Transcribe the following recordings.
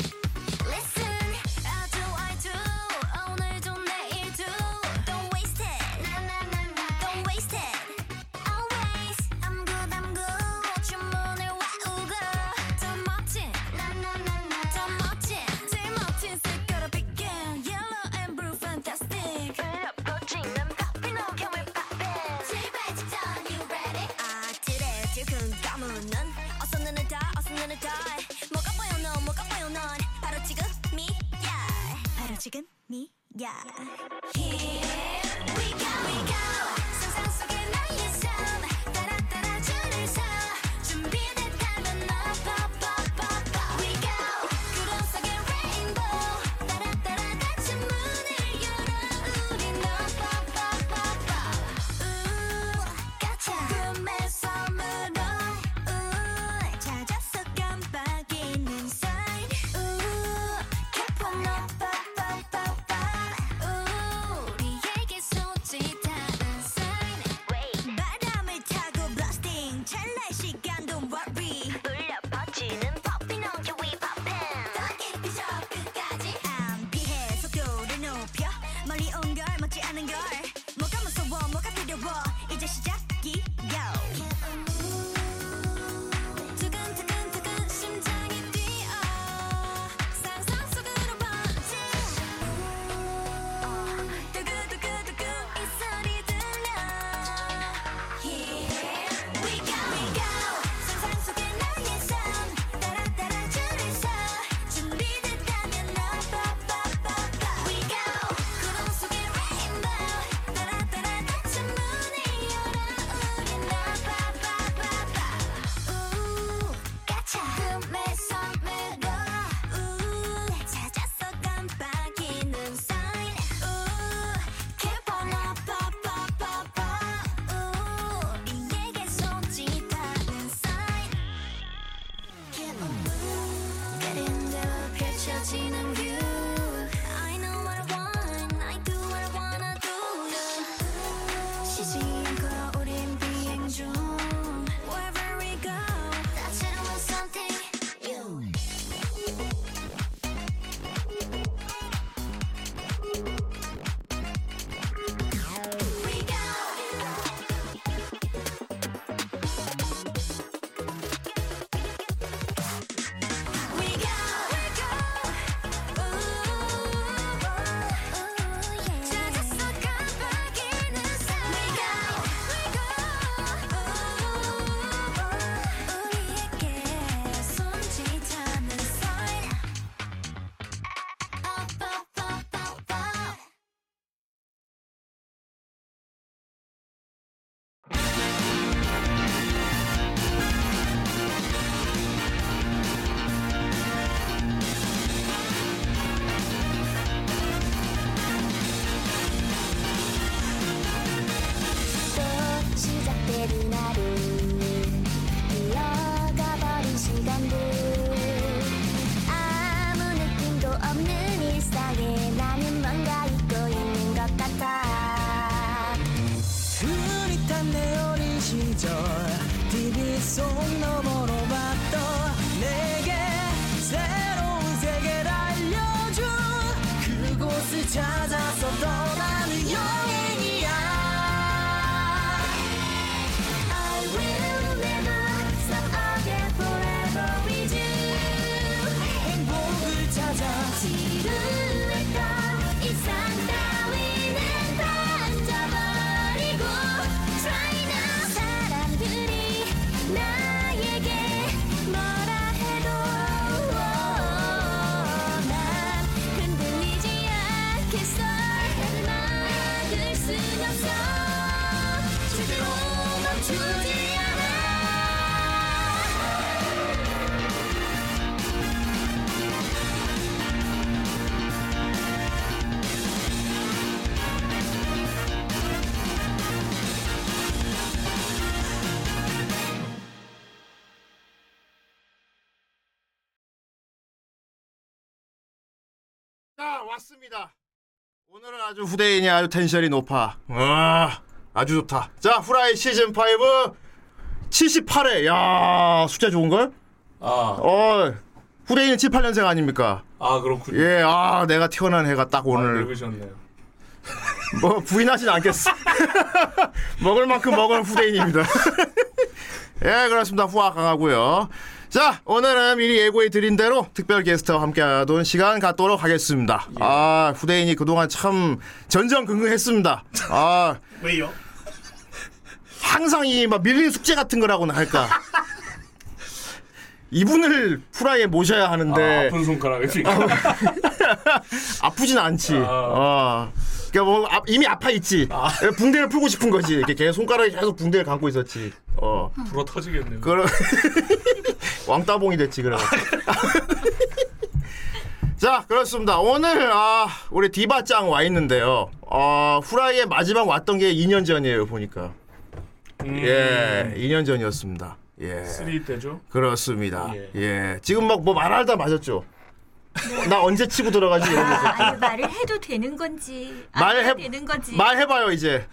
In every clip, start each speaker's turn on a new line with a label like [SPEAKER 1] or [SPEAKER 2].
[SPEAKER 1] Listen, I do, I do. 오늘도 내일도. Don't waste it. 나, 나, 나, 나. Don't waste it. Always. I'm good, I'm good. 주문을 외우고. 더 멋진. 나, 나, 나, 나. 더 멋진. 제일 멋진 색깔로 begin. Yellow and blue, fantastic. 불꽃이 난 popping, oh, can we pop it? 제발 직전, you ready? 아찔해, 질끈 감은 눈. 어서 눈을 다, 어서 눈을 다. 뭐가 보여, 넌, 뭐가 보여, 넌. 바로 지금이야. 바로 지금이야. Here we go, we go. 상상 속에 나의 삶. 따라, 따라 줄을 서. 준비됐다면 너 pop, pop, pop, pop. We go. 구름 속의 rainbow. 따라, 따라 같이 문을 열어. 우리 너 pop, pop, pop, pop. 우, 가차. 꿈의 선물로. 우, 찾았어 깜빡이는 sign. 우, 개판 너 pop, pop, pop, pop. 우리의 비춰지는 뷰 I know what I want I do what I wanna do 쉬지 않고 우린 비행 중 Wherever we go 따스러운 something you We go We go, we go. Ooh, 찾았어 깜빡이는 사이. We go, we go. Ooh, 우리에게 손짓하는 사이. Up, up, up, up, up. 또 시작되는 하루 흘러가버린 시간들 아무 느낌도 없는 일상에 나는 뭔가 잊고 있는 것 같아
[SPEAKER 2] 흐릿한 내 어린 시절 TV 속 너머로 봤던 내게 새로운 세계를 알려준 그곳을 찾아서 떠나는 여행이야
[SPEAKER 1] I will never stop again forever with you
[SPEAKER 2] 행복을 찾아
[SPEAKER 1] 지루했던 일상 따위는 던져버리고 Try now 사람들이 나에게 뭐라 해도 난 흔들리지 않겠어 막을 순 없어 절대로 멈추지 않아
[SPEAKER 3] 자 아, 왔습니다. 오늘은 아주 후대인이 아주 텐션이 높아. 아 아주 좋다. 자 후라이 시즌 5 78회. 야 숫자 좋은 걸?
[SPEAKER 4] 아,
[SPEAKER 3] 어 후대인은 78년생 아닙니까?
[SPEAKER 4] 아 그렇군요.
[SPEAKER 3] 예, 아 내가 태어난 해가 딱
[SPEAKER 4] 오늘
[SPEAKER 3] 오늘
[SPEAKER 4] 늙으셨네요.
[SPEAKER 3] 뭐 부인하진 않겠어. 먹을 만큼 먹은 후대인입니다. 예, 그렇습니다. 후아 강하고요. 자, 오늘은 미리 예고해 드린 대로 특별 게스트와 함께하던 시간 갖도록 하겠습니다.
[SPEAKER 5] 예.
[SPEAKER 3] 아, 후대인이 그동안 참 전전긍긍했습니다. 아,
[SPEAKER 5] 왜요?
[SPEAKER 3] 항상 이 막 밀린 숙제 같은 거라고나 할까. 이분을 프라이에 모셔야
[SPEAKER 4] 아,
[SPEAKER 3] 하는데
[SPEAKER 4] 아픈 손가락이니까.
[SPEAKER 3] 아프진 않지. 어. 그러니까 뭐 아- 이미 아파 있지. 붕대를 풀고 싶은 거지. 이렇게 계속 손가락에 계속 붕대를 감고 있었지. 어.
[SPEAKER 4] 불어 터지겠네요.
[SPEAKER 3] 그러 왕따봉이 됐지 그래. 자 그렇습니다. 오늘 아 우리 디바짱 와 있는데요. 어, 후라이의 마지막 왔던 게 2년 전이에요 보니까.
[SPEAKER 4] 음,
[SPEAKER 3] 예, 2년 전이었습니다. 예.
[SPEAKER 4] 3 때죠?
[SPEAKER 3] 그렇습니다. 예.
[SPEAKER 4] 예.
[SPEAKER 3] 지금 막 뭐 말하다 맞았죠. 나 언제 치고 들어가지 이러면서.
[SPEAKER 6] 아니 말을 해도 되는 건지 안
[SPEAKER 3] 말해
[SPEAKER 6] 해도 되는 건지
[SPEAKER 3] 말해봐요 이제.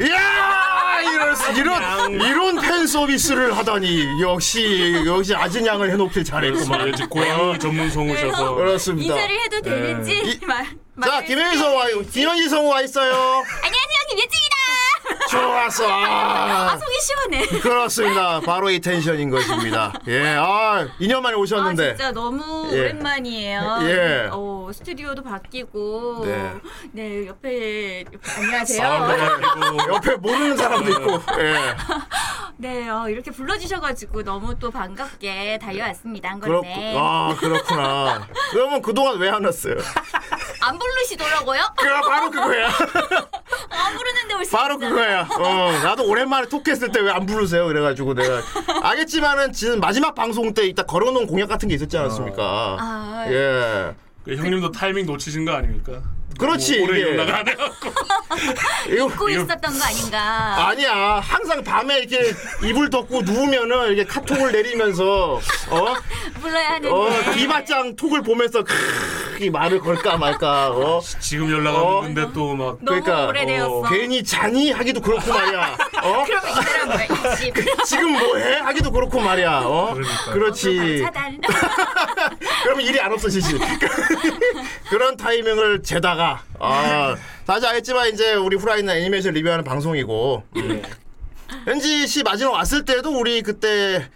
[SPEAKER 3] 이야 이런 이런 이런 팬 서비스를 하다니 역시 역시 아진양을 해놓길 잘했구만.
[SPEAKER 4] 말이지 고양이 전문성우셔서
[SPEAKER 3] 아. 그렇습니다. 네.
[SPEAKER 6] 인사를 해도 되는지
[SPEAKER 3] 이-
[SPEAKER 6] 말.
[SPEAKER 3] 자
[SPEAKER 6] 말을-
[SPEAKER 3] 김현희성 와 김현희 성우 와 있어요.
[SPEAKER 6] 안녕하세요 김예진이다.
[SPEAKER 3] 좋았어. 아,
[SPEAKER 6] 아 속이 시원해.
[SPEAKER 3] 그렇습니다. 바로 이 텐션인 것입니다. 예, 아 2년 만에
[SPEAKER 6] 아
[SPEAKER 3] 오셨는데.
[SPEAKER 6] 진짜 너무
[SPEAKER 3] 예.
[SPEAKER 6] 오랜만이에요.
[SPEAKER 3] 예.
[SPEAKER 6] 어, 스튜디오도 바뀌고
[SPEAKER 3] 네. 아.
[SPEAKER 6] 네, 옆에, 옆에 안녕하세요.
[SPEAKER 4] 사람들하고
[SPEAKER 3] 옆에 모르는 사람도 있고. 예.
[SPEAKER 6] 네 어, 이렇게 불러주셔가지고 너무 또 반갑게 달려왔습니다 한
[SPEAKER 3] 그렇
[SPEAKER 6] 건데
[SPEAKER 3] 아 그렇구나. 그러면 그동안 왜 안 왔어요?
[SPEAKER 6] 안 부르시더라고요.
[SPEAKER 3] 그거 바로 그거야.
[SPEAKER 6] 안 부르는데 올수
[SPEAKER 3] 바로 그거야. 어, 나도 오랜만에 톡했을 때 왜 안 부르세요? 그래가지고 내가 알겠지만은 지금 마지막 방송 때 이따 걸어놓은 공약 같은 게 있었지 않았습니까?
[SPEAKER 6] 아,
[SPEAKER 3] 예.
[SPEAKER 4] 예, 형님도 타이밍 놓치신 거 아닙니까?
[SPEAKER 3] 그렇지,
[SPEAKER 4] 오, 올해
[SPEAKER 3] 이게.
[SPEAKER 4] 연락 안 해갖고
[SPEAKER 3] 이거
[SPEAKER 6] 잊고 있었던 거 아닌가.
[SPEAKER 3] 아니야. 항상 밤에 이렇게 이불 덮고 누우면은 이렇게 카톡을 내리면서 어?
[SPEAKER 6] 불러야 하는데.
[SPEAKER 3] 어, 기바짱 톡을 보면서 크으, 이 말을 걸까 말까. 어?
[SPEAKER 4] 지금 연락 안
[SPEAKER 3] 어.
[SPEAKER 4] 오는데 또막
[SPEAKER 6] 너무
[SPEAKER 3] 그러니까,
[SPEAKER 6] 오래되었어.
[SPEAKER 3] 괜히 자니 하기도 그렇고 말이야. 어?
[SPEAKER 6] 그러면 이 사람 뭐야? 이 집.
[SPEAKER 3] 지금 뭐해? 하기도 그렇고 말이야. 어?
[SPEAKER 4] 그러니까요.
[SPEAKER 3] 그렇지.
[SPEAKER 6] 차단.
[SPEAKER 3] 그러면 일이 안 없어지지. 그런 타이밍을 재다가 아, 다시 알겠지만 이제 우리 후라이는 애니메이션 리뷰하는 방송이고
[SPEAKER 4] 그, 예.
[SPEAKER 3] 음. 현지 씨 마지막 왔을 때도 우리 그때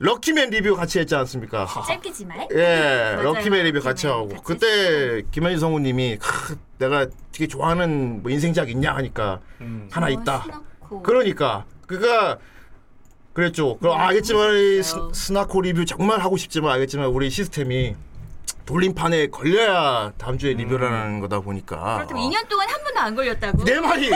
[SPEAKER 3] 럭키맨 리뷰 같이 했지 않습니까?
[SPEAKER 6] 짧게지만.
[SPEAKER 3] 예,
[SPEAKER 6] 맞아요.
[SPEAKER 3] 럭키맨 리뷰 같이
[SPEAKER 6] 럭키맨
[SPEAKER 3] 하고
[SPEAKER 6] 같이
[SPEAKER 3] 그때 김현희 성우님이 크, 내가 되게 좋아하는 뭐 인생작 있냐 하니까
[SPEAKER 4] 음.
[SPEAKER 3] 하나 아, 있다. 그러니까 그니까 그랬죠.
[SPEAKER 6] 네,
[SPEAKER 3] 그럼 알겠지만 이 스, 스나코 리뷰 정말 하고 싶지만 알겠지만 우리 시스템이 돌림판에 걸려야 다음 주에 리뷰라는 거다 보니까
[SPEAKER 6] 그렇다면
[SPEAKER 3] 어.
[SPEAKER 6] 2년 동안 한 번도 안 걸렸다고.
[SPEAKER 3] 내 말이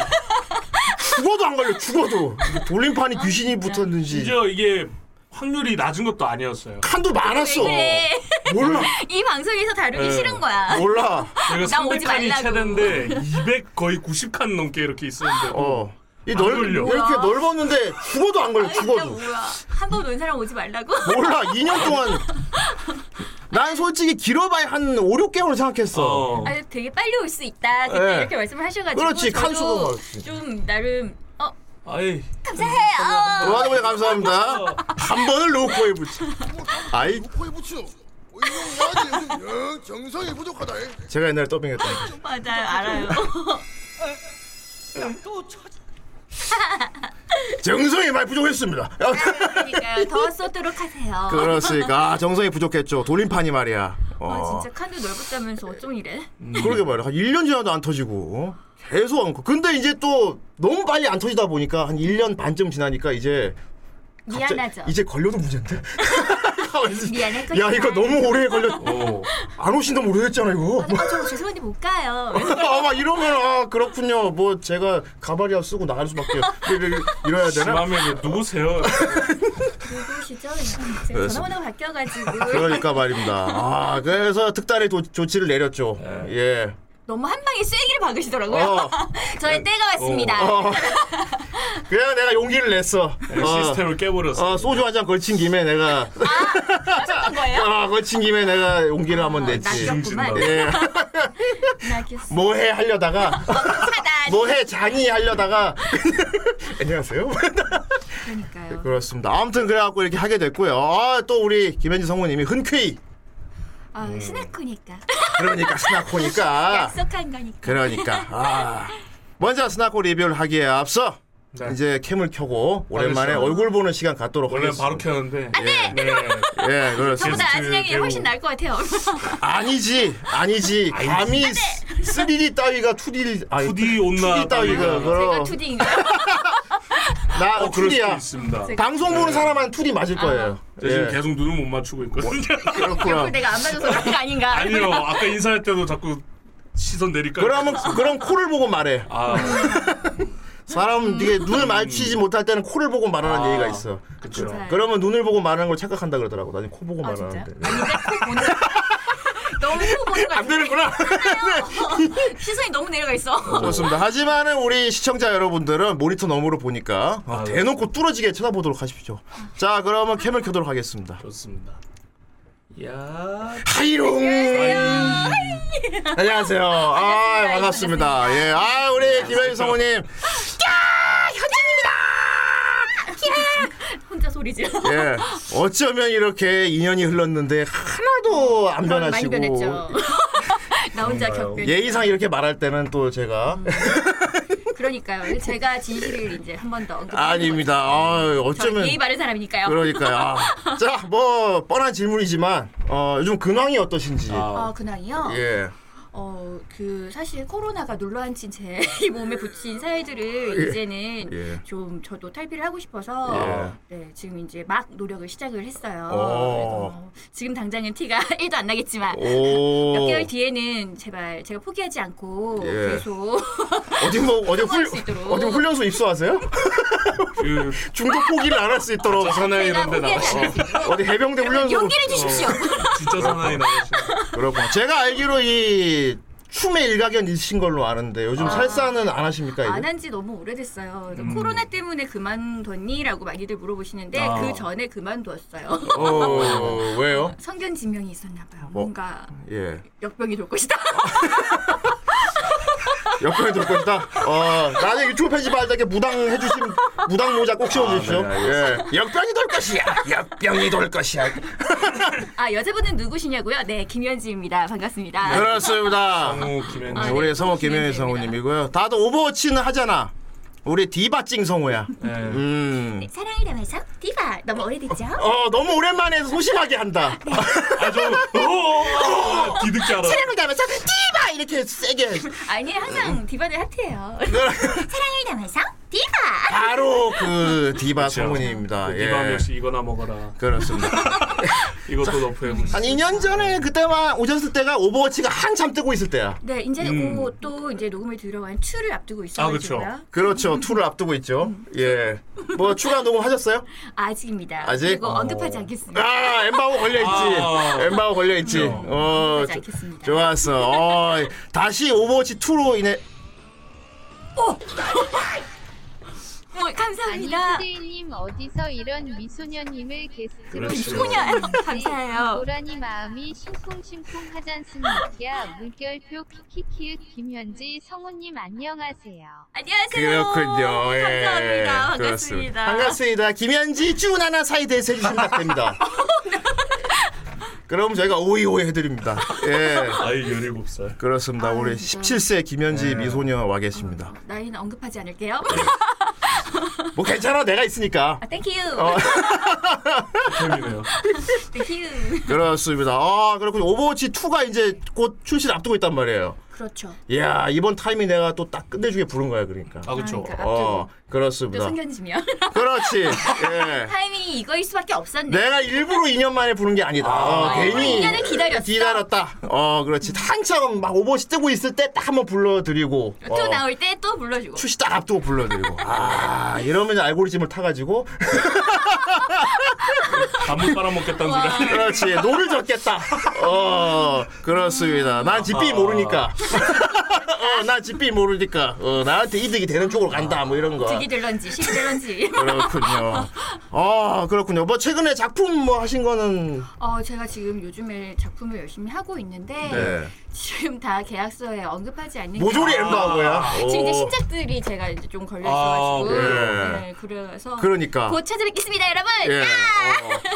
[SPEAKER 3] 죽어도 안 걸려 죽어도 돌림판이 귀신이 붙었는지
[SPEAKER 4] 심지어 이게 확률이 낮은 것도 아니었어요.
[SPEAKER 3] 칸도 많았어.
[SPEAKER 6] 왜
[SPEAKER 3] 몰라
[SPEAKER 6] 이 방송에서 다루기
[SPEAKER 4] 예.
[SPEAKER 3] 네.
[SPEAKER 6] 싫은 거야.
[SPEAKER 3] 몰라
[SPEAKER 4] 제가
[SPEAKER 6] 나 오지
[SPEAKER 4] 300칸이
[SPEAKER 6] 말라고.
[SPEAKER 4] 최대인데 200 거의 90칸 넘게 이렇게 있었는데
[SPEAKER 3] 어. 이
[SPEAKER 4] 안
[SPEAKER 3] 넓,
[SPEAKER 4] 걸려.
[SPEAKER 3] 이렇게 넓었는데 죽어도 안 걸려
[SPEAKER 6] 진짜
[SPEAKER 3] 죽어도
[SPEAKER 6] 뭐야. 한 번 온 사람 오지 말라고.
[SPEAKER 3] 몰라 2년 동안 난 솔직히 길어봐야 한 5, 6개월 생각했어
[SPEAKER 4] 어.
[SPEAKER 6] 아, 되게 빨리 올 수 있다. 그때
[SPEAKER 3] 예.
[SPEAKER 6] 이렇게 말씀을 하셔가지고.
[SPEAKER 3] 그렇지, 칸수가
[SPEAKER 6] 저도
[SPEAKER 3] 많지.
[SPEAKER 6] 좀 나름 어 네,
[SPEAKER 4] 아이
[SPEAKER 3] 네, 도와주셔서 감사합니다. 한 번을 놓고 해보지. 아이,
[SPEAKER 5] 코에 붙여. 뭐 이놈 야지 영 정성이 부족하다. 이.
[SPEAKER 3] 제가 옛날에 더빙했던. 거.
[SPEAKER 6] 맞아요 알아요.
[SPEAKER 3] 정성이 많이 부족했습니다.
[SPEAKER 6] 그러니까요 더 쏘도록 하세요.
[SPEAKER 3] 그렇으니까 아, 정성이 부족했죠. 돌림판이 말이야. 어.
[SPEAKER 6] 아 진짜 칸도 넓었다면서 어쩜 이래?
[SPEAKER 3] 그러게 말이야. 한 1년 지나도 안 터지고. 계속 안 거. 근데 이제 또 너무 빨리 안 터지다 보니까 한 1년 반쯤 지나니까 이제 갑자-
[SPEAKER 6] 미안하죠.
[SPEAKER 3] 이제 걸려도 문제인데. 가만히 있어.
[SPEAKER 6] 미안할
[SPEAKER 3] 야
[SPEAKER 6] 거지만.
[SPEAKER 3] 이거 너무 오래 걸렸.
[SPEAKER 4] 오.
[SPEAKER 3] 안 오신 너무 오래됐잖아 이거.
[SPEAKER 6] 아, 저 죄송한데 못 가요.
[SPEAKER 3] 아막 이러면 아 그렇군요. 뭐 제가 가발이야 쓰고 나갈 수밖에. 이래야 되나?
[SPEAKER 4] 마음에 이제 누구세요?
[SPEAKER 6] 누구시죠? 제가 전화번호가 바뀌어가지고
[SPEAKER 3] 네, 그러니까 말입니다. 아, 그래서 특단의 도- 조치를 내렸죠.
[SPEAKER 4] 네.
[SPEAKER 3] 예.
[SPEAKER 6] 너무 한 방에 쐐기를 박으시더라고요.
[SPEAKER 3] 어.
[SPEAKER 6] 저의 때가 왔습니다.
[SPEAKER 3] 어. 그래야 내가 용기를 냈어. 어.
[SPEAKER 4] 네, 시스템을 깨버렸어.
[SPEAKER 3] 어, 소주 한 잔 걸친 김에 내가
[SPEAKER 6] 하셨던 거예요?
[SPEAKER 3] 아, 걸친 김에 내가 용기를 한번 네, 냈지.
[SPEAKER 6] 낙엽구만.
[SPEAKER 4] 예.
[SPEAKER 3] 예.
[SPEAKER 6] 낙엽.
[SPEAKER 3] 뭐해 하려다가
[SPEAKER 6] 차단.
[SPEAKER 3] 뭐해 잔이 하려다가 안녕하세요.
[SPEAKER 6] 그러니까요.
[SPEAKER 3] 그렇습니다. 아무튼 그래갖고 이렇게 하게 됐고요. 아, 또 우리 김현지 성우님이 흔쾌히
[SPEAKER 6] 아,
[SPEAKER 3] 음.
[SPEAKER 6] 스나코니까
[SPEAKER 3] 그러니까 스나코니까
[SPEAKER 6] 약속한 거니까.
[SPEAKER 3] 그러니까 아. 먼저 스나코 리뷰를 하기에 앞서
[SPEAKER 4] 네.
[SPEAKER 3] 이제 캠을 켜고 오랜만에
[SPEAKER 4] 알겠어요.
[SPEAKER 3] 얼굴 보는 시간 갖도록
[SPEAKER 4] 원래
[SPEAKER 3] 하겠습니다.
[SPEAKER 4] 바로 켰는데
[SPEAKER 6] 네.
[SPEAKER 4] 네.
[SPEAKER 3] 예, 그렇습니다.
[SPEAKER 6] 저보다 아진양이
[SPEAKER 4] 대우.
[SPEAKER 6] 훨씬 나을 것 같아요.
[SPEAKER 3] 아니지, 아니지. 감히 3D 따위가 2D, 아니,
[SPEAKER 4] 2D 온나
[SPEAKER 3] 2D 따위가
[SPEAKER 4] 따위가.
[SPEAKER 6] 제가
[SPEAKER 3] 그럼 어.
[SPEAKER 6] 2D인가요?
[SPEAKER 3] 나
[SPEAKER 4] 어, 그럴 수도
[SPEAKER 3] 2D야.
[SPEAKER 4] 있습니다. 제가
[SPEAKER 3] 방송 보는 사람한테 2D 맞을
[SPEAKER 6] 아.
[SPEAKER 3] 거예요. 뭐.
[SPEAKER 4] 지금 계속 눈을 못 맞추고 있거든요.
[SPEAKER 3] 그렇구나.
[SPEAKER 6] 내가 안 맞아서 네. 그런 거 아닌가?
[SPEAKER 4] 아니요. 아까 인사할 때도 자꾸 시선 내릴까.
[SPEAKER 3] 그러면
[SPEAKER 6] 아.
[SPEAKER 3] 그럼 코를 보고 말해.
[SPEAKER 4] 아,
[SPEAKER 3] 사람
[SPEAKER 6] 음.
[SPEAKER 3] 이게 눈을 마주치지 못할 때는 코를 보고 말하는
[SPEAKER 4] 음. 아.
[SPEAKER 3] 얘기가 있어.
[SPEAKER 4] 그렇죠.
[SPEAKER 6] 맞아요.
[SPEAKER 3] 그러면 눈을 보고 말하는 걸 착각한다 그러더라고. 나는 코 보고
[SPEAKER 6] 아 진짜?
[SPEAKER 3] 말하는데.
[SPEAKER 6] 아닌데 코 보는 너무 코 보는 거
[SPEAKER 3] 안
[SPEAKER 6] 같아요.
[SPEAKER 3] 되는구나.
[SPEAKER 6] 시선이 너무 내려가 있어.
[SPEAKER 3] 그렇습니다. 하지만은 우리 시청자 여러분들은 모니터 너머로 보니까 아, 대놓고 뚫어지게 쳐다보도록 하십시오. 자, 그러면 캠을 켜도록 하겠습니다.
[SPEAKER 4] 좋습니다. 야,
[SPEAKER 3] 하이롱. 안녕하세요. 아, 반갑습니다. 예, 아 우리 김현희 성우님.
[SPEAKER 6] 혼자 소리 질러.
[SPEAKER 3] 예, 어쩌면 이렇게 2년이 흘렀는데 하나도 안
[SPEAKER 6] 많이
[SPEAKER 3] 변하시고.
[SPEAKER 6] 변했죠. 그렇죠. 나 혼자 겪은.
[SPEAKER 3] 예의상 이렇게 말할 때는 또 제가
[SPEAKER 6] 음. 그러니까요. 제가 진실을 이제 한 번 더. 언급하는
[SPEAKER 3] 아닙니다. 아,
[SPEAKER 6] 거죠. 저는
[SPEAKER 3] 어쩌면
[SPEAKER 6] 예의 바른 사람이니까요.
[SPEAKER 3] 그러니까요. 아, 자, 뭐 뻔한 질문이지만 어, 요즘 근황이 어떠신지.
[SPEAKER 6] 어, 근황이요?
[SPEAKER 3] 예.
[SPEAKER 6] 어, 그 사실 코로나가 눌러앉힌 제 이 몸에 붙인 사회들을 이제는
[SPEAKER 3] 예.
[SPEAKER 6] 좀 저도 탈피를 하고 싶어서 네, 지금 이제 막 노력을 시작을 했어요.
[SPEAKER 3] 오.
[SPEAKER 6] 그래서 지금 당장은 티가 1도 안 나겠지만
[SPEAKER 3] 오.
[SPEAKER 6] 몇 개월 뒤에는 제발 제가 포기하지 않고
[SPEAKER 3] 예.
[SPEAKER 6] 계속
[SPEAKER 3] 어디 뭐 어디 훈
[SPEAKER 6] 성공할 수 있도록.
[SPEAKER 3] 어디 훈련소 입소하세요?
[SPEAKER 4] 그
[SPEAKER 3] 중독 포기를 안 할 수 있도록
[SPEAKER 4] 사나이 이런 데
[SPEAKER 6] 제가
[SPEAKER 4] 나와서
[SPEAKER 6] 포기하지 않겠습니다.
[SPEAKER 3] 어디 해병대 훈련소
[SPEAKER 6] 용기를 주십시오.
[SPEAKER 4] 진짜 사나이 나오시네.
[SPEAKER 3] 그렇군. 제가 알기로 이 춤의 일가견이신 걸로 아는데 요즘 살사는 안 하십니까? 이제?
[SPEAKER 6] 안 한 지 너무 오래됐어요. 그래서 코로나 때문에 그만뒀니라고 많이들 물어보시는데
[SPEAKER 3] 음. 아.
[SPEAKER 6] 그 전에 그만뒀어요.
[SPEAKER 3] 어, 왜요?
[SPEAKER 6] 성견 지명이 있었나 봐요.
[SPEAKER 3] 뭐?
[SPEAKER 6] 뭔가
[SPEAKER 3] 예.
[SPEAKER 6] 역병이 돌 것이다.
[SPEAKER 3] 여권에 들고 있다. 어, 나중에 유튜브 편집할 때 이렇게 무당 해주신 무당 모자 꼭
[SPEAKER 6] 아, 네,
[SPEAKER 3] 씌워주십시오. 예. 역병이 돌 것이야. 역병이 돌 것이야.
[SPEAKER 6] 아 여자분은 누구시냐고요? 네 김현지입니다. 반갑습니다.
[SPEAKER 3] 네. 그렇습니다.
[SPEAKER 4] 너무 기면.
[SPEAKER 6] 네. 아, 네.
[SPEAKER 3] 우리 성우 김혜민
[SPEAKER 6] 김혜민
[SPEAKER 3] 성우님이고요. 다들 오버워치는 하잖아. 우리 디바찡 성우야.
[SPEAKER 4] 네.
[SPEAKER 3] 음.
[SPEAKER 6] 사랑이 담아서 디바 너무 오래됐죠?
[SPEAKER 3] 어, 너무 오랜만에 해서 소심하게 한다.
[SPEAKER 4] 아저 오! 뒤늦게 알아.
[SPEAKER 3] 사랑을 담아서 디바 이렇게 세게.
[SPEAKER 6] 아니
[SPEAKER 3] 네.
[SPEAKER 6] 항상 디바는 핫해요. 사랑을 담아서 디바.
[SPEAKER 3] 바로 그 디바 성우님입니다.
[SPEAKER 4] 이 밤
[SPEAKER 3] 예.
[SPEAKER 4] 그렇죠. 그 역시 이거나 먹어라.
[SPEAKER 3] 그렇습니다.
[SPEAKER 4] 이것도 너프해 보시.
[SPEAKER 3] 한 2년 전에 그때만 오셨을 때가 오버워치가 한참 뜨고 있을 때야.
[SPEAKER 6] 네 이제
[SPEAKER 4] 음.
[SPEAKER 6] 오, 또 이제 녹음을 들어간 추를 앞두고 있어요.
[SPEAKER 4] 아, 그쵸.
[SPEAKER 3] 그렇죠. 투를 앞두고 있죠. 예. 뭐 추가 녹음 하셨어요?
[SPEAKER 6] 아직입니다.
[SPEAKER 3] 아직?
[SPEAKER 6] 그리고
[SPEAKER 3] 어.
[SPEAKER 6] 언급하지 않겠습니다.
[SPEAKER 3] 아, 엠바고 걸려
[SPEAKER 4] 아.
[SPEAKER 3] 있지. 엠바고 걸려 있지. 어.
[SPEAKER 6] 하지 않겠습니다.
[SPEAKER 3] 좋았어. 어, 다시 오버워치 2로 인해
[SPEAKER 6] 뭐, 감사합니다.
[SPEAKER 7] 안희수대님 어디서 이런 미소녀님을 게스트로
[SPEAKER 4] 그렇지.
[SPEAKER 6] 미소녀. 네. 감사해요.
[SPEAKER 7] 보라니 마음이 싱쿵싱쿵 하잖습니까? 물결표 키키키읔 김현지 성우님 안녕하세요.
[SPEAKER 6] 안녕하세요.
[SPEAKER 3] 그렇군요. 예.
[SPEAKER 6] 네, 감사합니다.
[SPEAKER 3] 그렇습니다.
[SPEAKER 6] 반갑습니다.
[SPEAKER 3] 반갑습니다. 김현지 쭈나나 사이드에서 해주시면 딱 됩니다. 그럼 저희가 오이오이 해드립니다. 예.
[SPEAKER 4] 아이 17살.
[SPEAKER 3] 그렇습니다. 우리 17세 김현지 미소녀 와 계십니다.
[SPEAKER 6] 나이는 언급하지 않을게요.
[SPEAKER 3] 네. 뭐 괜찮아, 내가 있으니까.
[SPEAKER 6] 아, 땡큐.
[SPEAKER 3] 어.
[SPEAKER 4] 재미네요.
[SPEAKER 6] 땡큐.
[SPEAKER 3] 그렇습니다. 아, 그렇군요. 오버워치 2가 이제 곧 출시를 앞두고 있단 말이에요.
[SPEAKER 6] 그렇죠.
[SPEAKER 3] 이야, 이번 타임이 내가 또 딱 끝내주게 부른 거야, 그러니까.
[SPEAKER 4] 아 그쵸.
[SPEAKER 6] 그러니까.
[SPEAKER 3] 어,
[SPEAKER 6] 또
[SPEAKER 3] 그렇습니다.
[SPEAKER 6] 성견지면
[SPEAKER 3] 그렇지. 예.
[SPEAKER 6] 타이밍이 이거일 수밖에 없었네.
[SPEAKER 3] 내가 일부러 2년 만에 부른 게 아니다. 어,
[SPEAKER 6] 일부러
[SPEAKER 3] 괜히
[SPEAKER 6] 2년을 기다렸어.
[SPEAKER 3] 기다렸다. 어, 그렇지. 한참 막 오버워치 뜨고 있을 때 딱 한번 불러드리고.
[SPEAKER 6] 또
[SPEAKER 3] 어,
[SPEAKER 6] 나올 때 또 불러주고.
[SPEAKER 3] 출시 딱 앞두고 불러드리고. 아, 이러면 알고리즘을 타가지고.
[SPEAKER 4] 밥을 빨아먹겠다는 소리 아니에요?
[SPEAKER 3] 그렇지. 노를 젓겠다. 어, 그렇습니다. 난 집비 모르니까. 어, 난 집비 모르니까. 어, 나한테 이득이 되는 쪽으로 간다. 뭐 이런 거.
[SPEAKER 6] 득이 될런지 실이 될런지.
[SPEAKER 3] 그렇군요. 아, 그렇군요. 뭐 최근에 작품 뭐 하신 거는
[SPEAKER 6] 어 제가 지금 요즘에 작품을 열심히 하고 있는데
[SPEAKER 3] 네.
[SPEAKER 6] 지금 다 계약서에 언급하지 않는
[SPEAKER 3] 모조리
[SPEAKER 6] 게-
[SPEAKER 3] 엠바고야.
[SPEAKER 6] 지금 이제 신작들이 제가 이제 좀 걸려 있어가지고
[SPEAKER 3] 아, 네.
[SPEAKER 6] 네. 그래서
[SPEAKER 3] 그러니까.
[SPEAKER 6] 곧 찾아뵙겠습니다 여러분.
[SPEAKER 3] 예.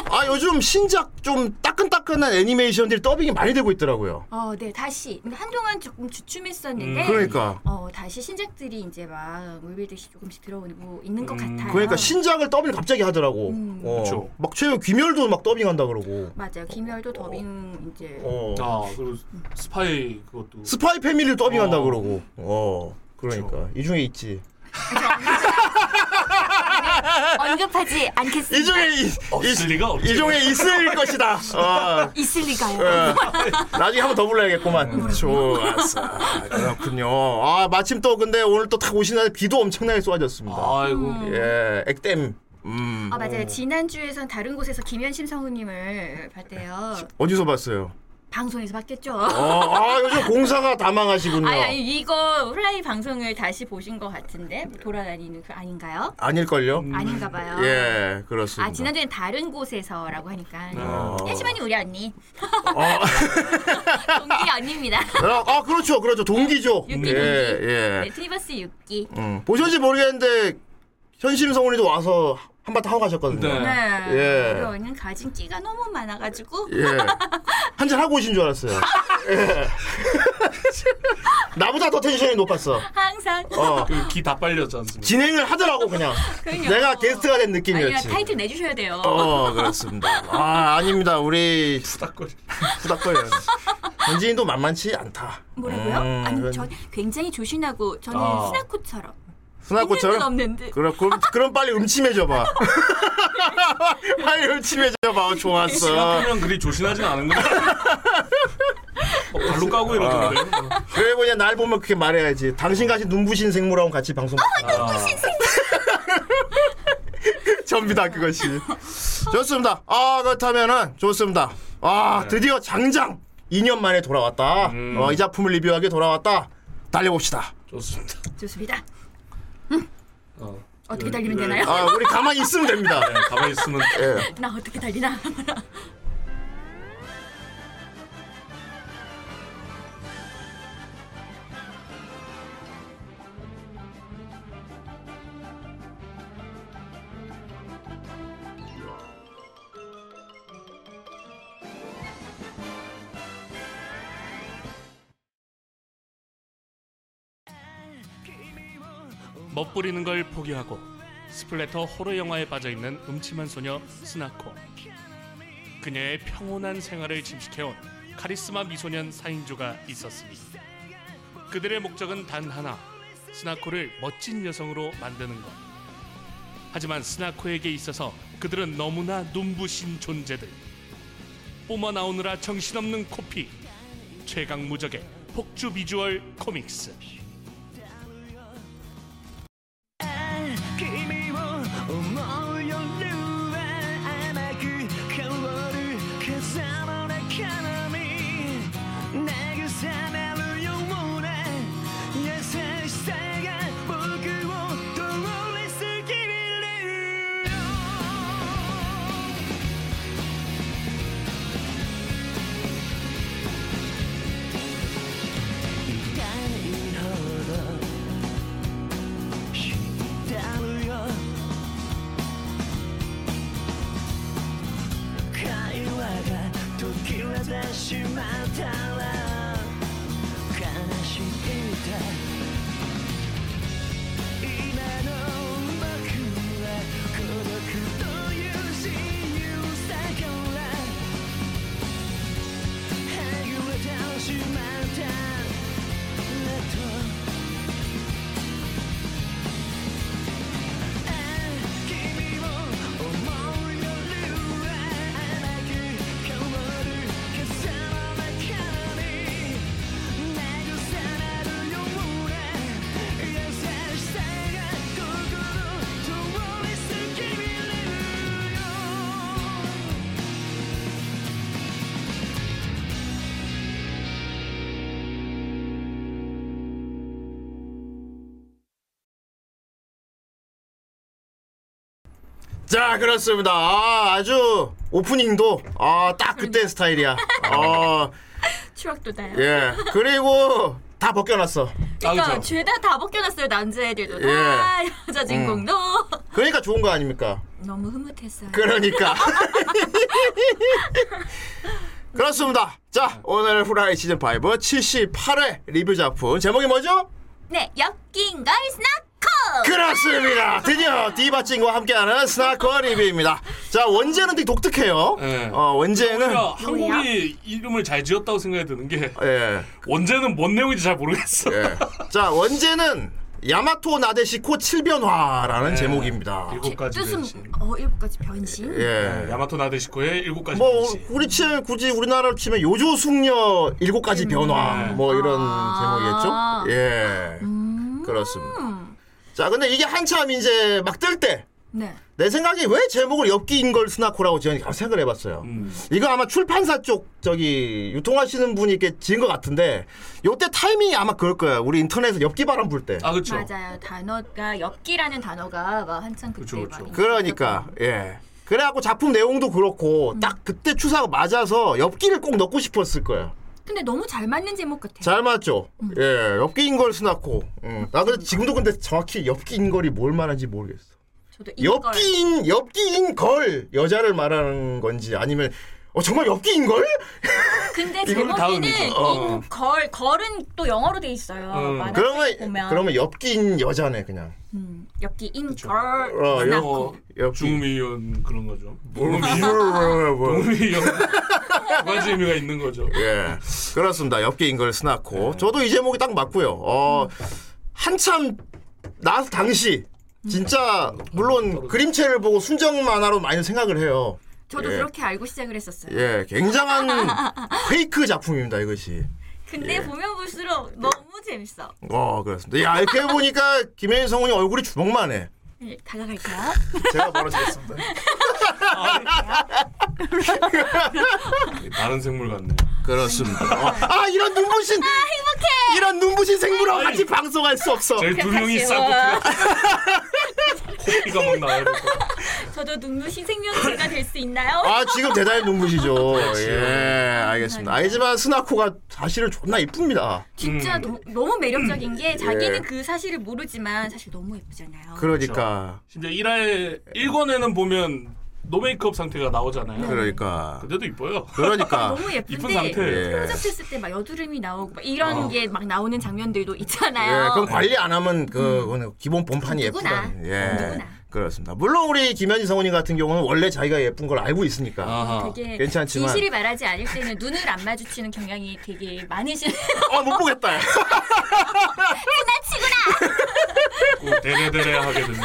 [SPEAKER 3] 어. 아 요즘 신작 좀 따끈따끈한 애니메이션들이 더빙이 많이 되고 있더라고요.
[SPEAKER 6] 어네 다시 한동안 조금 주춤했었는데
[SPEAKER 4] 음,
[SPEAKER 3] 그러니까.
[SPEAKER 6] 어 다시 신작들이 이제 막 물밀듯이 조금씩 들어오고 있는 것 같아요.
[SPEAKER 3] 그러니까 신작을 더빙 갑자기 하더라고.
[SPEAKER 6] 음.
[SPEAKER 3] 어.
[SPEAKER 4] 그쵸.
[SPEAKER 3] 막 최근 귀멸도 막 더빙한다 그러고.
[SPEAKER 6] 맞아요 김열도 더빙 이제
[SPEAKER 3] 어.
[SPEAKER 4] 아 그리고 스파이 그것도.
[SPEAKER 3] 스파이 패밀리를 더빙한다
[SPEAKER 4] 어.
[SPEAKER 3] 그러고. 어. 그러니까 이 중에 있지.
[SPEAKER 6] 언급하지 않겠습니다.
[SPEAKER 3] 이 중에 이,
[SPEAKER 4] 없을
[SPEAKER 3] 이-
[SPEAKER 4] 리가 없지.
[SPEAKER 3] 이 중에 있을 것이다. 어.
[SPEAKER 6] 있을 리가요.
[SPEAKER 3] 예. 나중에 한 번 더 불러야겠구만.
[SPEAKER 4] 음.
[SPEAKER 3] 좋았어. 그렇군요. 아 마침 또 근데 오늘 또 탁 오시는데 비도 엄청나게 쏟아졌습니다.
[SPEAKER 4] 아이고.
[SPEAKER 3] 예, 액땜. 음.
[SPEAKER 6] 아 맞아요. 지난 주에선 다른 곳에서 김현심 성우님을 봤대요.
[SPEAKER 3] 어디서 봤어요?
[SPEAKER 6] 방송에서 봤겠죠.
[SPEAKER 3] 어, 아, 요즘 공사가 다망하시군요.
[SPEAKER 6] 아니, 아니 이거 플라이 방송을 다시 보신 것 같은데 돌아다니는 그 아닌가요?
[SPEAKER 3] 아닐걸요?
[SPEAKER 6] 아닌가 봐요.
[SPEAKER 3] 음, 예, 그렇습니다.
[SPEAKER 6] 음. 아 지난주엔 다른 곳에서라고 하니까
[SPEAKER 3] 어.
[SPEAKER 4] 아.
[SPEAKER 6] 해시만이 우리 언니 동기 언니입니다.
[SPEAKER 3] 아, 아, 그렇죠, 그렇죠. 동기죠.
[SPEAKER 6] 육기,
[SPEAKER 3] 예,
[SPEAKER 6] 동기.
[SPEAKER 3] 예.
[SPEAKER 6] 네, 트리버스 6기.
[SPEAKER 3] 음, 보셨는지 모르겠는데 현심 성훈이도 와서 한바탕 하고 가셨거든요.
[SPEAKER 4] 네.
[SPEAKER 6] 네.
[SPEAKER 3] 예.
[SPEAKER 6] 우리 언니는 가진 끼가 너무 많아가지고
[SPEAKER 3] 예. 한잔 하고 오신 줄 알았어요. 예. 나보다 더 텐션이 높았어.
[SPEAKER 6] 항상
[SPEAKER 3] 어.
[SPEAKER 4] 그기다 빨렸지 않습니까?
[SPEAKER 3] 진행을 하더라고 그냥.
[SPEAKER 6] 그럼요.
[SPEAKER 3] 내가 게스트가 된
[SPEAKER 6] 그러니까. 아니야
[SPEAKER 3] 느낌이었지.
[SPEAKER 6] 타이틀 내주셔야 돼요.
[SPEAKER 3] 어, 그렇습니다. 아, 아닙니다. 우리
[SPEAKER 4] 딱거리.
[SPEAKER 3] 후닥거려요. 현지인도 만만치 않다.
[SPEAKER 6] 뭐라고요?
[SPEAKER 3] 음,
[SPEAKER 6] 아니
[SPEAKER 3] 그건-
[SPEAKER 6] 저 굉장히 조신하고 저는
[SPEAKER 4] 아.
[SPEAKER 6] 스나코처럼 있는 듯
[SPEAKER 3] 순화꽃처럼.
[SPEAKER 6] 없는 듯.
[SPEAKER 3] 그럼 그럼 그럼 빨리 음침해져봐. 빨리 음침해져봐. 어, 좋았어.
[SPEAKER 4] 그냥 그리 조신하진 않은 거야. 어, 발로 까고 이러던데.
[SPEAKER 3] 그래 그냥 날 보면 그렇게 말해야지. 당신 같이 눈부신 생물하고 같이 방송.
[SPEAKER 4] 아,
[SPEAKER 3] 전부 다 그것이. 좋습니다. 아 그렇다면은 좋습니다. 아 드디어 장장 2년 만에 돌아왔다.
[SPEAKER 4] 음.
[SPEAKER 3] 어, 이 작품을 리뷰하기 돌아왔다. 달려봅시다.
[SPEAKER 4] 좋습니다.
[SPEAKER 3] 그
[SPEAKER 6] 좋습니다.
[SPEAKER 4] 어.
[SPEAKER 6] 어떻게
[SPEAKER 4] 이걸-
[SPEAKER 6] 달리면
[SPEAKER 4] 이걸-
[SPEAKER 6] 되나요?
[SPEAKER 3] 아 우리 가만히 있으면 됩니다.
[SPEAKER 4] 네, 가만히 있으면
[SPEAKER 3] 예.
[SPEAKER 6] 나 어떻게 달리나?
[SPEAKER 8] 멋부리는 걸 포기하고 스플래터 호러 영화에 빠져 있는 음침한 소녀 스나코. 그녀의 평온한 생활을 침식해온 카리스마 미소년 사인조가 있었으니 그들의 목적은 단 하나 스나코를 멋진 여성으로 만드는 것. 하지만 스나코에게 있어서 그들은 너무나 눈부신 존재들. 뿜어 나오느라 정신없는 코피, 최강무적의 폭주 비주얼 코믹스.
[SPEAKER 3] 자 그렇습니다. 아, 아주 오프닝도 아, 딱 그때 스타일이야. 어,
[SPEAKER 6] 추억도다요.
[SPEAKER 3] 예 그리고 다 벗겨놨어.
[SPEAKER 6] 그러니까
[SPEAKER 4] 아, 음. 그죠.
[SPEAKER 6] 죄다 다 벗겨놨어요 남자애들도
[SPEAKER 3] 예.
[SPEAKER 6] 다 여자 주인공도
[SPEAKER 3] 그러니까 좋은 거 아닙니까?
[SPEAKER 6] 너무 흐뭇했어요.
[SPEAKER 3] 그러니까. 그렇습니다. 자, 오늘 후라이 시즌 5 78회 리뷰 작품 제목이 뭐죠?
[SPEAKER 6] 네 엮인 걸 스나코.
[SPEAKER 3] 그렇습니다. 드디어 디바찡과 함께하는 스나커 리뷰입니다. 자, 원제는 되게 독특해요.
[SPEAKER 4] 네.
[SPEAKER 3] 어, 원제는
[SPEAKER 4] 그러니까 한국이 이름을 잘 지었다고 생각이 드는 게
[SPEAKER 3] 예.
[SPEAKER 4] 원제는 뭔 내용인지 잘 모르겠어.
[SPEAKER 3] 예. 자, 원제는 야마토 나데시코 칠변화라
[SPEAKER 4] 네.
[SPEAKER 3] 는 제목입니다.
[SPEAKER 4] 일곱 가지 변신.
[SPEAKER 6] 뜻은 어 일곱 가지 변신.
[SPEAKER 3] 예.
[SPEAKER 4] 네, 야마토 나데시코의 일곱 가지
[SPEAKER 3] 뭐
[SPEAKER 4] 변신.
[SPEAKER 3] 우리 치면 굳이 우리나라로 치면 요조 숙녀 일곱 가지 변화
[SPEAKER 4] 네.
[SPEAKER 3] 뭐 이런
[SPEAKER 6] 아.
[SPEAKER 3] 제목이겠죠? 예.
[SPEAKER 6] 음.
[SPEAKER 3] 그렇습니다. 자, 근데 이게 한참 이제 막 뜰 때 내
[SPEAKER 6] 네.
[SPEAKER 3] 생각에 왜 제목을 엽기인 걸 스나코라고 지었는지 한번 생각을 해봤어요.
[SPEAKER 4] 음.
[SPEAKER 3] 이거 아마 출판사 쪽 저기 유통하시는 분이 이렇게 지은 것 같은데 요때 타이밍이 아마 그럴 거예요. 우리 인터넷에 엽기 바람 불 때.
[SPEAKER 4] 아 그렇죠.
[SPEAKER 6] 맞아요. 단어가 엽기라는 단어가 막 한창 그때
[SPEAKER 4] 그쵸, 그쵸.
[SPEAKER 6] 많이
[SPEAKER 3] 그러니까 예. 그래갖고 작품 내용도 그렇고
[SPEAKER 6] 음.
[SPEAKER 3] 딱 그때 추사가 맞아서 엽기를 꼭 넣고 싶었을 거예요.
[SPEAKER 6] 근데 너무 잘 맞는 제목 같아요.
[SPEAKER 3] 잘 맞죠?
[SPEAKER 6] 음.
[SPEAKER 3] 예, 엽기인 걸 스나코. 음. 나 근데 지금도 근데 정확히 엽기인 걸이 뭘 말하는지 모르겠어.
[SPEAKER 6] 저도 이걸
[SPEAKER 3] 엽기인 엽기인 걸 여자를 말하는 건지 아니면 어 정말 엽기인 걸?
[SPEAKER 6] 근데
[SPEAKER 4] 이걸로 다
[SPEAKER 6] 제목에는
[SPEAKER 4] 의미죠. 어.
[SPEAKER 6] 인, 걸 걸은 또 영어로 돼 있어요.
[SPEAKER 4] 음.
[SPEAKER 6] 만화책
[SPEAKER 3] 그러면
[SPEAKER 6] 보면
[SPEAKER 3] 그러면 엽기인 여자네 그냥.
[SPEAKER 6] 음, 엽기 인걸
[SPEAKER 3] 어,
[SPEAKER 4] 영어
[SPEAKER 6] 스나코.
[SPEAKER 3] 엽기.
[SPEAKER 4] 중미연 그런 거죠.
[SPEAKER 3] 뭐.
[SPEAKER 4] 동미연 두 가지 의미가 있는 거죠.
[SPEAKER 3] 예, 그렇습니다. 엽기인 걸 스나코. 저도 이 제목이 딱 맞고요. 어, 한참 나 당시 진짜 물론 그림체를 보고 순정 만화로 많이 생각을 해요.
[SPEAKER 6] 저도
[SPEAKER 3] 예.
[SPEAKER 6] 그렇게 알고 시작을 했었어요.
[SPEAKER 3] 예, 굉장한 페이크 작품입니다 이것이.
[SPEAKER 6] 근데 보면 네. 볼수록 너무 재밌어.
[SPEAKER 3] 어, 그렇습니다. 야 이렇게 보니까 김혜인 성우님 얼굴이 주먹만해.
[SPEAKER 6] 네, 다가갈까요?
[SPEAKER 9] 제가 벌어지겠습니다.
[SPEAKER 4] 다른 생물 같네.
[SPEAKER 3] 그렇습니다. 어, 아 이런 눈부신 이런 눈부신 생물하고 같이 방송할 수 없어.
[SPEAKER 4] 저희 두 명이
[SPEAKER 6] 생각하시오.
[SPEAKER 4] 싸고 코피가 막 나와요.
[SPEAKER 6] 저도 눈부신 생명체가 될 수 있나요?
[SPEAKER 3] 아 지금 대단히 눈부시죠.
[SPEAKER 4] 네,
[SPEAKER 3] 예 알겠습니다. 알지만 스나코가 사실은 존나 이쁩니다.
[SPEAKER 4] 아,
[SPEAKER 6] 진짜 너, 너무 매력적인 게 자기는
[SPEAKER 3] 음. 예.
[SPEAKER 6] 그 사실을 모르지만 사실 너무 예쁘잖아요.
[SPEAKER 4] 그렇죠.
[SPEAKER 3] 그러니까
[SPEAKER 4] 심지어 1화에 1권에는 보면 노메이크업 상태가 나오잖아요.
[SPEAKER 3] 그러니까
[SPEAKER 4] 근데도 이뻐요.
[SPEAKER 3] 그러니까
[SPEAKER 6] 너무
[SPEAKER 4] 이쁜
[SPEAKER 6] 예쁜데
[SPEAKER 4] 상태.
[SPEAKER 3] 예.
[SPEAKER 6] 표정했을 때 막 여드름이 나오고 막 이런
[SPEAKER 4] 어.
[SPEAKER 6] 게 막 나오는 장면들도
[SPEAKER 3] 예
[SPEAKER 6] 있잖아요.
[SPEAKER 3] 그건 관리 안 하면
[SPEAKER 4] 음.
[SPEAKER 3] 그 그건 기본 본판이
[SPEAKER 6] 누구나.
[SPEAKER 3] 예쁘다. 예
[SPEAKER 6] 누구나.
[SPEAKER 3] 그렇습니다. 물론 우리 김현희 성우님 같은 경우는 원래 자기가 예쁜 걸 알고 있으니까.
[SPEAKER 4] 아하.
[SPEAKER 6] 되게
[SPEAKER 3] 괜찮지만.
[SPEAKER 6] 진실이 말하지 않을 때는 눈을 안 마주치는 경향이 되게 많으신
[SPEAKER 3] 아못 보겠다.
[SPEAKER 4] 꼭 데레데레 하게 됩니다.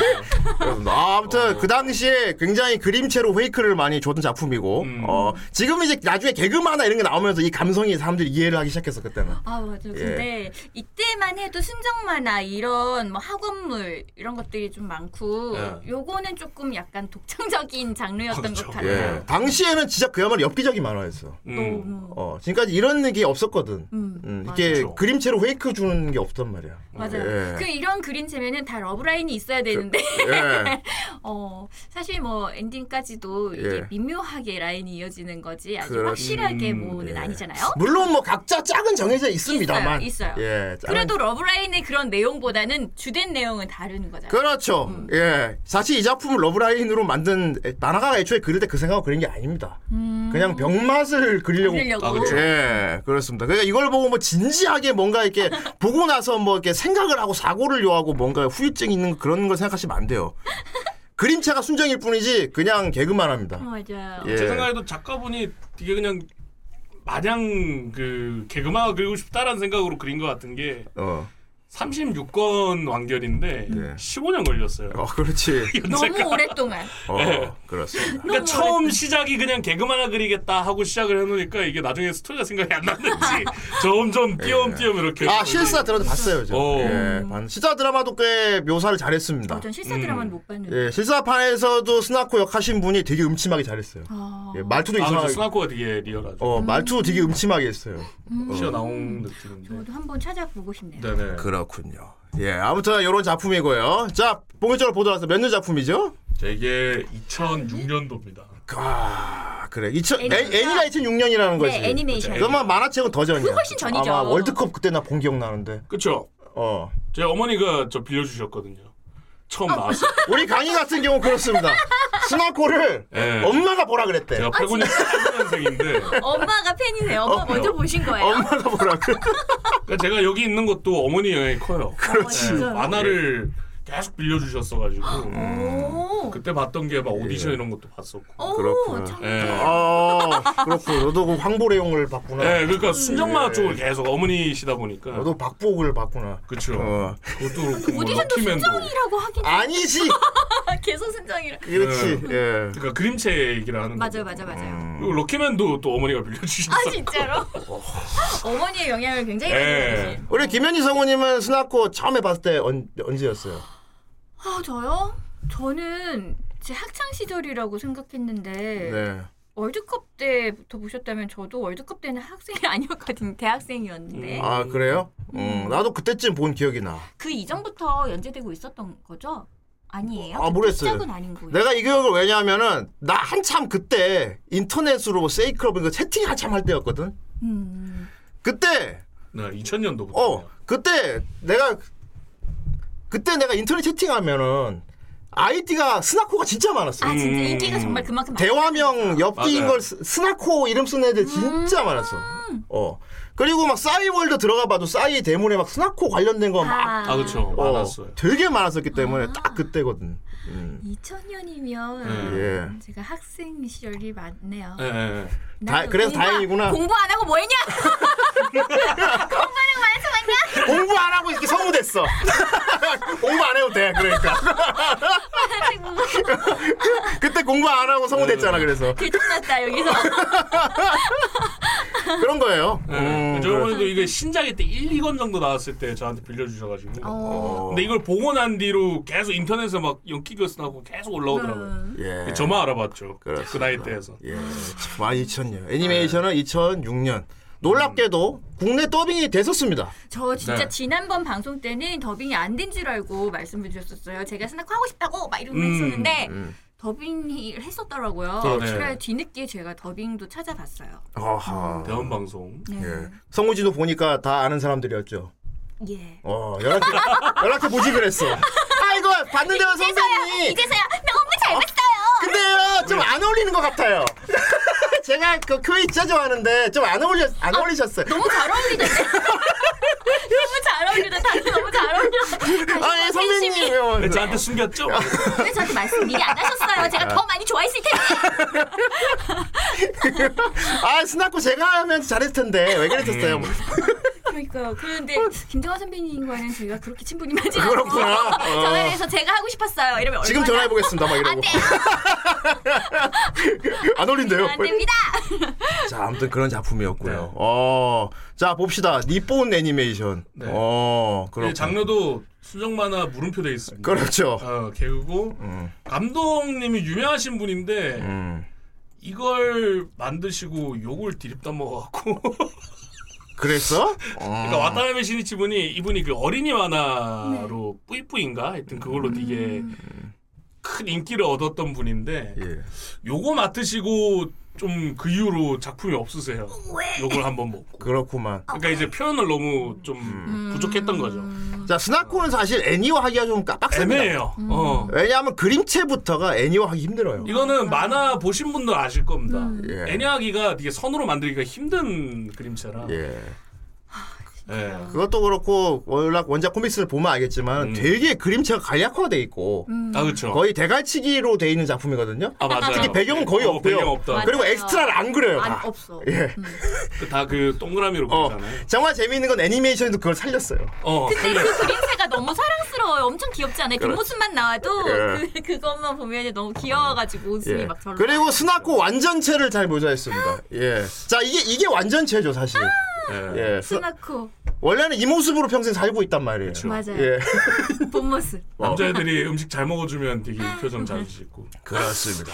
[SPEAKER 3] 그렇습니다. 아,
[SPEAKER 4] 어.
[SPEAKER 3] 아무튼 그 당시에 굉장히 그림체로 페이크를 많이 줬던 작품이고
[SPEAKER 4] 음.
[SPEAKER 3] 어, 지금 이제 나중에 개그마나 이런 게 나오면서 이 감성이 사람들이 이해를 하기 시작했어 그때는.
[SPEAKER 6] 아 맞아. 요 근데 이때만 해도 순정만화 이런 뭐 학원물 이런 것들이 좀 많고
[SPEAKER 4] 예.
[SPEAKER 6] 요거는 조금 약간 독창적인 장르였던
[SPEAKER 4] 그렇죠.
[SPEAKER 6] 것
[SPEAKER 3] 예.
[SPEAKER 6] 같아요.
[SPEAKER 3] 당시에는 진짜 그야말로 엽기적인 만화였어.
[SPEAKER 4] 음.
[SPEAKER 6] 너무
[SPEAKER 3] 어, 지금까지 이런 게 없었거든.
[SPEAKER 6] 음,
[SPEAKER 3] 음,
[SPEAKER 6] 맞아.
[SPEAKER 3] 이게
[SPEAKER 4] 그렇죠.
[SPEAKER 3] 그림체로 페이크 주는 게 없단 말이야.
[SPEAKER 6] 맞아요.
[SPEAKER 3] 예.
[SPEAKER 6] 그 이런 그림체면은 다 러브라인이 있어야 되는데
[SPEAKER 3] 예.
[SPEAKER 6] 어 사실 뭐 엔딩까지도 이게
[SPEAKER 3] 예.
[SPEAKER 6] 미묘하게 라인이 이어지는 거지 아주
[SPEAKER 3] 그렇-
[SPEAKER 6] 확실하게
[SPEAKER 4] 음,
[SPEAKER 6] 뭐는
[SPEAKER 3] 예.
[SPEAKER 6] 아니잖아요.
[SPEAKER 3] 물론 뭐 각자 짝은 정해져 있습니다만.
[SPEAKER 6] 있어요, 있어요.
[SPEAKER 3] 예. 짝은-
[SPEAKER 6] 그래도 러브라인의 그런 내용보다는 주된 내용은 다른 거잖아요.
[SPEAKER 3] 그렇죠.
[SPEAKER 6] 음.
[SPEAKER 3] 예. 사실 이 작품을 러브라인으로 만든 만화가가 애초에 그릴 때 그 생각을 그린 게 아닙니다. 그냥 병맛을 그리려고.
[SPEAKER 6] 음. 그리려고.
[SPEAKER 4] 아, 그렇죠.
[SPEAKER 3] 예, 그렇습니다. 그러니까 이걸 보고 뭐 진지하게 뭔가 이렇게 보고 나서 뭐 이렇게 생각을 하고 사고를 요하고 뭔가 후유증 있는 그런 걸 생각하시면 안 돼요. 그림체가 순정일 뿐이지 그냥 개그만 합니다.
[SPEAKER 6] 어, 맞아요.
[SPEAKER 3] 예.
[SPEAKER 4] 제 생각에도 작가분이 되게 그냥 마냥 그 개그마가 그리고 싶다라는 생각으로 그린 것 같은 게
[SPEAKER 3] 어.
[SPEAKER 4] 36권 완결인데
[SPEAKER 3] 네.
[SPEAKER 4] 15년 걸렸어요.
[SPEAKER 3] 어, 그렇지.
[SPEAKER 6] 너무 오랫동안.
[SPEAKER 3] 어, 그렇습니다.
[SPEAKER 4] 그러니까 처음 시작이 그냥 개그마나 그리겠다 하고 시작을 해놓으니까 이게 나중에 스토리가 생각이 안 나는지 점점 띄엄띄엄 이렇게
[SPEAKER 3] 예. 아, 실사 드라마도 봤어요, 제가.
[SPEAKER 4] 그 어.
[SPEAKER 3] 예, 봤- 실사 드라마도 꽤 묘사를 잘했습니다.
[SPEAKER 6] 어, 전 실사 드라마는 못 봤는데.
[SPEAKER 3] 예, 실사판에서도 스나코 역 하신 분이 되게 음침하게 잘했어요.
[SPEAKER 6] 아,
[SPEAKER 3] 예, 말투도
[SPEAKER 4] 아, 그렇죠.
[SPEAKER 3] 이상하게.
[SPEAKER 4] 스나코가 되게 리얼하죠.
[SPEAKER 3] 어, 말투도 되게 음침하게 했어요.
[SPEAKER 4] 튀어나온 느낌인데.
[SPEAKER 3] 네.
[SPEAKER 6] 저도 한번 찾아보고 싶네요.
[SPEAKER 4] 네네.
[SPEAKER 3] 그렇군요. 예, 아무튼 이런 작품이고요. 자, 본격적으로 보도록 하겠습니다. 몇년 작품이죠?
[SPEAKER 4] 자, 이게 2006년도입니다.
[SPEAKER 3] 아, 그래. 2000, 애,
[SPEAKER 6] 애니가-
[SPEAKER 3] 애니가 2006년이라는 거지.
[SPEAKER 6] 네, 애니메이션.
[SPEAKER 3] 그러면 만화책은 더 전이야.
[SPEAKER 6] 훨씬 전이죠.
[SPEAKER 3] 아마 월드컵 그때 나 본 기억 나는데.
[SPEAKER 4] 그렇죠.
[SPEAKER 3] 어.
[SPEAKER 4] 제 어머니가 저 빌려주셨거든요. 처음
[SPEAKER 6] 아,
[SPEAKER 4] 나왔을 때.
[SPEAKER 3] 우리 강희 같은 경우 그렇습니다. 스나코를
[SPEAKER 4] 예.
[SPEAKER 3] 엄마가 보라 그랬대.
[SPEAKER 6] 아,
[SPEAKER 4] 제가 89년 3년생인데
[SPEAKER 6] 엄마가 팬이세요.
[SPEAKER 3] 어,
[SPEAKER 6] 엄마 먼저 보신 거예요.
[SPEAKER 3] 엄마가 보라 그래.
[SPEAKER 4] 그러니까 제가 여기 있는 것도 어머니 영향이 커요.
[SPEAKER 3] 그렇지.
[SPEAKER 4] 네, 만화를 계속 빌려주셨어가지고
[SPEAKER 6] 아. 오.
[SPEAKER 4] 그때 봤던 게 막 오디션 이런 것도 봤었고.
[SPEAKER 6] 오,
[SPEAKER 3] 그렇구나.
[SPEAKER 6] 참-
[SPEAKER 4] 예.
[SPEAKER 3] 어, 그렇고 너도 그 황보레용을 봤구나.
[SPEAKER 4] 네, 그러니까 순정만화
[SPEAKER 6] 예.
[SPEAKER 4] 쪽을 계속 어머니시다 보니까.
[SPEAKER 3] 너도 박복을 봤구나.
[SPEAKER 4] 그렇죠.
[SPEAKER 3] 어.
[SPEAKER 4] 그것도 그렇고 뭐
[SPEAKER 6] 오디션도
[SPEAKER 4] 럭키맨도.
[SPEAKER 6] 순정이라고 하긴
[SPEAKER 3] 아니지.
[SPEAKER 6] 계속 순정이라.
[SPEAKER 3] 그렇지. 예.
[SPEAKER 4] 그러니까 그림체 얘기를 하는 거.
[SPEAKER 6] 맞아요, 맞아요, 맞아요.
[SPEAKER 3] 음.
[SPEAKER 4] 그리고 럭키맨도 또 어머니가 빌려주셨어.
[SPEAKER 6] 아 진짜로? 어머니의 영향을 굉장히 많이
[SPEAKER 3] 네.
[SPEAKER 4] 예.
[SPEAKER 6] 받으신.
[SPEAKER 3] 우리 김현희 성우님은 스나코 처음에 봤을 때 언, 언제였어요?
[SPEAKER 6] 아 저요? 저는 제 학창 시절이라고 생각했는데
[SPEAKER 3] 네.
[SPEAKER 6] 월드컵 때부터 보셨다면 저도 월드컵 때는 학생이 아니었거든요. 대학생이었는데
[SPEAKER 4] 음.
[SPEAKER 3] 아 그래요? 음, 나도 그때쯤 본 기억이 나.
[SPEAKER 6] 그 이전부터 연재되고 있었던 거죠? 아니에요?
[SPEAKER 3] 아, 모르겠어요.
[SPEAKER 6] 시작은 아닌 거예요.
[SPEAKER 3] 내가 이 기억을 왜냐하면은 나 한참 그때 인터넷으로 세이클럽 그 채팅 한참 할 때였거든.
[SPEAKER 6] 음.
[SPEAKER 3] 그때
[SPEAKER 4] 네, 2000년도부터.
[SPEAKER 3] 어 그때 내가 그때 내가 인터넷 채팅하면은 아이디가 스나코가 진짜 많았어.
[SPEAKER 6] 아 진짜
[SPEAKER 4] 음.
[SPEAKER 6] 인기가 정말 그만큼 많아요.
[SPEAKER 3] 대화명 엽기인
[SPEAKER 4] 맞아요.
[SPEAKER 3] 걸 스- 스나코 이름 쓰는 애들
[SPEAKER 6] 음.
[SPEAKER 3] 진짜 많았어. 어 그리고 막 싸이월드 들어가봐도 싸이 대문에 막 스나코 관련된 거막
[SPEAKER 4] 아 그렇죠.
[SPEAKER 3] 어,
[SPEAKER 4] 많았어요.
[SPEAKER 3] 되게 많았었기 때문에
[SPEAKER 6] 아.
[SPEAKER 3] 딱 그때거든. 음.
[SPEAKER 6] 2000년이면
[SPEAKER 4] 예.
[SPEAKER 6] 제가 학생 시절이 많네요.
[SPEAKER 4] 예, 예.
[SPEAKER 3] 다- 그래서
[SPEAKER 6] 공부 안-
[SPEAKER 3] 다행이구나.
[SPEAKER 6] 공부 안 하고 뭐 했냐?
[SPEAKER 3] 공부 안 하고 이렇게 성우됐어. 공부 안 해도 돼. 그러니까
[SPEAKER 4] 음.
[SPEAKER 3] 그때 공부 안 하고 성우됐잖아. 그래서
[SPEAKER 6] 개똥났다 여기서.
[SPEAKER 3] 그런 거예요.
[SPEAKER 4] 네.
[SPEAKER 6] 어,
[SPEAKER 3] 음, 그래.
[SPEAKER 4] 저번에도 이게 신작일 때 1, 2권 정도 나왔을 때 저한테 빌려주셔가지고.
[SPEAKER 6] 어.
[SPEAKER 3] 어,
[SPEAKER 4] 근데 이걸 보고 난 뒤로 계속 인터넷에 막 연기글 쓰나고 계속 올라오더라고요. 네.
[SPEAKER 6] 음.
[SPEAKER 3] 예.
[SPEAKER 4] 저만 알아봤죠.
[SPEAKER 3] 그렇습니다.
[SPEAKER 4] 그 나이 때에서.
[SPEAKER 3] 예. 참 많이 잊혔네요. 애니메이션은 2006년. 놀랍게도 국내 더빙이 됐었습니다.
[SPEAKER 6] 저 진짜
[SPEAKER 4] 네.
[SPEAKER 6] 지난번 방송 때는 더빙이 안 된 줄 알고 말씀을 드렸었어요. 제가 스나크 하고 싶다고 막 이러고
[SPEAKER 4] 음,
[SPEAKER 6] 했었는데
[SPEAKER 3] 음. 그렇죠.
[SPEAKER 6] 더빙이 했었더라고요.
[SPEAKER 4] 아, 네.
[SPEAKER 6] 그래 뒤늦게 제가 더빙도 찾아봤어요.
[SPEAKER 3] 아하.
[SPEAKER 4] 대원 방송.
[SPEAKER 6] 네.
[SPEAKER 3] 예. 성우진도 보니까 다 아는 사람들이었죠.
[SPEAKER 6] 예.
[SPEAKER 3] 어, 연락해, 연락해 보지 그랬어. 아이고, 봤는데요, 선생님.
[SPEAKER 6] 이제서야 너무 잘 봤어요.
[SPEAKER 3] 근데요,
[SPEAKER 4] 네.
[SPEAKER 3] 좀 안 어울리는 것 같아요. 제가 그 교회 진짜 좋아하는데 좀 안 어울려, 안 어울리셨어요.
[SPEAKER 6] 너무 잘 어울리던데. 너무 잘 어울리다. 다들 너무 잘 어울려.
[SPEAKER 3] 아, 예, 선배님. 어,
[SPEAKER 4] 근데 저한테 숨겼죠?
[SPEAKER 6] 왜 저한테 말씀 미리 안 하셨어요? 제가 더 많이 좋아했을 텐데.
[SPEAKER 3] 아, 스나코 제가 하면 잘했을 텐데 왜 그렇죠. 그랬었어요?
[SPEAKER 4] 음.
[SPEAKER 6] 그러니까요. 그런데 김정화 선배님과는 제가 그렇게 친분이 맞지 않고
[SPEAKER 3] 어. 그렇구나. 어.
[SPEAKER 6] 전화해서 제가 하고 싶었어요. 이러면
[SPEAKER 3] 지금
[SPEAKER 6] 얼마나
[SPEAKER 3] 전화해 보겠습니다. 막 이러고. 안 어울린대요.
[SPEAKER 6] 안 됩니다.
[SPEAKER 3] 자, 아무튼 그런 작품이었고요.
[SPEAKER 4] 네.
[SPEAKER 3] 어, 자 봅시다. 니폰 애니메이션.
[SPEAKER 4] 네.
[SPEAKER 3] 어,
[SPEAKER 4] 네,
[SPEAKER 3] 그렇.
[SPEAKER 4] 장르도 수정 만화 물음표 돼 있습니다.
[SPEAKER 3] 그렇죠.
[SPEAKER 4] 어, 개그고
[SPEAKER 3] 음.
[SPEAKER 4] 감독님이 유명하신 분인데
[SPEAKER 3] 음,
[SPEAKER 4] 이걸 만드시고 욕을 디립다 먹어갖고
[SPEAKER 3] 그랬어? 음.
[SPEAKER 4] 그러니까 와타나베 신이치 분이 이분이 그 어린이 만화로
[SPEAKER 3] 네.
[SPEAKER 4] 뿌이뿌인가 하여튼 그걸로 되게
[SPEAKER 3] 음.
[SPEAKER 4] 큰 인기를 얻었던 분인데
[SPEAKER 3] 예.
[SPEAKER 4] 요거 맡으시고 좀 그 이후로 작품이 없으세요. 요걸 한번 먹고.
[SPEAKER 3] 그렇구만.
[SPEAKER 4] 그러니까
[SPEAKER 6] 아,
[SPEAKER 4] 이제 표현을 너무 좀
[SPEAKER 3] 음.
[SPEAKER 4] 부족했던 거죠.
[SPEAKER 6] 음.
[SPEAKER 3] 자, 스나코는 사실 애니화하기가 좀 빡셉니다.
[SPEAKER 4] 애매해요. 어.
[SPEAKER 6] 음.
[SPEAKER 3] 왜냐하면 그림체부터가 애니화하기 힘들어요.
[SPEAKER 4] 이거는 만화 보신 분들 아실 겁니다.
[SPEAKER 6] 음.
[SPEAKER 3] 예.
[SPEAKER 4] 애니하기가 되게 선으로 만들기가 힘든 그림체라. 예.
[SPEAKER 3] 예. 그것도 그렇고 원작 원작 코믹스를 보면 알겠지만
[SPEAKER 4] 음.
[SPEAKER 3] 되게 그림체가 간략화돼 있고
[SPEAKER 6] 음.
[SPEAKER 4] 아 그렇죠.
[SPEAKER 3] 거의 대갈치기로 돼 있는 작품이거든요.
[SPEAKER 4] 아 맞아요.
[SPEAKER 3] 특히 배경은 거의
[SPEAKER 4] 어,
[SPEAKER 3] 없고요.
[SPEAKER 4] 배경 없다.
[SPEAKER 6] 맞-
[SPEAKER 3] 그리고
[SPEAKER 6] 맞아요.
[SPEAKER 3] 엑스트라를 안 그려요.
[SPEAKER 6] 안
[SPEAKER 3] 다.
[SPEAKER 6] 없어.
[SPEAKER 3] 예.
[SPEAKER 4] 다 그 동그라미로
[SPEAKER 3] 어.
[SPEAKER 4] 그리잖아요.
[SPEAKER 3] 정말 재미있는 건 애니메이션도 그걸 살렸어요.
[SPEAKER 4] 어.
[SPEAKER 6] 근데 그 그림체가 너무 사랑스러워요. 엄청 귀엽지 않아요? 뒷모습만 나와도
[SPEAKER 3] 예.
[SPEAKER 6] 그, 그것만 보면 너무 귀여워가지고 웃음이
[SPEAKER 3] 예.
[SPEAKER 6] 막 절로.
[SPEAKER 3] 그리고 스나코 완전체를 잘 모자했습니다. 예. 자, 이게 이게 완전체죠, 사실.
[SPEAKER 6] 음.
[SPEAKER 4] 예.
[SPEAKER 3] 예. 스-
[SPEAKER 6] 아, 스나코
[SPEAKER 3] 원래는 이 모습으로 평생 살고 있단 말이에요.
[SPEAKER 6] 맞아요.
[SPEAKER 3] 예.
[SPEAKER 6] 본 모습.
[SPEAKER 3] 뭐.
[SPEAKER 4] 남자애들이 음식 잘 먹어주면 되게 표정 잘 짓고.
[SPEAKER 3] 그렇습니다.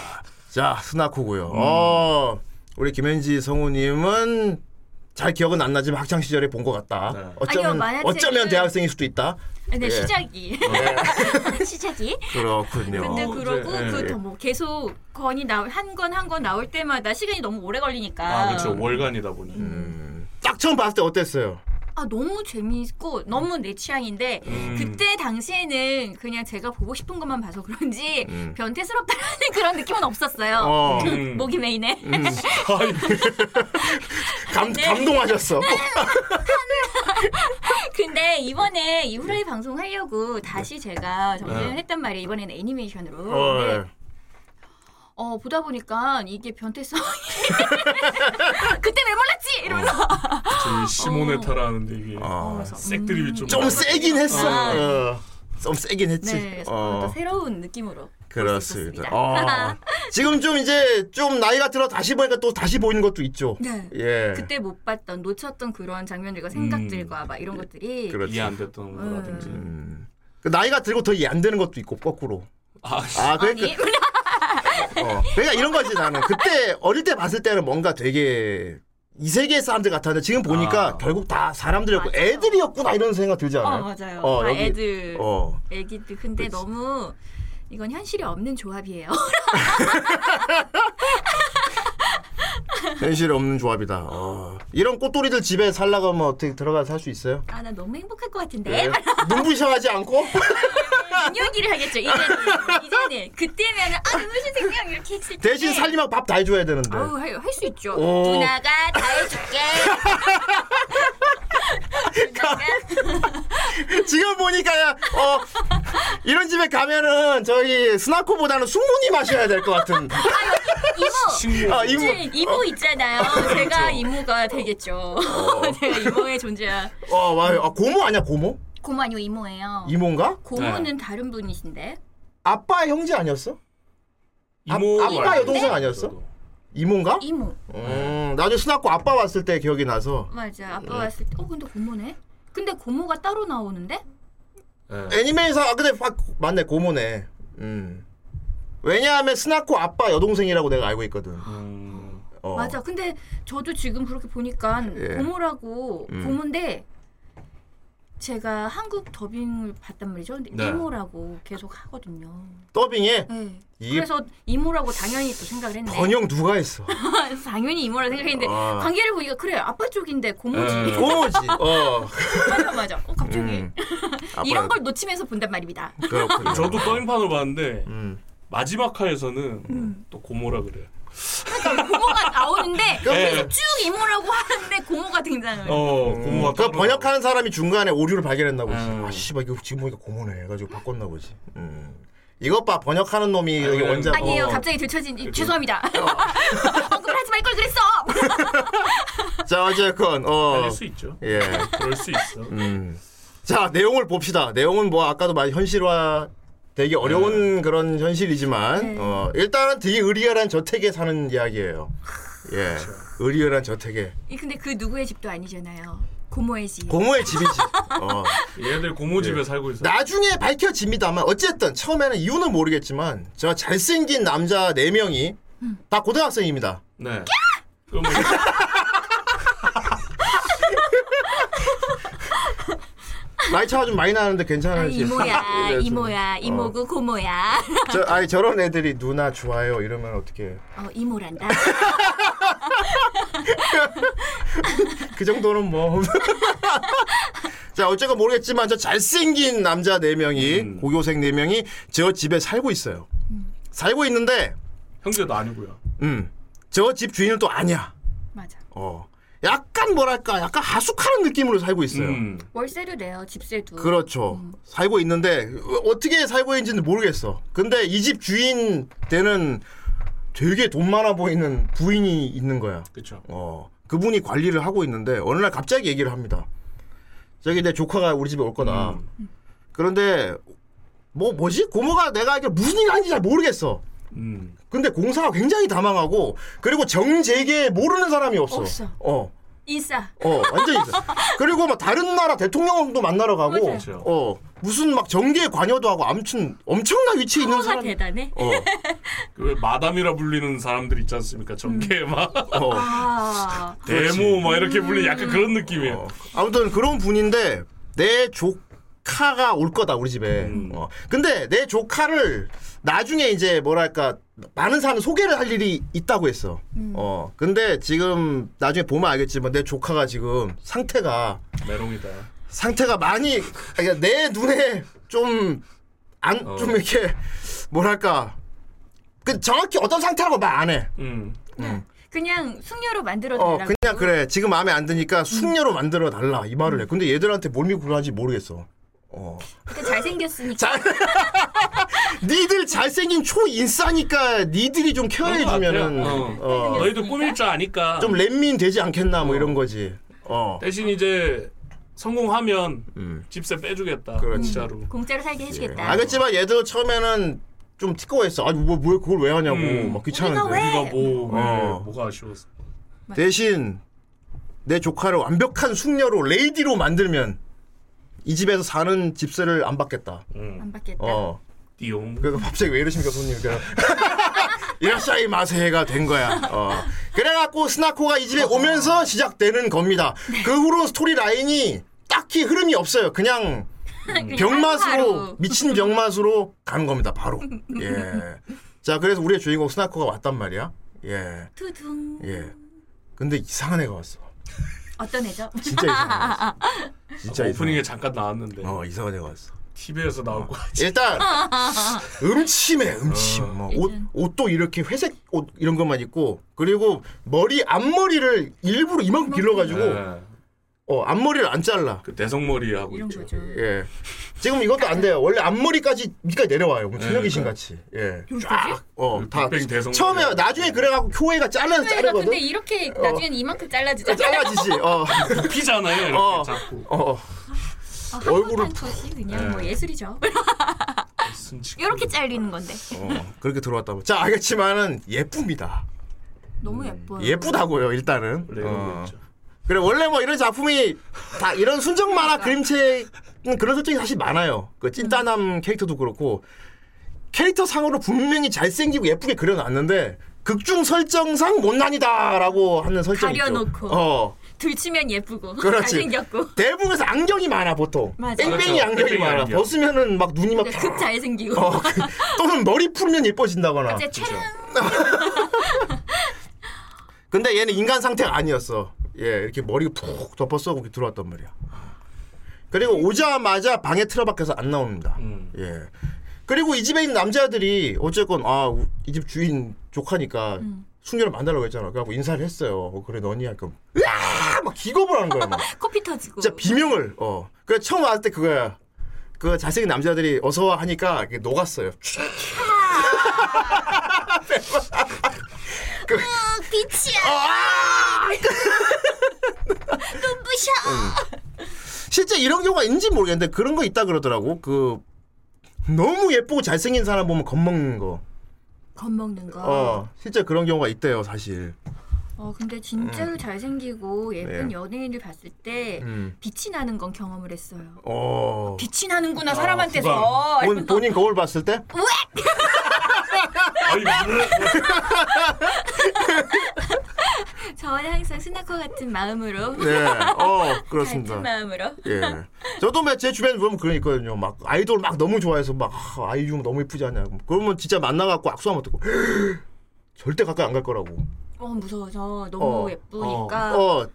[SPEAKER 3] 자, 스나코고요.
[SPEAKER 4] 음.
[SPEAKER 3] 어, 우리 김현지 성우님은 잘 기억은 안 나지만 학창 시절에 본 것 같다.
[SPEAKER 4] 네.
[SPEAKER 6] 아니요, 그
[SPEAKER 3] 어쩌면
[SPEAKER 6] 만화책은-
[SPEAKER 3] 어쩌면 대학생일 수도 있다.
[SPEAKER 6] 근데
[SPEAKER 3] 예.
[SPEAKER 6] 네, 시작이 시작이.
[SPEAKER 3] 그렇군요.
[SPEAKER 6] 근데
[SPEAKER 4] 어,
[SPEAKER 6] 그러고
[SPEAKER 4] 이제, 예.
[SPEAKER 6] 그 더 뭐 계속 건이 나올 한 건 한 건 나올 때마다 시간이 너무 오래 걸리니까.
[SPEAKER 4] 아 그렇죠. 월간이다 보니.
[SPEAKER 3] 음. 딱 처음 봤을 때 어땠어요?
[SPEAKER 6] 아, 너무 재미있고 너무 내
[SPEAKER 3] 예.
[SPEAKER 6] 취향인데
[SPEAKER 4] 음.
[SPEAKER 6] 그때 당시에는 그냥 제가 보고 싶은 것만 봐서 그런지
[SPEAKER 3] 음.
[SPEAKER 6] 변태스럽다는 그런 느낌은 없었어요.
[SPEAKER 3] 어,
[SPEAKER 4] 음.
[SPEAKER 6] 목이 메이네.
[SPEAKER 3] 감,
[SPEAKER 6] 네.
[SPEAKER 3] 감동하셨어.
[SPEAKER 6] 근데 이번에 이 후라이 방송 하려고 다시 제가 정리를 했단 말이에요. 이번에는 애니메이션으로.
[SPEAKER 3] 네. 어,
[SPEAKER 6] 근데
[SPEAKER 3] 예.
[SPEAKER 6] 어 보다 보니까 이게 변태성이 그때 왜 몰랐지 이러면서
[SPEAKER 4] 저희 시모네타라는데 이게
[SPEAKER 3] 어,
[SPEAKER 4] 색드립이 좀.
[SPEAKER 3] 좀 세긴 했어.
[SPEAKER 6] 음. 아, 네.
[SPEAKER 3] 어, 좀 세긴 했지.
[SPEAKER 6] 네 그래서
[SPEAKER 3] 어.
[SPEAKER 6] 또 새로운 느낌으로
[SPEAKER 3] 그렇습니다.
[SPEAKER 6] 있었습니다.
[SPEAKER 3] 어. 지금 좀 이제 좀 나이가 들어 다시 보니까 또 다시 보이는 것도 있죠.
[SPEAKER 6] 네.
[SPEAKER 3] 예.
[SPEAKER 6] 그때 못 봤던 놓쳤던 그런 장면들과 생각들과 막 이런 것들이
[SPEAKER 3] 음. 그렇죠.
[SPEAKER 4] 이해 안 됐던 거라든지.
[SPEAKER 3] 음. 그 나이가 들고 더 이해 안 되는 것도 있고 거꾸로.
[SPEAKER 4] 아,
[SPEAKER 3] 아, 그러니까,
[SPEAKER 6] 아니
[SPEAKER 3] 어. 그러니까 이런 거지 나는. 그때 어릴 때 봤을 때는 뭔가 되게 이 세계의 사람들 같았는데 지금 보니까
[SPEAKER 4] 아.
[SPEAKER 3] 결국 다 사람들이었고
[SPEAKER 6] 맞아요.
[SPEAKER 3] 애들이었구나 이런 생각 들지
[SPEAKER 6] 어
[SPEAKER 3] 않아요?
[SPEAKER 6] 맞아요
[SPEAKER 3] 어,
[SPEAKER 6] 다
[SPEAKER 3] 여기-
[SPEAKER 6] 애들
[SPEAKER 3] 어.
[SPEAKER 6] 애기들 근데
[SPEAKER 3] 그치.
[SPEAKER 6] 너무 이건 현실이 없는 조합이에요
[SPEAKER 3] 현실 없는 조합이다. 어. 이런 꽃돌이들 집에 살라가면 어떻게 들어가 서 살 수 있어요?
[SPEAKER 6] 아 나 너무 행복할 것
[SPEAKER 3] 예.
[SPEAKER 6] 같은데
[SPEAKER 3] 눈부셔하지 않고?
[SPEAKER 6] 인형기를 하겠죠 이제는 이제는 그때면은 아 눈부신 생명 이렇게 했을 때
[SPEAKER 3] 대신 살림하고 어. 밥 다 해줘야 되는데.
[SPEAKER 6] 네. 아우 할수 있죠
[SPEAKER 3] 오.
[SPEAKER 6] 누나가 다 해줄게 누나가
[SPEAKER 3] 지금 보니까 어 이런 집에 가면은 저기 스나코보다는 숙모님 하셔야 될 것 같은.
[SPEAKER 6] 이모
[SPEAKER 4] 친구.
[SPEAKER 3] 아 이모.
[SPEAKER 6] 네, 이모 있잖아요. 제가 이모가 되겠죠. 제가 이모의 존재야.
[SPEAKER 3] 어 와요. 아, 고모 아니야 고모?
[SPEAKER 6] 고모 아니고 이모예요.
[SPEAKER 3] 이모인가? 네.
[SPEAKER 6] 고모는 다른 분이신데.
[SPEAKER 3] 아빠 형제 아니었어?
[SPEAKER 4] 이모
[SPEAKER 3] 아빠
[SPEAKER 4] 말고.
[SPEAKER 3] 여동생 아니었어? 이모인가?
[SPEAKER 6] 이모
[SPEAKER 3] 음, 나중에 스나코 아빠 왔을 때 기억이 나서
[SPEAKER 6] 맞아
[SPEAKER 3] 네.
[SPEAKER 6] 아빠 왔을 때어 근데 고모네 근데 고모가 따로 나오는데
[SPEAKER 4] 예.
[SPEAKER 3] 애니메이션 아 근데 막- 맞네 고모네. 음. 왜냐하면 스나코 아빠 여동생이라고 내가 알고 있거든.
[SPEAKER 4] 음.
[SPEAKER 3] 어.
[SPEAKER 6] 맞아 근데 저도 지금 그렇게 보니까
[SPEAKER 3] 예.
[SPEAKER 6] 고모라고
[SPEAKER 3] 음.
[SPEAKER 6] 고모인데 제가 한국 더빙을 봤단 말이죠 근데
[SPEAKER 4] 네.
[SPEAKER 6] 이모라고 계속 하거든요
[SPEAKER 3] 더빙에
[SPEAKER 6] 네.
[SPEAKER 3] 이게
[SPEAKER 6] 그래서 이모라고 당연히 또 생각을 했네
[SPEAKER 3] 번역 누가 했어?
[SPEAKER 6] 당연히 이모라고 생각했는데
[SPEAKER 3] 아. 예.
[SPEAKER 6] 관계를 보니까 그래 아빠 쪽인데 고모지
[SPEAKER 4] 네.
[SPEAKER 3] 고모지. 어.
[SPEAKER 6] 맞아 맞아 어 갑자기
[SPEAKER 3] 음. 아빠.
[SPEAKER 6] 이런 걸 놓치면서 본단 말입니다
[SPEAKER 3] 그렇군요.
[SPEAKER 4] 저도 더빙판으로 봤는데
[SPEAKER 3] 음.
[SPEAKER 4] 마지막 화에서는 또 고모라 그래.
[SPEAKER 6] 고모가 나오는데
[SPEAKER 3] 그 그러니까
[SPEAKER 4] 예.
[SPEAKER 6] 계속 쭉 이모라고 하는데 고모가 등장을
[SPEAKER 4] 어
[SPEAKER 3] 음,
[SPEAKER 4] 고모가
[SPEAKER 3] 그
[SPEAKER 4] 따로 나와.
[SPEAKER 3] 번역하는 사람이 중간에 오류를 발견했나 보지.
[SPEAKER 4] 음.
[SPEAKER 3] 아 씨발 이거 지금 보니까 고모네 해가지고 바꿨나 보지. 음. 이것 봐 번역하는 놈이 여기
[SPEAKER 4] 음.
[SPEAKER 3] 원작.
[SPEAKER 6] 아니에요
[SPEAKER 3] 어.
[SPEAKER 6] 갑자기 들춰진 이- 죄송합니다 언급을 하지 말 걸 그랬어
[SPEAKER 3] 자 어쨌건 어.
[SPEAKER 4] 아닐 수 있죠.
[SPEAKER 3] 예.
[SPEAKER 4] 그럴 수 있어.
[SPEAKER 3] 음. 자 내용을 봅시다. 내용은 뭐 아까도 많이 현실화 되게 어려운 그런 현실이지만
[SPEAKER 6] 네.
[SPEAKER 3] 어, 일단은 되게 의리열한 저택에 사는 이야기예요. 예,
[SPEAKER 6] 그렇죠.
[SPEAKER 3] 의리열한 저택에
[SPEAKER 6] 이- 근데 그 누구의 집도 아니잖아요 고모의 집
[SPEAKER 3] 고모의 집이지. 어.
[SPEAKER 4] 얘들 고모 집에
[SPEAKER 3] 예.
[SPEAKER 4] 살고 있어.
[SPEAKER 3] 나중에 밝혀집니다만 어쨌든 처음에는 이유는 모르겠지만 저 잘생긴 남자 네 명이
[SPEAKER 6] 음.
[SPEAKER 3] 다 고등학생입니다.
[SPEAKER 4] 네. 그럼 뭐-
[SPEAKER 3] 나이 차가 좀 많이 나는데
[SPEAKER 6] 아,
[SPEAKER 3] 괜찮으시죠?
[SPEAKER 6] 이모야
[SPEAKER 3] 예, 좀.
[SPEAKER 6] 이모야 이모고 고모야
[SPEAKER 3] 저, 아니 저런 애들이 누나 좋아요 이러면 어떻게?
[SPEAKER 6] 어 이모란다
[SPEAKER 3] 그 정도는 뭐. 자 어쨌건 모르겠지만 저 잘생긴 남자 네 명이
[SPEAKER 4] 음.
[SPEAKER 3] 고교생 네 명이 저 집에 살고 있어요. 살고 있는데
[SPEAKER 4] 형제도 아니고요.
[SPEAKER 3] 음저 집 주인은 또 아니야.
[SPEAKER 6] 맞아
[SPEAKER 3] 어 약간 뭐랄까 약간 하숙하는 느낌으로 살고 있어요.
[SPEAKER 4] 음.
[SPEAKER 6] 월세도 내요 집세도
[SPEAKER 3] 그렇죠. 살고 있는데 어, 어떻게 살고 있는지는 모르겠어. 근데 이 집 주인 되는 되게 돈 많아 보이는 부인이 있는 거야.
[SPEAKER 4] 그렇죠.
[SPEAKER 3] 어, 그분이 관리를 하고 있는데 어느 날 갑자기 얘기를 합니다. 저기 내 조카가 우리 집에 올 거다.
[SPEAKER 4] 음.
[SPEAKER 3] 그런데 뭐 뭐지? 고모가 내가 알기로 무슨 일 하는지 잘 모르겠어.
[SPEAKER 4] 음.
[SPEAKER 3] 근데 공사가 굉장히 다망하고 그리고 정재계 모르는 사람이 없어.
[SPEAKER 6] 없어.
[SPEAKER 3] 어.
[SPEAKER 6] 인싸
[SPEAKER 3] 어 완전히 있어. 그리고 막 다른 나라 대통령도 만나러 가고
[SPEAKER 4] 맞아요.
[SPEAKER 3] 어 무슨 막 정계에 관여도 하고 아무튼 엄청난 위치에 있는
[SPEAKER 6] 호가
[SPEAKER 3] 사람
[SPEAKER 6] 대단해
[SPEAKER 3] 어,
[SPEAKER 4] 그 마담이라 불리는 사람들 있지 않습니까? 전개 막
[SPEAKER 3] 어.
[SPEAKER 6] 아
[SPEAKER 4] 데모 막 이렇게 불리는 약간 그런 느낌이에요.
[SPEAKER 3] 어. 아무튼 그런 분인데 내 조카가 올 거다 우리 집에 어. 근데 내 조카를 나중에 이제 뭐랄까 많은 사람 소개를 할 일이 있다고 했어 어 근데 지금 나중에 보면 알겠지만 내 조카가 지금 상태가
[SPEAKER 4] 메롱이다.
[SPEAKER 3] 상태가 많이 그러니까 내 눈에 좀 안 좀
[SPEAKER 4] 어.
[SPEAKER 3] 이렇게 뭐랄까 그 정확히 어떤 상태라고 말 안 해.
[SPEAKER 4] 음.
[SPEAKER 6] 그냥 숙녀로 만들어달라고
[SPEAKER 3] 어 그냥 그래 지금 마음에 안 드니까 숙녀로 만들어 달라 이 말을 해. 근데 얘들한테 뭘 믿고 그러는지 모르겠어. 어.
[SPEAKER 6] 그러니까 잘생겼으니까
[SPEAKER 3] 자, 니들 잘생긴 초인싸니까 니들이 좀 케어해주면은
[SPEAKER 4] 그런 것 같아요.
[SPEAKER 3] 어,
[SPEAKER 4] 아, 너희도 꾸밀 줄 아니까
[SPEAKER 3] 좀 렛민 되지 않겠나 뭐 이런 거지. 어.
[SPEAKER 4] 대신 이제 성공하면
[SPEAKER 3] 음.
[SPEAKER 4] 집세 빼주겠다.
[SPEAKER 3] 그렇지.
[SPEAKER 4] 진짜로.
[SPEAKER 6] 공짜로 살게
[SPEAKER 3] 예. 네.
[SPEAKER 6] 해주겠다
[SPEAKER 3] 알겠지만 얘도 처음에는 좀 티꺼워했어. 아니 뭐, 뭐 그걸 왜 하냐고
[SPEAKER 4] 음.
[SPEAKER 3] 막 귀찮은데.
[SPEAKER 6] 우리가 왜
[SPEAKER 4] 우리가 뭐 왜,
[SPEAKER 3] 어.
[SPEAKER 4] 뭐가 아쉬웠어?
[SPEAKER 3] 대신 내 조카를 완벽한 숙녀로 레이디로 만들면 이 집에서 사는 집세를 안 받겠다.
[SPEAKER 4] 응.
[SPEAKER 6] 안 받겠다
[SPEAKER 3] 어.
[SPEAKER 4] 띠용.
[SPEAKER 3] 그래서 갑자기 왜 이러십니까 손님? 그래. 이라샤이 마세해가 된 거야. 어. 그래갖고 스나코가 이 집에 오면서 시작되는 겁니다. 그 후로 스토리 라인이 딱히 흐름이 없어요. 그냥
[SPEAKER 6] 그냥
[SPEAKER 3] 병맛으로
[SPEAKER 6] 하루하루.
[SPEAKER 3] 미친 병맛으로 가는 겁니다. 바로. 예. 자 그래서 우리의 주인공 스나코가 왔단 말이야. 예.
[SPEAKER 6] 투둥
[SPEAKER 3] 예. 근데 이상한 애가 왔어.
[SPEAKER 6] 어떤 애죠?
[SPEAKER 3] 진짜 이상한 애가 왔어. 진짜
[SPEAKER 4] 오프닝에 잠깐 나왔는데
[SPEAKER 3] 이상한, 애. 어, 이상한 애가 왔어.
[SPEAKER 4] TV에서 나올 거 같지.
[SPEAKER 3] 일단 어. 음침해
[SPEAKER 4] 어.
[SPEAKER 3] 음침. 뭐 옷, 옷도 이렇게 회색 옷 이런 것만 입고 그리고 머리 앞머리를 일부러 이만큼 길러가지고
[SPEAKER 4] 네.
[SPEAKER 3] 어 앞머리를 안 잘라.
[SPEAKER 4] 그 대성머리 하고
[SPEAKER 6] 이런
[SPEAKER 4] 있죠.
[SPEAKER 6] 거죠
[SPEAKER 3] 예. 지금 이것도 안 돼요. 원래 앞머리까지 밑까지 내려와요. 뭐 천여귀신 같이. 예. 쫙. 어, 다.
[SPEAKER 4] 네, 빅뱅 대성머리.
[SPEAKER 3] 처음에 나중에 그래갖고 교회가 잘라서
[SPEAKER 6] 그러니까
[SPEAKER 3] 자르거든. 어.
[SPEAKER 6] 근데 이렇게 나중엔 이만큼 잘라주잖아
[SPEAKER 3] 잘라지지. 어.
[SPEAKER 4] 피잖아요. 이렇게
[SPEAKER 3] 어.
[SPEAKER 4] 자꾸
[SPEAKER 3] 어.
[SPEAKER 6] 아,
[SPEAKER 3] 얼굴을
[SPEAKER 6] 얼굴을 것이 그냥
[SPEAKER 4] 네.
[SPEAKER 6] 뭐 예술이죠
[SPEAKER 4] 순치고.
[SPEAKER 6] 이렇게 잘리는 건데
[SPEAKER 3] 어. 그렇게 들어왔다고. 자 알겠지만은 예쁩니다.
[SPEAKER 6] 너무 예뻐요.
[SPEAKER 3] 예쁘다고요 일단은.
[SPEAKER 4] 네,
[SPEAKER 3] 어.
[SPEAKER 4] 레고였죠.
[SPEAKER 3] 그래 원래 뭐 이런 작품이 다 이런 순정 만화 그림체는 그런 설정이 사실 많아요. 그
[SPEAKER 6] 음.
[SPEAKER 3] 찐따남 캐릭터도 그렇고 캐릭터 상으로 분명히 잘생기고 예쁘게 그려놨는데 극중 설정상 못난이다라고 하는 설정이 있죠.
[SPEAKER 6] 가려놓고.
[SPEAKER 3] 어.
[SPEAKER 6] 들치면 예쁘고
[SPEAKER 3] 그렇지.
[SPEAKER 6] 잘생겼고
[SPEAKER 3] 대부분에서 안경이 많아 보통.
[SPEAKER 6] 맞아. 네,
[SPEAKER 3] 뺑뺑이
[SPEAKER 4] 그렇죠.
[SPEAKER 3] 안경이
[SPEAKER 4] 뺑뺑이
[SPEAKER 3] 많아.
[SPEAKER 4] 안경.
[SPEAKER 3] 벗으면은 막 눈이 막
[SPEAKER 6] 근데
[SPEAKER 3] 팍.
[SPEAKER 6] 극 잘생기고
[SPEAKER 3] 어, 그- 또는 머리 풀면 아, 예뻐진다거나.
[SPEAKER 6] 이제 최랑
[SPEAKER 3] 근데 얘는 인간 상태가 아니었어. 예, 이렇게 머리가 푹 덮었어. 거기 들어왔단 말이야. 그리고 오자마자 방에 틀어박혀서 안 나옵니다.
[SPEAKER 4] 음.
[SPEAKER 3] 예. 그리고 이 집에 있는 남자들이 어쨌건 아 이 집 주인 조카니까 숙녀를 만나려고 했잖아. 그래갖고 인사를 했어요. 어, 그래 너니 약간 으아 막 기겁을 하는 거야. 막.
[SPEAKER 6] 코피 터지고
[SPEAKER 3] 진짜 비명을 어. 그래 처음 왔을 때 그거야. 그 잘생긴 남자들이 어서와 하니까 이게 녹았어요.
[SPEAKER 1] 어, 빛이야
[SPEAKER 3] 그 아!
[SPEAKER 1] 눈부셔
[SPEAKER 3] 실제 이런 경우가 있는지 모르겠는데 그런 거 있다 그러더라고. 그 너무 예쁘고 잘생긴 사람 보면 겁먹는 거.
[SPEAKER 6] 겁먹는 거.
[SPEAKER 3] 어, 실제 그런 경우가 있대요, 사실.
[SPEAKER 6] 어, 근데 진짜로 잘생기고 예쁜
[SPEAKER 3] 음. 네.
[SPEAKER 6] 연예인을 봤을 때
[SPEAKER 3] 음.
[SPEAKER 6] 빛이 나는 건 경험을 했어요.
[SPEAKER 3] 어.
[SPEAKER 6] 빛이 나는구나
[SPEAKER 4] 후광.
[SPEAKER 6] 사람한테서.
[SPEAKER 3] 본, 본인 거울 봤을 때?
[SPEAKER 1] 어.
[SPEAKER 4] 아니,
[SPEAKER 6] 저는 항상 스나커 같은 마음으로
[SPEAKER 3] 네. 어,
[SPEAKER 6] 같은
[SPEAKER 3] 그렇습니다.
[SPEAKER 6] 마음으로
[SPEAKER 3] 예. 저도 막 제 주변에 보면 그런 게 있거든요. 막 아이돌 막 너무 좋아해서 막 아, 아이유 너무 예쁘지 않냐. 그러면 진짜 만나갖고 악수하면 어떡고 절대 가까이 안 갈 거라고.
[SPEAKER 6] 어 무서워서 너무
[SPEAKER 3] 어,
[SPEAKER 6] 예쁘니까
[SPEAKER 3] 어.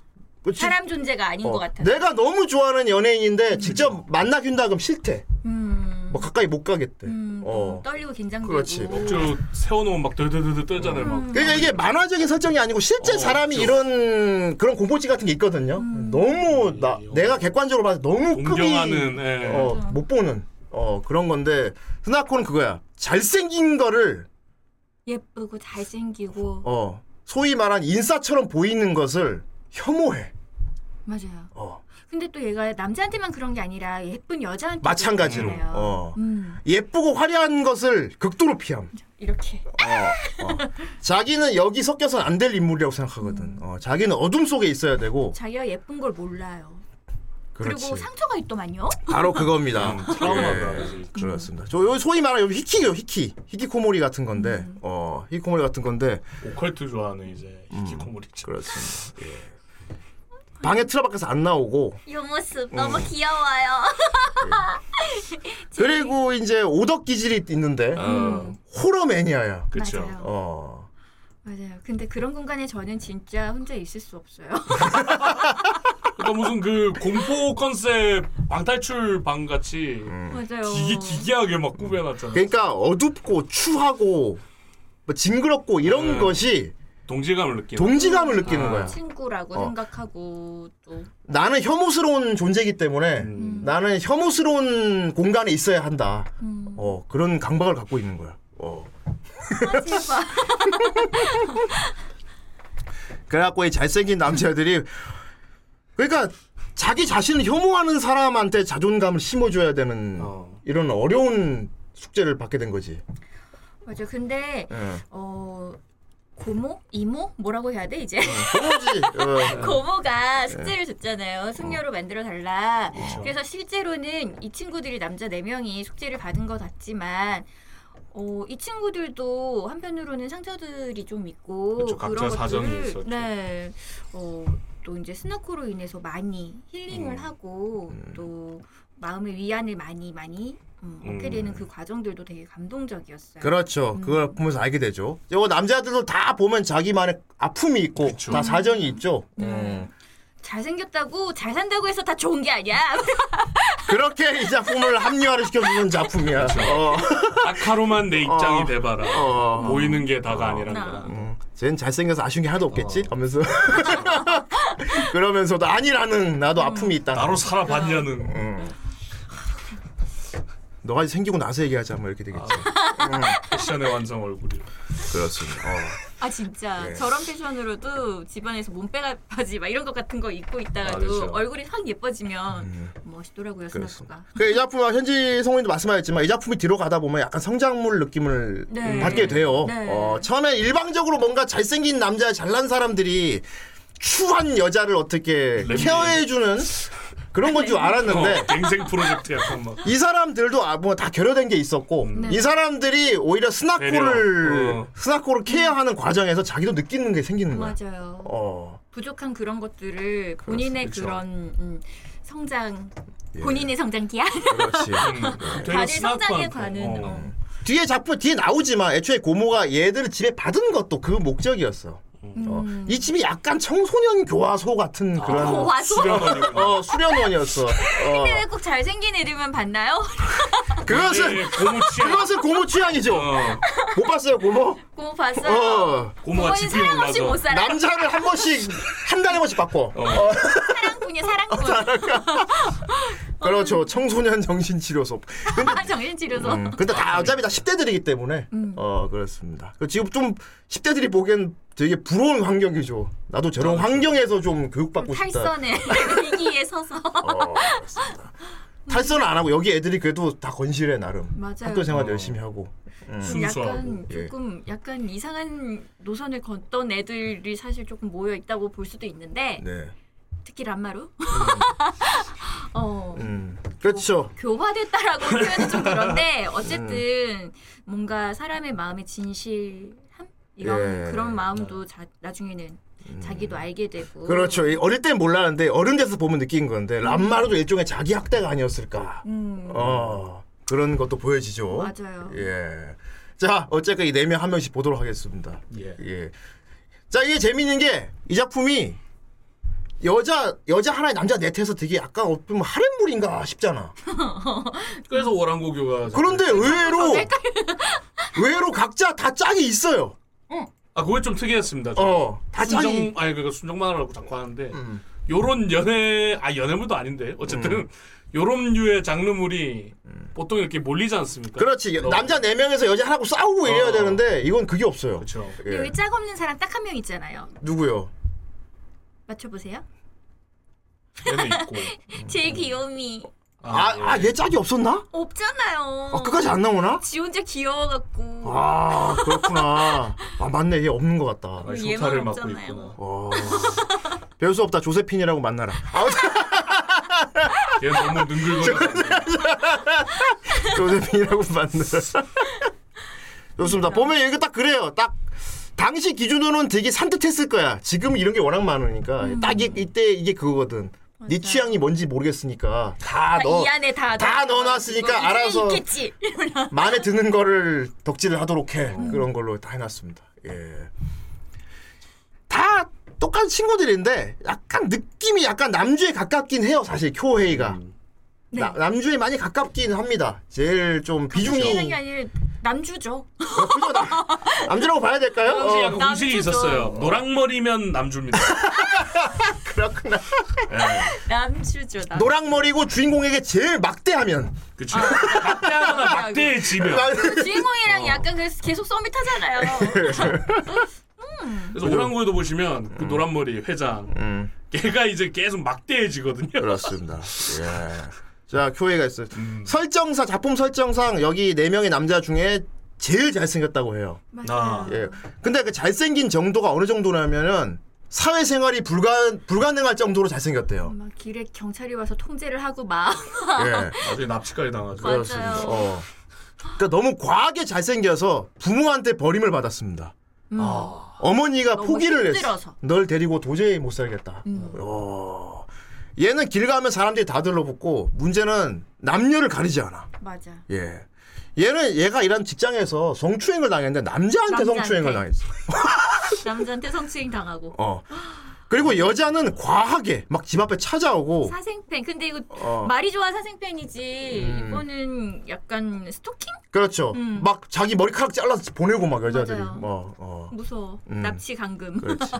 [SPEAKER 3] 그 지-
[SPEAKER 6] 아, 사람 존재가 아닌
[SPEAKER 3] 어,
[SPEAKER 6] 것 음. 같아.
[SPEAKER 3] 내가 너무 좋아하는 연예인인데 직접 만나 준다 그럼 싫대.
[SPEAKER 6] 음,
[SPEAKER 3] 뭐 가까이 못 가겠대.
[SPEAKER 6] 음,
[SPEAKER 3] 어.
[SPEAKER 6] 너무 떨리고 긴장되고.
[SPEAKER 3] 그렇지.
[SPEAKER 4] 저 세워놓으면 막 덜덜덜 떨잖아요. 막
[SPEAKER 3] 그러니까 이게 만화적인 설정이 아니고 실제
[SPEAKER 4] 어,
[SPEAKER 3] 사람이
[SPEAKER 4] 그렇죠.
[SPEAKER 3] 이런 그런 공포증 같은 게 있거든요.
[SPEAKER 6] 음.
[SPEAKER 3] 너무 나
[SPEAKER 4] 음.
[SPEAKER 3] 내가 객관적으로 봐서 너무
[SPEAKER 4] 동경하는
[SPEAKER 3] 크게
[SPEAKER 4] 예.
[SPEAKER 3] 어, 못 보는 어 그런 건데 스나코는 그거야. 잘생긴 거를
[SPEAKER 6] 예쁘고 잘생기고
[SPEAKER 3] 어 소위 말한 인싸처럼 보이는 것을 혐오해.
[SPEAKER 6] 맞아요.
[SPEAKER 3] 어
[SPEAKER 6] 근데 또 얘가 남자한테만 그런 게 아니라 예쁜 여자한테
[SPEAKER 3] 마찬가지로. 어.
[SPEAKER 6] 음
[SPEAKER 3] 예쁘고 화려한 것을 극도로 피함.
[SPEAKER 6] 이렇게
[SPEAKER 3] 어, 어. 자기는 여기 섞여서는 안 될 인물이라고 생각하거든. 어, 자기는 어둠 속에 있어야 되고.
[SPEAKER 6] 자기가 예쁜 걸 몰라요.
[SPEAKER 3] 그렇지.
[SPEAKER 6] 그리고 상처가 있더만요.
[SPEAKER 3] 바로 그겁니다.
[SPEAKER 4] 음, 트라우마다.
[SPEAKER 3] 예, 그렇습니다. 저 여기 소위 말하는 여기 히키요, 히키. 히키코모리 같은 건데,
[SPEAKER 6] 음.
[SPEAKER 3] 어, 히키코모리 같은 건데,
[SPEAKER 4] 오컬트 좋아하는 이제
[SPEAKER 3] 음.
[SPEAKER 4] 히키코모리죠.
[SPEAKER 3] 그렇습니다. 예. 방에 틀어박혀서 안 나오고,
[SPEAKER 6] 이 모습
[SPEAKER 3] 어.
[SPEAKER 6] 너무 귀여워요.
[SPEAKER 3] 그리고 이제 오덕 기질이 있는데,
[SPEAKER 6] 음.
[SPEAKER 4] 어,
[SPEAKER 3] 호러 매니아야.
[SPEAKER 4] 그렇죠.
[SPEAKER 6] 맞아요.
[SPEAKER 3] 어.
[SPEAKER 6] 맞아요. 근데 그런 공간에 저는 진짜 혼자 있을 수 없어요.
[SPEAKER 3] 음.
[SPEAKER 4] 그러니까 무슨 그 공포 컨셉 방탈출 방 같이
[SPEAKER 6] 맞아요.
[SPEAKER 4] 기기 기기하게 막 꾸며놨잖아. 요
[SPEAKER 3] 그러니까 어둡고 추하고 뭐 징그럽고 이런
[SPEAKER 4] 음.
[SPEAKER 3] 것이
[SPEAKER 4] 동질감을 느끼는.
[SPEAKER 3] 동지감을 느끼는
[SPEAKER 4] 아.
[SPEAKER 3] 거야.
[SPEAKER 6] 친구라고
[SPEAKER 3] 어.
[SPEAKER 6] 생각하고 또
[SPEAKER 3] 나는 혐오스러운 존재이기 때문에
[SPEAKER 4] 음.
[SPEAKER 3] 나는 혐오스러운 공간에 있어야 한다.
[SPEAKER 6] 음.
[SPEAKER 3] 어, 그런 강박을 갖고 있는 거야. 어.
[SPEAKER 6] 아, 제발.
[SPEAKER 3] 그래갖고 이 잘생긴 남자들이 그러니까 자기 자신을 혐오하는 사람한테 자존감을 심어줘야 되는
[SPEAKER 4] 어.
[SPEAKER 3] 이런 어려운 숙제를 받게 된 거지.
[SPEAKER 6] 맞아. 근데
[SPEAKER 3] 예.
[SPEAKER 6] 어 고모, 이모 뭐라고 해야 돼 이제?
[SPEAKER 3] 그거지.
[SPEAKER 4] 네.
[SPEAKER 3] 어.
[SPEAKER 6] 고모가 숙제를 줬잖아요. 숙녀로 만들어 달라.
[SPEAKER 4] 그렇죠.
[SPEAKER 6] 그래서 실제로는 이 친구들이 남자 네명이 숙제를 받은 것 같지만 어, 이 친구들도 한편으로는 상처들이 좀 있고
[SPEAKER 4] 그쵸, 그렇죠. 각자
[SPEAKER 6] 그런 것들을-
[SPEAKER 4] 사정이 있었죠.
[SPEAKER 6] 네. 어, 또 이제 스나코로 인해서 많이 힐링을
[SPEAKER 4] 음.
[SPEAKER 6] 하고 또 마음의 위안을 많이 많이 음, 얻게
[SPEAKER 4] 음.
[SPEAKER 6] 되는 그 과정들도 되게 감동적이었어요.
[SPEAKER 3] 그렇죠. 그걸 보면서 알게 되죠. 이거 남자들도 다 보면 자기만의 아픔이 있고
[SPEAKER 4] 그쵸.
[SPEAKER 3] 다 사정이 있죠. 음.
[SPEAKER 6] 잘생겼다고 잘 산다고 해서 다 좋은 게 아니야.
[SPEAKER 3] 그렇게 이 작품을 합리화를 시켜주는 작품이야. 어.
[SPEAKER 4] 아카로만 내 입장이
[SPEAKER 3] 어.
[SPEAKER 4] 돼봐라.
[SPEAKER 3] 어.
[SPEAKER 4] 보이는 게 다가 아니란
[SPEAKER 6] 어.
[SPEAKER 4] 거야.
[SPEAKER 3] 음, 쟨 잘생겨서 아쉬운 게 하나도 없겠지? 하면서 그러면서도 아니라는 나도 아픔이 있다.
[SPEAKER 4] 나로
[SPEAKER 3] 음.
[SPEAKER 4] 살아봤냐는.
[SPEAKER 3] 너가 생기고 나서 얘기하자 뭐 이렇게 되겠지. 아,
[SPEAKER 4] 패션의 완성 얼굴이. 어,
[SPEAKER 3] 그렇습니다. 어.
[SPEAKER 6] 아 진짜
[SPEAKER 5] 네.
[SPEAKER 6] 저런 패션으로도 집안에서 몸빼가 바지 막 이런 것 같은 거 입고 있다가도
[SPEAKER 4] 아, 그렇죠.
[SPEAKER 6] 얼굴이 확 예뻐지면 멋있더라고요 스나코가.
[SPEAKER 3] 음. 그이 작품 현지 성우님도 말씀하셨지만 이 작품이 뒤로 가다 보면 약간 성장물 느낌을
[SPEAKER 6] 네.
[SPEAKER 3] 받게 돼요.
[SPEAKER 6] 네.
[SPEAKER 3] 어, 처음에 일방적으로 뭔가 잘생긴 남자 잘난 사람들이 추한 여자를 어떻게
[SPEAKER 4] 램비.
[SPEAKER 3] 케어해주는 그런 건 줄 알았는데
[SPEAKER 4] 어, 갱생 프로젝트 약간 막 음.
[SPEAKER 3] 이 사람들도 아, 뭐 다 결여된 게 있었고
[SPEAKER 6] 음. 네.
[SPEAKER 3] 이 사람들이 오히려 스나코를
[SPEAKER 4] 배려. 어.
[SPEAKER 3] 스나코를 케어하는 과정에서 자기도 느끼는 게 생기는 거야.
[SPEAKER 6] 맞아요.
[SPEAKER 3] 어.
[SPEAKER 6] 부족한 그런 것들을 본인의
[SPEAKER 3] 그렇죠. 예.
[SPEAKER 6] 그런 음, 성장 본인의 성장 기한
[SPEAKER 3] 그렇지.
[SPEAKER 4] 되게
[SPEAKER 6] 다들
[SPEAKER 4] 스마트한
[SPEAKER 6] 성장에
[SPEAKER 4] 거.
[SPEAKER 6] 관한,
[SPEAKER 4] 어.
[SPEAKER 6] 어.
[SPEAKER 3] 뒤에 작품 뒤에 나오지만 애초에 고모가 얘들을 집에 받은 것도 그 목적이었어. 어, 이 집이 약간 청소년 교화소 같은 그런
[SPEAKER 6] 음. 어, 와서
[SPEAKER 4] 수련원이구나.
[SPEAKER 3] 어, 수련원이었어. 어.
[SPEAKER 6] 근데 왜 꼭 잘생긴 애들만 봤나요?
[SPEAKER 3] 그것은
[SPEAKER 6] 네.
[SPEAKER 4] 예,
[SPEAKER 3] 어.
[SPEAKER 4] 고무 취향.
[SPEAKER 3] 그것은 고모 취향이죠.
[SPEAKER 4] 어,
[SPEAKER 3] 못 봤어요 고모?
[SPEAKER 6] 고뭐 봤어요.
[SPEAKER 3] 어.
[SPEAKER 4] 고모가
[SPEAKER 6] 부모님
[SPEAKER 4] 집이
[SPEAKER 6] 사랑 없이 못
[SPEAKER 4] 올라서
[SPEAKER 6] 살아.
[SPEAKER 3] 남자를 한 번씩 한 달에 한 번씩 바꿔. 어,
[SPEAKER 6] 사랑꾼이 사랑꾼.
[SPEAKER 3] 그렇죠. 청소년 정신치료소. 근데
[SPEAKER 6] 정신치료소.
[SPEAKER 3] 음, 근데 다 어차피 다 10대들이기 때문에
[SPEAKER 6] 음.
[SPEAKER 3] 어 그렇습니다. 그 지금 좀 10대들이 보기엔 되게 부러운 환경이죠. 나도 저런 환경에서 좀 교육받고 싶다.
[SPEAKER 6] 아, 그렇죠. 탈선의 위기에 서서.
[SPEAKER 3] 어, 그렇습니다. 탈선은 안 하고 여기 애들이 그래도 다 건실해 나름.
[SPEAKER 6] 맞아요.
[SPEAKER 3] 학교 생활
[SPEAKER 4] 어.
[SPEAKER 3] 열심히 하고. 음.
[SPEAKER 4] 순수하고
[SPEAKER 6] 약간 조금 약간 이상한 노선을 걷던 애들이 사실 조금 모여 있다고 볼 수도 있는데
[SPEAKER 3] 네.
[SPEAKER 6] 특히 람마루. 어.
[SPEAKER 3] 음. 그렇죠.
[SPEAKER 6] 교화됐다라고 표현이 좀 그런데 어쨌든 뭔가 사람의 마음의 진실함 이런
[SPEAKER 3] 예. 음.
[SPEAKER 6] 그런 마음도 자, 나중에는 자기도 알게 되고
[SPEAKER 3] 그렇죠. 이 어릴 땐 몰랐는데 어른 돼서 보면 느낀 건데 람마르도 일종의 자기 학대가 아니었을까.
[SPEAKER 6] 음,
[SPEAKER 3] 어 그런 것도 보여지죠.
[SPEAKER 6] 맞아요.
[SPEAKER 3] 어? 예. 자, 어쨌든 이 네 명 한 명씩 보도록 하겠습니다.
[SPEAKER 4] 예.
[SPEAKER 3] 예. 자, 이게 재밌는 게 이 작품이 여자 여자 하나에 남자 넷해서 되게 약간 어떻게 보면 하렘물인가 싶잖아.
[SPEAKER 4] 그래서 월한고교가
[SPEAKER 6] 네,
[SPEAKER 3] 그런데 의외로 의외로 각자 다 짝이 있어요.
[SPEAKER 4] 아 그게 좀 특이했습니다. 좀.
[SPEAKER 3] 어, 다
[SPEAKER 4] 순정
[SPEAKER 3] 짝이.
[SPEAKER 4] 아니 그러니까 순정만화라고 자꾸 하는데
[SPEAKER 3] 음.
[SPEAKER 4] 요런 연애 아 연애물도 아닌데 어쨌든 요런 류의 장르물이 보통 이렇게 몰리지 않습니까?
[SPEAKER 3] 그렇지.
[SPEAKER 4] 너-
[SPEAKER 3] 남자 네 명에서 여자 하나고 싸우고 이래야
[SPEAKER 4] 어.
[SPEAKER 3] 되는데 이건 그게 없어요.
[SPEAKER 4] 그렇죠.
[SPEAKER 6] 근데
[SPEAKER 3] 예.
[SPEAKER 6] 여기 짝 없는 사람 딱 한 명 있잖아요.
[SPEAKER 3] 누구요?
[SPEAKER 6] 맞춰보세요.
[SPEAKER 4] 얘도 있고.
[SPEAKER 3] 음.
[SPEAKER 6] 제일 귀요미
[SPEAKER 3] 아,
[SPEAKER 4] 예.
[SPEAKER 3] 아, 얘 짝이 없었나?
[SPEAKER 6] 없잖아요.
[SPEAKER 3] 아, 그까지 안 나오나?
[SPEAKER 6] 지 혼자 귀여워갖고
[SPEAKER 3] 아, 그렇구나. 아, 맞네. 얘 없는 것 같다.
[SPEAKER 4] 아,
[SPEAKER 6] 우리
[SPEAKER 4] 소타를
[SPEAKER 6] 얘만
[SPEAKER 4] 맡고
[SPEAKER 6] 그 없잖아요.
[SPEAKER 4] 있구나.
[SPEAKER 3] 어. 배울 수 없다. 조세핀이라고 만나라. 아무튼
[SPEAKER 4] 얘 너무 능글거려.
[SPEAKER 3] 조세핀이라고 만나라.
[SPEAKER 6] 그러니까.
[SPEAKER 3] 좋습니다. 보면 이게 딱 그래요. 딱 당시 기준으로는 되게 산뜻했을 거야. 지금 이런 게 워낙 많으니까
[SPEAKER 6] 음.
[SPEAKER 3] 딱 이, 이때 이게 그거거든. 네 취향이 뭔지 모르겠으니까 다
[SPEAKER 6] 다
[SPEAKER 3] 너
[SPEAKER 6] 아, 이 안에 다,
[SPEAKER 3] 다 넣어놨으니까
[SPEAKER 6] 이거
[SPEAKER 3] 알아서-
[SPEAKER 6] 있겠지.
[SPEAKER 3] 마음에 드는 거를 덕질을 하도록 해
[SPEAKER 6] 음.
[SPEAKER 3] 그런 걸로 다 해놨습니다. 예. 다 똑같은 친구들인데 약간 느낌이 약간 남주에 가깝긴 해요. 사실 쿄헤이가.
[SPEAKER 6] 네. 그렇죠.
[SPEAKER 3] 나- 남주에 많이 가깝긴 합니다. 제일 좀
[SPEAKER 6] 비중이
[SPEAKER 3] 비중이
[SPEAKER 6] 게 아니라 남주죠.
[SPEAKER 3] 어, 그죠? 남- 남주라고 봐야 될까요?
[SPEAKER 4] 당시
[SPEAKER 3] 어,
[SPEAKER 4] 약간 공식이
[SPEAKER 6] 남주죠.
[SPEAKER 4] 있었어요. 노랑머리면 남주입니다.
[SPEAKER 3] 그렇구나.
[SPEAKER 6] 남주죠. 남.
[SPEAKER 3] 어. 노랑머리고 주인공에게 제일 막대하면
[SPEAKER 6] 아,
[SPEAKER 4] 그렇죠. 막대하거나 막대의 집이요.
[SPEAKER 6] 주인공이랑 약간 그래서 계속 썸이
[SPEAKER 3] 예.
[SPEAKER 6] 타잖아요.
[SPEAKER 4] 그래서 오랑고에도 보시면 그 노란 머리 회장 걔가 이제 계속 막대해지거든요.
[SPEAKER 3] 음, 그렇습니다. 예. 자, 큐웨이가 있어요. 설정상 작품 설정상 여기 네 명의 남자 중에 제일 잘생겼다고 해요.
[SPEAKER 4] 아.
[SPEAKER 3] 예. 근데 그 잘생긴 정도가 어느 정도냐면은 사회생활이 불가 불가능할 정도로 잘생겼대요.
[SPEAKER 6] 막 길에 경찰이 와서 통제를 하고 막
[SPEAKER 3] 예.
[SPEAKER 4] 나중에 납치까지 당하죠.
[SPEAKER 6] 맞아요.
[SPEAKER 3] 어. 그러니까 너무 과하게 잘생겨서 부모한테 버림을 받았습니다.
[SPEAKER 4] 아,
[SPEAKER 3] 어머니가
[SPEAKER 6] 너무
[SPEAKER 3] 포기를 했어.
[SPEAKER 6] 힘들어서. 음.
[SPEAKER 3] 널 데리고 도저히 못 살겠다. 어. 얘는 길 가면 사람들이 다 들러붙고 문제는 남녀를 가리지 않아.
[SPEAKER 6] 맞아.
[SPEAKER 3] 예. 얘는 얘가 일하는 직장에서 성추행을 당했는데 남자한테
[SPEAKER 6] 남자한테.
[SPEAKER 3] 성추행을 당했어.
[SPEAKER 6] 음. 남자한테 성추행 당하고
[SPEAKER 3] 어. 그리고 여자는 과하게 막 집 앞에 찾아오고
[SPEAKER 6] 사생팬. 근데 이거
[SPEAKER 3] 어. 음.
[SPEAKER 6] 말이 좋아 사생팬이지. 이거는 약간 스토킹?
[SPEAKER 3] 그렇죠. 막 자기 머리카락 잘라서 보내고 막 여자들이.
[SPEAKER 6] 음. 맞아요.
[SPEAKER 3] 어, 어.
[SPEAKER 6] 무서워. 납치 감금.
[SPEAKER 3] 그렇지.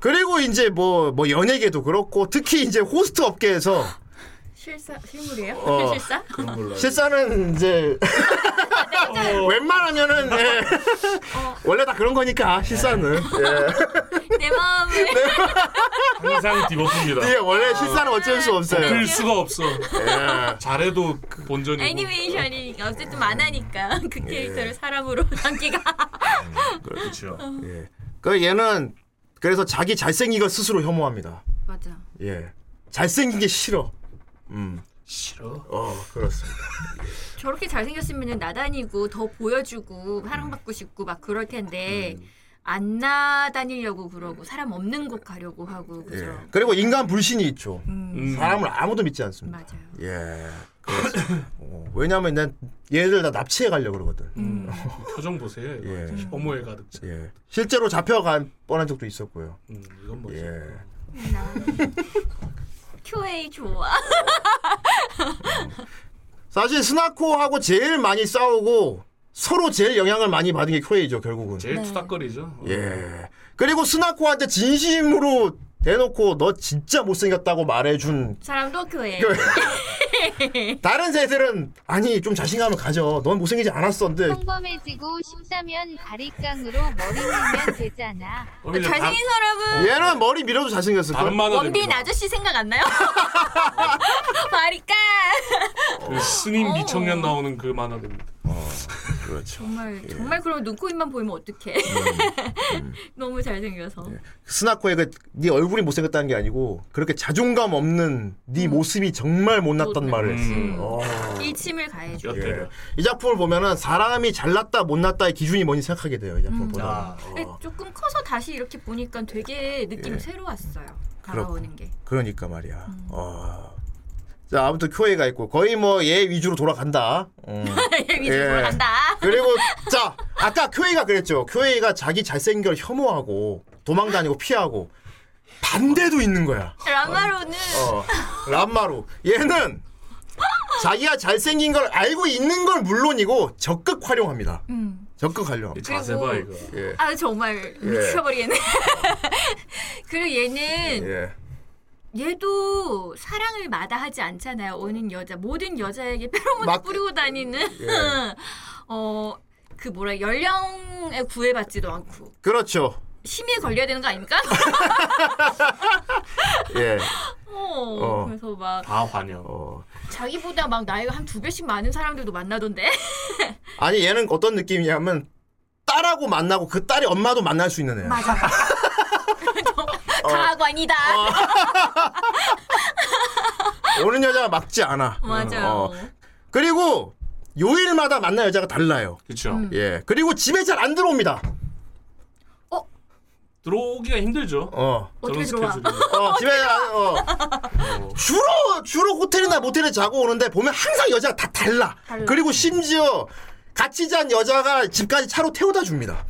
[SPEAKER 3] 그리고 이제 뭐 뭐 연예계도 그렇고 특히 이제 호스트 업계에서
[SPEAKER 6] 실사 실물이에요?
[SPEAKER 3] 어.
[SPEAKER 6] 실사?
[SPEAKER 4] 그런 걸로. 알고
[SPEAKER 3] 실사는 이제 어, 웬만하면은 네. 원래 다 그런 거니까 실사는 예.
[SPEAKER 6] 내 마음을
[SPEAKER 4] 항상 디버프입니다.
[SPEAKER 3] 이게 원래 실사는 어쩔 수 없어요.
[SPEAKER 4] 들 수가 없어.
[SPEAKER 3] 네. 예.
[SPEAKER 4] 잘해도 그
[SPEAKER 3] 네.
[SPEAKER 4] 본전이고.
[SPEAKER 6] 애니메이션이 어쨌든 만화니까 그
[SPEAKER 3] 예.
[SPEAKER 6] 캐릭터를 사람으로 담기가
[SPEAKER 4] 그렇죠.
[SPEAKER 3] 예. 그 얘는 그래서 자기 잘생긴 걸 스스로 혐오합니다.
[SPEAKER 6] 맞아.
[SPEAKER 3] 예. 잘생긴 게 싫어. 음.
[SPEAKER 4] 싫어.
[SPEAKER 3] 어, 그렇습니다.
[SPEAKER 6] 저렇게 잘생겼으면 나다니고 더 보여주고 사랑받고 싶고 막 그럴 텐데 안 나다니려고 그러고 사람 없는 곳 가려고 하고 그죠?
[SPEAKER 3] 예. 그리고 인간 불신이 있죠.
[SPEAKER 6] 음,
[SPEAKER 4] 음.
[SPEAKER 3] 사람을 아무도 믿지 않습니다.
[SPEAKER 6] 맞아요.
[SPEAKER 3] 예. 그렇습니다. 어, 왜냐면 난 얘들 다 납치해 가려고 그러거든.
[SPEAKER 6] 음.
[SPEAKER 4] 표정 보세요. 이거.
[SPEAKER 3] 예.
[SPEAKER 4] 혐오에 가득 차.
[SPEAKER 3] 예. 실제로 잡혀간 뻔한 적도 있었고요.
[SPEAKER 4] 음, 이건 뭐지?
[SPEAKER 3] 예.
[SPEAKER 6] 나 QA 좋아.
[SPEAKER 3] 사실 스나코하고 제일 많이 싸우고 서로 제일 영향을 많이 받은 게 쿄에이죠, 결국은.
[SPEAKER 4] 제일
[SPEAKER 6] 네.
[SPEAKER 4] 투닥거리죠.
[SPEAKER 3] 예. 그리고 스나코한테 진심으로 대놓고 너 진짜 못생겼다고 말해준
[SPEAKER 6] 사람도 QA.
[SPEAKER 3] 다른 새들은 아니 좀 자신감을 가져. 넌 못생기지 않았어. 근데
[SPEAKER 7] 평범해지고 싶다면 다리깡으로 머리 밀면 되잖아.
[SPEAKER 4] 그럼 이제
[SPEAKER 6] 잘생긴 사람은
[SPEAKER 3] 얘는 머리 밀어도 잘생겼을
[SPEAKER 4] 어, 다른
[SPEAKER 3] 걸.
[SPEAKER 4] 만화
[SPEAKER 6] 원빈 아저씨 생각 안 나요? 바리까
[SPEAKER 4] 그 스님 미청년 나오는 그 만화됩니다.
[SPEAKER 3] 그렇죠.
[SPEAKER 6] 정말 정말 그러면 눈, 코, 입만 보이면 어떡해. 너무 잘생겨서.
[SPEAKER 3] 스나코의 그네 얼굴이 못생겼다는 게 아니고 그렇게 자존감 없는 네 모습이 정말 못났단
[SPEAKER 6] 못났-
[SPEAKER 3] 말을 했어.
[SPEAKER 4] 음.
[SPEAKER 3] 어.
[SPEAKER 6] 일침을 가해줘.
[SPEAKER 3] 예.
[SPEAKER 4] 여태가.
[SPEAKER 3] 이 작품을 보면은 사람이 잘났다 못났다의 기준이 뭔지 생각하게 돼요. 이 작품 을 보다.
[SPEAKER 4] 아,
[SPEAKER 6] 근데
[SPEAKER 3] 어.
[SPEAKER 6] 예, 조금 커서 다시 이렇게 보니까 되게 느낌
[SPEAKER 3] 예.
[SPEAKER 6] 이 새로웠어요. 다가오는 게.
[SPEAKER 3] 그러니까 말이야. 어. 자 아무튼 쿄에가 있고 거의 뭐 얘 위주로 돌아간다. 음.
[SPEAKER 6] 위주
[SPEAKER 3] 예.
[SPEAKER 6] 올라간다.
[SPEAKER 3] 그리고 자 아까 큐에이가 그랬죠. 큐에이가 자기 잘생긴 걸 혐오하고 도망다니고 피하고 반대도 있는 거야.
[SPEAKER 6] 람마로는
[SPEAKER 3] 어, 람마루 얘는 자기가 잘생긴 걸 알고 있는 건 물론이고 적극 활용합니다.
[SPEAKER 6] 음.
[SPEAKER 3] 적극 활용합니다.
[SPEAKER 4] 자세 봐 이거.
[SPEAKER 3] 예.
[SPEAKER 6] 아 정말 미쳐버리겠네. 그리고 얘는
[SPEAKER 3] 예.
[SPEAKER 6] 얘도 사랑을 마다하지 않잖아요. 오는 여자 모든 여자에게 페로몬을
[SPEAKER 3] 막-
[SPEAKER 6] 뿌리고 다니는
[SPEAKER 3] 예.
[SPEAKER 6] 어. 그 뭐라 연령에 구애받지도 않고
[SPEAKER 3] 그렇죠.
[SPEAKER 6] 심의에 걸려야 되는 거 아닙니까?
[SPEAKER 3] 예.
[SPEAKER 6] 어,
[SPEAKER 3] 어.
[SPEAKER 6] 그래서 막
[SPEAKER 4] 다 환영.
[SPEAKER 3] 어.
[SPEAKER 6] 자기보다 막 나이가 한 두 배씩 많은 사람들도 만나던데
[SPEAKER 3] 아니 얘는 어떤 느낌이냐면 딸하고 만나고 그 딸의 엄마도 만날 수 있는 애야. 어.
[SPEAKER 6] 가관이다.
[SPEAKER 3] 오는 여자가 막지 않아.
[SPEAKER 6] 맞아요.
[SPEAKER 3] 어. 그리고 요일마다 만난 여자가 달라요.
[SPEAKER 4] 그렇죠.
[SPEAKER 6] 음.
[SPEAKER 3] 예. 그리고 집에 잘 안 들어옵니다.
[SPEAKER 4] 들어오기가 힘들죠.
[SPEAKER 3] 어.
[SPEAKER 6] 어떻게 들어와?
[SPEAKER 4] 스케줄이.
[SPEAKER 3] 어, 집에 안, 어. 주로 주로 호텔이나 모텔에 자고 오는데 보면 항상 여자가 다 달라.
[SPEAKER 6] 달라.
[SPEAKER 3] 그리고 심지어 같이 잔 여자가 집까지 차로 태워다 줍니다.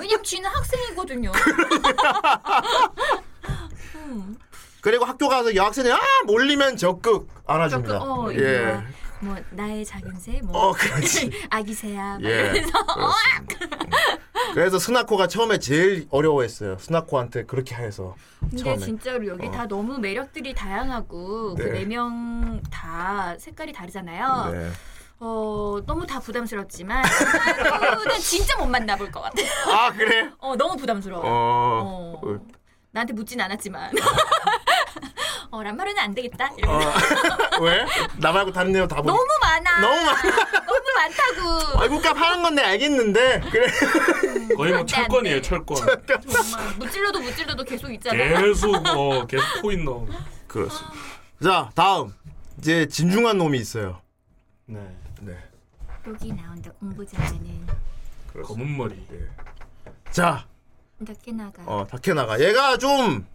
[SPEAKER 6] 왜냐면 쥐는 학생이거든요.
[SPEAKER 3] 그리고 학교 가서 여학생이 아 몰리면 적극
[SPEAKER 6] 조금
[SPEAKER 3] 알아줍니다.
[SPEAKER 6] 어,
[SPEAKER 3] 예.
[SPEAKER 6] 예. 뭐 나의 작은 새, 뭐
[SPEAKER 3] 어 그렇지.
[SPEAKER 6] 아기새야, 막
[SPEAKER 3] 예.
[SPEAKER 6] 이러면서
[SPEAKER 3] 그렇습니다. 그래서 스나코가 처음에 제일 어려워했어요. 스나코한테 그렇게 해서
[SPEAKER 6] 근데
[SPEAKER 3] 처음에. 어.
[SPEAKER 6] 진짜로 여기 다 너무 매력들이 다양하고
[SPEAKER 3] 네.
[SPEAKER 6] 그 네 명 다 색깔이 다르잖아요.
[SPEAKER 3] 네.
[SPEAKER 6] 어 너무 다 부담스럽지만 난 진짜 못 만나볼 것 같아.
[SPEAKER 3] 아 그래?
[SPEAKER 6] 어 너무 부담스러워.
[SPEAKER 3] 어.
[SPEAKER 6] 어. 나한테 묻진 않았지만. 어, 란마루는 안 되겠다. 이러면서
[SPEAKER 3] 어. 왜? 나 말고 다른 내용 다 보니.
[SPEAKER 6] 너무 많아.
[SPEAKER 3] 너무 어? 많아.
[SPEAKER 6] 너무 많다고.
[SPEAKER 3] 월급값 하는 건데 알겠는데 그래.
[SPEAKER 4] 거의 뭐
[SPEAKER 6] 안 돼, 안
[SPEAKER 4] 철권이에요
[SPEAKER 6] 돼.
[SPEAKER 4] 철권.
[SPEAKER 6] 정말 무찔러도 무찔러도 계속
[SPEAKER 3] 네.
[SPEAKER 6] 있잖아.
[SPEAKER 4] 계속 어 계속 코인 넣어.
[SPEAKER 3] 그렇습니다. 자 다음 이제 진중한 놈이 있어요.
[SPEAKER 4] 네.
[SPEAKER 3] 네.
[SPEAKER 6] 여기 나온다 공부 잘하는
[SPEAKER 4] 검은 머리.
[SPEAKER 3] 예. 자
[SPEAKER 6] 이렇게 나가.
[SPEAKER 3] 어, 다케나가 얘가 좀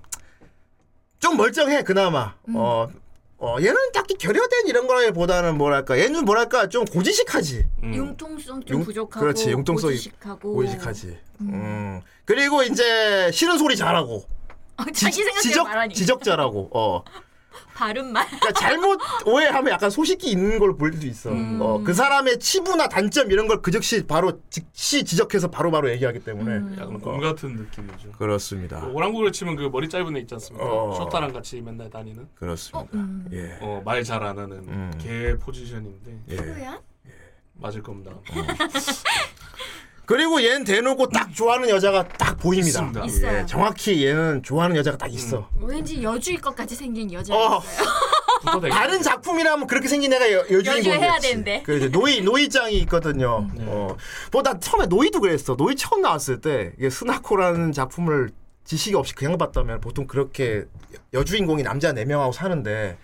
[SPEAKER 3] 좀 멀쩡해 그나마.
[SPEAKER 6] 음.
[SPEAKER 3] 어, 어 얘는 딱히 결여된 이런 거라기보다는 뭐랄까 얘는 뭐랄까 좀 고지식하지.
[SPEAKER 4] 음.
[SPEAKER 6] 융통성 좀
[SPEAKER 3] 융-
[SPEAKER 6] 부족하고
[SPEAKER 3] 음. 그렇지, 융통성이-
[SPEAKER 6] 고지식하고
[SPEAKER 3] 고지식하지. 음. 그리고 이제 싫은 소리 잘하고.
[SPEAKER 6] 어, 자기
[SPEAKER 3] 지-
[SPEAKER 6] 생각대로
[SPEAKER 3] 지적
[SPEAKER 6] 말하니.
[SPEAKER 3] 지적자라고. 어.
[SPEAKER 6] 발음만.
[SPEAKER 3] 그러니까 잘못 오해하면 약간 소식이 있는 걸 보일 수 있어. 어, 그 사람의 치부나 단점 이런 걸 그 즉시 바로 즉시 지적해서 바로바로 얘기하기 때문에
[SPEAKER 4] 약간 곰 같은 느낌이죠.
[SPEAKER 3] 그렇습니다.
[SPEAKER 4] 오랑구를 치면 그 머리 짧은 애 있지 않습니까?
[SPEAKER 3] 어.
[SPEAKER 4] 쇼타랑 같이 맨날 다니는
[SPEAKER 3] 그렇습니다. 예.
[SPEAKER 4] 어, 말 잘 안 하는
[SPEAKER 3] 음.
[SPEAKER 4] 걔 포지션인데
[SPEAKER 3] 예.
[SPEAKER 6] 뭐야?
[SPEAKER 4] 맞을 겁니다.
[SPEAKER 3] 음. 그리고 얘는 대놓고 딱 좋아하는 여자가 딱 보입니다.
[SPEAKER 4] 있습니다.
[SPEAKER 6] 있어요.
[SPEAKER 3] 예, 정확히 얘는 좋아하는 여자가 딱 있어.
[SPEAKER 6] 왠지 여주일 것 같이 생긴 여자.
[SPEAKER 3] 어,
[SPEAKER 4] 붙어 대고.
[SPEAKER 3] 다른 작품이라면 그렇게 생긴 애가 여, 여주인
[SPEAKER 6] 여주 해야
[SPEAKER 3] 거겠지.
[SPEAKER 6] 되는데.
[SPEAKER 3] 그 이제 노이 노이짱이 있거든요. 어, 뭐나 처음에 노이도 그랬어. 노이 처음 나왔을 때 이게 스나코라는 작품을 지식이 없이 그냥 봤다면 보통 그렇게 여주인공이 남자 네 명하고 사는데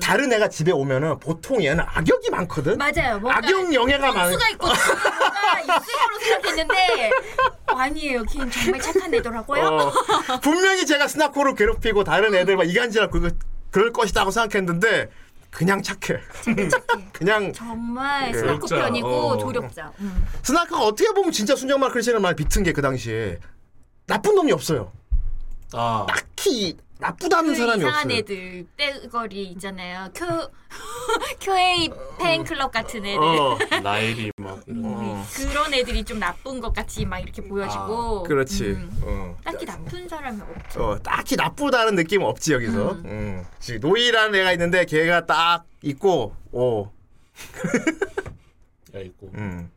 [SPEAKER 3] 다른 애가 집에 오면은 보통 얘는 악역이 많거든.
[SPEAKER 6] 음. 맞아요. 뭔가
[SPEAKER 3] 악역 영예가 많은.
[SPEAKER 6] 수가 있고 뭔가 있을 거로 생각했는데 아니에요. 걔는 정말 착한 애더라고요.
[SPEAKER 3] 어, 분명히 제가 스나코를 괴롭히고 다른 애들 막 이간질하고 그거- 그럴 것이다고 생각했는데 그냥 착해. 그냥
[SPEAKER 6] 정말
[SPEAKER 3] 예.
[SPEAKER 6] 스나코
[SPEAKER 4] 조력자,
[SPEAKER 6] 편이고
[SPEAKER 4] 어.
[SPEAKER 6] 조력자. 음.
[SPEAKER 3] 스나크가 어떻게 보면 진짜 순정말 크리스를 많이 비튼 게 그 당시에 나쁜 놈이 없어요.
[SPEAKER 4] 아
[SPEAKER 3] 딱히 나쁘다는
[SPEAKER 6] 그
[SPEAKER 3] 사람이
[SPEAKER 6] 이상한
[SPEAKER 3] 없어요.
[SPEAKER 6] 애들 떼거리 있잖아요. 큐 큐에이 팬클럽 같은 애들 음,
[SPEAKER 3] 어,
[SPEAKER 4] 라일이 막 이런.
[SPEAKER 6] 그런 애들이 좀 나쁜 것 같이 막 이렇게 보여지고
[SPEAKER 3] 아, 그렇지.
[SPEAKER 6] 음,
[SPEAKER 3] 어.
[SPEAKER 6] 딱히 나쁜 사람이 없죠.
[SPEAKER 3] 어, 딱히 나쁘다는 느낌은 없지 여기서. 음. 지금 노이라는 애가 있는데 걔가 딱 있고, 오,
[SPEAKER 4] 야 있고
[SPEAKER 3] 음.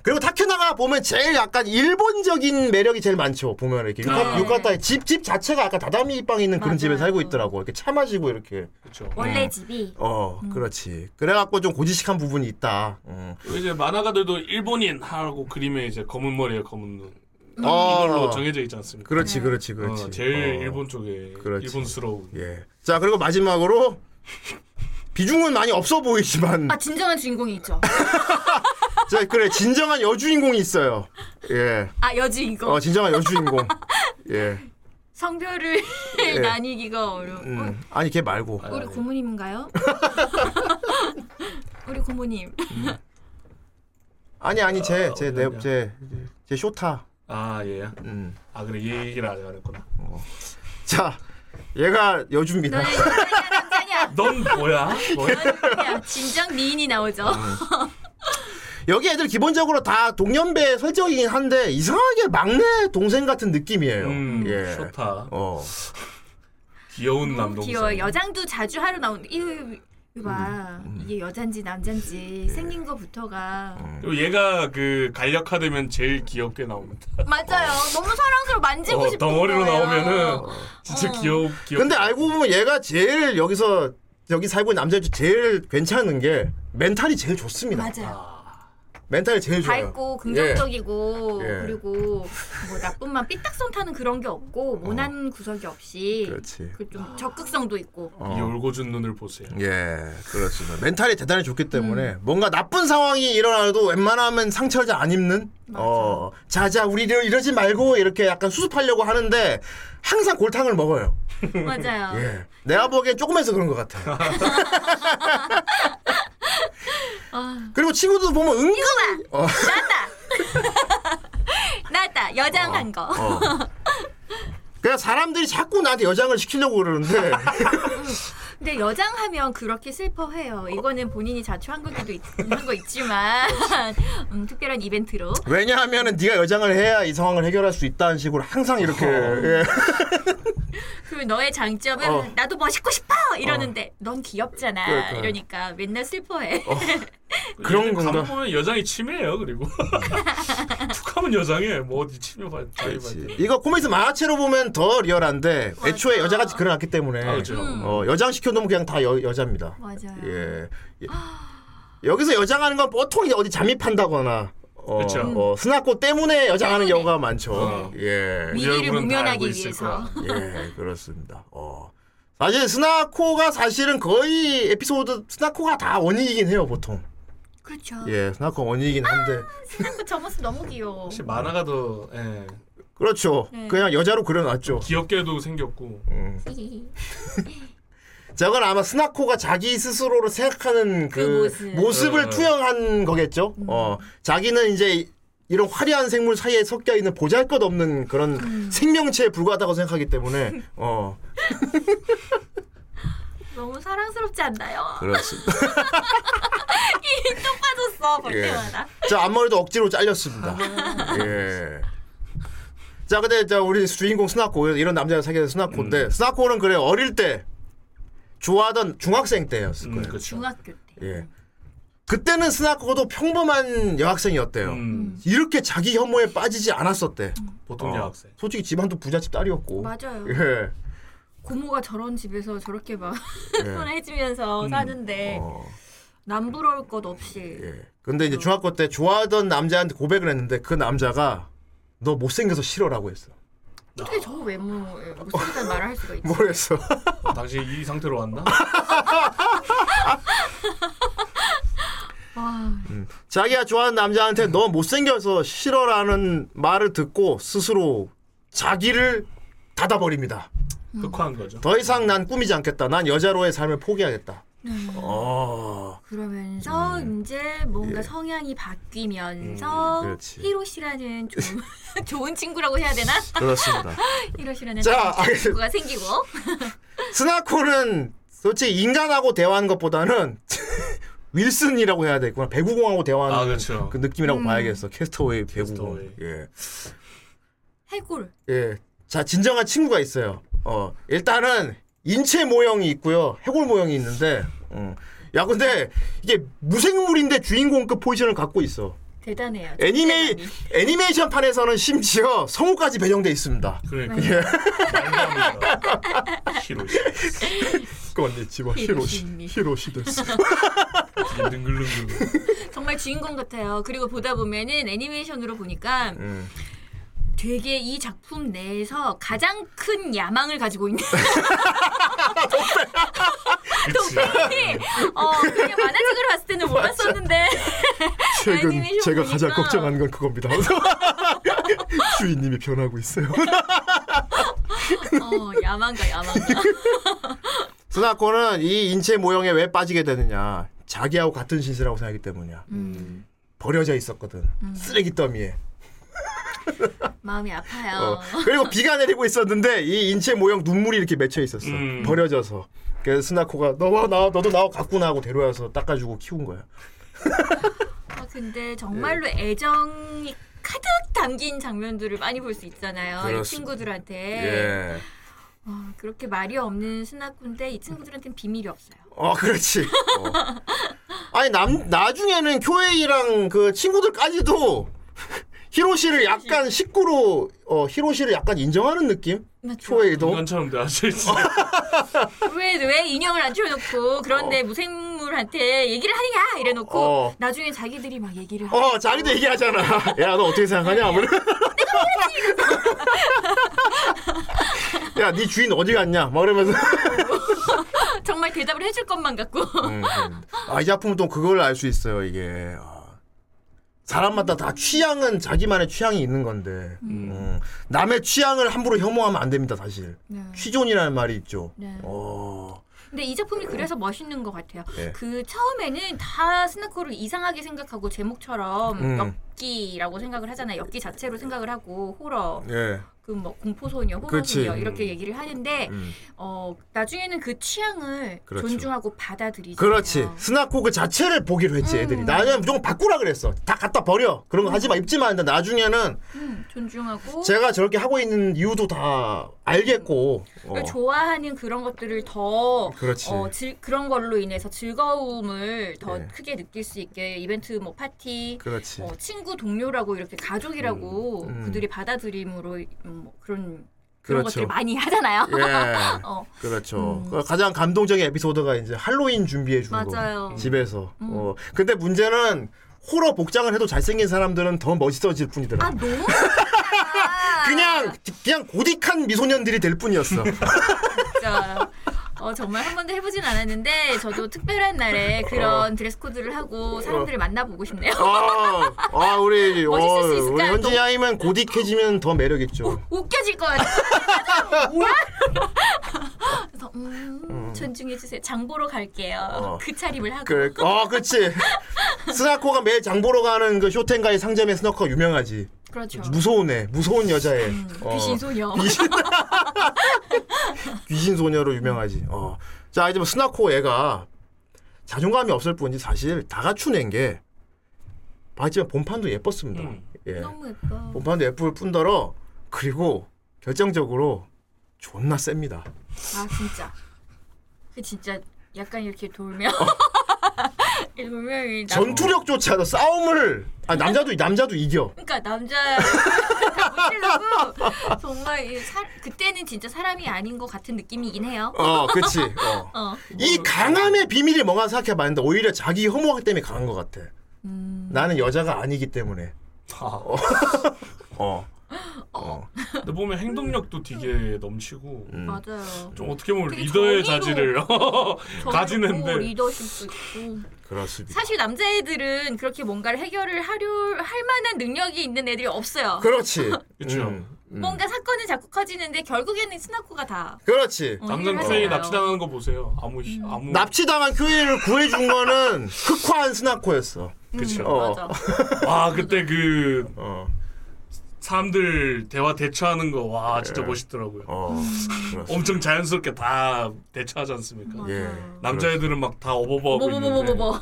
[SPEAKER 3] 그리고 타케나가 보면 제일 약간 일본적인 매력이 제일 많죠. 보면 이렇게
[SPEAKER 4] 네.
[SPEAKER 3] 유카타의 집, 집 자체가 아까 다다미 입방에 있는 그런
[SPEAKER 6] 맞아요.
[SPEAKER 3] 집에 살고 있더라고. 이렇게 차 마시고 이렇게.
[SPEAKER 4] 그렇죠.
[SPEAKER 6] 원래 집이
[SPEAKER 3] 어, 그렇지. 그래갖고 좀 고지식한 부분이 있다. 음.
[SPEAKER 4] 이제 만화가들도 일본인 하고 그림에 이제 검은 머리에 검은 눈 이걸로
[SPEAKER 3] 어,
[SPEAKER 4] 정해져 있지 않습니까?
[SPEAKER 6] 음.
[SPEAKER 3] 그렇지, 그렇지, 그렇지.
[SPEAKER 4] 어, 제일
[SPEAKER 3] 어.
[SPEAKER 4] 일본 쪽에
[SPEAKER 3] 그렇지.
[SPEAKER 4] 일본스러운
[SPEAKER 3] 예. 자 그리고 마지막으로 비중은 많이 없어 보이지만
[SPEAKER 6] 아 진정한 주인공이 있죠.
[SPEAKER 3] 자 그래 진정한 여주인공이 있어요. 예.
[SPEAKER 6] 아 여주 이거
[SPEAKER 3] 어 진정한 여주인공. 예.
[SPEAKER 6] 성별을 예. 나뉘기가 어려워. 어,
[SPEAKER 3] 음. 아니 걔 말고.
[SPEAKER 6] 우리 고모님인가요? 우리 고모님.
[SPEAKER 3] 아니 아니 쟤 쟤 내 쟤 쟤 쇼타.
[SPEAKER 4] 아 예.
[SPEAKER 3] 음.
[SPEAKER 4] 아 그래 이 얘기를 안 했구나.
[SPEAKER 3] 자 얘가 여주입니다.
[SPEAKER 6] 너는 인간이야, 남자냐?
[SPEAKER 4] 넌 뭐야? 뭐야?
[SPEAKER 6] 그냥 진정 미인이 나오죠.
[SPEAKER 3] 여기 애들 기본적으로 다 동년배 설정이긴 한데 이상하게 막내 동생 같은 느낌이에요.
[SPEAKER 4] 음,
[SPEAKER 3] 예.
[SPEAKER 4] 좋다.
[SPEAKER 3] 어.
[SPEAKER 4] 귀여운
[SPEAKER 6] 너무
[SPEAKER 4] 남동생.
[SPEAKER 6] 어, 귀여워. 여장도 자주 하러 나오는데 이거 이거 봐. 이게 여잔지 남잔지 생긴 거부터가
[SPEAKER 4] 그리고 얘가 그 갈력화되면 제일 귀엽게 나옵니다.
[SPEAKER 6] 맞아요. 너무 사랑스러워 만지고
[SPEAKER 4] 어,
[SPEAKER 6] 싶은
[SPEAKER 4] 덩어리로
[SPEAKER 6] 거예요. 어.
[SPEAKER 4] 나오면은 진짜 귀여워. 귀여워.
[SPEAKER 3] 근데 알고 보면 얘가 제일 여기서 여기 살고 있는 남자 중 제일 괜찮은 게 멘탈이 제일 좋습니다.
[SPEAKER 6] 맞아요.
[SPEAKER 3] 멘탈이 제일 좋아요.
[SPEAKER 6] 밝고 긍정적이고
[SPEAKER 3] 예.
[SPEAKER 6] 그리고 뭐 나뿐만 삐딱선 타는 그런 게 없고 모난 구석이 없이
[SPEAKER 3] 어. 그렇지.
[SPEAKER 6] 그좀 적극성도 있고
[SPEAKER 4] 이 울고준 눈을 보세요.
[SPEAKER 3] 예, 그렇습니다. 멘탈이 대단히 좋기 때문에
[SPEAKER 6] 음.
[SPEAKER 3] 뭔가 나쁜 상황이 일어나도 웬만하면 상처를 잘 안 입는. 어, 자자 우리 이러- 이러지 말고 이렇게 약간 수습하려고 하는데 항상 골탕을 먹어요.
[SPEAKER 6] 맞아요.
[SPEAKER 3] 예, 내가 보기엔 조금 해서 그런 것 같아.
[SPEAKER 6] 아.
[SPEAKER 3] 그리고 친구들 보면 은근 어,
[SPEAKER 6] 나다 여장한 거.
[SPEAKER 3] 어. 그냥 사람들이 자꾸 나한테 여장을 시키려고 그러는데
[SPEAKER 6] 근데 여장하면 그렇게
[SPEAKER 3] 어.
[SPEAKER 6] 슬퍼해요. 이거는 본인이 자초한 것도 있, 있는 거 있지만 음, 특별한 이벤트로
[SPEAKER 3] 왜냐하면은 네가 여장을 해야 이 상황을 해결할 수 있다는 식으로 항상 이렇게
[SPEAKER 4] 어,
[SPEAKER 3] 예.
[SPEAKER 6] 그리고 너의 장점은
[SPEAKER 3] 어.
[SPEAKER 6] 나도 멋있고 싶어 이러는데 넌 귀엽잖아
[SPEAKER 3] 그러니까. 어.
[SPEAKER 6] 이러니까 맨날 슬퍼해.
[SPEAKER 3] 그런
[SPEAKER 4] 얘는
[SPEAKER 3] 건가?
[SPEAKER 4] 가만 보면 여장이 치매예요. 그리고 툭하면 여장이에요. 뭐 어디 치매 발.
[SPEAKER 3] 그렇지. 이거 코믹스 만화체로 보면 더 리얼한데 애초에 여자같이 그려놨기 때문에
[SPEAKER 4] 아, 그렇죠.
[SPEAKER 3] 어, 여장 시켜놓으면 그냥 다 여, 여자입니다.
[SPEAKER 6] 음. 맞아요.
[SPEAKER 3] 예. 예. 여기서 여장하는 건 보통 이제 어디 잠입한다거나 어,
[SPEAKER 4] 그렇죠.
[SPEAKER 3] 어, 스나코 때문에 여장하는 경우가 많죠.
[SPEAKER 4] 어.
[SPEAKER 3] 예.
[SPEAKER 4] 이
[SPEAKER 6] 위기를
[SPEAKER 4] 얼굴은 다
[SPEAKER 6] 모면하기
[SPEAKER 4] 알고 있을
[SPEAKER 6] 위해서.
[SPEAKER 4] 거야.
[SPEAKER 3] 예, 그렇습니다. 어. 사실 스나코가 사실은 거의 에피소드 스나코가 다 원인이긴 해요, 보통.
[SPEAKER 6] 그렇죠. 아!
[SPEAKER 3] 예, 스나코 원인이긴 한데.
[SPEAKER 6] 스나코 저 모습 그 너무 귀여워.
[SPEAKER 4] 혹시 만화가 더 예.
[SPEAKER 3] 그렇죠.
[SPEAKER 6] 네.
[SPEAKER 3] 그냥 여자로 그려놨죠.
[SPEAKER 4] 귀엽게도 생겼고
[SPEAKER 3] 음. 저건 아마 스나코가 자기 스스로를 생각하는 그,
[SPEAKER 6] 그 모습. 음.
[SPEAKER 3] 모습. 을
[SPEAKER 4] 음.
[SPEAKER 3] 투영한 거겠죠. 어, 자기는 이제 이런 화려한 생물 사이에 섞여 있는 보잘것없는
[SPEAKER 6] 음.
[SPEAKER 3] 그런 생명체에 불과하다고 생각하기 때문에 어,
[SPEAKER 6] 부끄럽지 않나요?
[SPEAKER 3] 그렇습니다.
[SPEAKER 6] 빠졌어 볼
[SPEAKER 3] 예.
[SPEAKER 6] 때마다.
[SPEAKER 3] 자 앞머리도 억지로 잘렸습니다.
[SPEAKER 6] 아, 네.
[SPEAKER 3] 예. 자 근데 자 우리 주인공 스나코 이런 남자를 사귀는 스나코인데 스나코는 그래 어릴 때 좋아하던 중학생 때였을 거예요.
[SPEAKER 4] 그렇죠.
[SPEAKER 6] 중학교 때.
[SPEAKER 3] 예. 그때는 스나코도 평범한 여학생이었대요.
[SPEAKER 4] 음,
[SPEAKER 3] 이렇게 자기 혐오에 빠지지 않았었대.
[SPEAKER 4] 보통
[SPEAKER 3] 어.
[SPEAKER 4] 여학생.
[SPEAKER 3] 솔직히 집안도 부잣집 딸이었고.
[SPEAKER 6] 맞아요.
[SPEAKER 3] 예.
[SPEAKER 6] 고모가 저런 집에서 저렇게 막
[SPEAKER 3] 예.
[SPEAKER 6] 손해지면서 사는데
[SPEAKER 3] 어,
[SPEAKER 6] 남부러울 것 없이
[SPEAKER 3] 예. 근데 이제 중학교 때 좋아하던 남자한테 고백을 했는데 그 남자가 너 못생겨서 싫어라고 했어.
[SPEAKER 6] 어떻게 저 외모에 무슨 말을 할 수가 있지?
[SPEAKER 3] 뭘 했어?
[SPEAKER 4] 어, 당신 이 상태로 왔나?
[SPEAKER 6] 와,
[SPEAKER 3] 자기가 좋아하는 남자한테 너 못생겨서 싫어라는 말을 듣고 스스로 자기를 닫아버립니다.
[SPEAKER 6] 음.
[SPEAKER 4] 극화한 거죠.
[SPEAKER 3] 더 이상 난 꾸미지 않겠다. 난 여자로의 삶을 포기하겠다.
[SPEAKER 6] 음.
[SPEAKER 3] 어,
[SPEAKER 6] 그러면서 이제 뭔가 성향이
[SPEAKER 3] 예.
[SPEAKER 6] 바뀌면서
[SPEAKER 3] 음, 그렇지.
[SPEAKER 6] 히로시라는 좀 좋은 친구라고 해야 되나?
[SPEAKER 3] 그렇습니다.
[SPEAKER 6] 히로시라는
[SPEAKER 3] 자,
[SPEAKER 6] 좋은 친구가 생기고
[SPEAKER 3] 스나코는 솔직히 인간하고 대화하는 것보다는 윌슨이라고 해야 되겠구나. 배구공하고 대화하는
[SPEAKER 4] 아, 그렇죠.
[SPEAKER 3] 그
[SPEAKER 6] 음.
[SPEAKER 3] 느낌이라고 봐야겠어. 캐스터웨이 배구공.
[SPEAKER 4] 캐스터웨이.
[SPEAKER 3] 예.
[SPEAKER 6] 해골
[SPEAKER 3] 예. 자, 진정한 친구가 있어요. 어, 일단은 인체 모형이 있고요. 해골 모형이 있는데, 음. 야, 근데 이게 무생물인데 주인공급 그 포지션을 갖고 있어.
[SPEAKER 6] 대단해요.
[SPEAKER 3] 애니메이,
[SPEAKER 6] 존재감이.
[SPEAKER 3] 애니메이션판에서는 심지어 성우까지 배정돼 있습니다.
[SPEAKER 4] 그러니까.
[SPEAKER 6] 네.
[SPEAKER 4] 말도 안 돼요. 히로시.
[SPEAKER 3] 그 언니 지금
[SPEAKER 6] 히로시. 히로시님.
[SPEAKER 3] 히로시 됐어.
[SPEAKER 4] 이게 능글능글.
[SPEAKER 6] 정말 주인공 같아요. 그리고 보다 보면은 애니메이션으로 보니까
[SPEAKER 3] 음.
[SPEAKER 6] 되게 이 작품 내에서 가장 큰 야망을 가지고 있는 동생이 어 그냥 만화책으로 봤을 때는 몰랐었는데 애니메이션 보니까.
[SPEAKER 3] 건 그겁니다. 주인님이 변하고 있어요.
[SPEAKER 6] 어 야망가 야망가
[SPEAKER 3] 스나코는 이 인체 모형에 왜 빠지게 되느냐. 자기하고 같은 신세라고 생각하기 때문이야. 버려져 있었거든. 쓰레기 더미에.
[SPEAKER 6] 마음이
[SPEAKER 3] 어.
[SPEAKER 6] 아파요.
[SPEAKER 3] 그리고 비가 내리고 있었는데 이 인체 모형 눈물이 이렇게 맺혀 있었어.
[SPEAKER 4] 음.
[SPEAKER 3] 버려져서. 그래서 스나코가 너와 나 너도 나와 같구나 하고 데려와서 닦아주고 키운 거야.
[SPEAKER 6] 아, 근데 정말로
[SPEAKER 3] 네.
[SPEAKER 6] 애정이 가득 담긴 장면들을 많이 볼 수 있잖아요. 이
[SPEAKER 3] 그렇습니다.
[SPEAKER 6] 친구들한테
[SPEAKER 3] 예.
[SPEAKER 6] 어, 그렇게 말이 없는 스나쿤데 이 친구들한테는 비밀이 없어요.
[SPEAKER 3] 어, 그렇지. 어. 아니 남 나중에는 쿄에이랑 그 친구들까지도 히로시를 약간 식구로 어, 히로시를 약간 인정하는 느낌?
[SPEAKER 6] 맞죠?
[SPEAKER 3] 쿄에이도.
[SPEAKER 4] 인간처럼 대하실
[SPEAKER 3] 어.
[SPEAKER 4] 수
[SPEAKER 6] 왜, 왜 인형을 안 치워놓고 그런데 무생물한테 얘기를 하느냐 이래놓고
[SPEAKER 3] 어.
[SPEAKER 6] 나중에 자기들이 막 얘기를 하고
[SPEAKER 3] 어, 자기도 얘기하잖아. 야, 너 어떻게 생각하냐? 뭐 아무래. 야, 네 주인 어디 갔냐? 막 이러면서.
[SPEAKER 6] 정말 대답을 해줄 것만 같고
[SPEAKER 3] 음, 음. 아, 이 작품은 또 그걸 알 수 있어요, 이게. 아, 사람마다 다 취향은 자기만의 취향이 있는 건데, 음, 남의 취향을 함부로 혐오하면 안 됩니다, 사실.
[SPEAKER 6] 네.
[SPEAKER 3] 취존이라는 말이 있죠.
[SPEAKER 6] 네.
[SPEAKER 3] 어,
[SPEAKER 6] 근데 이 작품이 그래서 멋있는 것 같아요.
[SPEAKER 3] 예.
[SPEAKER 6] 그 처음에는 다 스나코를 이상하게 생각하고 제목처럼
[SPEAKER 3] 음.
[SPEAKER 6] 엽기라고 생각을 하잖아요. 엽기 자체로 생각을 하고 호러,
[SPEAKER 3] 예.
[SPEAKER 6] 그 뭐 공포 소녀, 호러
[SPEAKER 3] 그치.
[SPEAKER 6] 소녀 이렇게 얘기를 하는데
[SPEAKER 3] 음.
[SPEAKER 6] 어 나중에는 그 취향을
[SPEAKER 3] 그렇죠.
[SPEAKER 6] 존중하고 받아들이죠. 음.
[SPEAKER 3] 그렇지. 스나코 그 자체를 보기로 했지, 애들이. 나는 무조건 바꾸라 그랬어. 다 갖다 버려. 그런 거 하지 마, 입지 마. 근데 나중에는
[SPEAKER 6] 음, 존중하고
[SPEAKER 3] 제가 저렇게 하고 있는 이유도 다 알겠고. 어.
[SPEAKER 6] 그걸 좋아하는 그런 것들을 더
[SPEAKER 3] 그렇지.
[SPEAKER 6] 어, 즐- 그런 걸로 인해서 즐거움을 더
[SPEAKER 3] 예.
[SPEAKER 6] 크게 느낄 수 있게 이벤트 뭐 파티
[SPEAKER 3] 그렇지.
[SPEAKER 6] 어, 친구 동료라고 이렇게 가족이라고
[SPEAKER 3] 네. 음.
[SPEAKER 6] 그들이 받아들임으로 음, 뭐 그런 그런
[SPEAKER 3] 그렇죠.
[SPEAKER 6] 것들 많이 하잖아요.
[SPEAKER 3] 예.
[SPEAKER 6] 어,
[SPEAKER 3] 그렇죠.
[SPEAKER 6] 음.
[SPEAKER 3] 그 가장 감동적인 에피소드가 이제 할로윈 준비해 준
[SPEAKER 6] 맞아요.
[SPEAKER 3] 거. 집에서.
[SPEAKER 6] 음.
[SPEAKER 3] 어. 근데 문제는 호러 복장을 해도 잘생긴 사람들은 더 멋있어질 뿐이더라.
[SPEAKER 6] 아
[SPEAKER 3] 고
[SPEAKER 6] 너무 아.
[SPEAKER 3] 그냥 그냥 고딕한 미소년들이 될 뿐이었어.
[SPEAKER 6] 진짜. 어, 정말 한 번도 해보진 않았는데 저도 특별한 날에
[SPEAKER 3] 어.
[SPEAKER 6] 그런 드레스 코드를 하고 사람들을 만나보고 싶네요.
[SPEAKER 3] 아, 아 우리 어,
[SPEAKER 6] 멋있을 수 있을까요?
[SPEAKER 3] 우리 현진이 아이면 고딕해지면 더 매력 있죠.
[SPEAKER 6] 웃겨질 것 같아. 뭐야? 그래서 음, 존중해 주세요. 장 보러 갈게요.
[SPEAKER 3] 어.
[SPEAKER 6] 그 차림을 하고.
[SPEAKER 3] 그래. 어, 그렇지. 스나코가 매일 장 보러 가는 그 쇼텐가의 상점에 스나코가 유명하지.
[SPEAKER 6] 그렇죠. 그
[SPEAKER 3] 무서운 애, 무서운 여자애. 어.
[SPEAKER 6] 귀신 음, 소녀.
[SPEAKER 3] 귀신. 귀신 소녀로 유명하지. 어. 자 이제 뭐 스나코 애가 자존감이 없을 뿐이지 사실 다 갖춘 애인 게 봤지만 본판도 예뻤습니다.
[SPEAKER 4] 음.
[SPEAKER 3] 예.
[SPEAKER 6] 너무 예뻐.
[SPEAKER 3] 본판도 예쁠 뿐더러 그리고 결정적으로 존나 셉니다.
[SPEAKER 6] 아 진짜. 그 진짜 약간 이렇게 돌면 이 돌면이 남-
[SPEAKER 3] 전투력조차도 싸움을 아 남자도 남자도 이겨.
[SPEAKER 6] 그러니까 남자 못치려고 정말 이 사, 그때는 진짜 사람이 아닌 것 같은 느낌이긴 해요.
[SPEAKER 3] 어, 그치. 어.
[SPEAKER 6] 어.
[SPEAKER 3] 이 강함의 비밀이 뭔가 생각해봤는데 오히려 자기 혐오하기 때문에 강한 것 같아.
[SPEAKER 6] 음,
[SPEAKER 3] 나는 여자가 아니기 때문에.
[SPEAKER 4] 아,
[SPEAKER 3] 어. 어.
[SPEAKER 4] 근데 보면 행동력도 되게 넘치고
[SPEAKER 3] 음.
[SPEAKER 6] 맞아요.
[SPEAKER 4] 좀 어떻게 보면
[SPEAKER 6] 되게
[SPEAKER 4] 리더의
[SPEAKER 6] 정의로-
[SPEAKER 4] 자질을
[SPEAKER 6] 저도
[SPEAKER 4] 가지는데. 네.
[SPEAKER 6] 있고, 뭐 리더십도 있고.
[SPEAKER 3] 그렇습니다.
[SPEAKER 6] 사실 남자애들은 그렇게 뭔가를 해결을 하려 할 만한 능력이 있는 애들이 없어요.
[SPEAKER 3] 그렇지.
[SPEAKER 4] 그쵸.
[SPEAKER 3] 음, 음.
[SPEAKER 6] 뭔가 사건은 자꾸 커지는데 결국에는 스나코가 다.
[SPEAKER 3] 그렇지.
[SPEAKER 4] 남자
[SPEAKER 6] 해결하잖아요. 음.
[SPEAKER 4] 학생이 납치당하는 거 보세요. 아무 히- 아무
[SPEAKER 3] 납치당한 큐이를 구해준 거는 흑화한 스나코였어.
[SPEAKER 4] 그쵸.
[SPEAKER 3] 어.
[SPEAKER 6] 맞아.
[SPEAKER 4] 와 그때 그
[SPEAKER 3] 어.
[SPEAKER 4] 사람들 대화 대처하는 거 와 진짜
[SPEAKER 3] 예.
[SPEAKER 4] 멋있더라고요.
[SPEAKER 6] 음.
[SPEAKER 3] 어. 그렇습니다.
[SPEAKER 4] 엄청 자연스럽게 다 대처하지 않습니까?
[SPEAKER 6] 어.
[SPEAKER 3] 예.
[SPEAKER 4] 남자애들은 막 다 어버버하고 있는데
[SPEAKER 6] 음. 뭐, 뭐뭐뭐뭐뭐.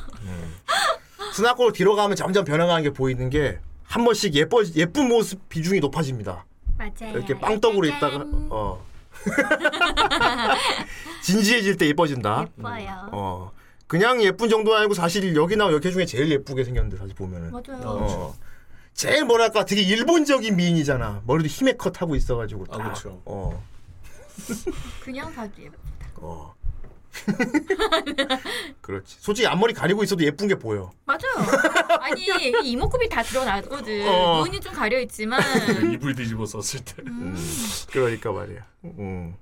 [SPEAKER 3] 스나코로 뒤로 가면 점점 변화가는 게 보이는 게 한 번씩 예뻐 예쁜 모습 비중이 높아집니다.
[SPEAKER 6] 맞아요.
[SPEAKER 3] 이렇게 빵떡으로 있다가 어 진지해질 때 예뻐진다.
[SPEAKER 6] 예뻐요.
[SPEAKER 3] 어 그냥 예쁜 정도 아니고 사실 여기 나온 여캐 중에 제일 예쁘게 생겼는데 사실 보면은
[SPEAKER 6] 맞아요.
[SPEAKER 3] 어 제일 뭐랄까 되게 일본적인 미인이잖아. 머리도 힘에 컷 하고 있어가지고
[SPEAKER 4] 아,
[SPEAKER 6] 뭐.
[SPEAKER 3] 딱,
[SPEAKER 4] 그렇죠.
[SPEAKER 3] 어
[SPEAKER 6] 그냥 봐도 예뻐.
[SPEAKER 3] 어. 그렇지. 솔직히 앞머리 가리고 있어도 예쁜 게 보여.
[SPEAKER 6] 맞아요. 아니 이 이목구비 다 드러나거든.
[SPEAKER 3] 어.
[SPEAKER 6] 눈이 좀 가려 있지만
[SPEAKER 4] 이불 뒤집어 썼을 때
[SPEAKER 6] 음.
[SPEAKER 3] 그러니까 말이야. 음.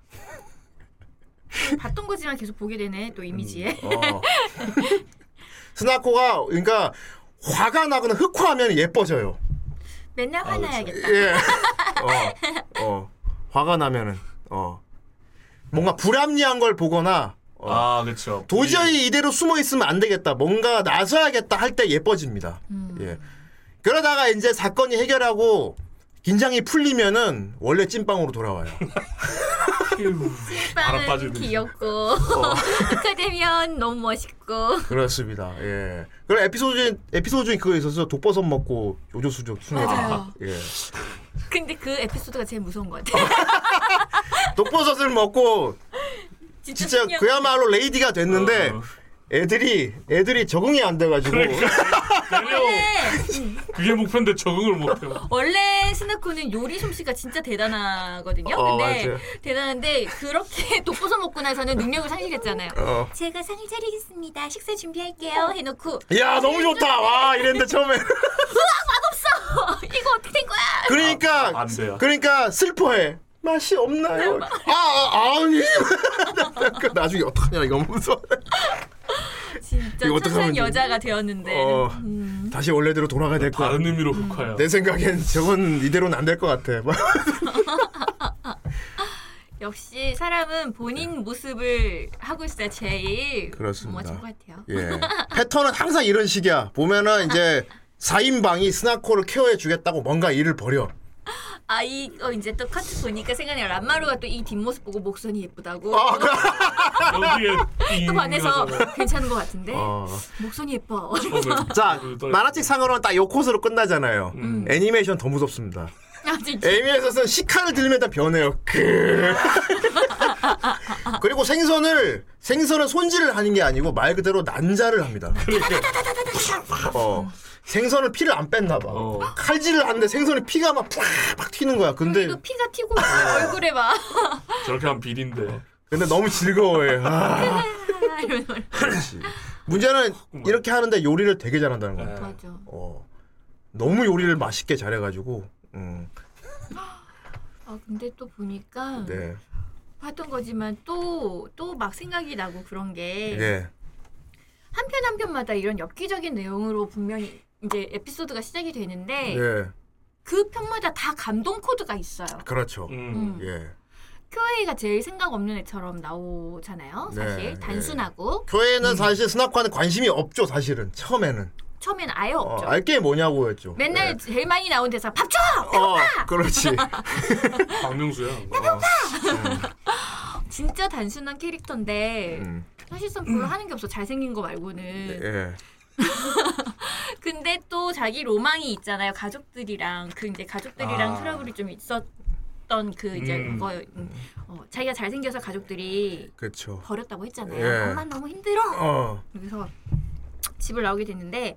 [SPEAKER 6] 봤던 거지만 계속 보게 되네 또 이미지에.
[SPEAKER 3] 어. 스나코가 그러니까 화가 나거나 흑화하면 예뻐져요.
[SPEAKER 6] 맨날 화나야겠다.
[SPEAKER 3] 예. 어, 어. 화가 나면은 어. 뭔가 불합리한 걸 보거나 어.
[SPEAKER 4] 아 그렇죠
[SPEAKER 3] 도저히 이대로 숨어 있으면 안 되겠다. 뭔가 나서야겠다 할 때 예뻐집니다.
[SPEAKER 6] 음.
[SPEAKER 3] 예. 그러다가 이제 사건이 해결하고 긴장이 풀리면은 원래 찐빵으로 돌아와요.
[SPEAKER 4] 알아
[SPEAKER 6] 빵은
[SPEAKER 4] 빠지듯이.
[SPEAKER 6] 귀엽고
[SPEAKER 3] 어.
[SPEAKER 6] 아카데미언 너무 멋있고
[SPEAKER 3] 그렇습니다. 예. 그리고 에피소드 중에- 에피소드 중에 그거 있어서 독버섯 먹고 요조수족 순회.
[SPEAKER 6] 맞아요.
[SPEAKER 3] 예.
[SPEAKER 6] 근데 그 에피소드가 제일 무서운 것
[SPEAKER 3] 어,
[SPEAKER 6] 같아.
[SPEAKER 3] 독버섯을 먹고
[SPEAKER 6] 진짜,
[SPEAKER 3] 진짜
[SPEAKER 6] 신기한-
[SPEAKER 3] 그야말로 레이디가 됐는데
[SPEAKER 4] 어.
[SPEAKER 3] 애들이 애들이 적응이 안 돼가지고
[SPEAKER 4] 그러니까. 달려
[SPEAKER 6] 원래-
[SPEAKER 4] 그게 목표인데 적응을 못해
[SPEAKER 3] 어.
[SPEAKER 6] 원래 스나코는 요리 솜씨가 진짜 대단하거든요.
[SPEAKER 3] 어,
[SPEAKER 6] 근데
[SPEAKER 3] 맞아요.
[SPEAKER 6] 대단한데 그렇게 독보서 먹고 나서는 능력을 상실했잖아요.
[SPEAKER 3] 어.
[SPEAKER 6] 제가 상을 차리겠습니다. 식사 준비할게요. 해놓고
[SPEAKER 3] 야 너무 좋다 와 이랬는데 처음에
[SPEAKER 6] 이거 어떻게 된 거야?
[SPEAKER 3] 그러니까
[SPEAKER 4] 아, 안 돼요.
[SPEAKER 3] 그러니까 슬퍼해 맛이 없나요? 아, 아 아니 그 나중에 어떡하냐 이거 무서워
[SPEAKER 6] 진짜
[SPEAKER 3] 이거 어떡하면
[SPEAKER 6] 천상
[SPEAKER 3] 좀-
[SPEAKER 6] 여자가 되었는데
[SPEAKER 3] 어, 다시 원래대로 돌아가야 될 거야
[SPEAKER 4] 다른 의미로
[SPEAKER 6] 음.
[SPEAKER 4] 흑화야
[SPEAKER 3] 내 생각엔 저건 이대로는 안 될 것 같아 뭐.
[SPEAKER 6] 역시 사람은 본인 모습을 하고 있어야
[SPEAKER 3] 네.
[SPEAKER 6] 제일
[SPEAKER 3] 그렇습니다.
[SPEAKER 6] 멋진 것 같아요.
[SPEAKER 3] 예. 패턴은 항상 이런 식이야 보면은 이제 4인방이 스나코를 케어해 주겠다고 뭔가 일을 벌여
[SPEAKER 6] 아 이거 이제 또 카트 보니까 생각나요. 람마루가 또 이 뒷모습 보고 목선이 예쁘다고
[SPEAKER 3] 아,
[SPEAKER 4] 여기에
[SPEAKER 6] 또 반해서 괜찮은 것 같은데
[SPEAKER 3] 어.
[SPEAKER 6] 목선이 예뻐.
[SPEAKER 4] 어, 그
[SPEAKER 3] 자 만화책 상으로는 딱 요 코스로 끝나잖아요. 애니메이션 더 무섭습니다.
[SPEAKER 6] 아, 진짜.
[SPEAKER 3] 애니메이션은 시카를 들면 다 변해요. 그 그리고 생선을 생선은 손질을 하는 게 아니고 말 그대로 난자를 합니다. 어. 생선을 피를 안 뺐나 봐.
[SPEAKER 4] 어.
[SPEAKER 3] 칼질을 하는데 생선에 피가 막팍팍 튀는 거야. 근데 네.
[SPEAKER 6] 이거 피가 튀고 있어 얼굴에 막
[SPEAKER 4] 저렇게 하면 비린데
[SPEAKER 3] 근데 너무 즐거워해. 아.
[SPEAKER 6] 이러면서
[SPEAKER 3] 네. 문제는 이렇게 하는데 요리를 되게 잘한다는 거야.
[SPEAKER 6] 맞아.
[SPEAKER 3] 어. 너무 요리를 맛있게 잘해가지고. 음.
[SPEAKER 6] 아 근데 또 보니까
[SPEAKER 3] 네.
[SPEAKER 6] 봤던 거지만 또 또 막 생각이 나고 그런 게
[SPEAKER 3] 네.
[SPEAKER 6] 한 편 한 편마다 이런 엽기적인 내용으로 분명히 이제 에피소드가 시작이 되는데
[SPEAKER 3] 예.
[SPEAKER 6] 그 편마다 다 감동 코드가 있어요.
[SPEAKER 3] 그렇죠.
[SPEAKER 4] 음.
[SPEAKER 3] 예.
[SPEAKER 6] 큐에이가 제일 생각 없는 애처럼 나오잖아요. 사실
[SPEAKER 3] 네,
[SPEAKER 6] 단순하고 음.
[SPEAKER 3] 교회는 사실 스나코한테 관심이 없죠, 사실은. 처음에는.
[SPEAKER 6] 처음엔 아예
[SPEAKER 3] 어, 네.
[SPEAKER 6] 없죠.
[SPEAKER 3] 알게 뭐냐고 했죠.
[SPEAKER 6] 맨날 제일 많이 나온 대사 밥 줘!
[SPEAKER 3] 네. 어, 그렇지.
[SPEAKER 4] 박명수야.
[SPEAKER 6] 음. 진짜 단순한 캐릭터인데
[SPEAKER 3] 음,
[SPEAKER 6] 사실상 별로 하는 게 없어 잘생긴 거 말고는
[SPEAKER 3] 예.
[SPEAKER 6] 근데 또 자기 로망이 있잖아요 가족들이랑 그 이제 가족들이랑
[SPEAKER 4] 아.
[SPEAKER 6] 트러블이 좀 있었던 그 이제
[SPEAKER 4] 음.
[SPEAKER 6] 그거 음, 어, 자기가 잘생겨서 가족들이
[SPEAKER 3] 그렇죠.
[SPEAKER 6] 버렸다고 했잖아요
[SPEAKER 3] 예.
[SPEAKER 6] 엄마 너무 힘들어
[SPEAKER 3] 어.
[SPEAKER 6] 그래서 집을 나오게 됐는데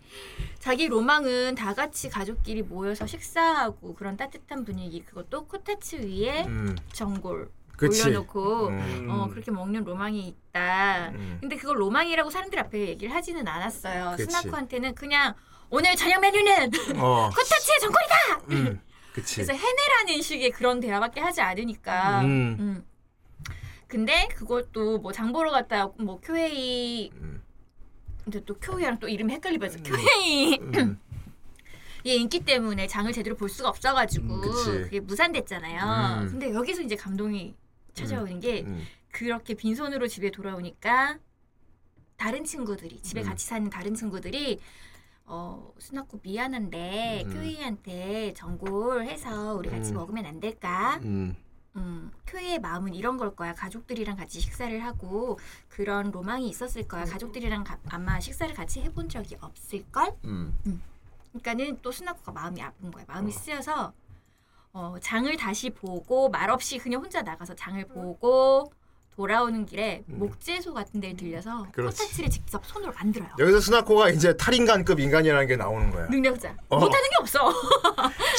[SPEAKER 6] 자기 로망은 다 같이 가족끼리 모여서 식사하고 그런 따뜻한 분위기 그것도 코타츠 위에
[SPEAKER 3] 음.
[SPEAKER 6] 전골
[SPEAKER 3] 그치.
[SPEAKER 6] 올려놓고
[SPEAKER 3] 음.
[SPEAKER 6] 어 그렇게 먹는 로망이 있다.
[SPEAKER 3] 음.
[SPEAKER 6] 근데 그걸 로망이라고 사람들 앞에 얘기를 하지는 않았어요.
[SPEAKER 3] 그치.
[SPEAKER 6] 스나코한테는 그냥 오늘 저녁 메뉴는
[SPEAKER 3] 어.
[SPEAKER 6] 코타치의 전골이다.
[SPEAKER 3] 음. 그치.
[SPEAKER 6] 그래서 해내라는 식의 그런 대화밖에 하지 않으니까.
[SPEAKER 3] 음.
[SPEAKER 6] 음. 근데 그걸 또 뭐 장보러 갔다 뭐 쿄헤이
[SPEAKER 3] 음.
[SPEAKER 6] 근데 또 쿄헤이랑 또 이름이 헷갈리면서 쿄헤이
[SPEAKER 3] 음.
[SPEAKER 6] 얘 인기 때문에 장을 제대로 볼 수가 없어가지고
[SPEAKER 3] 음, 그치.
[SPEAKER 6] 그게 무산됐잖아요.
[SPEAKER 3] 음.
[SPEAKER 6] 근데 여기서 이제 감동이 찾아오는 게
[SPEAKER 3] 음.
[SPEAKER 6] 그렇게 빈손으로 집에 돌아오니까 다른 친구들이 집에
[SPEAKER 3] 음.
[SPEAKER 6] 같이 사는 다른 친구들이 어 스나코 미안한데
[SPEAKER 3] 음.
[SPEAKER 6] 쿄이한테 전골해서 우리 같이
[SPEAKER 3] 음.
[SPEAKER 6] 먹으면 안 될까?
[SPEAKER 3] 음.
[SPEAKER 6] 음, 쿄이의 마음은 이런 걸 거야. 가족들이랑 같이 식사를 하고 그런 로망이 있었을
[SPEAKER 3] 음.
[SPEAKER 6] 거야. 가족들이랑 가- 아마 식사를 같이 해본 적이 없을 걸.
[SPEAKER 3] 음.
[SPEAKER 6] 그러니까는 또 스나코가 마음이 아픈 거야. 마음이 쓰여서 어, 장을 다시 보고 말없이 그냥 혼자 나가서 장을
[SPEAKER 3] 음.
[SPEAKER 6] 보고 돌아오는 길에 목재소 같은 데를 들려서
[SPEAKER 3] 음. 그렇지.
[SPEAKER 6] 코타치를 직접 손으로 만들어요.
[SPEAKER 3] 여기서 스나코가 이제 탈인간급 인간이라는 게 나오는 거야.
[SPEAKER 6] 능력자.
[SPEAKER 3] 어.
[SPEAKER 6] 못하는 게 없어.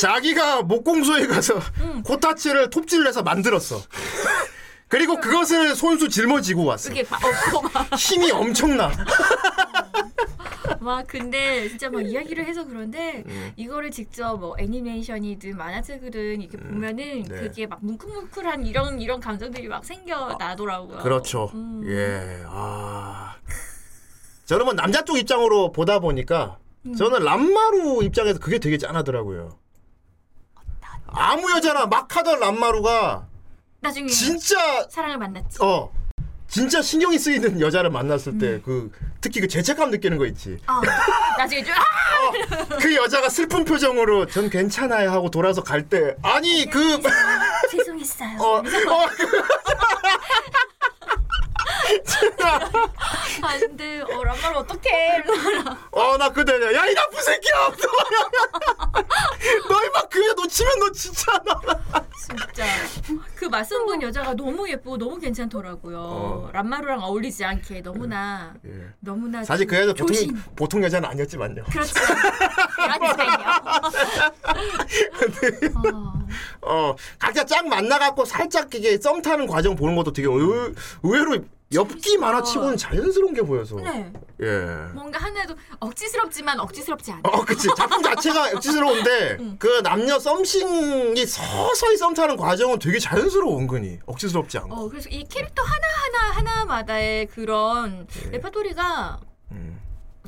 [SPEAKER 3] 자기가 목공소에 가서
[SPEAKER 6] 음.
[SPEAKER 3] 코타치를 톱질해서 만들었어. 그리고 그것을 손수 짊어지고 왔어.
[SPEAKER 6] 그게 막 없고 막.
[SPEAKER 3] 힘이 엄청나.
[SPEAKER 6] 막 근데 진짜 막 이야기를 해서 그런데
[SPEAKER 3] 음.
[SPEAKER 6] 이거를 직접 뭐 애니메이션이든 만화책이든 이렇게 보면은
[SPEAKER 3] 네.
[SPEAKER 6] 그게 막 뭉클뭉클한 이런 이런 감정들이 막 생겨나더라고요.
[SPEAKER 3] 어. 그렇죠.
[SPEAKER 6] 음.
[SPEAKER 3] 예. 아. 저는 뭐 남자 쪽 입장으로 보다 보니까 저는 람마루 입장에서 그게 되게 짠하더라고요. 아무 여자나 막 하던 람마루가
[SPEAKER 6] 나중에
[SPEAKER 3] 음. 진짜
[SPEAKER 6] 사랑을 만났지.
[SPEAKER 3] 어 진짜 신경이 쓰이는 여자를 만났을 때 그 특히 그 죄책감 느끼는 거 있지.
[SPEAKER 6] 어. 나중에 좀 아!
[SPEAKER 3] 그 여자가 슬픈 표정으로 전 괜찮아요 하고 돌아서 갈 때 아니 그
[SPEAKER 6] 죄송했어요.
[SPEAKER 3] 어, 어,
[SPEAKER 6] 아 근데 어 람마를 어떡해
[SPEAKER 3] 어, 나 그대냐. 야, 이 나쁜 새끼야! 너 이만 그 여자 놓치면 너 진짜 나.
[SPEAKER 6] 진짜 그 맞선 분 여자가 너무 예쁘고 너무 괜찮더라고요
[SPEAKER 3] 어.
[SPEAKER 6] 람마루랑 어울리지 않게 너무나
[SPEAKER 3] 예.
[SPEAKER 6] 너무나
[SPEAKER 3] 사실 그 여자 보통,
[SPEAKER 6] 조신
[SPEAKER 3] 보통 여자는 아니었지만요.
[SPEAKER 6] 그렇지 그런 스타일이요 어,
[SPEAKER 3] 어, 각자 짝 만나갖고 살짝 이게 썸 타는 과정 보는 것도 되게 의, 의외로 엽기 만화치고는 자연스러운 게 보여서.
[SPEAKER 6] 네
[SPEAKER 3] 예.
[SPEAKER 6] 뭔가 하나도 억지스럽지만 억지스럽지 않아
[SPEAKER 3] 어, 그치. 작품 자체가 억지스러운데, 그 남녀 썸씽이 서서히 썸 타는 과정은 되게 자연스러워, 은근히. 억지스럽지 않고.
[SPEAKER 6] 어 그래서 이 캐릭터 하나하나 하나마다의 그런
[SPEAKER 3] 네.
[SPEAKER 6] 레파토리가
[SPEAKER 3] 음.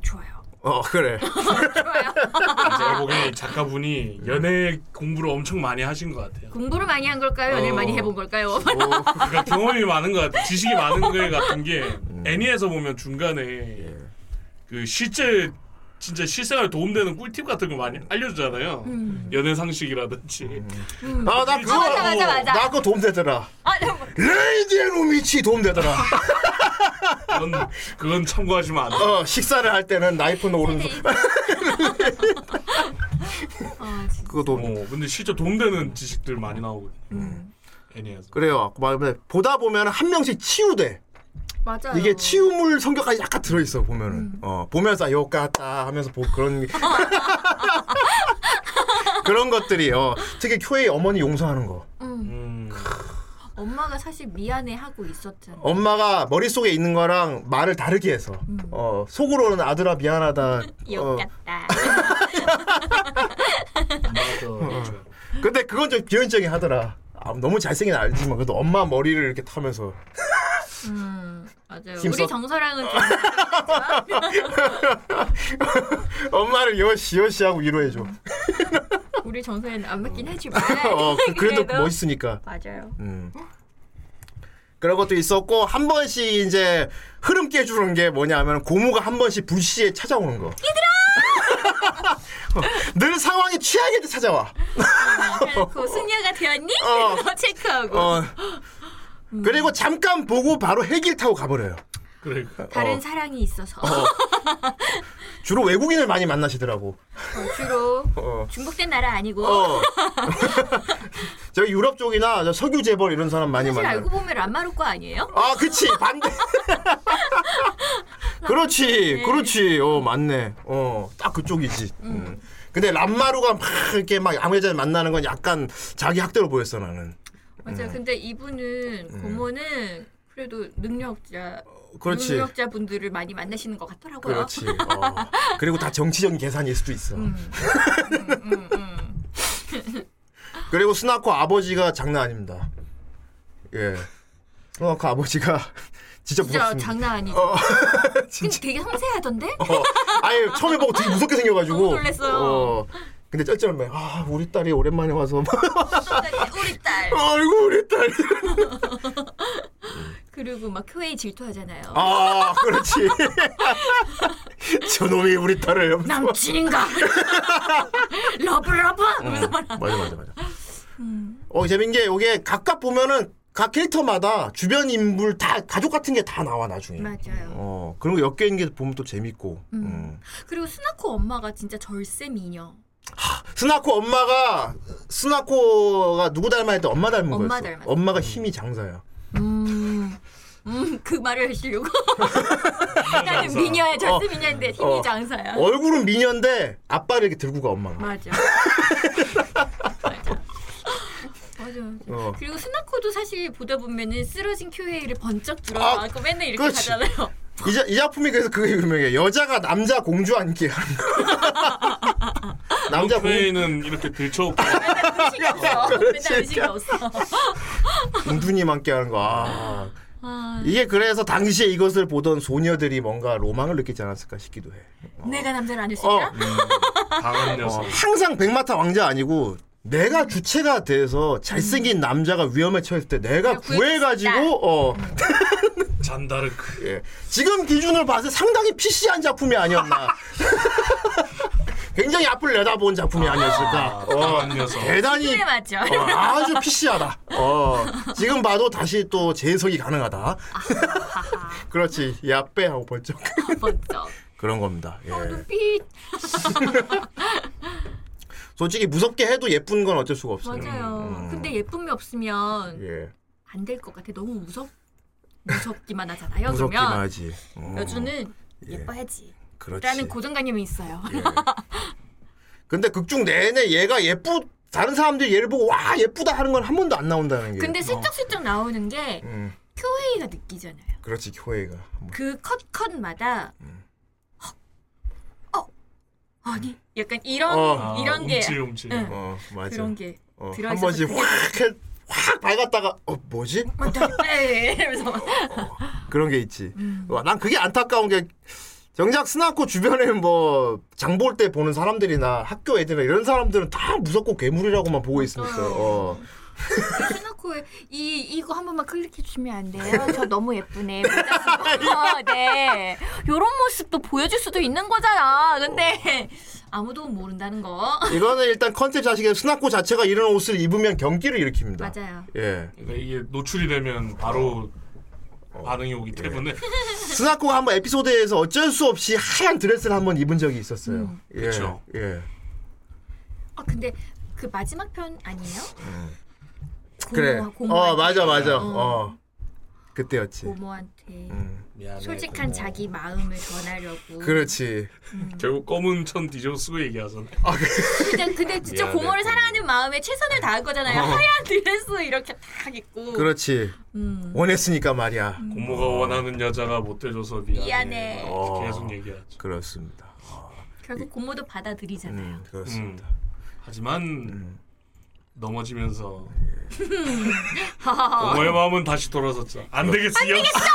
[SPEAKER 6] 좋아요
[SPEAKER 3] 어, 그래.
[SPEAKER 6] 좋아요
[SPEAKER 4] 음. 제가 보기엔 작가분이 연애 공부를 엄청 많이 하신 것 같아요.
[SPEAKER 6] 공부를 많이 한 걸까요 연애 를
[SPEAKER 4] 어.
[SPEAKER 6] 많이 해본 걸까요
[SPEAKER 4] 그러니까 경험이 많은 것 같아. 지식이 많은 것 같은 게
[SPEAKER 6] 음.
[SPEAKER 4] 애니에서 보면 중간에
[SPEAKER 6] 예.
[SPEAKER 4] 그 실제 진짜 실생활 도움되는 꿀팁 같은 거 많이 알려주잖아요.
[SPEAKER 6] 음.
[SPEAKER 4] 연애 상식이라든지.
[SPEAKER 3] 아, 나 그거,
[SPEAKER 6] 맞아, 맞아, 맞아.
[SPEAKER 3] 나 그거 도움 되더라.
[SPEAKER 6] 아 너무
[SPEAKER 3] 레이디 앤 오미치 도움 되더라.
[SPEAKER 4] 그건 그건 참고하시면 안 돼.
[SPEAKER 3] 어, 식사를 할 때는
[SPEAKER 6] 네.
[SPEAKER 3] 나이프는 오른손.
[SPEAKER 6] 아 진짜
[SPEAKER 3] 그거 도움.
[SPEAKER 4] 어, 근데 실제 도움되는 지식들 많이 나오거든요.
[SPEAKER 6] 음,
[SPEAKER 4] 애니에서.
[SPEAKER 3] 그래요. 그 말에 보다 보면 한 명씩 치우대.
[SPEAKER 6] 맞아요
[SPEAKER 3] 이게 치우물 성격까지 약간 들어있어 보면은.
[SPEAKER 6] 음.
[SPEAKER 3] 어 보면서 요 같다 하면서 보 그런 그런 것들이 어 특히 큐의 어머니 용서하는 거.
[SPEAKER 4] 음.
[SPEAKER 6] 엄마가 사실 미안해 하고 있었잖아.
[SPEAKER 3] 엄마가 머릿속에 있는 거랑 말을 다르게 해서 어 속으로는 아들아 미안하다. 어,
[SPEAKER 6] 음. 욕같다.
[SPEAKER 4] 맞아.
[SPEAKER 3] 근데 그건 좀 비현적이 하더라. 아, 너무 잘생긴 알지만 그래도 엄마 머리를 이렇게 타면서
[SPEAKER 6] 음, 맞아요.
[SPEAKER 3] 힘써-
[SPEAKER 6] 우리 정서랑은 좀
[SPEAKER 3] 엄마를 여시 여시하고 위로해줘.
[SPEAKER 6] 우리 정서에는 안 맞긴 하지만
[SPEAKER 3] 어, 그, 그래도 멋있으니까.
[SPEAKER 6] 맞아요.
[SPEAKER 3] 음. 그런 것도 있었고 한 번씩 이제 흐름 깨주는 게 뭐냐면 고모가 한 번씩 불시에 찾아오는 거. 늘 상황이 취하게 찾아와.
[SPEAKER 6] 그래놓고 승려가 되었니?
[SPEAKER 3] 어.
[SPEAKER 6] 어. 체크하고
[SPEAKER 3] 어. 그리고 잠깐 보고 바로 헬기를 타고 가버려요.
[SPEAKER 4] 그러니까
[SPEAKER 6] 다른
[SPEAKER 3] 어.
[SPEAKER 6] 사랑이 있어서
[SPEAKER 3] 주로 외국인을 많이 만나시더라고.
[SPEAKER 6] 어, 주로
[SPEAKER 3] 어.
[SPEAKER 6] 중복된 나라 아니고
[SPEAKER 3] 어. 저 유럽 쪽이나 저 석유 재벌 이런 사람 많이
[SPEAKER 6] 사실
[SPEAKER 3] 만나요.
[SPEAKER 6] 알고 보면 람마로코 아니에요?
[SPEAKER 3] 아, 그치 반대. 그렇지, 그렇지. 어, 맞네. 어, 딱 그쪽이지. 음. 근데 람마루가 막 이렇게 막 양회자를 만나는 건 약간 자기 학대로 보였어 나는.
[SPEAKER 6] 맞아요. 음. 근데 이분은 고모는 그래도 능력자
[SPEAKER 3] 음. 그렇지.
[SPEAKER 6] 능력자 분들을 많이 만나시는 것 같더라고요.
[SPEAKER 3] 그렇지. 어. 그리고 다 정치적인 계산일 수도 있어.
[SPEAKER 6] 음, 음.
[SPEAKER 3] 그리고 스나코 아버지가 장난 아닙니다. 예. 스나코 아버지가 진짜
[SPEAKER 6] 진짜
[SPEAKER 3] 무섭습니다.
[SPEAKER 6] 장난 아니죠.
[SPEAKER 3] 어,
[SPEAKER 6] 근데 되게 섬세하던데?
[SPEAKER 3] 어, 아예 처음에 보고 되게 무섭게 생겨가지고.
[SPEAKER 6] 너무 놀랬어요.
[SPEAKER 3] 어, 근데 쩔쩔매, 아, 우리 딸이 오랜만에 와서, 막,
[SPEAKER 6] 어. 우리 딸.
[SPEAKER 3] 아이고, 우리 딸.
[SPEAKER 6] 그리고 막 교회에 질투하잖아요.
[SPEAKER 3] 아, 그렇지. 저놈이 우리 딸을. 하면서.
[SPEAKER 6] 남친인가? 러브 러브. 하면서 막
[SPEAKER 3] 맞아, 맞아, 맞아. 어, 재밌는 게, 이게 각각 보면은 각 캐릭터마다 주변 인물 다, 가족 같은 게 다 나와, 나중에.
[SPEAKER 6] 네. 맞아요.
[SPEAKER 3] 어, 그런 거 엮여있는 게 보면 또 재밌고. 음.
[SPEAKER 6] 그리고 스나코 엄마가 진짜 절세 미녀.
[SPEAKER 3] 스나코 엄마가 스나코가 누구 닮았는데 엄마 닮은
[SPEAKER 6] 엄마
[SPEAKER 3] 거였어.
[SPEAKER 6] 닮았어.
[SPEAKER 3] 엄마가 힘이 장사야.
[SPEAKER 6] 음, 음, 그 말을 하시려고. 나는 미녀야, 절세 미녀인데 힘이
[SPEAKER 3] 어.
[SPEAKER 6] 장사야.
[SPEAKER 3] 얼굴은 미녀인데 아빠를 이렇게 들고 가 엄마가.
[SPEAKER 6] 맞아. 맞아. 맞아.
[SPEAKER 3] 어.
[SPEAKER 6] 그리고 스나코도 사실 보다 보면은 쓰러진 큐헤이를 번쩍 들어가고 맨날 이렇게
[SPEAKER 3] 그렇지.
[SPEAKER 6] 가잖아요.
[SPEAKER 3] 이, 자- 이 작품이 그래서 그게 유명해. 여자가 남자 공주 앉기 하는 거. 남자 공주
[SPEAKER 4] 그 페이는 이렇게 들쳐오고
[SPEAKER 6] 맨날 의식이 없어. 맨날 의식이 없어.
[SPEAKER 3] 공주님 함께 하는 거. 아.
[SPEAKER 6] 아,
[SPEAKER 3] 이게 그래서 당시에 이것을 보던 소녀들이 뭔가 로망을 느끼지 않았을까 싶기도 해.
[SPEAKER 6] 내가 남자를 안을 수
[SPEAKER 3] 어.
[SPEAKER 6] 있다?
[SPEAKER 4] 강한
[SPEAKER 3] 어,
[SPEAKER 4] 녀석.
[SPEAKER 3] 항상 백마타 왕자 아니고 내가 주체가 돼서 잘생긴 남자가 위험에 처했을 때 내가
[SPEAKER 6] 내가 구해줬다.
[SPEAKER 3] 구해가지고 어
[SPEAKER 4] 잔다르크.
[SPEAKER 3] 예. 지금 기준으로 봐서 상당히 PC한 작품이 아니었나. 굉장히 앞을 내다본 작품이 아니었을까. 어,
[SPEAKER 4] 강한 녀석.
[SPEAKER 3] 대단히
[SPEAKER 6] 그래 네, 맞죠.
[SPEAKER 3] 어, 아주 PC하다. 어, 지금 봐도 다시 또 재해석이 가능하다. 그렇지. 야빼 하고 벌쩍.
[SPEAKER 6] 번쩍.
[SPEAKER 3] 그런 겁니다. 예.
[SPEAKER 6] 어, 눈빛.
[SPEAKER 3] 솔직히 무섭게 해도 예쁜 건 어쩔 수가 없어요.
[SPEAKER 6] 맞아요.
[SPEAKER 3] 음.
[SPEAKER 6] 근데 예쁨이 없으면
[SPEAKER 3] 예.
[SPEAKER 6] 안 될 것 같아. 너무 무섭 무섭기만 하잖아요.
[SPEAKER 3] 무섭기만
[SPEAKER 6] 그러면
[SPEAKER 3] 하지. 음,
[SPEAKER 6] 여주는 예뻐야지.
[SPEAKER 3] 그렇지. 예.
[SPEAKER 6] 라는 고정관념이 있어요.
[SPEAKER 3] 근데 극중 내내 얘가 예쁘 다른 사람들이 얘를 보고 와 예쁘다 하는 건 한 번도 안 나온다는 게.
[SPEAKER 6] 근데 슬쩍슬쩍 나오는 게
[SPEAKER 3] 음.
[SPEAKER 6] 큐웨이가 느끼잖아요.
[SPEAKER 3] 그렇지 교회가 뭐,
[SPEAKER 6] 그 컷컷마다 헉, 어 아니 약간 이런
[SPEAKER 3] 어.
[SPEAKER 6] 이런 게
[SPEAKER 4] 아, 움찔 움찔.
[SPEAKER 6] 응.
[SPEAKER 3] 어 맞아
[SPEAKER 6] 그런 게
[SPEAKER 3] 어,
[SPEAKER 6] 들어있어서
[SPEAKER 3] 한 번씩
[SPEAKER 6] 그게-
[SPEAKER 3] 확확 확 밝았다가 어 뭐지
[SPEAKER 6] 맞다. 예, 예, 이러면서 막
[SPEAKER 3] 그런 게 있지
[SPEAKER 6] 음.
[SPEAKER 3] 와, 난 그게 안타까운 게 정작 스나코 주변에 뭐 장 볼 때 보는 사람들이나 학교 애들이나 이런 사람들은 다 무섭고 괴물이라고만 보고 있으니까 어
[SPEAKER 6] 스나코에 이 이거 한 번만 클릭해 주면 안 돼요? 저 너무 예쁘네. 문자 쓰고. 어, 네. 요런 모습도 보여줄 수도 있는 거잖아. 근데 아무도 모른다는 거.
[SPEAKER 3] 이거는 일단 컨셉 자식의 스나코 자체가 이런 옷을 입으면 경기를 일으킵니다
[SPEAKER 6] 맞아요.
[SPEAKER 3] 예
[SPEAKER 4] 그러니까 이게 노출이 되면 바로
[SPEAKER 3] 어.
[SPEAKER 4] 반응이 오기
[SPEAKER 3] 예.
[SPEAKER 4] 때문에
[SPEAKER 3] 스나코가 한번 에피소드에서 어쩔 수 없이 하얀 드레스를 한번 입은 적이 있었어요
[SPEAKER 6] 음.
[SPEAKER 3] 예,
[SPEAKER 4] 그쵸.
[SPEAKER 3] 예
[SPEAKER 6] 아 근데 그 마지막 편 아니에요? 고모,
[SPEAKER 3] 음. 그래
[SPEAKER 6] 고모한테,
[SPEAKER 3] 어 맞아 맞아 어 그때였지
[SPEAKER 6] 고모한테
[SPEAKER 4] 미안해,
[SPEAKER 6] 솔직한 자기 마음을 전하려고.
[SPEAKER 3] 음. 그렇지.
[SPEAKER 6] 음.
[SPEAKER 4] 결국 검은 천 뒤집어 쓰고 얘기하잖아.
[SPEAKER 6] 근데, 근데 진짜
[SPEAKER 4] 미안해,
[SPEAKER 6] 고모를
[SPEAKER 4] 고모.
[SPEAKER 6] 사랑하는 마음에 최선을 다한 거잖아요. 하얀 드레스 이렇게 딱 입고.
[SPEAKER 3] 어. 그렇지.
[SPEAKER 6] 음.
[SPEAKER 3] 원했으니까 말이야.
[SPEAKER 4] 고모가
[SPEAKER 3] 음.
[SPEAKER 4] 원하는 여자가 못 돼줘서 미안해.
[SPEAKER 6] 미안해.
[SPEAKER 3] 어.
[SPEAKER 4] 이렇게 계속 얘기하죠.
[SPEAKER 3] 그렇습니다.
[SPEAKER 6] 결국 고모도 받아들이잖아요.
[SPEAKER 3] 음, 그렇습니다. 네.
[SPEAKER 4] 하지만 넘어지면서 고모의 마음은 다시 돌아섰죠. 안 되겠어. 안 되겠어.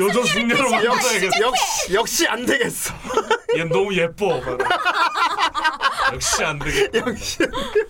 [SPEAKER 4] 여자 숙녀로
[SPEAKER 3] 역시,
[SPEAKER 4] 만나야겠어.
[SPEAKER 3] 역시, 역시 안 되겠어.
[SPEAKER 4] 얘 너무 예뻐. 막. 역시 안 되겠다.
[SPEAKER 3] 역시.
[SPEAKER 6] 근데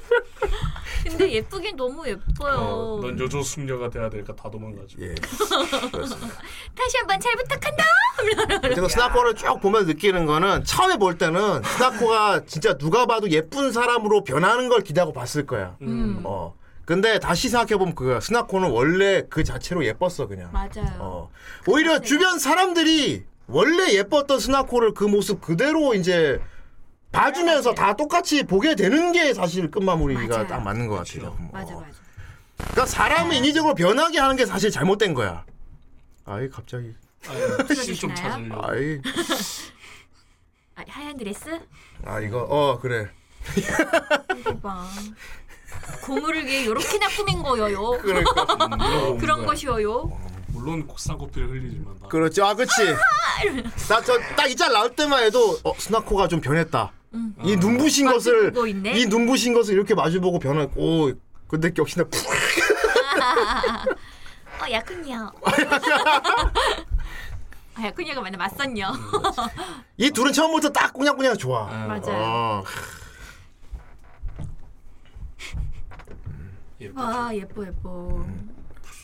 [SPEAKER 6] 근데 예쁘긴 너무 예뻐요.
[SPEAKER 4] 어, 넌 여조 숙녀가 돼야 되니까 다 도망가죠.
[SPEAKER 3] 예.
[SPEAKER 6] 다시 한번 잘 부탁한다.
[SPEAKER 3] 제가 스나코를 쭉 보면서 느끼는 거는 처음에 볼 때는 스나코가 진짜 누가 봐도 예쁜 사람으로 변하는 걸 기대하고 봤을 거야.
[SPEAKER 6] 음.
[SPEAKER 3] 어. 근데 다시 생각해보면 그 스나코는 원래 그 자체로 예뻤어 그냥.
[SPEAKER 6] 맞아요.
[SPEAKER 3] 어. 오히려 주변 사람들이 원래 예뻤던 스나코를 그 모습 그대로 이제 봐주면서 다 똑같이 보게 되는 게 사실 끝마무리가
[SPEAKER 6] 네. 맞아요. 그렇죠.
[SPEAKER 3] 딱 맞는 것 같아요. 어.
[SPEAKER 6] 맞아 네. 맞아.
[SPEAKER 3] 그러니까 사람을 인위적으로 변하게 하는 게 사실 잘못된 거야. 아이 어. 갑자기.
[SPEAKER 4] 심좀 찾으려고.
[SPEAKER 3] 아이.
[SPEAKER 6] 아, 하얀 드레스?
[SPEAKER 3] 아 이거 어 그래.
[SPEAKER 6] 이거 봐. 고무를 위해 요렇게나 꾸민 거여요.
[SPEAKER 3] 그러니까.
[SPEAKER 4] 물어보는
[SPEAKER 6] 그런
[SPEAKER 4] 음, 거야.
[SPEAKER 6] 것이여요.
[SPEAKER 4] 물론 쌍꺼풀이 흘리지만 나.
[SPEAKER 3] 그렇지. 아 그렇지. 나 저 딱 이 짤 나올 때만 해도 어 스나코가 좀 변했다.
[SPEAKER 6] 음.
[SPEAKER 3] 이 눈부신 것을
[SPEAKER 6] 마주보고 아, 있네.
[SPEAKER 3] 이 눈부신 것을 이렇게 마주보고 변했고 근데 역시나 푹
[SPEAKER 6] 어 약혼녀. 아, 약혼녀가 맞나 맞선녀.
[SPEAKER 4] 음,
[SPEAKER 3] 이 둘은 처음부터 딱 꼬냥꼬냥 좋아.
[SPEAKER 4] 아,
[SPEAKER 6] 맞아요.
[SPEAKER 3] 어,
[SPEAKER 4] 예뻐.
[SPEAKER 6] 와 아, 예뻐 예뻐.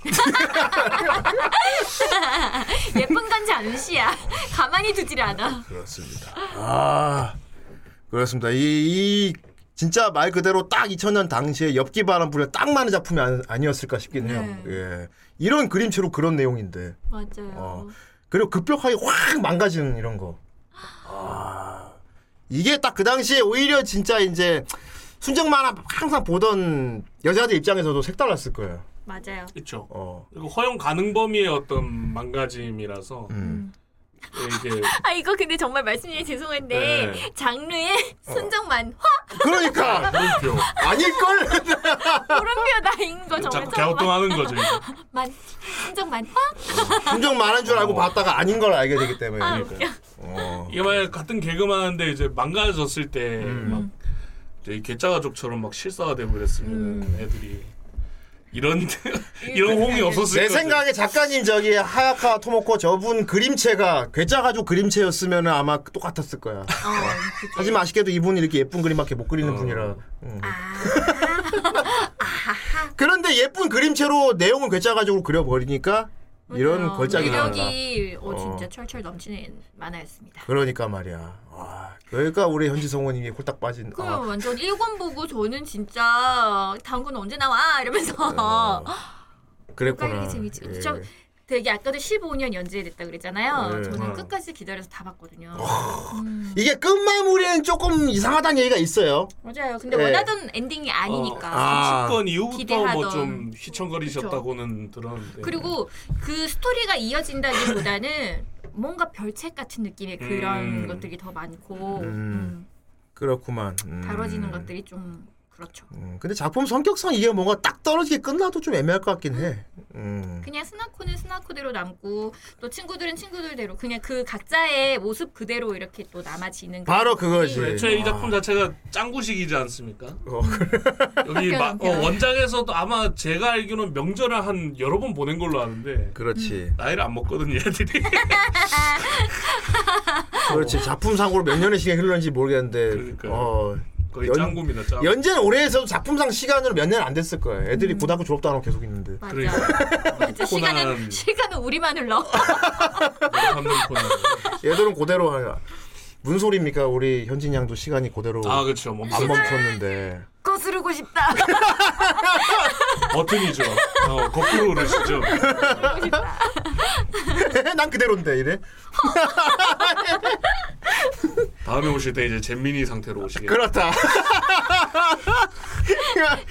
[SPEAKER 6] 예쁜 건 잠시야. 가만히 두질 않아.
[SPEAKER 3] 그렇습니다. 아 그렇습니다. 이, 이 진짜 말 그대로 딱 2000년 당시에 엽기 바람 불에 딱 맞는 작품이 아니, 었을까 싶긴 해요.
[SPEAKER 6] 네.
[SPEAKER 3] 예. 이런 그림체로 그런 내용인데.
[SPEAKER 6] 맞아요.
[SPEAKER 3] 어. 그리고 급격하게 확 망가지는 이런 거. 아. 이게 딱 그 당시에 오히려 진짜 이제 순정만화 항상 보던 여자들 입장에서도 색달랐을 거예요.
[SPEAKER 6] 맞아요.
[SPEAKER 4] 그렇죠.
[SPEAKER 3] 어.
[SPEAKER 4] 그리고 허용 가능 범위의 어떤 망가짐이라서
[SPEAKER 3] 음.
[SPEAKER 4] 이게
[SPEAKER 6] 아 이거 근데 정말 말씀이 죄송한데
[SPEAKER 4] 네.
[SPEAKER 6] 장르의 순정 만화
[SPEAKER 3] 그러니까
[SPEAKER 4] 물표
[SPEAKER 3] 아닐 걸.
[SPEAKER 6] 물음표 나인 거
[SPEAKER 4] 자꾸
[SPEAKER 6] 정말 처음 만-
[SPEAKER 4] 갸우뚱하는 거죠. 이제.
[SPEAKER 6] 만 순정 만화
[SPEAKER 3] 순정만화인 줄 알고
[SPEAKER 4] 어.
[SPEAKER 3] 봤다가 아닌 걸 알게 되기 때문에.
[SPEAKER 6] 아, 웃겨.
[SPEAKER 3] 어.
[SPEAKER 4] 이게 만약 같은 개그만 하는데 이제 망가졌을 때
[SPEAKER 6] 음.
[SPEAKER 4] 막 저희 개짜가족처럼 막 실사화되고 그랬으면
[SPEAKER 6] 음.
[SPEAKER 4] 애들이 이런 이런 홍이 없었을
[SPEAKER 3] 내
[SPEAKER 4] 거죠.
[SPEAKER 3] 생각에 작가님 저기 하야카 토모코 저분 그림체가 괴짜 가족 그림체였으면 아마 똑같았을
[SPEAKER 6] 어,
[SPEAKER 3] 거야. 어. 하지만 아쉽게도 이분이 이렇게 예쁜 그림밖에 못 그리는
[SPEAKER 4] 어.
[SPEAKER 3] 분이라.
[SPEAKER 6] 아.
[SPEAKER 3] 음. 그런데 예쁜 그림체로 내용은 괴짜 가족으로 그려버리니까 이런 걸작이 나온다.
[SPEAKER 6] 매력이 어 진짜
[SPEAKER 3] 어.
[SPEAKER 6] 철철 넘치는 만화였습니다.
[SPEAKER 3] 그러니까 말이야. 와, 그러니까 우리 현지 성우님이 홀딱 빠진.
[SPEAKER 6] 그럼
[SPEAKER 3] 아,
[SPEAKER 6] 완전 1권 보고 저는 진짜 다음 권 언제 나와 이러면서
[SPEAKER 3] 어, 그랬구나.
[SPEAKER 6] 깔리게 재밌지.
[SPEAKER 3] 예.
[SPEAKER 6] 저 되게 아까도 15년 연재됐다 그랬잖아요.
[SPEAKER 3] 네.
[SPEAKER 6] 저는
[SPEAKER 4] 어.
[SPEAKER 6] 끝까지 기다려서 다 봤거든요.
[SPEAKER 3] 어.
[SPEAKER 6] 음,
[SPEAKER 3] 이게 끝마무리는 조금 이상하다는 얘기가 있어요.
[SPEAKER 6] 맞아요. 근데
[SPEAKER 3] 네.
[SPEAKER 6] 원하던 엔딩이 아니니까.
[SPEAKER 3] 아.
[SPEAKER 4] 10권 이후부터 뭐 좀
[SPEAKER 6] 기대하던.
[SPEAKER 4] 휘청거리셨다고는 들었는데
[SPEAKER 6] 그리고 그 스토리가 이어진다기보다는 뭔가 별책 같은 느낌의 그런
[SPEAKER 4] 음.
[SPEAKER 6] 것들이 더 많고
[SPEAKER 3] 음.
[SPEAKER 6] 음.
[SPEAKER 3] 그렇구만. 음.
[SPEAKER 6] 다뤄지는 것들이 좀 그렇죠.
[SPEAKER 3] 음, 근데 작품 성격상 이게 뭔가 딱 떨어지게 끝나도 좀 애매할 것 같긴 해. 음.
[SPEAKER 6] 그냥 스나코는 스나코대로 남고 또 친구들은 친구들대로 그냥 그 각자의 모습 그대로 이렇게 또 남아지는
[SPEAKER 3] 바로
[SPEAKER 6] 그런
[SPEAKER 3] 그거지.
[SPEAKER 6] 느낌이-
[SPEAKER 4] 네. 애초에 이 작품
[SPEAKER 3] 아.
[SPEAKER 4] 자체가 짱구식이지 않습니까?
[SPEAKER 3] 어,
[SPEAKER 4] 여기 마, 어,
[SPEAKER 6] 웃겨요.
[SPEAKER 4] 원작에서도 아마 제가 알기로는 명절을 한 여러 번 보낸 걸로 아는데
[SPEAKER 3] 그렇지.
[SPEAKER 4] 나이를 안 먹거든요 애들이
[SPEAKER 3] 그렇지. 작품상으로 몇 년의 시간이 흘렀는지 모르겠는데.
[SPEAKER 4] 그러니까요.
[SPEAKER 3] 어,
[SPEAKER 4] 거의
[SPEAKER 3] 연-
[SPEAKER 4] 짱구입니다 짱구
[SPEAKER 3] 연재는 올해 해서 작품상 시간으로 몇 년 안 됐을 거예요.
[SPEAKER 6] 음.
[SPEAKER 3] 애들이 고등학교 조업도 안 하고 계속 있는데.
[SPEAKER 6] 맞아.
[SPEAKER 4] 그래.
[SPEAKER 6] 맞아.
[SPEAKER 4] 코난.
[SPEAKER 6] 시간은 시간은 우리만 흘러.
[SPEAKER 4] 감독 코너
[SPEAKER 3] 얘들은 그대로 하냐. 무슨 소리입니까? 우리 현진 양도 시간이 그대로
[SPEAKER 4] 아 그렇죠 뭐
[SPEAKER 3] 안
[SPEAKER 4] 반-
[SPEAKER 3] 멈췄는데.
[SPEAKER 6] 거스르고 싶다.
[SPEAKER 4] 버튼이죠 어, 거꾸로 오르시죠
[SPEAKER 3] 난 그대로인데 이래.
[SPEAKER 4] 다음에 오실 때 이제 잼민이 상태로 오시겠죠
[SPEAKER 3] 그렇다.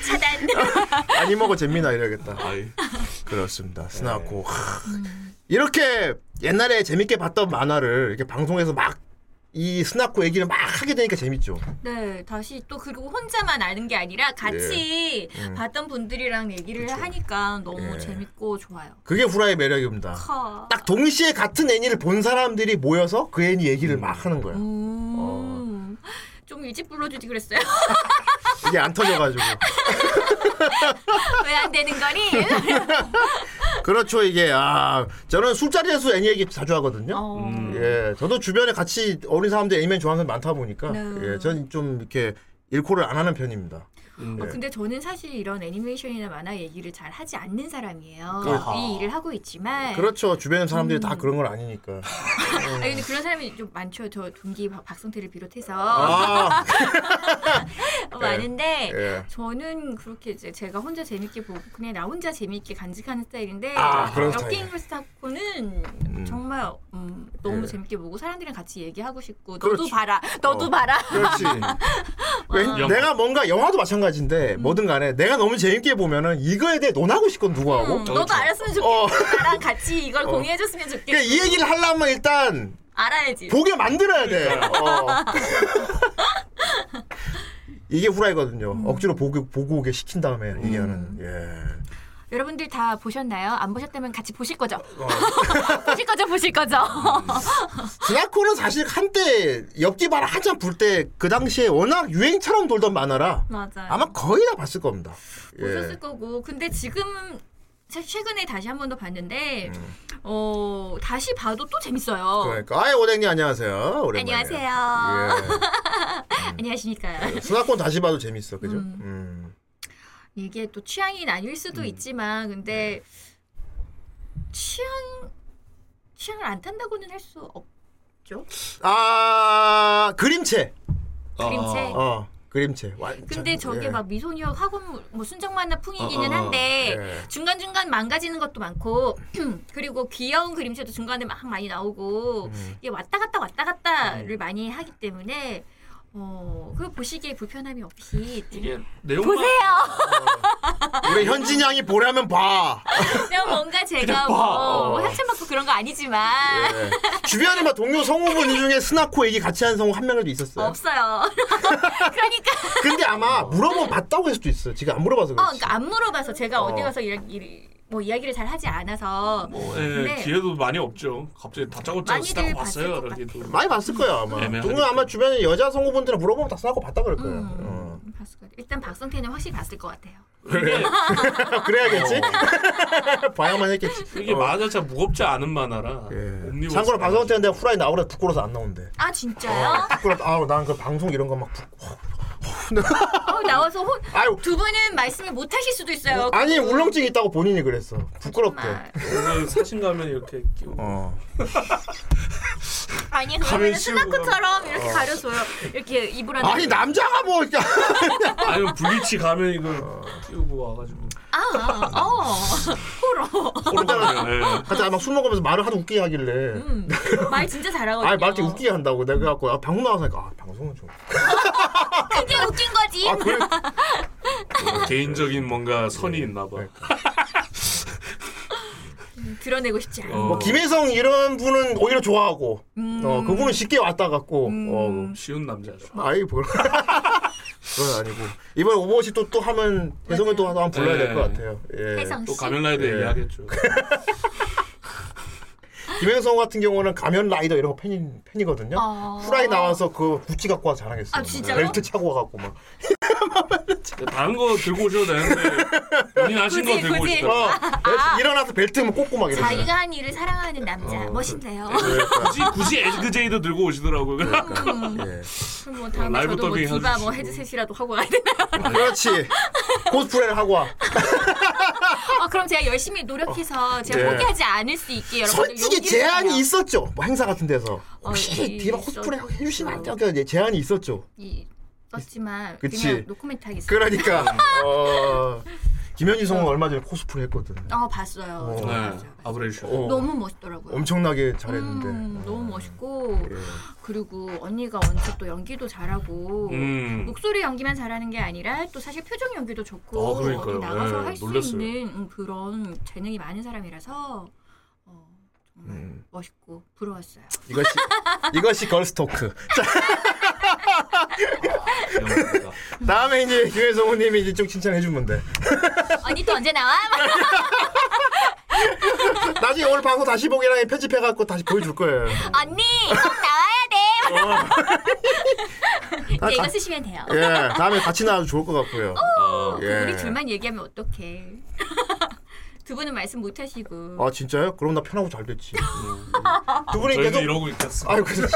[SPEAKER 6] 차단.
[SPEAKER 3] 아니 먹어 재미나 이래야겠다.
[SPEAKER 4] 아이
[SPEAKER 3] 그렇습니다.
[SPEAKER 6] 네.
[SPEAKER 3] 스나코. 하.
[SPEAKER 6] 음.
[SPEAKER 3] 이렇게 옛날에 재밌게 봤던 만화를 이렇게 방송에서 막 이 스나코 얘기를 막 하게 되니까 재밌죠.
[SPEAKER 6] 네, 다시 또 그리고 혼자만 아는 게 아니라 같이 봤던 분들이랑 얘기를 하니까 너무
[SPEAKER 3] 음. 예.
[SPEAKER 6] 재밌고 좋아요.
[SPEAKER 3] 그게 후라이 매력입니다.
[SPEAKER 6] 커.
[SPEAKER 3] 딱 동시에 같은 애니를 본 사람들이 모여서 그 애니 얘기를 막 하는 거야.
[SPEAKER 6] 음.
[SPEAKER 3] 어.
[SPEAKER 6] 좀 일찍 불러주지 그랬어요.
[SPEAKER 3] 이게 안 터져가지고.
[SPEAKER 6] 왜 안 되는 거니?
[SPEAKER 3] 그렇죠 이게 아 저는 술자리에서 애니 얘기 자주 하거든요.
[SPEAKER 6] 어.
[SPEAKER 4] 음.
[SPEAKER 3] 예, 저도 주변에 같이 어린 사람들 애니메이션 좋아하는 사람 많다 보니까
[SPEAKER 6] 네.
[SPEAKER 3] 예, 저는 좀 이렇게 일코를 안 하는 편입니다.
[SPEAKER 4] 음.
[SPEAKER 6] 어, 근데 저는 사실 이런 애니메이션이나 만화 얘기를 잘 하지 않는 사람이에요.
[SPEAKER 8] 아하.
[SPEAKER 6] 이 일을 하고 있지만
[SPEAKER 3] 그렇죠. 주변 사람들이
[SPEAKER 6] 음.
[SPEAKER 3] 다 그런 건 아니니까.
[SPEAKER 6] 아 근데 그런 사람이 좀 많죠. 저 동기 박- 박성태를 비롯해서
[SPEAKER 3] 아,
[SPEAKER 6] 어, 많은데
[SPEAKER 3] 예.
[SPEAKER 6] 저는 그렇게 이제 제가 혼자 재밌게 보고 그냥 나 혼자 재밌게 간직하는 스타일인데
[SPEAKER 3] 아, 그런 스타일.
[SPEAKER 6] 역게임을스타코는 정말 음, 너무
[SPEAKER 3] 예.
[SPEAKER 6] 재밌게 보고 사람들이랑 같이 얘기하고 싶고 너도
[SPEAKER 3] 그렇지.
[SPEAKER 6] 봐라 너도
[SPEAKER 3] 어.
[SPEAKER 6] 봐라
[SPEAKER 3] 그렇지. 왜,
[SPEAKER 8] 영화.
[SPEAKER 3] 내가 뭔가 영화도 마찬가지인데 뭐든 간에 내가 너무 재밌게 보면은 이거에 대해 논하고 싶건 누구 하고.
[SPEAKER 6] 음, 너도 알았으면 좋겠고
[SPEAKER 3] 어.
[SPEAKER 6] 나랑 같이 이걸 공유해줬으면 좋겠고
[SPEAKER 3] 그러니까 이 얘기를 하려면 일단
[SPEAKER 6] 알아야지
[SPEAKER 3] 보게 만들어야 돼. 어. 이게 후라이거든요. 억지로 보고 보고 오게 시킨 음. 다음에 얘기하는. 예.
[SPEAKER 6] 여러분들 다 보셨나요? 안 보셨다면 같이 보실 거죠?
[SPEAKER 3] 어.
[SPEAKER 6] 보실 거죠 보실 거죠
[SPEAKER 3] 스나코는 사실 한때 엽기 바람 한참 불 때 그 당시에 워낙 유행처럼 돌던 만화라
[SPEAKER 6] 맞아요
[SPEAKER 3] 아마 거의 다 봤을 겁니다.
[SPEAKER 6] 보셨을
[SPEAKER 3] 예.
[SPEAKER 6] 거고 근데 지금 제- 최근에 다시 한 번 더 봤는데 어 다시 봐도 또 재밌어요.
[SPEAKER 3] 음. 그러니까 아예 오뎅님 안녕하세요. 예. 오랜만에.
[SPEAKER 6] 안녕하세요. 안녕하십니까.
[SPEAKER 3] 예. 스나콘 다시 봐도 재밌어, 그죠? 음.
[SPEAKER 6] 이게 또 취향이 나뉠 수도 있지만
[SPEAKER 3] 예.
[SPEAKER 6] 근데 취향 취향을 안 탄다고는 할 수 없죠.
[SPEAKER 3] 아 그림체.
[SPEAKER 4] 아,
[SPEAKER 6] 그림체.
[SPEAKER 3] 어 그림체. 완전,
[SPEAKER 6] 네. 근데 저게
[SPEAKER 3] 예.
[SPEAKER 6] 막 미소녀 학원 뭐 순정만화 풍이기는
[SPEAKER 4] 어, 어, 어.
[SPEAKER 6] 한데
[SPEAKER 3] 예.
[SPEAKER 6] 중간중간 망가지는 것도 많고 그리고 귀여운 그림체도 중간에 막 많이 나오고 이게 왔다 갔다 왔다 갔다를 많이 하기 때문에 어, 그 보시기에 불편함이 없이
[SPEAKER 4] 이게 내용만
[SPEAKER 6] 보세요.
[SPEAKER 3] 우리 현진 양이 보라면 봐.
[SPEAKER 6] 그냥 뭔가 제가
[SPEAKER 4] 봐.
[SPEAKER 6] 뭐, 뭐
[SPEAKER 3] 어.
[SPEAKER 6] 협찬 받고 그런 거 아니지만
[SPEAKER 3] 예. 주변에 막 동료 성우분 중에 스나코 얘기 같이 한 성우 한 명이라도 있었어요.
[SPEAKER 6] 없어요.
[SPEAKER 3] 근데 아마 물어보면 봤다고 할 수도 있어요. 지금 안 물어봐서
[SPEAKER 6] 어,
[SPEAKER 3] 그렇지.
[SPEAKER 6] 그러니까 안 물어봐서 제가 어. 디
[SPEAKER 3] 어.
[SPEAKER 6] 가서 이런 일, 뭐 이야기를 잘 하지 않아서
[SPEAKER 4] 뭐,
[SPEAKER 6] 근데-
[SPEAKER 4] 예, 기회도 많이 없죠. 갑자기 다짜고짜로
[SPEAKER 6] 네. 많이들
[SPEAKER 4] 쓰다가
[SPEAKER 6] 봤을
[SPEAKER 4] 봤어요.
[SPEAKER 6] 것
[SPEAKER 4] 이렇게 또.
[SPEAKER 3] 많이 봤을 거야 아마.
[SPEAKER 4] 애매하니까.
[SPEAKER 3] 동료 아마 주변에 여자 성우분들은 물어보면 다 스나코 봤다 그럴 어. 거예요.
[SPEAKER 6] 음, 봤을 것 같아요. 일단 박성태는 확실히 봤을 것 같아요.
[SPEAKER 4] 이게,
[SPEAKER 3] 어. 그래야겠지. 봐야만 했겠지.
[SPEAKER 6] 어.
[SPEAKER 4] 이게 만화 자체가 무겁지 않은 만화라.
[SPEAKER 3] 예.
[SPEAKER 4] 옴니버스
[SPEAKER 3] 참고로 방송
[SPEAKER 4] 만화지.
[SPEAKER 3] 때는 내가 후라이 나오래 부끄러워서 안 나온대.
[SPEAKER 6] 아 진짜요?
[SPEAKER 3] 부끄럽다. 아우 난그 방송 이런 거 막
[SPEAKER 6] 어, 나와서 혼,
[SPEAKER 3] 아유.
[SPEAKER 6] 두 분은 말씀을 못 하실 수도 있어요. 그
[SPEAKER 3] 아니 울렁증 있다고 본인이 그랬어. 부끄럽대.
[SPEAKER 6] 정말.
[SPEAKER 4] 오늘 사진 가면 이렇게 끼고.
[SPEAKER 3] 어.
[SPEAKER 6] 아니
[SPEAKER 4] 가면
[SPEAKER 6] 그러면
[SPEAKER 4] 씌우고
[SPEAKER 6] 스나크처럼 이렇게 가려줘요. 이렇게 입을 안에
[SPEAKER 3] 어. 아니 남자가 뭐 그러니까
[SPEAKER 4] 아니면 불리치 가면 이걸
[SPEAKER 3] 어.
[SPEAKER 4] 끼우고 와가지고.
[SPEAKER 6] 아, 아, 어. 호러.
[SPEAKER 4] 호로가면. 예,
[SPEAKER 3] 하여튼 아마 술 먹으면서 말을 하도 웃기게 하길래.
[SPEAKER 6] 음, 말 진짜 잘하거든요.
[SPEAKER 3] 아니 말 되게 웃기게 한다고 내가 그래갖고 아, 방송 나와서 하니까 아 방송은 좀.
[SPEAKER 6] 그게 웃긴 거지.
[SPEAKER 3] 아 그래.
[SPEAKER 4] 예. 개인적인 뭔가
[SPEAKER 3] 예.
[SPEAKER 4] 선이 있나 봐.
[SPEAKER 6] 드러내고 싶지 않아.
[SPEAKER 4] 어,
[SPEAKER 3] 뭐 김혜성 이런 분은 오히려 좋아하고.
[SPEAKER 6] 음.
[SPEAKER 3] 어 그분은 쉽게 왔다 갔고. 어.
[SPEAKER 4] 쉬운 남자죠.
[SPEAKER 3] 아이 뭘. 그건 아니고 이번에 오버워치 또 또 하면 혜성이 또 한번 불러야 될 것 같아요. 예.
[SPEAKER 6] 혜성 씨.
[SPEAKER 4] 또 가면라이더
[SPEAKER 3] 예.
[SPEAKER 4] 얘기하겠죠.
[SPEAKER 3] 김혜성 같은 경우는 가면 라이더 이런 거 팬이, 팬이거든요.
[SPEAKER 6] 어.
[SPEAKER 3] 후라이 나와서 그 구찌 갖고 와서 자랑했어요.
[SPEAKER 6] 아, 진짜요?
[SPEAKER 3] 벨트 차고 와갖고 막.
[SPEAKER 4] 다른 거 들고 오셔도 되는데 본인 하신 거
[SPEAKER 6] 굳이,
[SPEAKER 4] 들고
[SPEAKER 6] 굳이.
[SPEAKER 4] 오시더라고요.
[SPEAKER 3] 어, 벨트 일어나서 벨트 막 꽂고 막 이러잖아요.
[SPEAKER 6] 자기가 한 일을 사랑하는 남자.
[SPEAKER 3] 어,
[SPEAKER 6] 멋있네요.
[SPEAKER 4] 굳이 굳이 에그제이도 들고 오시더라고요.
[SPEAKER 3] 예.
[SPEAKER 6] 그럼 뭐 다음에
[SPEAKER 4] 라이브
[SPEAKER 6] 저도 뭐
[SPEAKER 4] 더빙
[SPEAKER 6] 디바
[SPEAKER 4] 해주시고.
[SPEAKER 6] 뭐 헤드셋이라도 하고 가야 되나요?
[SPEAKER 3] 그렇지. 코스프레를 하고 와.
[SPEAKER 6] 그러니까 아, 그럼 제가 열심히 노력해서 제가
[SPEAKER 3] 네.
[SPEAKER 6] 포기하지 않을 수 있게 여러분
[SPEAKER 3] 솔직히 제한이 있었죠. 뭐 행사 같은 데서. 혹시
[SPEAKER 6] 어, 이-
[SPEAKER 3] 디바 코스프레 해주시면 안 돼요? 그러니까 제한이 있었죠.
[SPEAKER 6] 있었지만
[SPEAKER 3] 그치.
[SPEAKER 6] 그냥 노코멘트 하겠습니다.
[SPEAKER 3] 그러니까 어, 김현희 성은 얼마 전에 코스프레 했거든.
[SPEAKER 6] 어 봤어요.
[SPEAKER 3] 어.
[SPEAKER 6] 정말
[SPEAKER 4] 네.
[SPEAKER 6] 봤어요.
[SPEAKER 4] 아브레이션.
[SPEAKER 3] 어,
[SPEAKER 6] 너무 멋있더라고요.
[SPEAKER 3] 엄청나게 잘했는데. 예.
[SPEAKER 6] 음, 너무 멋있고 그리고 언니가 언제 또 연기도 잘하고
[SPEAKER 4] 음.
[SPEAKER 6] 목소리 연기만 잘하는 게 아니라 또 사실 표정 연기도 좋고
[SPEAKER 4] 어, 그러니까요.
[SPEAKER 6] 어디 나가서
[SPEAKER 4] 네,
[SPEAKER 6] 할 수
[SPEAKER 4] 놀랐어요.
[SPEAKER 6] 있는 음, 그런 재능이 많은 사람이라서 어, 정말
[SPEAKER 3] 음.
[SPEAKER 6] 멋있고 부러웠어요.
[SPEAKER 3] 이것이 이것이 걸스토크.
[SPEAKER 4] 영화입니다.
[SPEAKER 3] 다음에 이제 김혜성우님이 이제 좀 칭찬해 주면 돼.
[SPEAKER 6] 언니 또 언제 나와? 막
[SPEAKER 3] 나중에 오늘 방송 다시 보기랑 편집해 갖고 다시 보여줄 거예요.
[SPEAKER 6] 언니 꼭 나와야
[SPEAKER 4] 어.
[SPEAKER 6] 돼.
[SPEAKER 3] 아,
[SPEAKER 6] 막. 이제 이거 쓰시면 돼요. 그
[SPEAKER 3] 예, 다음에 같이 나와도 좋을 것 같고요.
[SPEAKER 4] 어,
[SPEAKER 3] 예.
[SPEAKER 6] 우리 둘만 얘기하면 어떡해. 두 분은 말씀 못 하시고.
[SPEAKER 3] 아 진짜요? 그럼 나 편하고 잘 됐지. 음. 두 분이
[SPEAKER 4] 저희도
[SPEAKER 3] 계속
[SPEAKER 4] 이러고 있겠어.
[SPEAKER 3] 아유 그나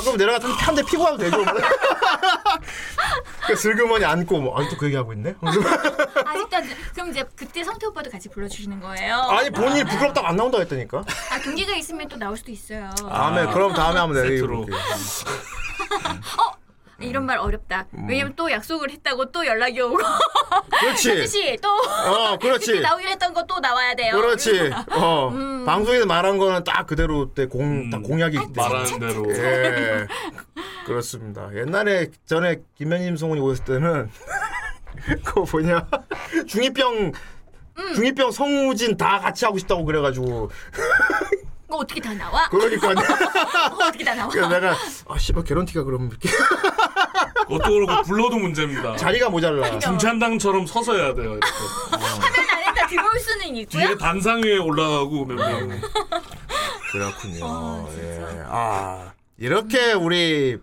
[SPEAKER 3] 그럼 내려가 좀 편데 피고 와도 되죠. 뭐. 그 슬그머니 안고 뭐 아직도 그 얘기하고 있네?
[SPEAKER 6] 아직도 안 돼. 그럼 이제 그때 성태 오빠도 같이 불러주시는 거예요.
[SPEAKER 3] 아니 본인이 부끄럽다고 안 나온다고 했다니까
[SPEAKER 6] 아, 경기가 있으면 또 나올 수도 있어요.
[SPEAKER 3] 다음에 그럼 다음에 한번 내가
[SPEAKER 4] 아, 세트로.
[SPEAKER 3] 얘기해볼게
[SPEAKER 6] 이런 말 어렵다.
[SPEAKER 3] 음.
[SPEAKER 6] 왜냐면 또 약속을 했다고 또 연락이 오고
[SPEAKER 3] 그렇지
[SPEAKER 6] 아저씨 또
[SPEAKER 3] 어
[SPEAKER 6] 그때
[SPEAKER 3] 예. 그렇지
[SPEAKER 6] 나오기로 했던 거 또 나와야 돼요.
[SPEAKER 3] 그렇지 어
[SPEAKER 6] 음.
[SPEAKER 3] 방송에서 말한 거는 딱 그대로 때공
[SPEAKER 4] 음.
[SPEAKER 3] 공약이 있대
[SPEAKER 4] 말하는 대로
[SPEAKER 3] 예 그렇습니다 옛날에 전에 김현임 성훈이 오셨을 때는 그거 뭐냐 중이병 중이병 성우진 다 같이 하고 싶다고 그래가지고
[SPEAKER 6] 이거 어떻게 다 나와?
[SPEAKER 3] 그러니까
[SPEAKER 6] 어떻게 다 나와?
[SPEAKER 3] 그래서 내가 아 씨발 개런티가 그럼 이렇게
[SPEAKER 4] 그것도 그렇고 불러도 문제입니다.
[SPEAKER 3] 자리가 모자라
[SPEAKER 4] 중찬당처럼 서서 해야 돼요. 이렇게.
[SPEAKER 6] 화면 안에다 들어올 수는 있고요.
[SPEAKER 4] 뒤에 단상 위에 올라가고 몇
[SPEAKER 3] 아.
[SPEAKER 4] 명.
[SPEAKER 3] 그렇군요. 예. 아 이렇게 우리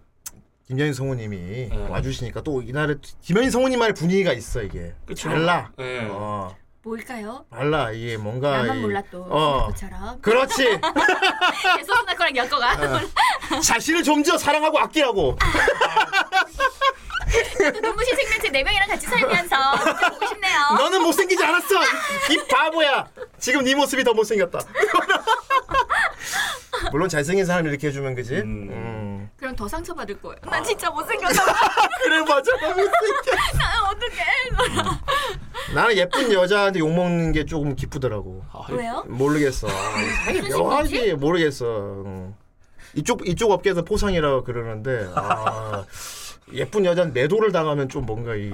[SPEAKER 3] 김현희 성우님이
[SPEAKER 4] 네.
[SPEAKER 3] 와주시니까 또 이날에 김현희 성우님만의 분위기가 있어 이게.
[SPEAKER 4] 그쵸.
[SPEAKER 3] 달라.
[SPEAKER 4] 예.
[SPEAKER 3] 어
[SPEAKER 6] 뭘까요?
[SPEAKER 3] 달라 이게 뭔가.
[SPEAKER 6] 나만
[SPEAKER 3] 이-
[SPEAKER 6] 몰랐도
[SPEAKER 3] 아, 어.
[SPEAKER 6] 그처럼
[SPEAKER 3] 그렇지.
[SPEAKER 6] 계속 스나커랑 엮어가
[SPEAKER 3] 아. 자신을 좀지어 사랑하고 아끼라고.
[SPEAKER 6] 눈부신 생명체 네 명이랑 같이 살면서 진짜 보고 싶네요.
[SPEAKER 3] 너는 못생기지 않았어. 이 바보야. 지금 네 모습이 더 못생겼다. 물론 잘생긴 사람 이렇게 해주면 그지.
[SPEAKER 4] 음.
[SPEAKER 3] 음.
[SPEAKER 6] 그럼 더 상처 받을 거예요. 나 진짜 못생겼어.
[SPEAKER 3] 그래 맞아. 못생겨.
[SPEAKER 6] 나 어떡해.
[SPEAKER 3] 나는 예쁜 여자한테 욕 먹는 게 조금 기쁘더라고.
[SPEAKER 6] 왜요?
[SPEAKER 3] 모르겠어. 뭐 묘하게 모르겠어. 응. 이쪽 이쪽 업계에서 포상이라고 그러는데 아, 예쁜 여자 매도를 당하면 좀 뭔가 이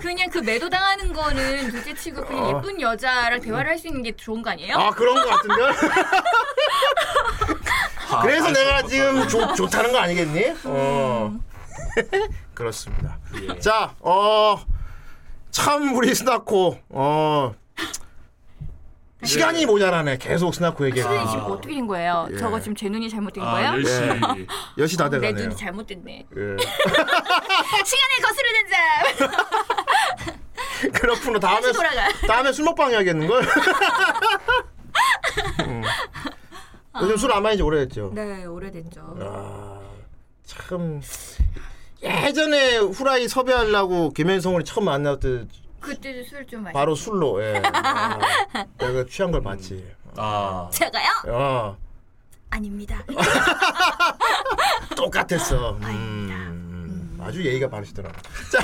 [SPEAKER 6] 그냥 그 매도 당하는 거는 둘째 치고 그냥 예쁜 여자랑 대화를 할 수 있는 게 좋은 거 아니에요?
[SPEAKER 3] 아, 그런 것 같은데.
[SPEAKER 4] 아,
[SPEAKER 3] 그래서
[SPEAKER 4] 아,
[SPEAKER 3] 내가
[SPEAKER 4] 아,
[SPEAKER 3] 지금 좋 좋다는 거 아니겠니?
[SPEAKER 6] 음.
[SPEAKER 3] 어. 그렇습니다.
[SPEAKER 4] 예.
[SPEAKER 3] 자, 어. 참 우리 스나코 어
[SPEAKER 6] 예.
[SPEAKER 3] 시간이 모자라네. 계속 스나코 얘기가.
[SPEAKER 6] 선생님 지금 어떻게 된 거예요? 저거 지금 제 눈이 잘못된 거예요? 어,
[SPEAKER 4] 아, 열심히.
[SPEAKER 3] 네. 여시 다
[SPEAKER 6] 내
[SPEAKER 3] 돼가네요.
[SPEAKER 6] 눈이 잘못됐네.
[SPEAKER 3] 예.
[SPEAKER 6] 시간을 거스르는 자.
[SPEAKER 3] 그렇구나. 다음에
[SPEAKER 6] 다시 돌아가.
[SPEAKER 3] 다음에 술 먹방 해야겠는 걸. 음. 요즘 술 안 마신 지 오래됐죠. 아,
[SPEAKER 6] 네, 오래됐죠.
[SPEAKER 3] 참 예전에 후라이 섭외하려고 김현성을 처음 만날 때
[SPEAKER 6] 그때도 술 좀 마시.
[SPEAKER 3] 바로 술로 예. 아, 내가 취한 걸 봤지.
[SPEAKER 4] 아,
[SPEAKER 6] 제가요?
[SPEAKER 3] 어,
[SPEAKER 6] 아닙니다.
[SPEAKER 3] 똑같았어. 음, 음, 아주 예의가 바르시더라고. 자,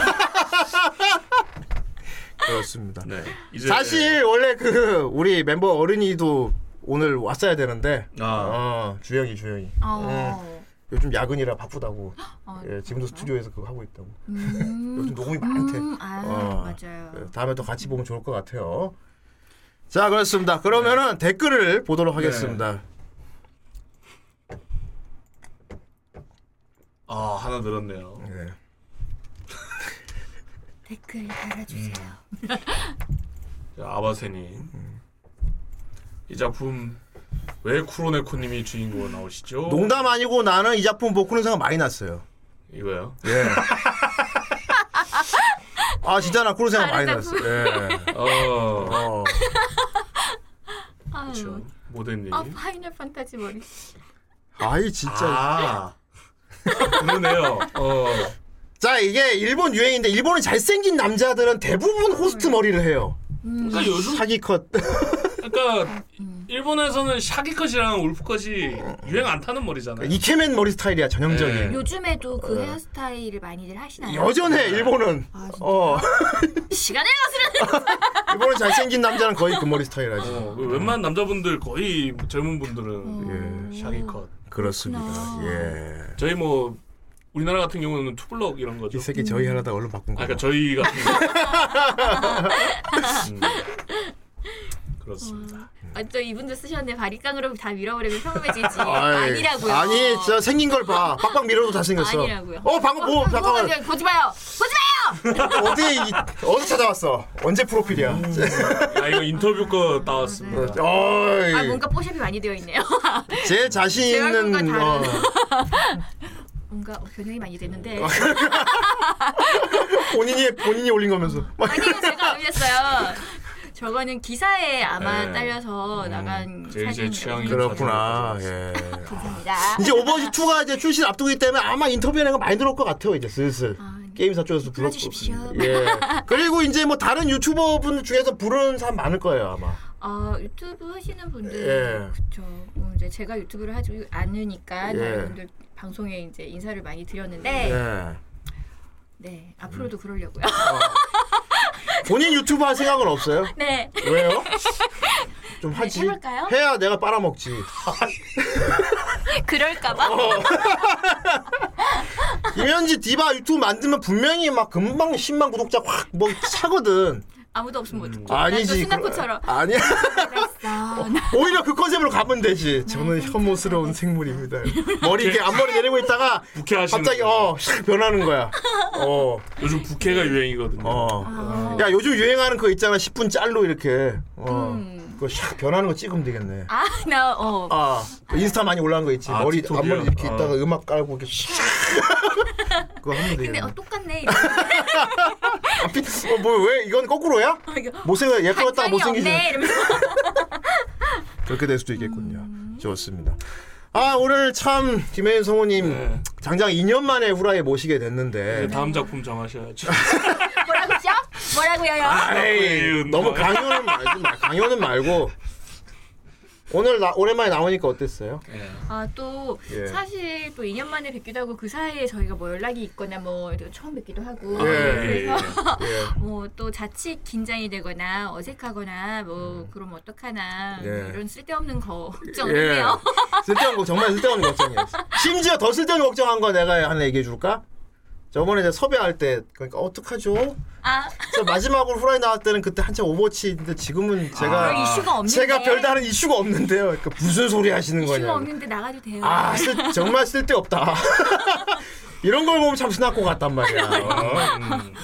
[SPEAKER 3] 그렇습니다.
[SPEAKER 4] 네. 이제
[SPEAKER 3] 사실 원래 그 우리 멤버 어른이도 오늘 왔어야 되는데
[SPEAKER 4] 아,
[SPEAKER 3] 어, 주영이 주영이.
[SPEAKER 6] 어.
[SPEAKER 3] 요즘 야근이라 바쁘다고.
[SPEAKER 6] 어,
[SPEAKER 3] 예, 지금도 스튜디오에서 그거 하고 있다고.
[SPEAKER 6] 음.
[SPEAKER 3] 요즘 녹음이 많대.
[SPEAKER 6] 음, 아,
[SPEAKER 3] 어.
[SPEAKER 6] 맞아요.
[SPEAKER 3] 예, 다음에 또 같이 보면 좋을 것 같아요. 자, 그렇습니다. 그러면은
[SPEAKER 4] 네.
[SPEAKER 3] 댓글을 보도록 하겠습니다.
[SPEAKER 4] 아 하나 늘었네요.
[SPEAKER 3] 예.
[SPEAKER 6] 댓글 달아주세요.
[SPEAKER 4] 자, 아바세님.
[SPEAKER 3] 음.
[SPEAKER 4] 이 작품 왜 쿠로네코님이 주인공으로 나오시죠?
[SPEAKER 3] 어. 농담 아니고 나는 이 작품 보고는 생각 많이 났어요.
[SPEAKER 4] 이거요.
[SPEAKER 3] 예. 아, 진짜 나 그런 생각 많이
[SPEAKER 6] 다른
[SPEAKER 3] 났어. 예.
[SPEAKER 4] 어,
[SPEAKER 3] 어,
[SPEAKER 4] 그렇죠. 모델님.
[SPEAKER 6] 아, 파이널 판타지 머리.
[SPEAKER 3] 아이 진짜.
[SPEAKER 4] 아, 그러네요. 어,
[SPEAKER 3] 자 이게 일본 유행인데 일본은 잘생긴 남자들은 대부분 호스트 머리를 해요.
[SPEAKER 4] 그러니까 요즘
[SPEAKER 3] 사기 컷.
[SPEAKER 4] 그러니까 일본에서는 샤기컷이랑 울프컷이 유행 안 타는 머리잖아요.
[SPEAKER 3] 이케맨 머리 스타일이야 전형적인.
[SPEAKER 4] 예.
[SPEAKER 6] 요즘에도 그 헤어스타일을 많이들 하시나요?
[SPEAKER 3] 여전해
[SPEAKER 4] 네.
[SPEAKER 3] 일본은. 어.
[SPEAKER 6] 시간을 거스르는
[SPEAKER 3] 일본은 잘생긴 남자는 거의 그 머리 스타일 하지.
[SPEAKER 4] 어, 그 웬만한 남자분들 거의 젊은 분들은
[SPEAKER 3] 예.
[SPEAKER 4] 샤기컷.
[SPEAKER 3] 그렇습니다. 예.
[SPEAKER 4] 저희 뭐 우리나라 같은 경우는 투블럭 이런 거죠.
[SPEAKER 3] 이 새끼 저희 하나다 얼른 바꾼 거.
[SPEAKER 4] 아, 그러니까 저희 같은 경우. 음. 그렇습니다.
[SPEAKER 6] 완전 아, 이분도 쓰셨네 바리깡으로 다 밀어버리고 평범해지지
[SPEAKER 3] 아이,
[SPEAKER 6] 아니라고요
[SPEAKER 3] 아니, 진짜 생긴 걸 봐. 빡빡 밀어도 잘생겼어.
[SPEAKER 6] 아니라고요.
[SPEAKER 3] 어, 방금 뭐, 잠깐만.
[SPEAKER 6] 그냥 보지 마요 보지 마요
[SPEAKER 3] 어디, 이- 어디 찾아왔어? 언제 프로필이야?
[SPEAKER 4] 아 이거 인터뷰 거
[SPEAKER 3] 네.
[SPEAKER 4] 나왔습니다.
[SPEAKER 3] 어이.
[SPEAKER 6] 아 뭔가 뽀샵이 많이 되어 있네요
[SPEAKER 3] 제 자신
[SPEAKER 6] 제
[SPEAKER 3] 있는
[SPEAKER 6] 얼굴과
[SPEAKER 3] 어,
[SPEAKER 6] 뭔가 변형이 많이 됐는데
[SPEAKER 3] 어. 본인이 본인이 올린 거면서 막
[SPEAKER 6] 아니요 제가 안 올렸어요 저거는 기사에 아마
[SPEAKER 3] 예.
[SPEAKER 4] 네.
[SPEAKER 6] 딸려서
[SPEAKER 4] 음,
[SPEAKER 6] 나간
[SPEAKER 4] 제일 제 취향이
[SPEAKER 6] 사진입니다.
[SPEAKER 3] 그렇구나. 예.
[SPEAKER 6] 감사합니다.
[SPEAKER 3] 이제 오버워치 2가 이제 출시 앞두고 있기 때문에 아마 인터뷰 내가 많이 들어올 것 같아요. 이제 슬슬.
[SPEAKER 6] 아, 네.
[SPEAKER 3] 게임사 쪽에서 불렀고.
[SPEAKER 6] 불러주십시오.
[SPEAKER 3] 예. 그리고 이제 뭐 다른 유튜버 분 중에서 부르는 사람 많을 거예요, 아마.
[SPEAKER 6] 아 유튜브 하시는 분들
[SPEAKER 3] 예.
[SPEAKER 6] 그렇죠. 뭐 이제 제가 유튜브를 하지
[SPEAKER 3] 예.
[SPEAKER 6] 않으니까 다른 분들 방송에 이제 인사를 많이 드렸는데
[SPEAKER 3] 예. 음.
[SPEAKER 6] 네 앞으로도 그러려고요.
[SPEAKER 3] 본인 유튜브 할 생각은 없어요?
[SPEAKER 6] 네.
[SPEAKER 3] 왜요? 좀 하지.
[SPEAKER 6] 해볼까요?
[SPEAKER 3] 해야 내가 빨아먹지. 어.
[SPEAKER 6] 그럴까봐.
[SPEAKER 3] 김현지 디바 유튜브 만들면 분명히 막 금방 10만 구독자 확 뭐 차거든.
[SPEAKER 6] 아무도 없으면 어떡해.
[SPEAKER 3] 음, 아니지.
[SPEAKER 6] 나또 신나코처럼.
[SPEAKER 3] 그거- 아니야.
[SPEAKER 6] 알았어.
[SPEAKER 3] 오히려 그 컨셉으로 가면 되지.
[SPEAKER 2] 저는 혐오스러운 생물입니다.
[SPEAKER 3] 머리 이렇게 앞머리 내리고 있다가
[SPEAKER 4] 부캐하시는
[SPEAKER 3] 갑자기 어 샥 변하는 거야. 어.
[SPEAKER 4] 요즘 부캐가 유행이거든요.
[SPEAKER 3] 어.
[SPEAKER 6] 아.
[SPEAKER 3] 야 요즘 유행하는 그거 있잖아 10분 짤로 이렇게 어.
[SPEAKER 6] 음.
[SPEAKER 3] 그거 샥 변하는 거 찍으면 되겠네
[SPEAKER 6] 아 나 어.
[SPEAKER 3] 아 인스타 많이 올라간 거 있지
[SPEAKER 4] 아,
[SPEAKER 3] 머리
[SPEAKER 4] 틱톡이요?
[SPEAKER 3] 앞머리 이렇게
[SPEAKER 4] 아.
[SPEAKER 3] 있다가 음악 깔고 이렇게 샥 그거 하면 되겠네
[SPEAKER 6] 근데 어, 똑같네.
[SPEAKER 3] 어, 뭐왜 이건 거꾸로야? 못생겨 예쁘였다가
[SPEAKER 6] 발전이
[SPEAKER 3] 못생기지
[SPEAKER 6] 어, 없네. 이러면서
[SPEAKER 3] 그렇게 될 수도 있겠군요
[SPEAKER 6] 음.
[SPEAKER 3] 좋습니다 아 오늘 참 김혜인 성우님
[SPEAKER 4] 네.
[SPEAKER 3] 장장 2년 만에 후라이 모시게 됐는데
[SPEAKER 4] 이제 네, 다음 작품 정하셔야죠. 네,
[SPEAKER 6] 뭐라고죠? 뭐라고요?
[SPEAKER 3] 아이, 너무 강요는 말지 마. 강요는 말고 오늘 나, 오랜만에 나오니까 어땠어요?
[SPEAKER 6] 아 또
[SPEAKER 3] 예.
[SPEAKER 6] 사실 또 2년 만에 뵙기도 하고 그 사이에 저희가 뭐 연락이 있거나 뭐 처음 뵙기도 하고
[SPEAKER 3] 예.
[SPEAKER 4] 네,
[SPEAKER 6] 그래서
[SPEAKER 3] 예.
[SPEAKER 6] 뭐 또 자칫 긴장이 되거나 어색하거나 뭐 그럼 어떡하나
[SPEAKER 3] 음. 예.
[SPEAKER 6] 뭐 이런 쓸데없는 걱정을
[SPEAKER 3] 예.
[SPEAKER 6] 해요.
[SPEAKER 3] 쓸데없는 거 정말 쓸데없는 걱정이었어. 심지어 더 쓸데없는 걱정한 거 내가 하나 얘기해 줄까? 저번에 이제 섭외할 때 그러니까 어떡하죠?
[SPEAKER 6] 아
[SPEAKER 3] 저 마지막으로 후라이 나왔 때는 그때 한참 오버워치인데 지금은
[SPEAKER 6] 그런
[SPEAKER 3] 제가
[SPEAKER 6] 아, 이슈가 없는데
[SPEAKER 3] 제가 아, 별다른 이슈가 없는데요. 그러니까 무슨 소리 하시는
[SPEAKER 6] 이슈가
[SPEAKER 3] 거냐?
[SPEAKER 6] 없는데 나가도 돼요.
[SPEAKER 3] 아 쓸- 정말 쓸데없다. 이런 걸 보면 참 스나코 같단 말이야. 어.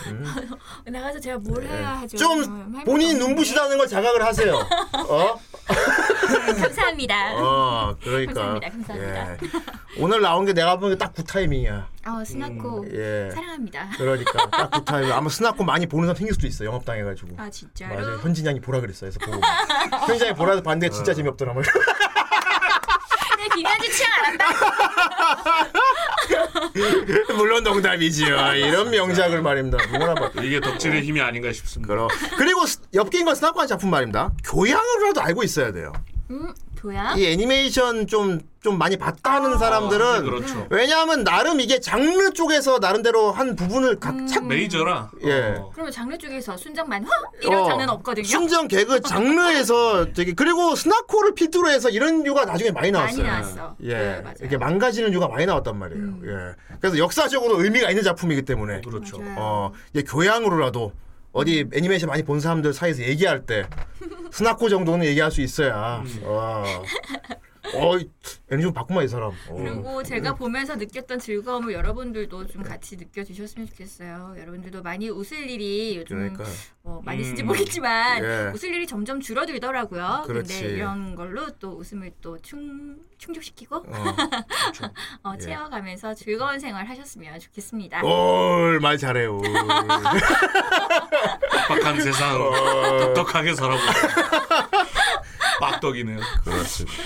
[SPEAKER 4] 음,
[SPEAKER 6] 나가서 제가 뭘 해야 하죠?
[SPEAKER 3] 예. 좀
[SPEAKER 6] 음,
[SPEAKER 3] 본인
[SPEAKER 6] 할말
[SPEAKER 3] 눈부시다는 걸 자각을 하세요. 어?
[SPEAKER 6] 없는데. 감사합니다.
[SPEAKER 3] 어, 그러니까.
[SPEAKER 6] 감사합니다, 감사합니다.
[SPEAKER 3] 예. 오늘 나온 게 내가 보는 게딱굿 타이밍이야.
[SPEAKER 6] 어 스나코
[SPEAKER 3] 예.
[SPEAKER 6] 사랑합니다.
[SPEAKER 3] 그러니까 딱굿 타이밍. 아마 스나코 많이 보는 사람 생길 수도 있어. 영업 당해가지고.
[SPEAKER 6] 아 진짜로.
[SPEAKER 3] 맞아. 현진양이 보라 그랬어. 그래서 보고. 현진양이 보라서 봤는데
[SPEAKER 4] 어.
[SPEAKER 3] 진짜 재미없더라. 뭐.
[SPEAKER 6] 근데 네, 김현주 취향 알았다.
[SPEAKER 3] 물론 농담이지요. 이런 명작을 말입니다. 누구나 봐.
[SPEAKER 4] 이게 덕질의 힘이 아닌가 싶습니다.
[SPEAKER 3] 그럼. 그리고 스- 옆긴 건 스나코한 작품 말입니다. 교양으로라도 알고 있어야 돼요.
[SPEAKER 6] 음 교양.
[SPEAKER 3] 이 애니메이션 좀, 좀 많이 봤다 하는
[SPEAKER 4] 아,
[SPEAKER 3] 사람들은
[SPEAKER 4] 그렇죠.
[SPEAKER 3] 왜냐하면 나름 이게 장르 쪽에서 나름대로 한 부분을
[SPEAKER 6] 음.
[SPEAKER 3] 각 착,
[SPEAKER 4] 메이저라.
[SPEAKER 3] 예.
[SPEAKER 4] 어.
[SPEAKER 6] 그러면 장르 쪽에서 순정만 허 이런
[SPEAKER 3] 어,
[SPEAKER 6] 장르는 없거든요.
[SPEAKER 3] 순정 개그 장르에서 되게 그리고 스나코를 필두로 해서 이런 류가 나중에 많이
[SPEAKER 6] 많이
[SPEAKER 3] 나왔어요.
[SPEAKER 6] 나왔어.
[SPEAKER 3] 예,
[SPEAKER 6] 네, 맞아요. 음.
[SPEAKER 3] 이렇게 망가지는 류가 많이 나왔단 말이에요. 예, 그래서 역사적으로 의미가 있는 작품이기 때문에
[SPEAKER 4] 그렇죠.
[SPEAKER 6] 맞아요.
[SPEAKER 3] 어, 이제 교양으로라도 어디
[SPEAKER 6] 음.
[SPEAKER 3] 애니메이션 많이 본 사람들 사이에서 얘기할 때 스나코 정도는 얘기할 수 있어야.
[SPEAKER 6] 음.
[SPEAKER 3] 어, 어, 이- 애니좀 바꾸마 이 사람. 어.
[SPEAKER 6] 그리고 제가 보면서 느꼈던 즐거움을 여러분들도 좀 같이 느껴주셨으면 좋겠어요. 여러분들도 많이 웃을 일이 요즘
[SPEAKER 3] 그러니까
[SPEAKER 6] 뭐 많이
[SPEAKER 4] 음.
[SPEAKER 6] 있을지 모르겠지만
[SPEAKER 3] 예.
[SPEAKER 6] 웃을 일이 점점 줄어들더라고요.
[SPEAKER 3] 그렇지.
[SPEAKER 6] 근데 이런 걸로 또 웃음을 또 충, 충족시키고
[SPEAKER 3] 어.
[SPEAKER 6] 어,
[SPEAKER 3] 예.
[SPEAKER 6] 채워가면서 즐거운 생활 하셨으면 좋겠습니다.
[SPEAKER 3] 어. 올말 잘해요.
[SPEAKER 4] 빡빡한 세상
[SPEAKER 3] 어.
[SPEAKER 4] 똑똑하게 살아보자. 빡덕이네요.
[SPEAKER 3] 그렇습니다.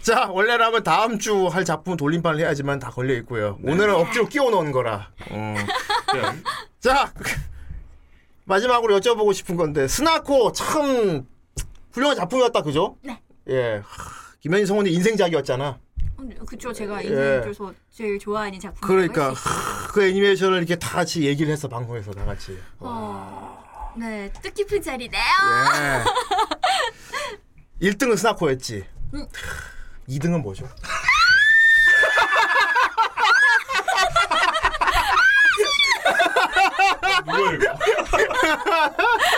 [SPEAKER 3] 자 원래라면 다음 주 할 작품 돌림판을 해야지만 다 걸려 있고요. 오늘은 억지로 끼워 넣은 거라. 음.
[SPEAKER 4] 야,
[SPEAKER 3] 자 마지막으로 여쭤보고 싶은 건데 스나코 참 훌륭한 작품이었다 그죠?
[SPEAKER 6] 네.
[SPEAKER 3] 예. 하, 김현희 성우님 인생작이었잖아.
[SPEAKER 6] 음, 그쵸 제가
[SPEAKER 3] 예.
[SPEAKER 6] 인생에서 제일 좋아하는 작품.
[SPEAKER 3] 그러니까 하, 그 애니메이션을 이렇게 다 같이 얘기를 했어 방송에서 다 같이.
[SPEAKER 6] 어, 네 뜻깊은 자리네요.
[SPEAKER 3] 아. 예. 1등은 스나코였지. 2등은 뭐죠?
[SPEAKER 4] 뭐야 이거?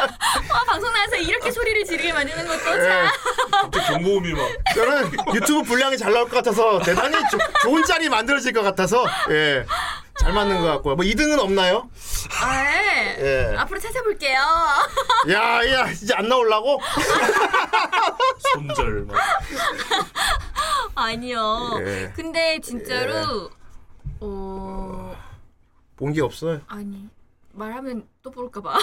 [SPEAKER 6] 아, 방송 나와서 이렇게 소리를 지르게 만드는 것도 참.
[SPEAKER 4] 갑자기 경보음이 막.
[SPEAKER 3] 저는 유튜브 분량이 잘 나올 것 같아서 대단히 조- 좋은 짤이 만들어질 것 같아서 예. 잘 맞는 것 같고요. 뭐 2등은 없나요?
[SPEAKER 6] 아, 예.
[SPEAKER 3] 예.
[SPEAKER 6] 앞으로 찾아볼게요.
[SPEAKER 3] 야, 야, 이제 안 나오려고?
[SPEAKER 4] 손절 막.
[SPEAKER 6] 아니요.
[SPEAKER 3] 예.
[SPEAKER 6] 근데 진짜로 어
[SPEAKER 3] 본 게 없어요.
[SPEAKER 6] 아니 말하면 또 부를까 봐.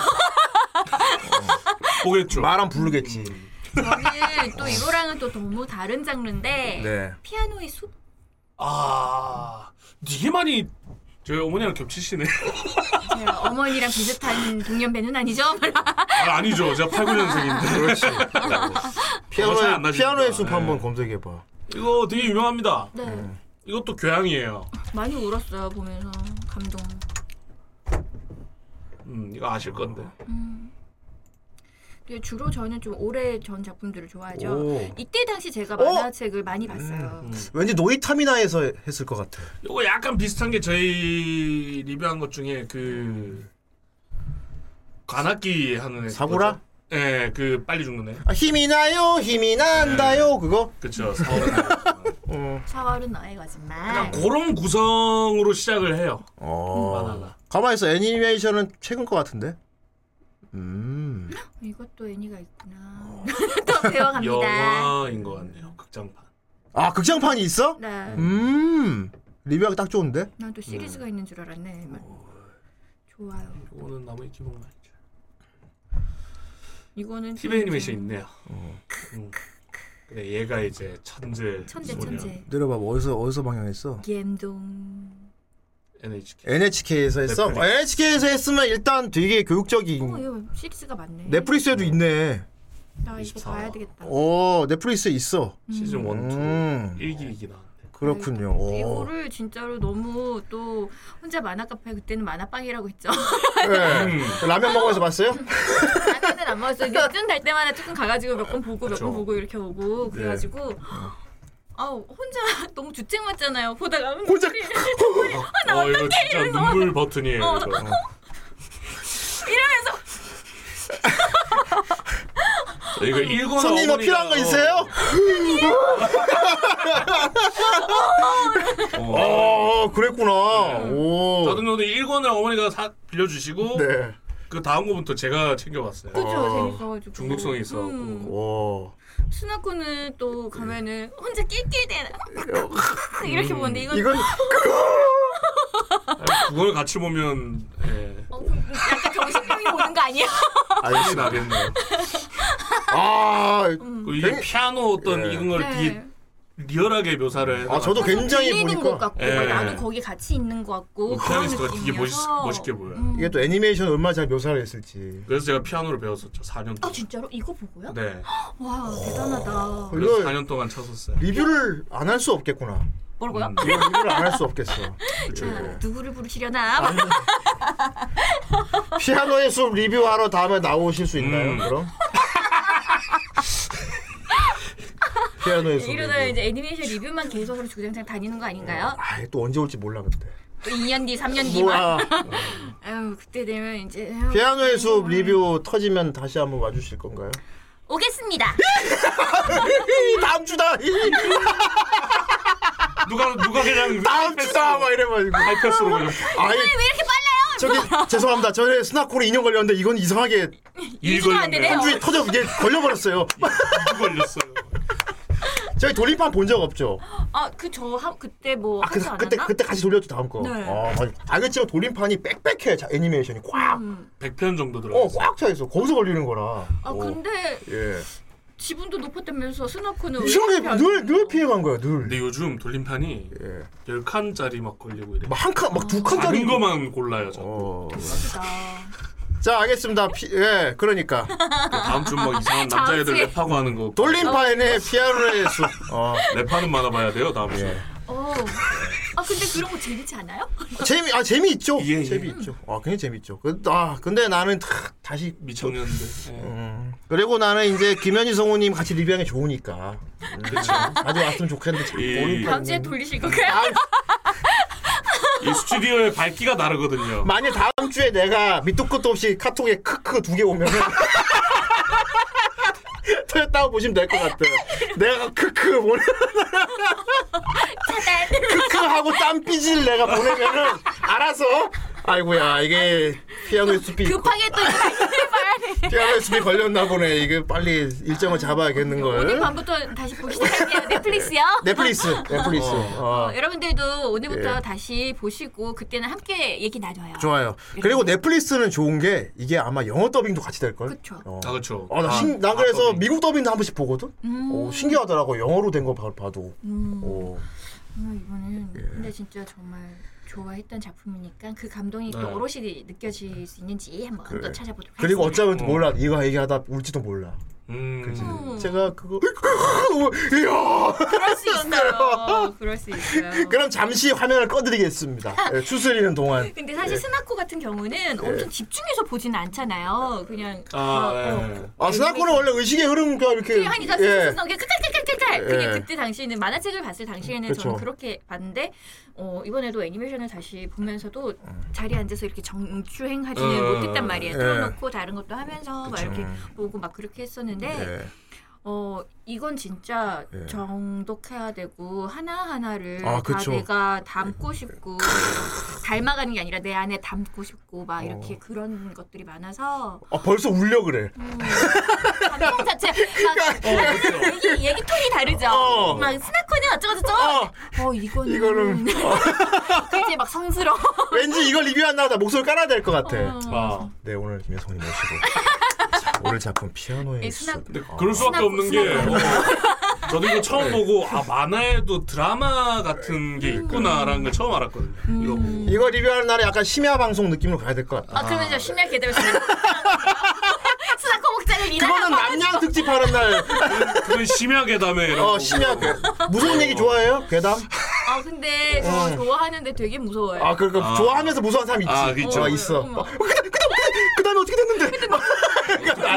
[SPEAKER 4] 보겠죠.
[SPEAKER 3] 말안 부르겠지.
[SPEAKER 6] 저는 예, 또 이거랑은 또 너무 다른 장르인데
[SPEAKER 3] 네.
[SPEAKER 6] 피아노의 숲?
[SPEAKER 4] 아, 되게 많이 저희 어머니랑 겹치시네.
[SPEAKER 6] 제가 어머니랑 비슷한 동년배는 아니죠?
[SPEAKER 3] 네.
[SPEAKER 4] 아, 아니죠. 제가 8, 9년생인데.
[SPEAKER 3] 그렇지.
[SPEAKER 4] 잘안
[SPEAKER 3] 피아노의,
[SPEAKER 4] 맞으니까.
[SPEAKER 3] 피아노의 숲 한번
[SPEAKER 4] 네.
[SPEAKER 3] 검색해봐.
[SPEAKER 4] 이거 되게 유명합니다.
[SPEAKER 6] 네
[SPEAKER 4] 이것도 교양이에요.
[SPEAKER 6] 많이 울었어요 보면서 감동
[SPEAKER 4] 음, 이거 아실 건데.
[SPEAKER 6] 근데 예, 주로 저는 좀 오래 전 작품들을 좋아하죠
[SPEAKER 3] 오. 어? 음,
[SPEAKER 6] 이때 당시 제가 만화책을 많이 봤어요
[SPEAKER 3] 왠지 노이타미나에서 했을 것 같아.
[SPEAKER 4] 이거 약간 비슷한 게 저희 리뷰한 것 중에 그 관악기 하는 애
[SPEAKER 3] 사구라?
[SPEAKER 4] 거죠? 예, 그 빨리 죽는 애.
[SPEAKER 3] 아, 힘이 나요, 힘이 난다요. 그거.
[SPEAKER 4] 그쵸. 사월은.
[SPEAKER 6] 사월은 너의 거짓말
[SPEAKER 4] 약간 그러니까 그런 구성으로 시작을 해요.
[SPEAKER 3] 어.
[SPEAKER 4] 바나나.
[SPEAKER 3] 가만 있어. 애니메이션은 최근 것 같은데. 음.
[SPEAKER 6] 이것도 애니가
[SPEAKER 3] 어.
[SPEAKER 6] 있구나 또 배워갑니다
[SPEAKER 4] 영화인 것 같네요. 극장판.
[SPEAKER 3] 아 극장판이 있어?
[SPEAKER 6] 네.
[SPEAKER 3] 음. 리뷰하기 딱 좋은데.
[SPEAKER 6] 난 또 시리즈가 있는 줄 알았네 좋아요
[SPEAKER 4] 이거는 나무의 기본 아니죠.
[SPEAKER 6] 이거는
[SPEAKER 4] 티베 애니메이션 있네요. 음. 근데 얘가 이제 천재.
[SPEAKER 6] 천재
[SPEAKER 4] 소년.
[SPEAKER 6] 천재
[SPEAKER 3] 내려봐. 어디서 어디서 방영했어?
[SPEAKER 6] 갬동
[SPEAKER 4] NHK.
[SPEAKER 3] NHK에서 했어?
[SPEAKER 4] 넷플릭스.
[SPEAKER 3] NHK에서 했으면 일단 되게 교육적인.
[SPEAKER 6] 어 이거 시리즈가 많네
[SPEAKER 3] 넷플릭스에도 있네.
[SPEAKER 6] 나 이거
[SPEAKER 4] 24.
[SPEAKER 6] 봐야 되겠다
[SPEAKER 3] 어 넷플릭스에 있어.
[SPEAKER 4] 시즌 1, 2.
[SPEAKER 3] 음.
[SPEAKER 4] 1기이긴 한데.
[SPEAKER 3] 그렇군요. 어. 오.
[SPEAKER 6] 이거를 진짜로 너무 또 혼자 만화 카페 그때는 만화빵이라고 했죠.
[SPEAKER 3] 네.
[SPEAKER 4] 음.
[SPEAKER 3] 라면 먹으면서 봤어요?
[SPEAKER 6] 나는 안 먹었어요. 늦은 갈 때마다 조금 가가지고 몇 번 보고 몇
[SPEAKER 4] 그렇죠.
[SPEAKER 6] 번 보고 이렇게 오고 그래가지고 아우 혼자 너무 주책 맞잖아요. 보다가 혼자 아,
[SPEAKER 4] 어, 이거 진짜 눈물 버튼이에요.
[SPEAKER 6] 어.
[SPEAKER 4] 이거.
[SPEAKER 6] 이러면서
[SPEAKER 4] 자, 이거 일권
[SPEAKER 3] 손님 뭐 필요한 거 있어요? 어 그랬구나. 오.
[SPEAKER 4] 저도 근데 1권을 어머니가 사 빌려주시고
[SPEAKER 3] 네.
[SPEAKER 4] 그 다음 거부터 제가 챙겨왔어요.
[SPEAKER 6] 그죠 음.
[SPEAKER 3] 어.
[SPEAKER 6] 재밌어가지고
[SPEAKER 4] 중독성이 있어갖고.
[SPEAKER 3] 오.
[SPEAKER 6] 수나코는 또 가면은 혼자 낄낄대나 이렇게 보는데 이건
[SPEAKER 3] 이건
[SPEAKER 4] 아, 그걸 같이 보면 예,
[SPEAKER 6] 어, 약간 정신병이 오는 거 아니야?
[SPEAKER 4] 알겠 나겠네요.
[SPEAKER 3] 아.
[SPEAKER 6] 음.
[SPEAKER 4] 그리고 이게 피아노 어떤
[SPEAKER 3] 예.
[SPEAKER 4] 이런 걸
[SPEAKER 6] 네.
[SPEAKER 4] 되게 리얼하게 묘사를 해서
[SPEAKER 3] 아 저도 굉장히
[SPEAKER 6] 들리는 것
[SPEAKER 3] 보니까
[SPEAKER 6] 같고
[SPEAKER 4] 예.
[SPEAKER 6] 나도 거기 같이 있는 것 같고 그런 음.
[SPEAKER 4] 피아니스트가 되게 멋있,
[SPEAKER 6] 느낌이어서
[SPEAKER 4] 멋있게 보여요.
[SPEAKER 3] 이게 또 애니메이션 얼마나 잘 묘사를 했을지.
[SPEAKER 4] 그래서 제가 피아노를 배웠었죠. 4년
[SPEAKER 6] 아
[SPEAKER 4] 동안.
[SPEAKER 6] 진짜로 이거 보고요?
[SPEAKER 4] 네.
[SPEAKER 6] 와 대단하다.
[SPEAKER 4] 그래서
[SPEAKER 3] 이걸-
[SPEAKER 4] 4년 동안 쳤었어요. 음.
[SPEAKER 3] 리뷰를 안 할 수 없겠구나.
[SPEAKER 6] 뭐라고요?
[SPEAKER 3] 이걸 리뷰를 안 할 수 없겠어.
[SPEAKER 6] 자, 누구를 부르시려나?
[SPEAKER 3] 피아노의 숲 리뷰하러 다음에 나오실 수 있나요?
[SPEAKER 4] 음.
[SPEAKER 3] 그럼? 피아노의 숲.
[SPEAKER 6] 이러다
[SPEAKER 3] 리뷰.
[SPEAKER 6] 이제 애니메이션 리뷰만 계속으로 주구장창 다니는 거 아닌가요?
[SPEAKER 3] 아, 또 언제 올지 몰라 그때.
[SPEAKER 6] 또 2년 뒤, 3년 뒤만.
[SPEAKER 3] 뭐야?
[SPEAKER 6] 아유 그때 되면 이제
[SPEAKER 3] 피아노의 숲 리뷰 터지면 다시 한번 와주실 건가요?
[SPEAKER 6] 오겠습니다.
[SPEAKER 3] 이, 다음 주다. 이,
[SPEAKER 4] 누가 누가 그냥
[SPEAKER 3] 다음 주다. 막 이래가지고.
[SPEAKER 4] 하이패스로 그냥
[SPEAKER 3] 아니
[SPEAKER 6] 왜 이렇게 빨라요?
[SPEAKER 3] 저기 죄송합니다. 저희 스나코로 인형 걸렸는데 이건 이상하게
[SPEAKER 4] 일
[SPEAKER 6] 이해가 안
[SPEAKER 4] 걸렸네요.
[SPEAKER 6] 되네요.
[SPEAKER 3] 한 주에 터져 이게 걸려버렸어요.
[SPEAKER 4] 일 걸렸어요.
[SPEAKER 3] 저희 돌림판 본 적 없죠?
[SPEAKER 6] 아그저 어, 그때 뭐
[SPEAKER 3] 아, 그,
[SPEAKER 6] 하지 않았나?
[SPEAKER 3] 그때 그때 같이 돌렸죠 다음 거.
[SPEAKER 6] 네.
[SPEAKER 3] 아, 아니, 알겠지만 돌림판이 빽빽해 자, 애니메이션이 꽉,
[SPEAKER 6] 음.
[SPEAKER 4] 100편 정도
[SPEAKER 3] 어,
[SPEAKER 4] 들어갔어요.
[SPEAKER 3] 꽉 차 있어. 거기서 걸리는 거라.
[SPEAKER 6] 아
[SPEAKER 3] 어,
[SPEAKER 6] 근데
[SPEAKER 3] 예.
[SPEAKER 6] 지분도 높았다면서 스나코는 왜
[SPEAKER 3] 이상하게
[SPEAKER 6] 이렇게 안
[SPEAKER 3] 늘,
[SPEAKER 6] 돼요?
[SPEAKER 3] 늘 피해간 거야 늘.
[SPEAKER 4] 근데 요즘 돌림판이
[SPEAKER 3] 예.
[SPEAKER 4] 10칸짜리 막 걸리고 이래.
[SPEAKER 3] 막 한 칸, 막 두 칸짜리.
[SPEAKER 4] 작은 아, 거만 골라요. 저.
[SPEAKER 3] 어.
[SPEAKER 6] 진짜.
[SPEAKER 3] 자 알겠습니다. 피, 예, 그러니까
[SPEAKER 4] 다음 주 막 이상한 남자애들
[SPEAKER 6] 다음 주에.
[SPEAKER 4] 랩하고 하는 거
[SPEAKER 3] 어. 돌림판의 피아노의 숲. 어.
[SPEAKER 4] 랩하는 만화 봐야 돼요 다음 주에.
[SPEAKER 3] 예.
[SPEAKER 6] 어. 아 근데 그런 거 재밌지 않아요?
[SPEAKER 3] 재미, 아 재미있죠.
[SPEAKER 4] 예, 예.
[SPEAKER 3] 재미있죠. 아 굉장히 재미있죠. 그, 아 근데 나는 다, 다시
[SPEAKER 4] 미청년들. 예.
[SPEAKER 3] 음. 그리고 나는 이제 김현희 성우님 같이 리뷰하는 게 좋으니까. 음,
[SPEAKER 4] 그렇죠.
[SPEAKER 3] 자주 왔으면 좋겠는데 자꾸
[SPEAKER 4] 예.
[SPEAKER 3] 돌림판. 아,
[SPEAKER 6] 다음 주에 돌리실 건가요?
[SPEAKER 4] 이 스튜디오의 밝기가 다르거든요.
[SPEAKER 3] 만약 다음 주에 내가 밑도 끝도 없이 카톡에 크크 두 개 오면은 틀렸다고 보시면 될 것 같아요. 내가 크크 보내
[SPEAKER 6] 아, 네.
[SPEAKER 3] 크크 하고 땀 삐질 내가 보내면은
[SPEAKER 6] 그
[SPEAKER 3] 알아서 아이고야 이게 피아노의 숲이 있고
[SPEAKER 6] 급하게 또 이거
[SPEAKER 3] 깨알레스비 걸렸나 보네. 이게 빨리 일정을 잡아야겠는
[SPEAKER 6] 오늘
[SPEAKER 3] 걸.
[SPEAKER 6] 밤부터 다시 보기 시작할게요. 넷플릭스요.
[SPEAKER 3] 넷플릭스, 넷플릭스. 어.
[SPEAKER 6] 어, 여러분들도 오늘부터
[SPEAKER 3] 예.
[SPEAKER 6] 다시 보시고 그때는 함께 얘기 나눠요.
[SPEAKER 3] 좋아요. 그리고 넷플릭스는 좋은 게 이게 아마 영어 더빙도 같이 될 걸.
[SPEAKER 6] 그쵸.
[SPEAKER 3] 어.
[SPEAKER 4] 아 그렇죠.
[SPEAKER 3] 어, 나, 신, 나 그래서 미국 더빙도 한 번씩 보거든.
[SPEAKER 6] 음.
[SPEAKER 3] 오, 어, 신기하더라고 영어로 된 거 봐도. 어.
[SPEAKER 6] 음.
[SPEAKER 3] 오.
[SPEAKER 6] 정말 이거는 근데 진짜 정말 좋아했던 작품이니까 그 감동이
[SPEAKER 4] 네.
[SPEAKER 6] 또 오롯이 느껴질 수 있는지 한번 또 찾아보도록
[SPEAKER 3] 그리고
[SPEAKER 6] 하겠습니다.
[SPEAKER 3] 어쩌면
[SPEAKER 4] 어.
[SPEAKER 3] 몰라 이거 얘기하다 울지도 몰라.
[SPEAKER 4] 음.
[SPEAKER 6] 음.
[SPEAKER 3] 제가 그거 이야.
[SPEAKER 6] 그럴 수 있어요. 그럴 수 있어요.
[SPEAKER 3] 그럼 잠시 화면을 꺼드리겠습니다. 예, 추스리는 동안.
[SPEAKER 6] 근데 사실 스나코 같은 경우는 엄청 집중해서 보진 않잖아요. 그냥 어,
[SPEAKER 4] 아, 예.
[SPEAKER 6] 네,
[SPEAKER 3] 아 스나코는 원래 의식의 흐름과 이렇게
[SPEAKER 6] 하니까
[SPEAKER 3] 예.
[SPEAKER 6] 스스스스 그냥 깔깔깔깔깔 그냥
[SPEAKER 3] 예.
[SPEAKER 6] 그때 당시에는 만화책을 봤을 당시에는
[SPEAKER 3] 그쵸.
[SPEAKER 6] 저는 그렇게 봤는데 어, 이번에도 애니메이션을 다시 보면서도 자리에 앉아서 이렇게 정주행하지는
[SPEAKER 4] 어,
[SPEAKER 6] 못했단 말이에요.
[SPEAKER 3] 예.
[SPEAKER 6] 틀어놓고 다른 것도 하면서 막 이렇게 보고 막 그렇게 했었는데
[SPEAKER 3] 예.
[SPEAKER 6] 어 이건 진짜
[SPEAKER 3] 예.
[SPEAKER 6] 정독해야 되고 하나 하나를
[SPEAKER 3] 아,
[SPEAKER 6] 다
[SPEAKER 3] 그쵸. 예.
[SPEAKER 6] 내가 담고 싶고 닮아가는 게 아니라 내 안에 담고 싶고
[SPEAKER 3] 어.
[SPEAKER 6] 막 이렇게 그런 것들이 많아서
[SPEAKER 3] 아 벌써 울려 그래.
[SPEAKER 6] 감성 그 자체 막 음, 얘기 얘기 톤이 다르죠.
[SPEAKER 3] 그러니까 그렇죠. 어.
[SPEAKER 6] 막 스나코는 어쩌고저쩌고.
[SPEAKER 3] 어.
[SPEAKER 6] 어, 이거는
[SPEAKER 3] 이거는- 아,
[SPEAKER 6] 이제 막 성스러워.
[SPEAKER 3] 왠지 이걸 리뷰한다 나 목소리 깔아야 될 것
[SPEAKER 6] 어.
[SPEAKER 3] 같아.
[SPEAKER 4] 아.
[SPEAKER 3] 네 오늘 김혜성님 모시고 오늘 작품 어. 피아노의 네.
[SPEAKER 6] 이 스나-
[SPEAKER 3] 수.
[SPEAKER 4] 근데 네, 그럴 수밖에
[SPEAKER 6] 스나프,
[SPEAKER 4] 없는 게 어, 저도 이거 처음 보고 아 만화에도 드라마 같은 게 있구나라는 걸 처음 알았거든요. 이거 보고.
[SPEAKER 3] 이거 리뷰하는 날에 약간 심야 방송 느낌으로 가야 될 것 같다.
[SPEAKER 6] 아, 그러면 저 심야 개들 스나코 목장을 이날
[SPEAKER 3] 그거는
[SPEAKER 6] 한번
[SPEAKER 3] 남양 특집 하는 날.
[SPEAKER 4] 그건 심야 괴담에 이런
[SPEAKER 3] 어
[SPEAKER 4] 거고.
[SPEAKER 3] 심야 괴. 무서운 얘기 좋아해요? 괴담?
[SPEAKER 6] 아 근데 저 좋아하는데 되게 무서워요.
[SPEAKER 3] 어. 아 그러니까
[SPEAKER 4] 아.
[SPEAKER 3] 좋아하면서 무서운 사람 있지.
[SPEAKER 4] 아, 그쵸.
[SPEAKER 3] 어, 있어.
[SPEAKER 6] 어머.
[SPEAKER 3] 어, 그다음 그다음 그다음에 어떻게 됐는데? 막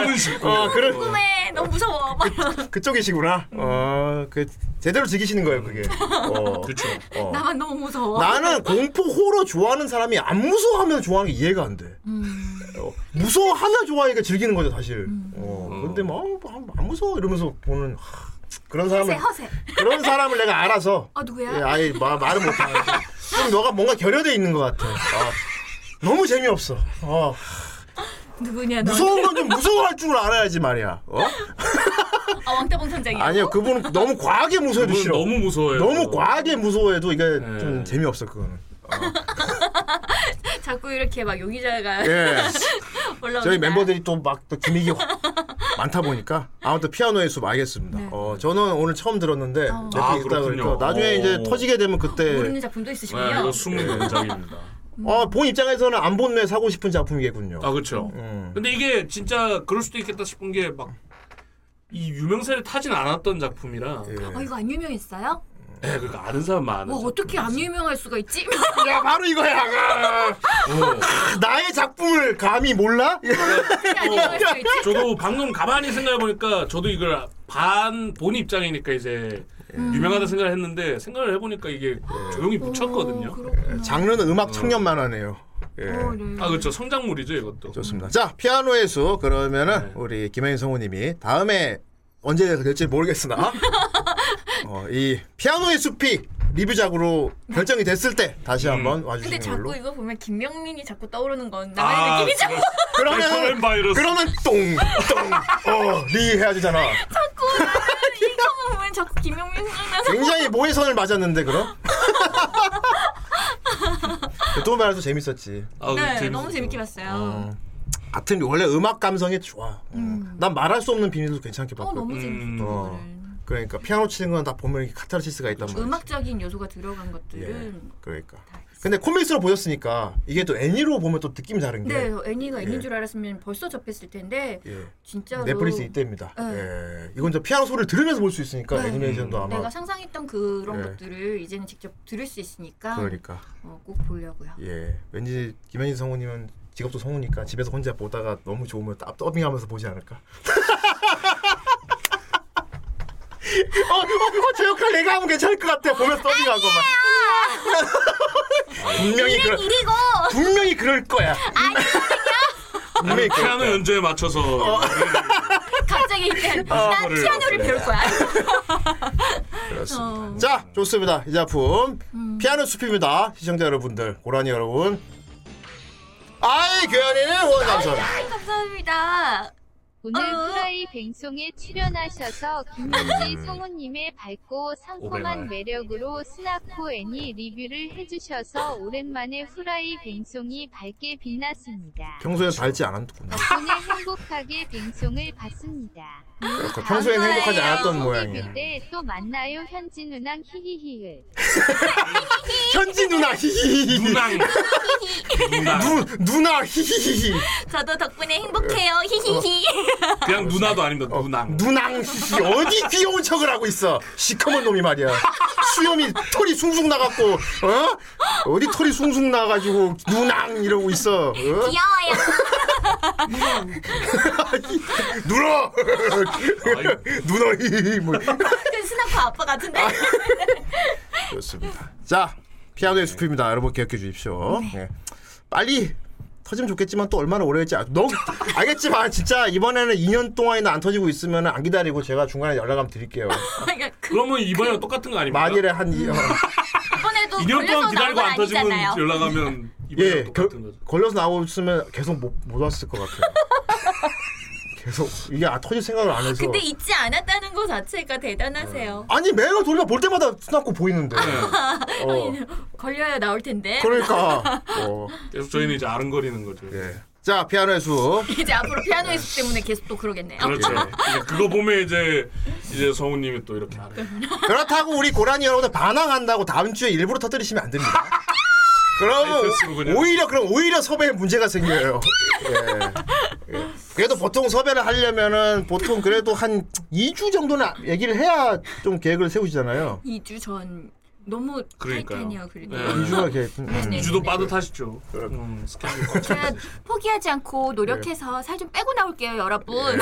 [SPEAKER 4] 꿈을 싣고.
[SPEAKER 3] 어 그런
[SPEAKER 6] 궁금해 네, 너무 무서워. 막
[SPEAKER 3] 아, 그쪽이시구나. 어그 제대로 즐기시는 거예요 그게. 어.
[SPEAKER 4] 그렇죠.
[SPEAKER 3] 어.
[SPEAKER 6] 나만 너무 무서워.
[SPEAKER 3] 나는 공포 호러 좋아하는 사람이 안 무서워하면 좋아하는 게 이해가 안 돼. 어, 무서워하면 좋아하니까 즐기는 거죠 사실. 어, 근데 막안 무서워 이러면서 보는 하, 그런
[SPEAKER 6] 허세
[SPEAKER 3] 사람을
[SPEAKER 6] 네, 허세.
[SPEAKER 3] 그런 사람을 내가 알아서
[SPEAKER 6] 아 누구야?
[SPEAKER 3] 예, 아예 마- 말을 못해. 좀 너가 뭔가 결여돼 있는 것 같아. 아, 너무 재미없어. 어,
[SPEAKER 6] 누구냐 너?
[SPEAKER 3] 무서운 건 좀 무서워할 줄 알아야지 말이야. 어?
[SPEAKER 6] 아 왕따봉 선장이야.
[SPEAKER 3] 아니요, 그분은 너무 과하게 무서워도
[SPEAKER 4] 그건
[SPEAKER 3] 싫어.
[SPEAKER 4] 너무 무서워요.
[SPEAKER 3] 너무 과하게 무서워해도 이게
[SPEAKER 4] 네.
[SPEAKER 3] 좀 재미없어 그거는.
[SPEAKER 6] 자꾸 이렇게 막 용의자가
[SPEAKER 3] 예,
[SPEAKER 6] 올라오는.
[SPEAKER 3] 저희 멤버들이 또 막 또 기믹이 많다 보니까 아무튼 피아노의 숲 알겠습니다. 어, 저는 오늘 처음 들었는데 넷플릭스
[SPEAKER 4] 아,
[SPEAKER 3] 있다 그러니까
[SPEAKER 4] 그렇군요.
[SPEAKER 3] 나중에 이제
[SPEAKER 4] 오.
[SPEAKER 3] 터지게 되면 그때
[SPEAKER 6] 모르는 작품도 있으시군요.
[SPEAKER 3] 예,
[SPEAKER 4] 네, 이거 숨은 명작입니다.
[SPEAKER 3] 어, 본 입장에서는 안 본뇌 사고 싶은 작품이겠군요.
[SPEAKER 4] 아 그렇죠.
[SPEAKER 3] 음.
[SPEAKER 4] 근데 이게 진짜 그럴 수도 있겠다 싶은 게 막 이 유명세를 타진 않았던 작품이라
[SPEAKER 3] 예.
[SPEAKER 6] 어 이거 안 유명했어요?
[SPEAKER 4] 네, 그러니까 아는 사람 많은
[SPEAKER 6] 와
[SPEAKER 4] 작품.
[SPEAKER 6] 어떻게 안
[SPEAKER 3] 네.
[SPEAKER 6] 유명할 수가 있지?
[SPEAKER 3] 야, 바로
[SPEAKER 4] 아.
[SPEAKER 3] 이거야.
[SPEAKER 4] 예,
[SPEAKER 3] 나의 작품을 감히 몰라? 예.
[SPEAKER 6] 어떻게 안 유명할 수가 있지?
[SPEAKER 4] 저도 방금 가만히 생각해 보니까 저도 이걸 반 본 입장이니까 이제 유명하다 생각을 했는데 생각을 해보니까 이게 조용히
[SPEAKER 6] 오,
[SPEAKER 4] 묻혔거든요.
[SPEAKER 6] 그렇구나.
[SPEAKER 3] 장르는 음악 청년 만화네요. 예.
[SPEAKER 6] 어, 네.
[SPEAKER 4] 아 그렇죠 성장물이죠 이것도.
[SPEAKER 3] 좋습니다. 자, 피아노의 수 그러면은
[SPEAKER 4] 네.
[SPEAKER 3] 우리 김혜인 성우님이 다음에 언제 될지 모르겠으나 어, 이 피아노의 숲이 리뷰작으로 결정이 됐을 때 다시 한번
[SPEAKER 6] 음. 근데
[SPEAKER 3] 와주시는 걸로. 아,
[SPEAKER 6] 자꾸 이거 보면 김명민이 자꾸 떠오르는 건 나만의 느낌이죠.
[SPEAKER 3] 그러면
[SPEAKER 4] 에코맨 바이러스.
[SPEAKER 3] 그러면 똥똥어리 해야 되잖아.
[SPEAKER 6] 자꾸 나는 이거 보면 자꾸 김명민 생각나서
[SPEAKER 3] 굉장히 모해선을 맞았는데 그럼? 또 말해서 재밌었지.
[SPEAKER 4] 아,
[SPEAKER 6] 네
[SPEAKER 4] 재밌었어요.
[SPEAKER 6] 너무 재밌게 봤어요.
[SPEAKER 3] 음. 같은 원래 음악 감성이 좋아. 어. 난 말할 수 없는 비밀도 괜찮게
[SPEAKER 6] 음. 어,
[SPEAKER 3] 봤고.
[SPEAKER 6] 너무 재밌었어.
[SPEAKER 4] 음,
[SPEAKER 3] 어.
[SPEAKER 6] 이거는.
[SPEAKER 3] 그러니까 피아노 치는 건 다 보면 이렇게 카타르시스가 있단 말이야.
[SPEAKER 6] 음악적인 요소가 들어간
[SPEAKER 3] 예.
[SPEAKER 6] 것들은
[SPEAKER 3] 그러니까. 근데 코믹스로 보셨으니까 이게 또 애니로 보면 또 느낌이 다른 게
[SPEAKER 6] 네, 애니가 애니인
[SPEAKER 3] 예.
[SPEAKER 6] 줄 알았으면 벌써 접했을 텐데
[SPEAKER 3] 예.
[SPEAKER 6] 진짜로
[SPEAKER 3] 넷플릭스 이때입니다.
[SPEAKER 6] 네.
[SPEAKER 3] 예. 이건 저 피아노 소리를 들으면서 볼 수 있으니까
[SPEAKER 6] 네.
[SPEAKER 3] 애니메이션도 아마
[SPEAKER 6] 내가 상상했던 그런
[SPEAKER 3] 예.
[SPEAKER 6] 것들을 이제는 직접 들을 수 있으니까
[SPEAKER 3] 그러니까.
[SPEAKER 6] 어, 꼭 보려고요.
[SPEAKER 3] 예. 왠지 김현희 성우님은 직업도 성우니까 집에서 혼자 보다가 너무 좋으면 딱 더빙하면서 보지 않을까? 어, 어, 어, 저 역할 내가 하면 괜찮을 것 같아. 보면서 더빙하고 막.
[SPEAKER 4] 음,
[SPEAKER 3] 분명히 그럴
[SPEAKER 6] 일이고
[SPEAKER 3] 분명히 그럴 거야. 분명히 어, 그럴
[SPEAKER 4] 아니, 피아노
[SPEAKER 3] 거야.
[SPEAKER 4] 연주에 맞춰서
[SPEAKER 6] 갑자기 일단 나
[SPEAKER 4] 그거를-
[SPEAKER 6] 피아노를 배울 거야.
[SPEAKER 3] 그렇습니다.
[SPEAKER 6] 어.
[SPEAKER 3] 자, 좋습니다. 이 작품 피아노 숲입니다. 시청자 여러분들, 고라니 여러분. 아이 교연이는 원감선.
[SPEAKER 6] 감사합니다.
[SPEAKER 7] 오늘
[SPEAKER 6] 어.
[SPEAKER 7] 후라이 뱅송에 출연하셔서 김윤지 성우님의 밝고 상콤한
[SPEAKER 8] 음. 오백만.
[SPEAKER 7] 매력으로 스나코 애니 리뷰를 해주셔서 오랜만에 후라이 뱅송이 밝게 빛났습니다.
[SPEAKER 3] 평소에 밝지 않았구나.
[SPEAKER 7] 덕분에 행복하게 뱅송을 봤습니다.
[SPEAKER 3] 그러니까 평소엔 행복하지 않았던 모양이야.
[SPEAKER 7] 그때또 만나요 현진 누낭 히히히을.
[SPEAKER 3] 현지 누나 히히히히.
[SPEAKER 4] 누낭 누낭
[SPEAKER 3] 누 누나 히히히히.
[SPEAKER 6] 저도 덕분에
[SPEAKER 3] 예.
[SPEAKER 6] 행복해요. 히히히.
[SPEAKER 4] 그냥 누나도 아닙니다
[SPEAKER 3] 어,
[SPEAKER 4] 누낭
[SPEAKER 3] 누낭 히히. 어디 귀여운 척을 하고 있어. 시커먼 놈이 말이야. 수염이 털이 숭숭 나갖고 어? 어디 털이 숭숭 나가지고 누낭 이러고 있어. 어?
[SPEAKER 6] 귀여워요.
[SPEAKER 3] 누러
[SPEAKER 4] 아,
[SPEAKER 3] 누너 히히히. 뭐.
[SPEAKER 6] 그 스나프 아빠 같은데?
[SPEAKER 3] 좋습니다. 자, 피아노의 숲입니다. 여러분 기억해 주십시오. 예. 빨리 터지면 좋겠지만 또 얼마나 오래 했지? 아, 너 알겠지만 진짜 이번에는 2년 동안이나 안 터지고 있으면 안 기다리고 제가 중간에 연락 한번 드릴게요.
[SPEAKER 6] 그러니까 그
[SPEAKER 4] 그러면 이번이랑 똑같은 거 아닙니까?
[SPEAKER 3] 만일에 한 이, 어,
[SPEAKER 6] 이번에도
[SPEAKER 4] 2년 동안
[SPEAKER 6] 걸려서 나온
[SPEAKER 4] 기다리고
[SPEAKER 6] 건
[SPEAKER 4] 안 터지면
[SPEAKER 6] 아니잖아요.
[SPEAKER 4] 연락하면 이번이랑
[SPEAKER 3] 예 겨,
[SPEAKER 4] 똑같은 거죠
[SPEAKER 3] 걸려서 나오면 계속 못, 못 왔을 것 같아요. 계속 이게 아, 터질 생각을 안 해서.
[SPEAKER 6] 근데 잊지 않았다는 거 자체가 대단하세요.
[SPEAKER 3] 아니 매일 돌려 볼 때마다 수납고 보이는데.
[SPEAKER 4] 네.
[SPEAKER 6] 네.
[SPEAKER 3] 어,
[SPEAKER 4] 음.
[SPEAKER 6] 걸려야 나올 텐데.
[SPEAKER 3] 그러니까. 어,
[SPEAKER 4] 계속 저희는 이제 아른거리는 거죠
[SPEAKER 3] 예. 자 피아노의 숲.
[SPEAKER 6] 이제 앞으로 피아노 연습 때문에 계속 또 그러겠네요.
[SPEAKER 4] 네. 그렇죠 이제 그거 보면 이제 이제 성우님이 또 이렇게 알아요
[SPEAKER 3] 그렇다고 우리 고라니 여러분들 반항한다고 다음 주에 일부러 터뜨리시면 안 됩니다.
[SPEAKER 4] 아니,
[SPEAKER 3] 그러면
[SPEAKER 4] 그렇습니다, 그냥.
[SPEAKER 3] 오히려 그럼 오히려 섭외에 문제가 생겨요. 예. 예. 그래도 보통 섭외를 하려면은 보통 그래도 한 2주 정도는 얘기를 해야 좀 계획을 세우시잖아요.
[SPEAKER 6] 2주 전 너무
[SPEAKER 4] 그러니까요.
[SPEAKER 6] 타이트하네요. 그래도
[SPEAKER 4] 네.
[SPEAKER 3] 2주가 계획. 음, 음.
[SPEAKER 6] 네.
[SPEAKER 4] 주도 빠듯하시죠 음, 스케줄
[SPEAKER 6] 제가 포기하지 않고 노력해서
[SPEAKER 4] 네.
[SPEAKER 6] 살 좀 빼고 나올게요, 여러분.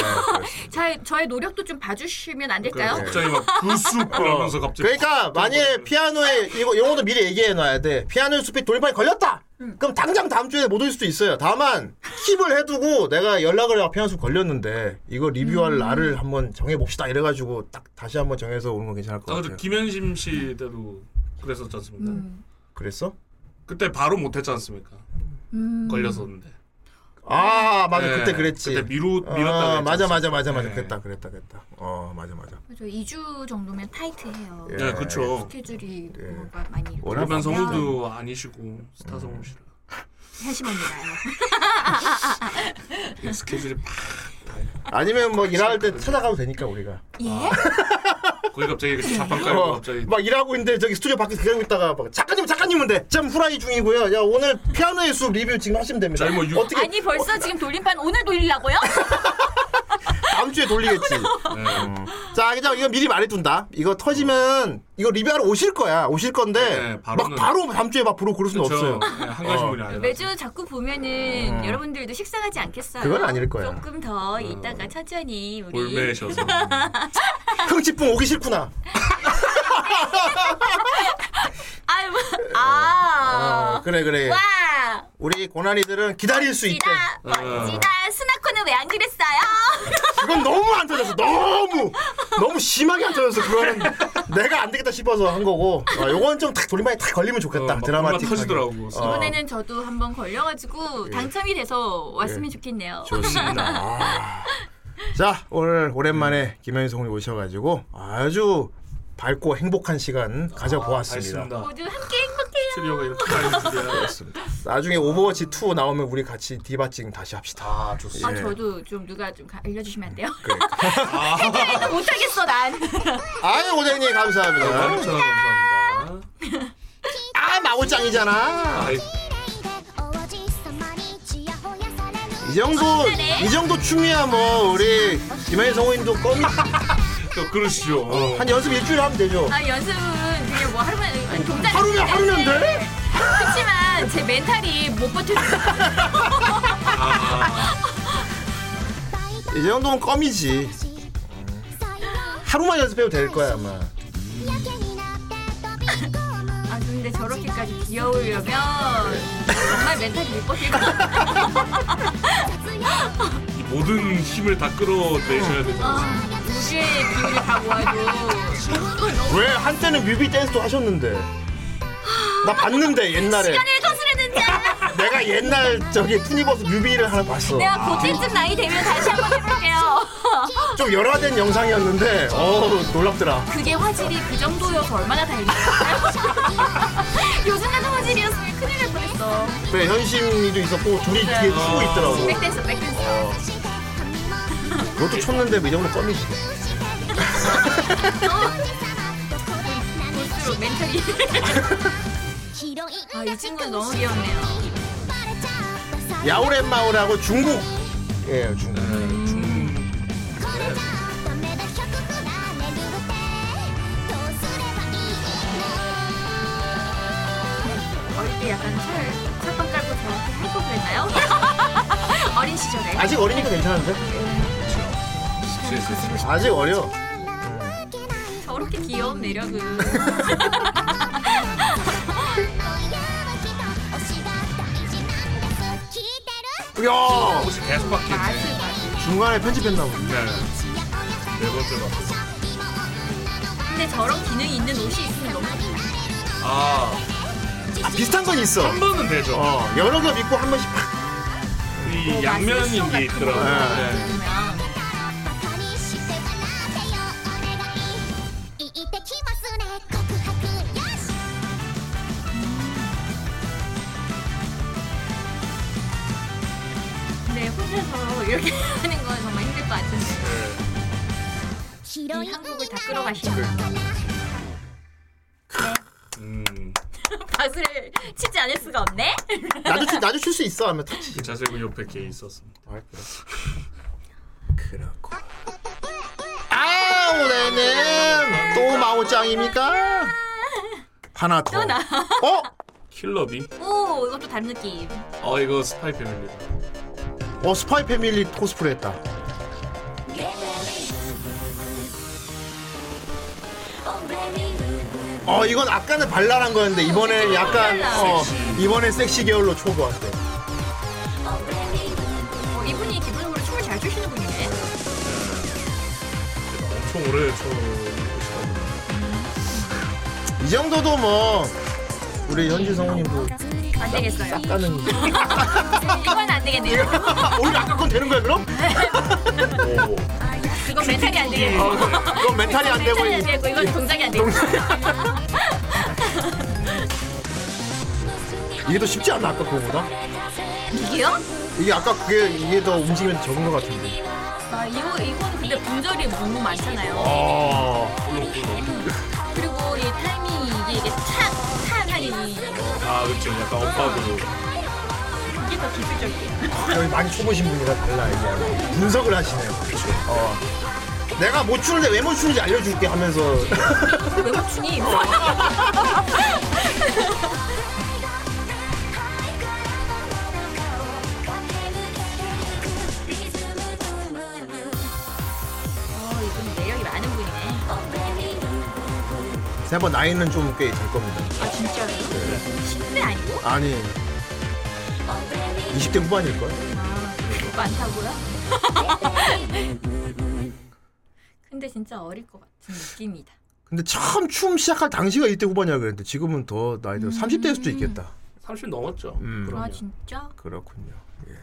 [SPEAKER 6] 자, 저의 노력도 좀 봐주시면 안 될까요?
[SPEAKER 4] 네. 갑자기 막 구수 그러면서 갑자기
[SPEAKER 3] 어. 그러니까
[SPEAKER 4] 네.
[SPEAKER 3] 만약에 피아노에 이거 용어도 미리 얘기해 놔야 돼. 피아노의 숲이 돌발이 걸렸다. 그럼 당장 다음 주에 못 올 수도 있어요. 다만 킵을 해두고 내가 연락을 해서 피아노 숲 걸렸는데 이거 리뷰할 날을 한번 정해 봅시다. 이래가지고 딱 다시 한번 정해서 오는 건 괜찮을 것
[SPEAKER 4] 아,
[SPEAKER 3] 같아요.
[SPEAKER 4] 그래서 김현심 씨 때도 그랬었지 않습니까?
[SPEAKER 6] 음.
[SPEAKER 3] 그랬어?
[SPEAKER 4] 그때 바로 못했지 않습니까?
[SPEAKER 6] 음,
[SPEAKER 4] 걸렸었는데.
[SPEAKER 3] 아 맞아
[SPEAKER 4] 네,
[SPEAKER 3] 그때 그랬지.
[SPEAKER 4] 그때 미루 미뤘다.
[SPEAKER 3] 아,
[SPEAKER 4] 고
[SPEAKER 3] 맞아 맞아 맞아 맞아
[SPEAKER 4] 네.
[SPEAKER 3] 그랬다 그랬다 그랬다. 어 맞아 맞아.
[SPEAKER 6] 저 2주 정도면 타이트해요.
[SPEAKER 3] 예.
[SPEAKER 4] 네, 그렇죠.
[SPEAKER 6] 스케줄이
[SPEAKER 3] 예.
[SPEAKER 6] 뭔가 많이
[SPEAKER 3] 워낙
[SPEAKER 4] 일반
[SPEAKER 3] 바쁘니까.
[SPEAKER 4] 성우도 아니시고
[SPEAKER 3] 음.
[SPEAKER 4] 스타 성우시라
[SPEAKER 6] 한심합니다.
[SPEAKER 4] 네. 스케줄이 팍
[SPEAKER 3] 아니면 뭐 일할 때 찾아가도 되니까 우리가.
[SPEAKER 6] 예?
[SPEAKER 4] 거기 갑자기 이렇게 자판 깔고
[SPEAKER 3] 어,
[SPEAKER 4] 갑자기 네.
[SPEAKER 3] 막 일하고 있는데 저기 스튜디오 밖에서 기다리고 있다가 막 작가님 작가님은 돼. 참 후라이 중이고요. 야 오늘 피아노의 숲 리뷰 지금 하시면 됩니다.
[SPEAKER 4] 아니, 뭐 유-
[SPEAKER 3] 어떻게
[SPEAKER 6] 아니 벌써 지금 돌림판 오늘 돌리려고요?
[SPEAKER 3] 다음 주에 돌리겠지.
[SPEAKER 6] 어,
[SPEAKER 3] 음.
[SPEAKER 4] 네.
[SPEAKER 3] 자, 그냥 이거 미리 말해둔다. 이거 터지면 이거 리뷰하러 오실 거야. 오실 건데
[SPEAKER 4] 네, 바로는-
[SPEAKER 3] 막 바로 다음 주에 막 부르고 그럴 수는
[SPEAKER 4] 그렇죠.
[SPEAKER 3] 없어요. 음.
[SPEAKER 4] 네, 한 가지 분이 아니라.
[SPEAKER 6] 매주 자꾸 보면은 여러분들도 식상하지 않겠어요?
[SPEAKER 3] 그건 아닐 음. 거야.
[SPEAKER 6] 조금 더 이따가 천천히 우리
[SPEAKER 4] 골매셔서
[SPEAKER 3] 흥치풍 오기 싫구나.
[SPEAKER 6] 아유 뭐- 아
[SPEAKER 3] 어, 그래 그래.
[SPEAKER 6] 와.
[SPEAKER 3] 우리 고난이들은 어. 기다릴 수 있대.
[SPEAKER 6] 지다 어, 멋지다 스나코는 왜 안 그랬어요?
[SPEAKER 3] 그건 너무 안 터졌어. 너무 너무 심하게 안 터졌어. 그거는 내가 안 되겠다 싶어서 한 거고. 어, 요건 좀탁 돌림판에 탁 걸리면 좋겠다.
[SPEAKER 4] 어, 막
[SPEAKER 3] 드라마틱.
[SPEAKER 4] 터지더라고.
[SPEAKER 3] 어.
[SPEAKER 6] 이번에는 저도 한번 걸려가지고
[SPEAKER 3] 예.
[SPEAKER 6] 당첨이 돼서 왔으면 좋겠네요.
[SPEAKER 3] 좋습니다. 아. 자, 오늘 오랜만에
[SPEAKER 4] 네.
[SPEAKER 3] 김현희 성님 오셔가지고 아주 밝고 행복한 시간 가져보았습니다.
[SPEAKER 4] 아, 알겠습니다.
[SPEAKER 6] 모두 함께 행복해요.
[SPEAKER 4] 트리오가 이렇게 깔린 줄이야.
[SPEAKER 3] 나중에 오버워치 2 나오면 우리 같이 디바칭 다시 합시다.
[SPEAKER 4] 아 좋습니다.
[SPEAKER 6] 아
[SPEAKER 3] 예. 그러니까.
[SPEAKER 6] 저도 좀 누가 좀 가- 알려주시면 안 돼요?
[SPEAKER 3] 아.
[SPEAKER 6] 해결도 못하겠어 난.
[SPEAKER 3] 아유, 고장님 감사합니다.
[SPEAKER 4] 네, 감사합니다. 감사합니다.
[SPEAKER 3] 아, 마오짱이잖아.
[SPEAKER 4] 아이,
[SPEAKER 3] 이 정도, 이 정도 춤이야 뭐 우리 김현희 성우님도 껌,
[SPEAKER 4] 또 그러시죠. 어.
[SPEAKER 3] 한 연습 일주일에 하면 되죠.
[SPEAKER 6] 아 연습은 그냥 뭐 하루만 아니, 동작.
[SPEAKER 3] 하루면 하루면 돼?
[SPEAKER 6] 그렇지만 제 멘탈이 못 버텨.
[SPEAKER 4] 아,
[SPEAKER 3] 이 정도면 껌이지. 하루만 연습해도 될 거야 아마.
[SPEAKER 6] 아 근데 저렇게까지 귀여우려면 정말 멘탈이 못 버틸 것 같아.
[SPEAKER 4] 이 모든 힘을 다 끌어내셔야 되죠. 네,
[SPEAKER 6] 우주의 기운이 다 모아도
[SPEAKER 3] 왜 한때는 뮤비 댄스도 하셨는데 나 봤는데 옛날에
[SPEAKER 6] 시간을 거스르는 자.
[SPEAKER 3] 내가 옛날 저기 투니버스 뮤비를 하나 봤어.
[SPEAKER 6] 내가 그때쯤 나이 되면 다시 한번 해볼게요.
[SPEAKER 3] 좀 열화된 영상이었는데 어우 놀랍더라.
[SPEAKER 6] 그게 화질이 그 정도여서 얼마나 다행이야. 요즘 같은 화질이었으면 큰일 날 뻔했어.
[SPEAKER 3] 그래 네, 현심이도 있었고 둘이 뒤에 추고 있더라고.
[SPEAKER 6] 백댄서, 백댄서.
[SPEAKER 3] 그것도 쳤는데 뭐 이 정도 껌이지.
[SPEAKER 6] 볼수록 멘탈이. 아, 이 친구는 너무 귀엽네요.
[SPEAKER 3] 야오렌마오라고 중국. 예 중국.
[SPEAKER 6] 어릴 때 약간 철, 철판 깔고 저렇게 할거 그랬나요? 어린 시절에.
[SPEAKER 3] 아직 어리니까 괜찮은데?
[SPEAKER 4] 네,
[SPEAKER 3] 아직 어려.
[SPEAKER 6] 저렇게 귀여운 매력은.
[SPEAKER 3] 야
[SPEAKER 4] 혹시 계속 바뀌네.
[SPEAKER 6] 아주
[SPEAKER 3] 중간에 편집했나 보네.
[SPEAKER 4] 네 번째 바.
[SPEAKER 6] 근데 저런 기능이 있는 옷이 있으면 너무
[SPEAKER 4] 아한
[SPEAKER 3] 아 비슷한 건 있어.
[SPEAKER 4] 번은 되죠.
[SPEAKER 3] 어 여러 겹 입고 한 번씩 팍.
[SPEAKER 4] 이 양면인 게 있더라고요.
[SPEAKER 3] 네.
[SPEAKER 4] 네.
[SPEAKER 6] 좋으면.
[SPEAKER 1] バカにして笑ってよお願い言ってきますね告白よし
[SPEAKER 6] 근데 혼자서 네, 이렇게 하는 건 정말 힘들 것 같은데.
[SPEAKER 1] ヒロインになれ
[SPEAKER 6] 음, 이 한국을 다
[SPEAKER 1] ちゃう
[SPEAKER 6] 끌어가시고
[SPEAKER 1] かな
[SPEAKER 4] 음.
[SPEAKER 6] 밭을 치지 않을 수가 없네.
[SPEAKER 3] 나도 치- 나도 출 수 있어 하면 탁 치지.
[SPEAKER 4] 자세히 옆에 게 있었습니다.
[SPEAKER 3] 그렇고. 아 올해는 또 마오짱입니까? 하나 더.
[SPEAKER 6] 나.
[SPEAKER 3] 어?
[SPEAKER 4] 킬러비.
[SPEAKER 6] 오 이것도 다른 느낌.
[SPEAKER 4] 어 이거 스파이 패밀리다.
[SPEAKER 3] 어 스파이 패밀리 코스프레 했다. 어 이건 아까는 발랄한 거였는데 이번에 약간 어 이번에 섹시 계열로 초보한데.
[SPEAKER 6] 어, 이분이 기본적으로 춤을 잘 추시는 분이네.
[SPEAKER 4] 엄청 오래 저
[SPEAKER 3] 이 정도도 뭐 우리 현지 성우님도
[SPEAKER 6] 안 되겠어요.
[SPEAKER 3] 까는.
[SPEAKER 6] 이건 안 되겠네요.
[SPEAKER 3] 오히려 아까 건 되는 거야 그럼?
[SPEAKER 4] 오.
[SPEAKER 6] 그건 멘탈이 안 되겠고.
[SPEAKER 3] 그럼 멘탈이 안 되고
[SPEAKER 6] 멘탈이 안 되겠고 이건 어, 동작이 안 되겠고.
[SPEAKER 3] 이게 더 쉽지 않나 아까 그거보다?
[SPEAKER 6] 이게요?
[SPEAKER 3] 이게 아까 그게 이게 더 움직이면 적은 것 같은데.
[SPEAKER 6] 아 이거 이거는 근데 분절이 너무 많잖아요.
[SPEAKER 3] 어.
[SPEAKER 4] 네.
[SPEAKER 6] 그리고 이 타이밍 이게 이게 탁탁 하니 이게
[SPEAKER 4] 아 그렇죠. 약간 업하고
[SPEAKER 6] 더 기술적이에요.
[SPEAKER 3] 여기 많이 초보신 분이라 달라 이게 분석을 하시네요. 어. 내가 못 추는데 왜 못 추는지 알려줄게 하면서
[SPEAKER 6] 외국 중이 어, 이분 매력이 많은 분이네.
[SPEAKER 3] 세 번 나이는 좀 꽤 될 겁니다.
[SPEAKER 6] 아, 진짜로? 10대 어, 아니고?
[SPEAKER 3] 아니 20대 후반일 거야.
[SPEAKER 6] 그거 안 타고요? 근데 진짜 어릴 것 같은 느낌이다.
[SPEAKER 3] 근데 처음 춤 시작할 당시가 1대 후반이라 그랬는데 지금은 더 나이 들어 30대일 수도 있겠다.
[SPEAKER 4] 30 넘었죠.
[SPEAKER 3] 음.
[SPEAKER 4] 그럼요.
[SPEAKER 6] 아, 진짜?
[SPEAKER 3] 그렇군요. 예.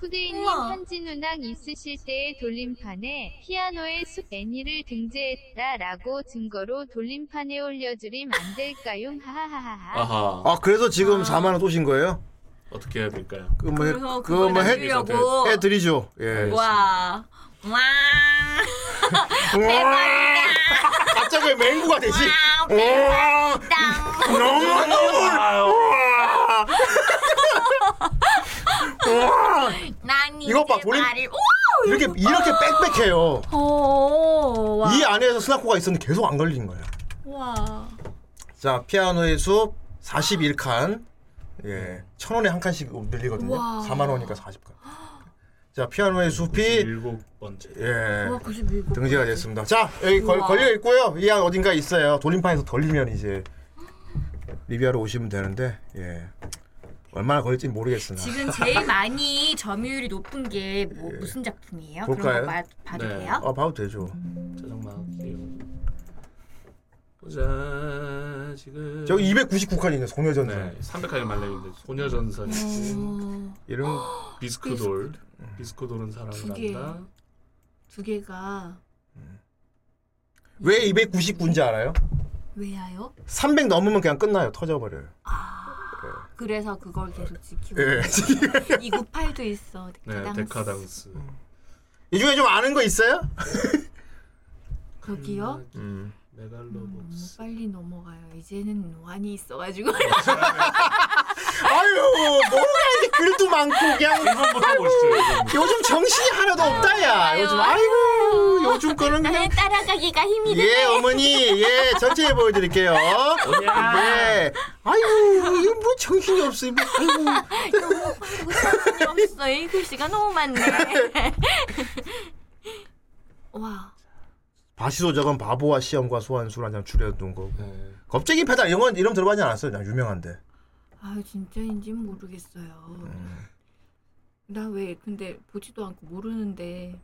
[SPEAKER 7] 후대인님
[SPEAKER 6] 우와.
[SPEAKER 7] 현진우랑 있으실 때의 돌림판에 피아노의 숲 애니를 등재했다라고 증거로 돌림판에 올려드림 안 될까요? 하하하하.
[SPEAKER 4] 아하.
[SPEAKER 3] 아 그래서 지금 4만 원 쏘신 거예요?
[SPEAKER 4] 어떻게 해야 될까요?
[SPEAKER 3] 그뭐
[SPEAKER 6] 그래서 그걸
[SPEAKER 3] 그뭐 해,
[SPEAKER 6] 만들려고.
[SPEAKER 3] 해드리죠. 예.
[SPEAKER 6] 와. 와.
[SPEAKER 3] 갑자기 왜 맹구가 되지? 와, 너무
[SPEAKER 4] 아유.
[SPEAKER 6] 난
[SPEAKER 3] 이것 봐, 돌림-
[SPEAKER 6] 말을- 우와!
[SPEAKER 3] 이렇게 이렇게 빽빽해요.
[SPEAKER 6] 오, 어, 와.
[SPEAKER 3] 이 안에서 스나코가 있었는데 계속 안 걸린 거야.
[SPEAKER 6] 와.
[SPEAKER 3] 자 피아노의 숲 41칸 예, 천 원에 한 칸씩 늘리거든요.
[SPEAKER 6] 와.
[SPEAKER 3] 4만 원이니까 40칸. 자 피아노의 숲이
[SPEAKER 4] 일곱 번째.
[SPEAKER 3] 예.
[SPEAKER 6] 와, 97.
[SPEAKER 3] 등재가 됐습니다. 자 여기 걸,
[SPEAKER 6] 아, 우와.
[SPEAKER 3] 걸려 있고요. 이 안 어딘가 있어요. 돌림판에서 돌리면 이제 리비아로 오시면 되는데 예. 얼마나 걸릴지 모르겠으나
[SPEAKER 6] 지금 제일 많이 점유율이 높은 게 뭐, 무슨 작품이에요?
[SPEAKER 3] 볼까요?
[SPEAKER 6] 그런 거 봐, 봐도
[SPEAKER 4] 네.
[SPEAKER 3] 어,
[SPEAKER 6] 돼요?
[SPEAKER 3] 아 봐도 되죠.
[SPEAKER 4] 짜장만 할게요. 보자. 소녀전선식을
[SPEAKER 3] 저기 299칸이네 소녀전선.
[SPEAKER 4] 네, 300칸이
[SPEAKER 6] 어.
[SPEAKER 4] 말려있는데 소녀전선
[SPEAKER 3] 이름
[SPEAKER 4] 비스크돌 비스크돌은
[SPEAKER 6] 두 개.
[SPEAKER 4] 사랑을 한다
[SPEAKER 6] 두 개가
[SPEAKER 3] 왜 299인지 알아요?
[SPEAKER 6] 왜야요? 아.
[SPEAKER 3] 300 넘으면 그냥 끝나요. 터져버려요.
[SPEAKER 6] 그래서 그걸 계속 지키고
[SPEAKER 3] 예.
[SPEAKER 6] 이구팔도 있어. 그
[SPEAKER 4] 네, 데카당스
[SPEAKER 6] 음.
[SPEAKER 3] 이 중에 좀 아는 거 있어요?
[SPEAKER 6] 거기요?
[SPEAKER 3] 음.
[SPEAKER 4] 메갈로복스
[SPEAKER 6] 빨리 넘어가요. 이제는 완이 있어가지고
[SPEAKER 3] 아유 뭐가 이렇게 글도 많고
[SPEAKER 6] 음.
[SPEAKER 3] 그냥
[SPEAKER 4] 1번부터 보시죠 1번
[SPEAKER 3] 요즘 정신이 하나도 없다야. 요즘 아이고 요즘 거는 그냥
[SPEAKER 6] 나는 따라가기가 힘이 들
[SPEAKER 3] 예 어머니 예 전체 보여드릴게요. 예. 아이고 이거 뭐 정신이 없어. 뭐, 아이고
[SPEAKER 6] 무슨 없어. 이 글씨가 너무 많네. 와.
[SPEAKER 3] 바시소적은 바보와 시험과 소환술 한장 줄여놓은
[SPEAKER 6] 어.
[SPEAKER 3] 거고.
[SPEAKER 4] 네.
[SPEAKER 3] 겁쟁이 페달 이런 건 이름 들어보지 않았어요. 그냥 유명한데.
[SPEAKER 6] 아 진짜인지 모르겠어요.
[SPEAKER 3] 음.
[SPEAKER 6] 나 왜 근데 보지도 않고 모르는데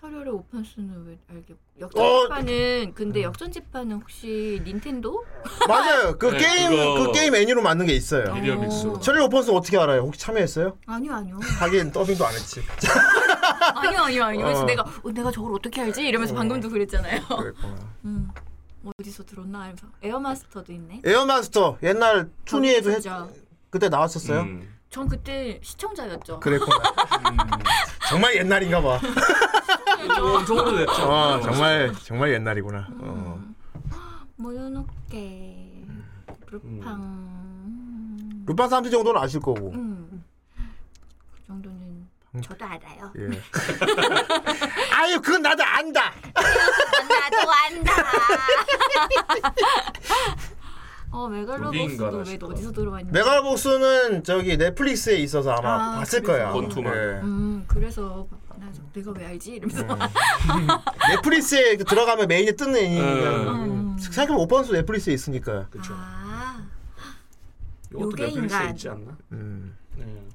[SPEAKER 6] 철혈의 오판수는 왜 알겠고
[SPEAKER 3] 어.
[SPEAKER 6] 역전재판은 근데 역전재판은 혹시 닌텐도?
[SPEAKER 3] 맞아요. 그
[SPEAKER 4] 네,
[SPEAKER 3] 게임
[SPEAKER 4] 그거.
[SPEAKER 3] 그 게임 애니로 만든 게 있어요.
[SPEAKER 4] 미디어 믹스
[SPEAKER 6] 어.
[SPEAKER 3] 철일 오픈스 어떻게 알아요? 혹시 참여했어요?
[SPEAKER 6] 아니요 아니요
[SPEAKER 3] 하긴 더빙도 안 했지.
[SPEAKER 6] 아니요 아니요 아니요. 그래서
[SPEAKER 3] 어.
[SPEAKER 6] 내가 어, 내가 저걸 어떻게 알지? 이러면서 방금도 그랬잖아요.
[SPEAKER 3] 그랬구나.
[SPEAKER 6] 음. 어디서 들었나? 이러면서 에어마스터도 있네.
[SPEAKER 3] 에어마스터 옛날 투니에도 했,
[SPEAKER 6] 아, 진짜.
[SPEAKER 3] 그때 나왔었어요.
[SPEAKER 4] 음.
[SPEAKER 6] 전 그때 시청자였죠.
[SPEAKER 3] 그랬구나. 정말 옛날인가 봐.
[SPEAKER 4] 엄청 오래됐죠
[SPEAKER 3] 아 정말 정말 옛날이구나. 어.
[SPEAKER 6] 음. 모여놓게
[SPEAKER 3] 음.
[SPEAKER 4] 음.
[SPEAKER 6] 루팡.
[SPEAKER 3] 루파 삼시 정도는 아실 거고.
[SPEAKER 6] 음. 그 정도는 저도 알아요.
[SPEAKER 3] 예. 아유 그건 나도 안다.
[SPEAKER 6] 나도 안다. 어
[SPEAKER 4] 로딩인가
[SPEAKER 6] 메갈로보스도 왜
[SPEAKER 4] 싶다.
[SPEAKER 6] 어디서 들어왔니?
[SPEAKER 3] 메갈복스는 저기 넷플릭스에 있어서 아마
[SPEAKER 6] 아,
[SPEAKER 3] 봤을
[SPEAKER 6] 그래서.
[SPEAKER 3] 거야.
[SPEAKER 4] 권투만.
[SPEAKER 3] 예.
[SPEAKER 6] 음 그래서 나 저- 내가 왜 알지 이러면서
[SPEAKER 3] 음. 넷플릭스에 그 들어가면 메인에 뜨는 애니까.
[SPEAKER 6] 음.
[SPEAKER 3] 생각해보면 오펀스 넷플릭스에 있으니까.
[SPEAKER 4] 그쵸
[SPEAKER 6] 아
[SPEAKER 4] 이것도
[SPEAKER 6] 요게
[SPEAKER 4] 넷플릭스에
[SPEAKER 6] 인간.
[SPEAKER 4] 있지 않나?
[SPEAKER 3] 음.
[SPEAKER 4] 네.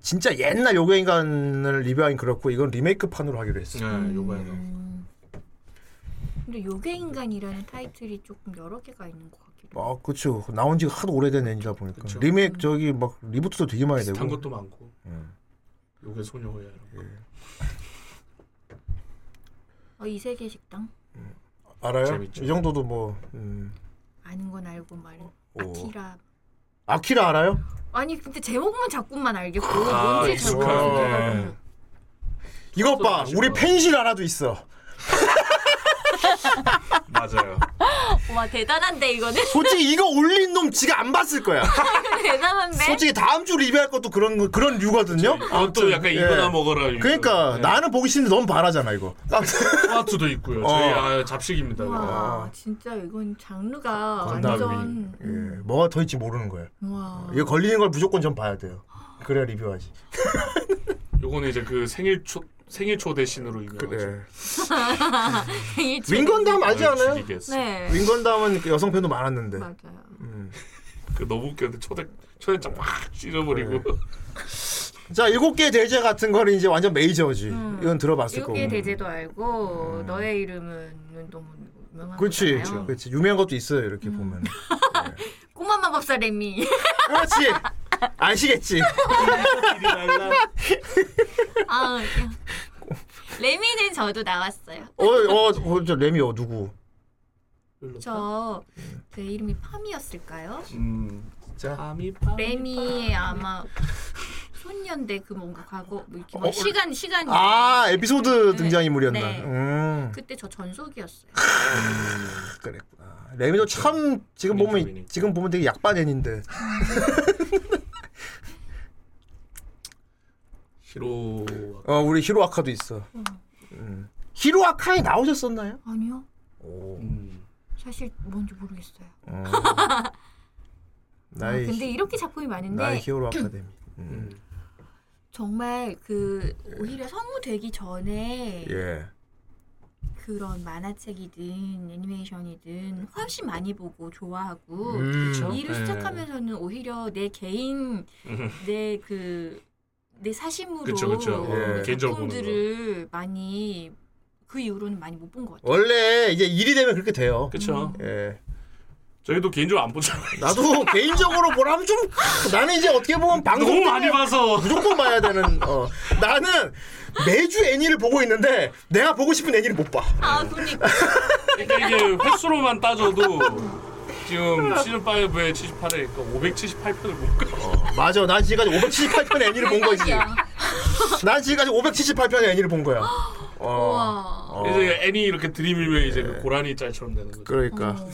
[SPEAKER 3] 진짜 옛날 요괴 인간을 리뷰하긴 그렇고 이건 리메이크판으로 하기로 했어.
[SPEAKER 4] 네, 요거에요
[SPEAKER 6] 음. 근데 요괴 인간이라는 타이틀이 조금 여러 개가 있는 것 같기도. 하고.
[SPEAKER 3] 아, 그렇죠. 나온 지가 하도 오래된 애니다 보니까
[SPEAKER 4] 그쵸.
[SPEAKER 3] 리메이크 저기 막 리부트도 되게 많이 되고.
[SPEAKER 4] 비슷한 것도 많고
[SPEAKER 3] 음.
[SPEAKER 4] 요게 소녀호야 이런 거
[SPEAKER 3] 예. 뭐?
[SPEAKER 6] 어, 이 세계 식당
[SPEAKER 3] 알아요?
[SPEAKER 4] 재밌죠.
[SPEAKER 3] 이 정도도 뭐 음.
[SPEAKER 6] 아는 건 알고 말은
[SPEAKER 3] 오.
[SPEAKER 6] 아키라.
[SPEAKER 3] 아키라 알아요?
[SPEAKER 6] 아니 근데 제목만 자꾸만 알겠고
[SPEAKER 4] 아,
[SPEAKER 6] 뭔지 잘
[SPEAKER 4] 익숙한
[SPEAKER 6] 모르겠어.
[SPEAKER 3] 이것 봐.
[SPEAKER 4] 아실
[SPEAKER 3] 우리
[SPEAKER 4] 거야.
[SPEAKER 3] 펜실 하나도 있어.
[SPEAKER 4] 맞아요
[SPEAKER 6] 와 대단한데 이거는
[SPEAKER 3] 솔직히 이거 올린 놈 지가 안 봤을 거야.
[SPEAKER 6] 아, 대단한데.
[SPEAKER 3] 솔직히 다음 주 리뷰할 것도 그런 거- 그런 류거든요.
[SPEAKER 4] 그렇죠. 이것도 약간
[SPEAKER 3] 예.
[SPEAKER 4] 이거나 뭐. 먹어라 이거.
[SPEAKER 3] 그러니까
[SPEAKER 4] 네.
[SPEAKER 3] 나는 보기 싫은데 너무 바라잖아 이거.
[SPEAKER 4] 토마토도 있고요 저희
[SPEAKER 3] 어.
[SPEAKER 4] 아, 잡식입니다 이거.
[SPEAKER 6] 와 진짜 이건 장르가
[SPEAKER 3] 건담이.
[SPEAKER 6] 완전
[SPEAKER 3] 예, 뭐가 더 있지 모르는 거야.
[SPEAKER 6] 와
[SPEAKER 3] 이거 걸리는 걸 무조건 좀 봐야 돼요. 그래야 리뷰하지.
[SPEAKER 4] 요거는 이제 그 생일 초 생일 초 대신으로 유명하죠
[SPEAKER 3] 예.
[SPEAKER 6] 이
[SPEAKER 3] 윙건담 알지
[SPEAKER 4] 나를
[SPEAKER 3] 않아요?
[SPEAKER 4] 죽이겠어.
[SPEAKER 6] 네
[SPEAKER 3] 윙건담은 그 여성 팬도 많았는데.
[SPEAKER 6] 맞아요.
[SPEAKER 4] 그 너무 웃겼는데 초대 초대장 막 찢어버리고
[SPEAKER 3] 자 일곱 개 대제 같은 거는 이제 완전 메이저지.
[SPEAKER 6] 음.
[SPEAKER 3] 이건 들어봤을 거고.
[SPEAKER 6] 이렇게 대제도 알고 너의 이름은 너무
[SPEAKER 3] 음.
[SPEAKER 6] 유명한
[SPEAKER 3] 그렇지,
[SPEAKER 6] 거잖아요. 음.
[SPEAKER 3] 그렇지. 유명한 것도 있어요 이렇게 보면.
[SPEAKER 6] 꼬마 마법사 레미.
[SPEAKER 3] 그렇지. 아시겠지. 어, 네.
[SPEAKER 6] 아 야. 레미는 저도 나왔어요.
[SPEAKER 3] 어어저 레미 어 누구?
[SPEAKER 6] 저 제 이름이 팜이었을까요?
[SPEAKER 4] 음,
[SPEAKER 3] 자.
[SPEAKER 4] 밤이 밤.
[SPEAKER 6] 네. 레미의 아마 소년대 그 뭔가 과거 뭐 이렇게 막
[SPEAKER 3] 어?
[SPEAKER 6] 시간 시간
[SPEAKER 3] 아 에피소드
[SPEAKER 6] 네.
[SPEAKER 3] 등장 인물이었나.
[SPEAKER 6] 네.
[SPEAKER 3] 음
[SPEAKER 6] 그때 저 전속이었어요.
[SPEAKER 3] 그랬구나. 레미도 참 지금 보면
[SPEAKER 4] 민족이니까.
[SPEAKER 3] 지금 보면 되게 약반 애인데.
[SPEAKER 4] 히로
[SPEAKER 3] 어 우리 히로아카도 있어. 음. 히로아카에 나오셨었나요?
[SPEAKER 6] 아니요.
[SPEAKER 3] 오.
[SPEAKER 4] 음.
[SPEAKER 6] 사실 뭔지 모르겠어요.
[SPEAKER 3] 어.
[SPEAKER 6] 아,
[SPEAKER 3] 나의
[SPEAKER 6] 근데
[SPEAKER 3] 히-
[SPEAKER 6] 이렇게 작품이 많은데
[SPEAKER 3] 나의 히어로 아카데미. 음.
[SPEAKER 4] 음.
[SPEAKER 6] 정말 그 오히려 성우 되기 전에
[SPEAKER 3] 예.
[SPEAKER 6] 그런 만화책이든 애니메이션이든 훨씬 많이 보고 좋아하고
[SPEAKER 3] 음.
[SPEAKER 6] 일을
[SPEAKER 4] 네. 음.
[SPEAKER 6] 시작하면서는 오히려 내 개인 내 그 내 사심으로
[SPEAKER 4] 그쵸, 그쵸.
[SPEAKER 3] 예.
[SPEAKER 4] 개인적으로 보는
[SPEAKER 6] 작품들을 많이 그 이후로는 많이 못 본 것 같아요. 음.
[SPEAKER 3] 원래 이제 일이 되면 그렇게 돼요.
[SPEAKER 4] 그쵸
[SPEAKER 3] 예.
[SPEAKER 4] 저희도 개인적으로 안 보잖아요.
[SPEAKER 3] 나도 개인적으로 보라면 좀 나는 이제 어떻게 보면 방송
[SPEAKER 4] 너무
[SPEAKER 3] 때문에
[SPEAKER 4] 많이 봐서
[SPEAKER 3] 무조건 봐야 되는 어 나는 매주 애니를 보고 있는데 내가 보고 싶은 애니를 못 봐.
[SPEAKER 4] 어, 네.
[SPEAKER 6] 아 그러니까
[SPEAKER 4] 그러니까 이게 횟수로만 따져도 지금 시즌 5에 78회 그러니까 578편을 못 가.
[SPEAKER 3] 맞아. 난 지금까지 578편 애니를 본 거지.
[SPEAKER 6] 어. 대박이야.
[SPEAKER 3] 난 지금까지 578편 애니를 본 거야. 어.
[SPEAKER 6] 와.
[SPEAKER 3] 어. 예.
[SPEAKER 4] 이제 애니 이렇게 들이밀면 이제 그 고라니 짤처럼 되는 거죠.
[SPEAKER 3] 그러니까.
[SPEAKER 6] 어.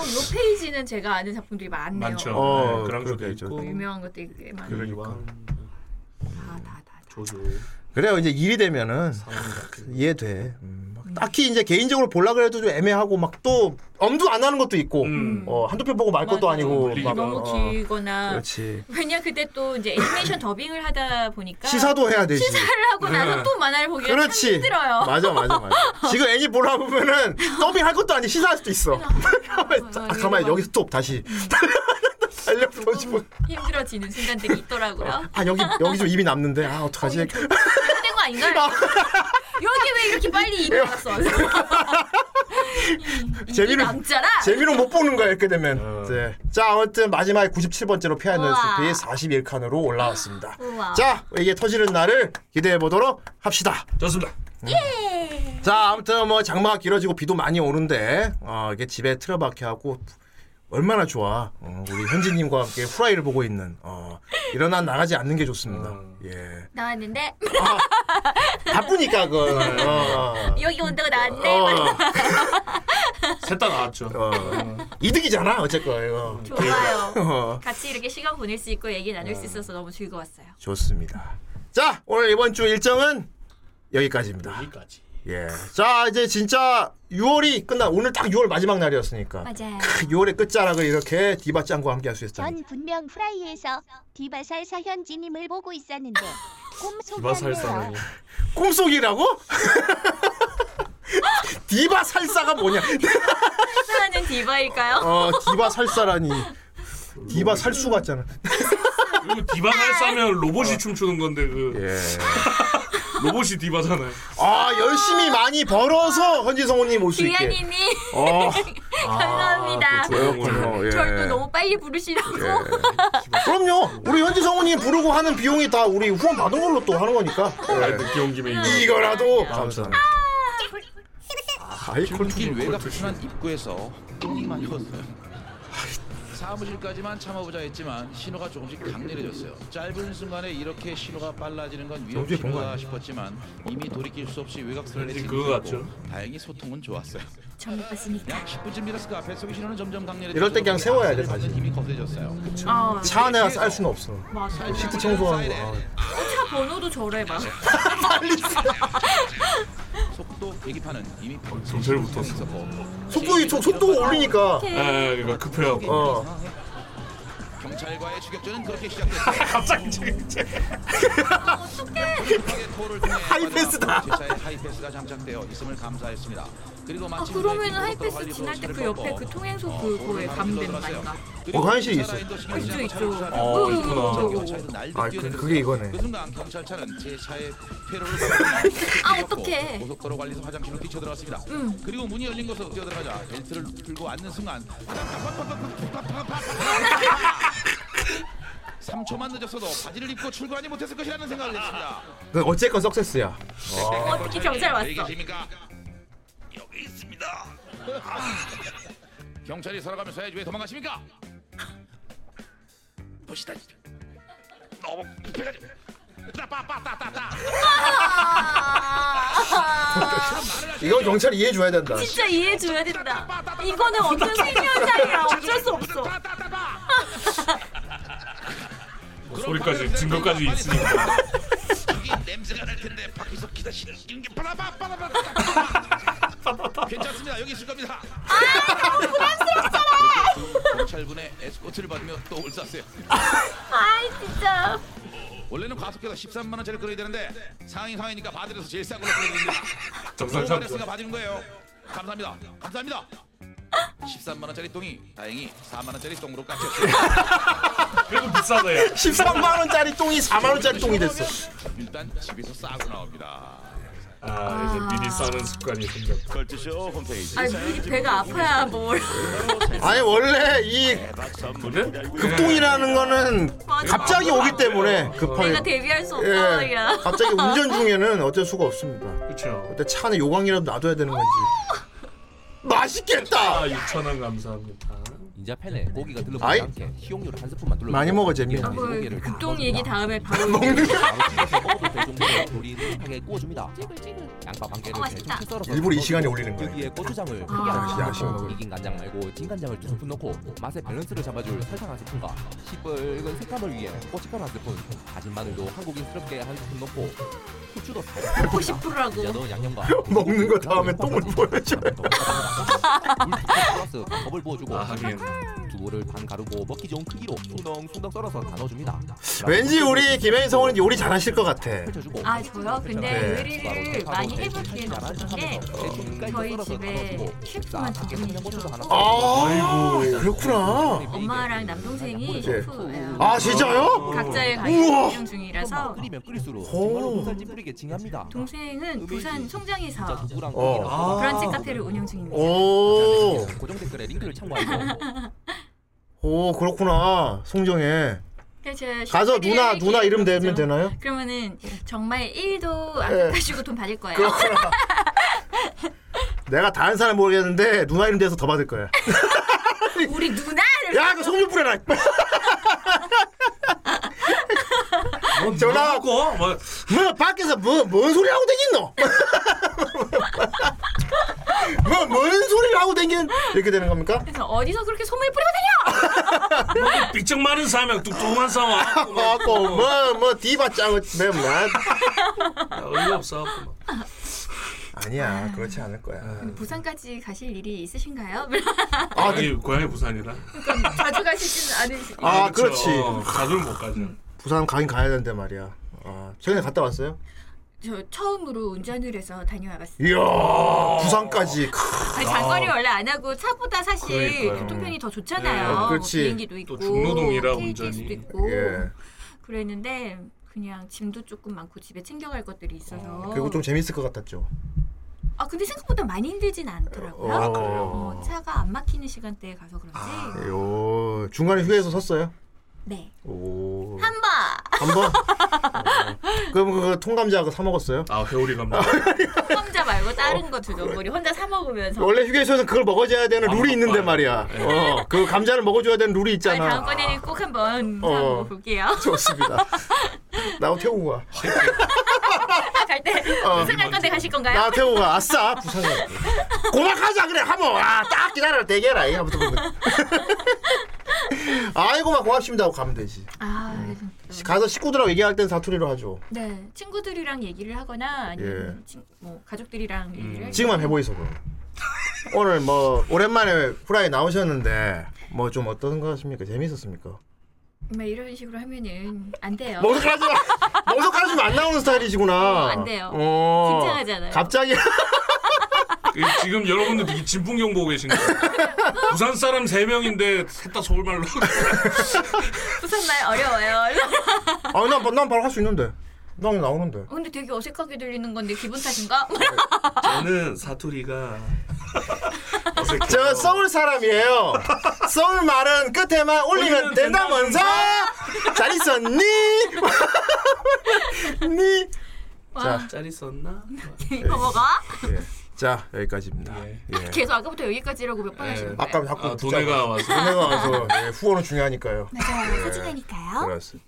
[SPEAKER 6] 어요 페이지는 제가 아는 작품들이 많네요.
[SPEAKER 4] 많죠.
[SPEAKER 3] 어,
[SPEAKER 4] 네, 그런 것도
[SPEAKER 3] 그렇게
[SPEAKER 4] 있고.
[SPEAKER 6] 유명한 것들이 꽤 많아요.
[SPEAKER 4] 그러니까
[SPEAKER 6] 다, 다, 다, 다.
[SPEAKER 4] 조조
[SPEAKER 3] 그래요. 이제 일이 되면은
[SPEAKER 4] 상황
[SPEAKER 6] 그.
[SPEAKER 4] 같은.
[SPEAKER 3] 이해돼. 음, 막 딱히 이제 개인적으로 보려 그래도 좀 애매하고 막 또 엄두 안 하는 것도 있고.
[SPEAKER 4] 음.
[SPEAKER 3] 어, 한두 편 보고 말 것도
[SPEAKER 6] 맞아.
[SPEAKER 3] 아니고
[SPEAKER 4] 물리기도
[SPEAKER 3] 막,
[SPEAKER 6] 너무
[SPEAKER 3] 어,
[SPEAKER 6] 길거나
[SPEAKER 3] 그렇지.
[SPEAKER 6] 왜냐 그때 또 이제 애니메이션 더빙을 하다 보니까
[SPEAKER 3] 시사도 해야 되지.
[SPEAKER 6] 그러니까 시사를
[SPEAKER 4] 네.
[SPEAKER 6] 하고 나서 또 만화를 보기가 참
[SPEAKER 3] 그렇지.
[SPEAKER 6] 힘들어요.
[SPEAKER 3] 맞아, 맞아, 맞아. 지금 애니 보라 보면은 더빙 할 것도 아니 시사할 수도 있어. 아, 가만히 여기 스톱 다시.
[SPEAKER 6] 음.
[SPEAKER 3] 알려보시고.
[SPEAKER 6] 힘들어지는 순간들이 있더라고요.
[SPEAKER 3] 아 여기 여기 좀 입이 남는데 아 어떡하지?
[SPEAKER 6] 힘든 거 아닌가요? 여기 왜 이렇게 빨리
[SPEAKER 4] 예.
[SPEAKER 6] 입이 왔어? 입이
[SPEAKER 3] 재미를-
[SPEAKER 6] 남잖아.
[SPEAKER 3] 재미로 못 보는 거야 이렇게 되면. 네. 자 아무튼 마지막에 97번째로 피아노의
[SPEAKER 6] 우와.
[SPEAKER 3] 숲이 41칸으로 올라왔습니다.
[SPEAKER 6] 우와.
[SPEAKER 3] 자 이게 터지는 날을 기대해 보도록 합시다.
[SPEAKER 4] 좋습니다.
[SPEAKER 3] 자 아무튼 뭐 장마가 길어지고 비도 많이 오는데 어, 이게 집에 틀어박혀 하고 얼마나 좋아 어, 우리 현진님과 함께 후라이를 보고 있는 어, 일어난 나가지 않는 게 좋습니다. 예
[SPEAKER 6] 나왔는데
[SPEAKER 3] 바쁘니까 그. 어,
[SPEAKER 6] 여기 온다고 나왔네.
[SPEAKER 3] 어,
[SPEAKER 4] 셋다 나왔죠.
[SPEAKER 3] 어. 이득이잖아 어쨌건 이거.
[SPEAKER 6] 좋아요.
[SPEAKER 3] 어.
[SPEAKER 6] 같이 이렇게 시간 보낼 수 있고 얘기 나눌 수 있어서 너무 즐거웠어요.
[SPEAKER 3] 좋습니다. 자, 오늘 이번 주 일정은 여기까지입니다.
[SPEAKER 4] 여기까지.
[SPEAKER 3] 예. 자, 이제 진짜 6월이 끝나 오늘 딱 6월 마지막 날이었으니까.
[SPEAKER 6] 맞아요.
[SPEAKER 3] 크, 6월의 끝자락을 이렇게 디바 짱과 함께 할 수 있었다니.
[SPEAKER 1] 전 분명 프라이에서 디바살사 현지님을 보고 있었는데
[SPEAKER 4] 디바 살상이.
[SPEAKER 1] 꿈속이었네요.
[SPEAKER 3] 꿈속이라고? 디바 살사가 뭐냐?
[SPEAKER 6] 사는 디바일까요?
[SPEAKER 3] 어, 디바 살사라니. 디바 살수 같잖아.
[SPEAKER 4] 그리고 디바 살사면 로봇이 춤추는 건데 그
[SPEAKER 3] 어. 예.
[SPEAKER 4] 로봇이 디바잖아요.
[SPEAKER 3] 아, 열심히 많이 벌어서 현진 성우님 올 수 있게.
[SPEAKER 6] 기아님이
[SPEAKER 3] 어.
[SPEAKER 4] 아,
[SPEAKER 6] 감사합니다.
[SPEAKER 3] 그렇군요. 예.
[SPEAKER 6] 저를 또 너무 빨리 부르시라고.
[SPEAKER 3] 그럼요. 우리 현지 성우님 부르고 하는 비용이 다 우리 후원 받은 걸로 또 하는 거니까.
[SPEAKER 4] 아, 늦게 온 김에 이거.
[SPEAKER 3] 이거라도 감사합니다. 아이콜
[SPEAKER 10] 출근길 외곽 순환 입구에서 조금만 휘었어요. 사무실까지만 참아보자 했지만 신호가 조금씩 강렬해졌어요. 짧은 순간에 이렇게 신호가 빨라지는 건 위험
[SPEAKER 3] 영주에 본거
[SPEAKER 10] 신호가
[SPEAKER 3] 아니야?
[SPEAKER 10] 싶었지만 이미 돌이킬 수 없이 외곽선을
[SPEAKER 4] 왠지
[SPEAKER 10] 내친
[SPEAKER 4] 그거 같죠?
[SPEAKER 10] 뒤였고 다행히 소통은 좋았어요.
[SPEAKER 6] 전 봤습니까?
[SPEAKER 10] 약 10분쯤 지나서 그 앞에 속의 신호는 점점 강렬해졌고
[SPEAKER 3] 이럴 땐 그냥 세워야 돼, 다시.
[SPEAKER 10] 힘이 거세졌어요.
[SPEAKER 6] 아,
[SPEAKER 3] 차 안에 쌀 수는 없어.
[SPEAKER 6] 맞아.
[SPEAKER 3] 시트 청소하는 거. 아,
[SPEAKER 6] 차 번호도 저래 막.
[SPEAKER 10] 속도 계기판은 이미
[SPEAKER 4] 정체를 붙었어.
[SPEAKER 10] 있었고
[SPEAKER 3] 속도 속- 속도가 올리니까.
[SPEAKER 4] 에 그러니까 급해하고.
[SPEAKER 3] 어.
[SPEAKER 10] 경찰과의 추격전은 그렇게 시작됐어요.
[SPEAKER 4] 갑자기 제-
[SPEAKER 3] 하이패스다.
[SPEAKER 10] 제차에 하이패스가 장착되어 있음을 감사했습니다. 그리고
[SPEAKER 6] 아
[SPEAKER 10] 마침
[SPEAKER 6] 그러면은
[SPEAKER 10] 저의
[SPEAKER 6] 하이패스
[SPEAKER 10] 관리부
[SPEAKER 6] 지날 때 그
[SPEAKER 10] 차를
[SPEAKER 6] 옆에
[SPEAKER 10] 꺾어
[SPEAKER 6] 그 통행소 그거에 감된 거 아닌가?
[SPEAKER 10] 그리고
[SPEAKER 3] 어, 화장실이
[SPEAKER 10] 경찰
[SPEAKER 3] 있어.
[SPEAKER 6] 어,
[SPEAKER 10] 라인도
[SPEAKER 6] 있죠
[SPEAKER 10] 신경 쓰지
[SPEAKER 6] 있죠.
[SPEAKER 10] 않고 차를 조사하고
[SPEAKER 4] 어, 있구나.
[SPEAKER 10] 경찰에서 날뛰어
[SPEAKER 3] 아, 그- 그게
[SPEAKER 10] 내렸어요.
[SPEAKER 3] 이거네.
[SPEAKER 10] 그 순간 경찰차는 제 차에 퇴로를
[SPEAKER 6] 아, 어떡해.
[SPEAKER 10] 고속도로 관리소 화장실로 뛰쳐들어갔습니다.
[SPEAKER 6] 응.
[SPEAKER 10] 그리고 문이 열린 곳으로 뛰어들어가자 벨트를 풀고 앉는 순간 3초만 늦었어도 바지를 입고 출근하지 못했을 것이라는 생각을 했습니다.
[SPEAKER 3] 그 어쨌건 석세스야.
[SPEAKER 6] 어떻게 경찰 왔어?
[SPEAKER 10] 여기 계십니까? 여기 있습니다. 아. 경찰이 살아가면서 왜 도망가십니까? 보시다시피 너무 급해가지고 따빠빠따따따
[SPEAKER 3] 아. 이건 경찰 이해해 줘야 된다.
[SPEAKER 6] 진짜 이해해줘야 된다. 이거는 어떤 생리현상이야. 어쩔 수 없어.
[SPEAKER 4] 소리까지 증거까지 있으니까.
[SPEAKER 10] 저기 냄새가 날 텐데 밖에서 기다리는 게 빠라바빠라바빠라바. 괜찮습니다. 여기 있을 겁니다. 아, 부담스럽잖아. 경찰분의 에스코트를 받으며 또 올쌌어요.
[SPEAKER 6] 아이 진짜.
[SPEAKER 10] 원래는 과속해서 13만 원짜리 끌어야 되는데 상황이 상황이니까 바들에서 제일 싼 걸로 끌어드립니다.
[SPEAKER 4] 정상
[SPEAKER 10] 오만
[SPEAKER 4] 참.
[SPEAKER 10] 원에서가 봐주는 거예요. 감사합니다. 감사합니다. 13만 원짜리 똥이 다행히 4만 원짜리 똥으로 깎였어요.
[SPEAKER 4] 그래도 비싸다 야.
[SPEAKER 3] 13만 원짜리 똥이 4만 원짜리 똥이 됐어.
[SPEAKER 10] 일단 집에서 싸고 나옵니다.
[SPEAKER 4] 아 이제 미리 싸는 습관이 생겼다.
[SPEAKER 10] 걸트쇼 홈페이지.
[SPEAKER 6] 아 미리 배가 아파야 뭘.
[SPEAKER 3] 아니 원래 이
[SPEAKER 4] 네,
[SPEAKER 3] 급동이라는 거는
[SPEAKER 6] 맞아.
[SPEAKER 3] 갑자기 오기 때문에 급하게
[SPEAKER 6] 내가 데뷔할 수
[SPEAKER 3] 예,
[SPEAKER 6] 없다 야.
[SPEAKER 3] 갑자기 운전 중에는 어쩔 수가 없습니다.
[SPEAKER 4] 그렇죠.
[SPEAKER 3] 근데 차 안에 요강이라도 놔둬야 되는 건지. 맛있겠다.
[SPEAKER 4] 아, 6천 원 감사합니다.
[SPEAKER 2] 인자
[SPEAKER 6] 네.
[SPEAKER 2] 팬에 고기가 들러붙지
[SPEAKER 3] 아이.
[SPEAKER 2] 않게 희용료를 한 스푼만 둘러.
[SPEAKER 3] 많이 먹어, 재미.
[SPEAKER 6] 아, 뭐, 급동 얘기 다음에 바로
[SPEAKER 2] 조리를 하게 구워줍니다. 양파 반 개를
[SPEAKER 6] 어,
[SPEAKER 2] 대충
[SPEAKER 6] 맛있다.
[SPEAKER 2] 채 썰어서
[SPEAKER 3] 일부러 이
[SPEAKER 2] 넣어주고
[SPEAKER 3] 시간에 올리는 거예요.
[SPEAKER 2] 여기에 고추장을
[SPEAKER 6] 아.
[SPEAKER 2] 크게 안
[SPEAKER 3] 야식, 야식
[SPEAKER 2] 넣고
[SPEAKER 3] 먹을.
[SPEAKER 2] 익인 간장 말고 진 간장을 두 스푼 넣고 맛의 밸런스를 잡아줄 설탕 한 스푼과 시뻘건 색감을 위해 고춧가루 한 스푼, 다진 마늘도 한국인스럽게 한 스푼 넣고 후추도
[SPEAKER 6] 먹고 싶으라고.
[SPEAKER 2] 이제 넣은 양념과
[SPEAKER 3] 먹는 거 다음에 똥을 보여줘요.
[SPEAKER 2] 플러스 밥을
[SPEAKER 3] 아,
[SPEAKER 2] 부어주고 두부를 반 가루고 먹기 좋은 크기로 숭덩숭덩 썰어서 다 넣어줍니다.
[SPEAKER 3] 왠지 우리 김혜인 성우는 요리 잘하실 것 같아.
[SPEAKER 6] 아 저요? 근데
[SPEAKER 3] 네.
[SPEAKER 6] 요리를 많이 해볼 기회는 없었던 게 저희 집에 셰프만 두 분이
[SPEAKER 3] 아,
[SPEAKER 6] 계셔서
[SPEAKER 3] 그렇구나.
[SPEAKER 6] 엄마랑 남동생이 셰프예요. 네.
[SPEAKER 3] 아, 진짜요?
[SPEAKER 6] 각자의
[SPEAKER 3] 우와.
[SPEAKER 6] 관심 중이라서
[SPEAKER 2] 끓이면 끓일수록 정말로 눈살찌 뿌리게 징합니다.
[SPEAKER 6] 동생은 부산
[SPEAKER 2] 진짜
[SPEAKER 6] 송장에서
[SPEAKER 2] 두부랑
[SPEAKER 3] 어.
[SPEAKER 2] 고기랑
[SPEAKER 3] 아.
[SPEAKER 6] 브런치 카페를 운영
[SPEAKER 3] 어?
[SPEAKER 6] 중입니다.
[SPEAKER 3] 오,
[SPEAKER 2] 고정 댓글에 링크를 참고하시고
[SPEAKER 3] 오 그렇구나. 송정에
[SPEAKER 6] 그래서 제가
[SPEAKER 3] 가서
[SPEAKER 6] 셰프들이
[SPEAKER 3] 누나
[SPEAKER 6] 할
[SPEAKER 3] 누나
[SPEAKER 6] 기회가
[SPEAKER 3] 이름
[SPEAKER 6] 없죠.
[SPEAKER 3] 대면 되나요?
[SPEAKER 6] 그러면은 정말 1도 안
[SPEAKER 3] 네.
[SPEAKER 6] 깎아주고 돈 받을 거예요.
[SPEAKER 3] 내가 다른 사람 모르겠는데 누나 이름 대서 더 받을 거야.
[SPEAKER 6] 우리 누나
[SPEAKER 3] 야, 그 송주 뿌려라. 전화
[SPEAKER 4] 뭐, 뭐,
[SPEAKER 3] 밖에서 뭐, 뭔 소리 하고 댕긴노? 뭐, 뭔 소리를 하고 댕긴 이렇게 되는 겁니까?
[SPEAKER 6] 그래서 어디서 그렇게 소문을 뿌리고 다녀?
[SPEAKER 4] 삐쩍 마른 사면 뚱뚱한 사와.
[SPEAKER 3] 아고 뭐뭐 디바 짱을 맨날
[SPEAKER 4] 의미 없어.
[SPEAKER 3] 아니야 그렇지 않을 거야.
[SPEAKER 6] 부산까지 가실 일이 있으신가요?
[SPEAKER 4] 아, 니 고향이 부산이라.
[SPEAKER 6] 자주 가시지는 않으시.
[SPEAKER 3] 그, 아 그렇지.
[SPEAKER 4] 어, 자주는 못 가죠.
[SPEAKER 3] 부산 가긴 가야 되는데 말이야. 아, 최근에 갔다 왔어요?
[SPEAKER 6] 저 처음으로 운전을 해서 다녀와봤어요.
[SPEAKER 3] 이야 아. 부산까지. 크.
[SPEAKER 6] 아니, 장거리 원래 안 하고 차보다 사실
[SPEAKER 3] 그러니까요.
[SPEAKER 6] 교통편이 더 좋잖아요.
[SPEAKER 3] 예,
[SPEAKER 6] 뭐
[SPEAKER 3] 그렇지.
[SPEAKER 6] 비행기도 있고
[SPEAKER 4] 네, 또 중노동이라
[SPEAKER 6] KTX도
[SPEAKER 4] 운전이.
[SPEAKER 6] 있고
[SPEAKER 3] 예.
[SPEAKER 6] 그랬는데 그냥 짐도 조금 많고 집에 챙겨갈 것들이 있어서.
[SPEAKER 3] 그리고 좀 재밌을 것 같았죠.
[SPEAKER 6] 아 근데 생각보다 많이 힘들진 않더라고요.
[SPEAKER 3] 어, 아, 그래요? 아.
[SPEAKER 6] 어, 차가 안 막히는 시간대에 가서 그런지.
[SPEAKER 3] 요 중간에 휴게소 섰어요.
[SPEAKER 6] 네.
[SPEAKER 3] 오.
[SPEAKER 6] 한 번.
[SPEAKER 3] 한 번? 어. 그럼 그 통감자 그사 먹었어요?
[SPEAKER 4] 아 회오리 감자.
[SPEAKER 6] 혼자 말고 다른 거 두덩거리 혼자 사 먹으면서.
[SPEAKER 3] 원래 휴게소에서 그걸 아, 먹어줘야 되는 룰이 있는데 말이야.
[SPEAKER 4] 예.
[SPEAKER 3] 어, 그 감자를 먹어줘야 되는 룰이
[SPEAKER 6] 아니,
[SPEAKER 3] 있잖아.
[SPEAKER 6] 다음번에는 꼭 한번 사
[SPEAKER 3] 어.
[SPEAKER 6] 먹어볼게요.
[SPEAKER 3] 좋습니다. 나 태우고 가.
[SPEAKER 6] 갈 때
[SPEAKER 3] 어.
[SPEAKER 6] 무슨 갈 건데 가실 건가요?
[SPEAKER 3] 나 태우고 가. 아싸 부산 가. 고막하자 그래. 하모. 아딱 기다려 대게라. 이거부터 보면. 아이고 막 고맙습니다 하고 가면 되지.
[SPEAKER 6] 아,
[SPEAKER 3] 가서 식구들하고 얘기할 땐 사투리로 하죠.
[SPEAKER 6] 네. 친구들이랑 얘기를 하거나 아니면 친, 뭐 가족들이랑 얘기를 할
[SPEAKER 3] 지금만
[SPEAKER 6] 때.
[SPEAKER 3] 해보이소 그럼. 오늘 뭐 오랜만에 후라이 나오셨는데 뭐 좀 어떤 거 하십니까? 재밌었습니까?
[SPEAKER 6] 막뭐 이런 식으로 하면은 안 돼요.
[SPEAKER 3] 머석하지 마. 머석하지 마. 안 나오는 스타일이시구나.
[SPEAKER 6] 어, 안 돼요.
[SPEAKER 3] 어.
[SPEAKER 6] 긴장하잖아요.
[SPEAKER 3] 갑자기
[SPEAKER 4] 이- 지금 여러분들 되게 진풍경 보고 계신 거예요. 부산 사람 3명인데 셋 다 서울말로.
[SPEAKER 6] 부산 말 어려워요.
[SPEAKER 3] 아난난 바로 할 수 있는데. 나 나오는데.
[SPEAKER 6] 근데 되게 어색하게 들리는 건데 기분 탓인가?
[SPEAKER 4] 저는 사투리가
[SPEAKER 3] 저 서울 사람이에요. 서울 말은 끝에만 올리면
[SPEAKER 4] 올리면
[SPEAKER 3] 된다
[SPEAKER 4] 된다,
[SPEAKER 3] 먼저. 잘 있었니? 니. 자,
[SPEAKER 4] 짤 있었나?
[SPEAKER 6] 넘어가?
[SPEAKER 3] 예. 자 여기까지입니다. 예.
[SPEAKER 6] 계속 아까부터 여기까지라고 몇 번
[SPEAKER 3] 예.
[SPEAKER 6] 하시는 거예요?
[SPEAKER 3] 아까 자꾸
[SPEAKER 4] 아, 도네가 와서.
[SPEAKER 3] 도네가 와서 예, 후원은 중요하니까요.
[SPEAKER 6] 맞아요. 소중하니까요.
[SPEAKER 3] 그렇습니다.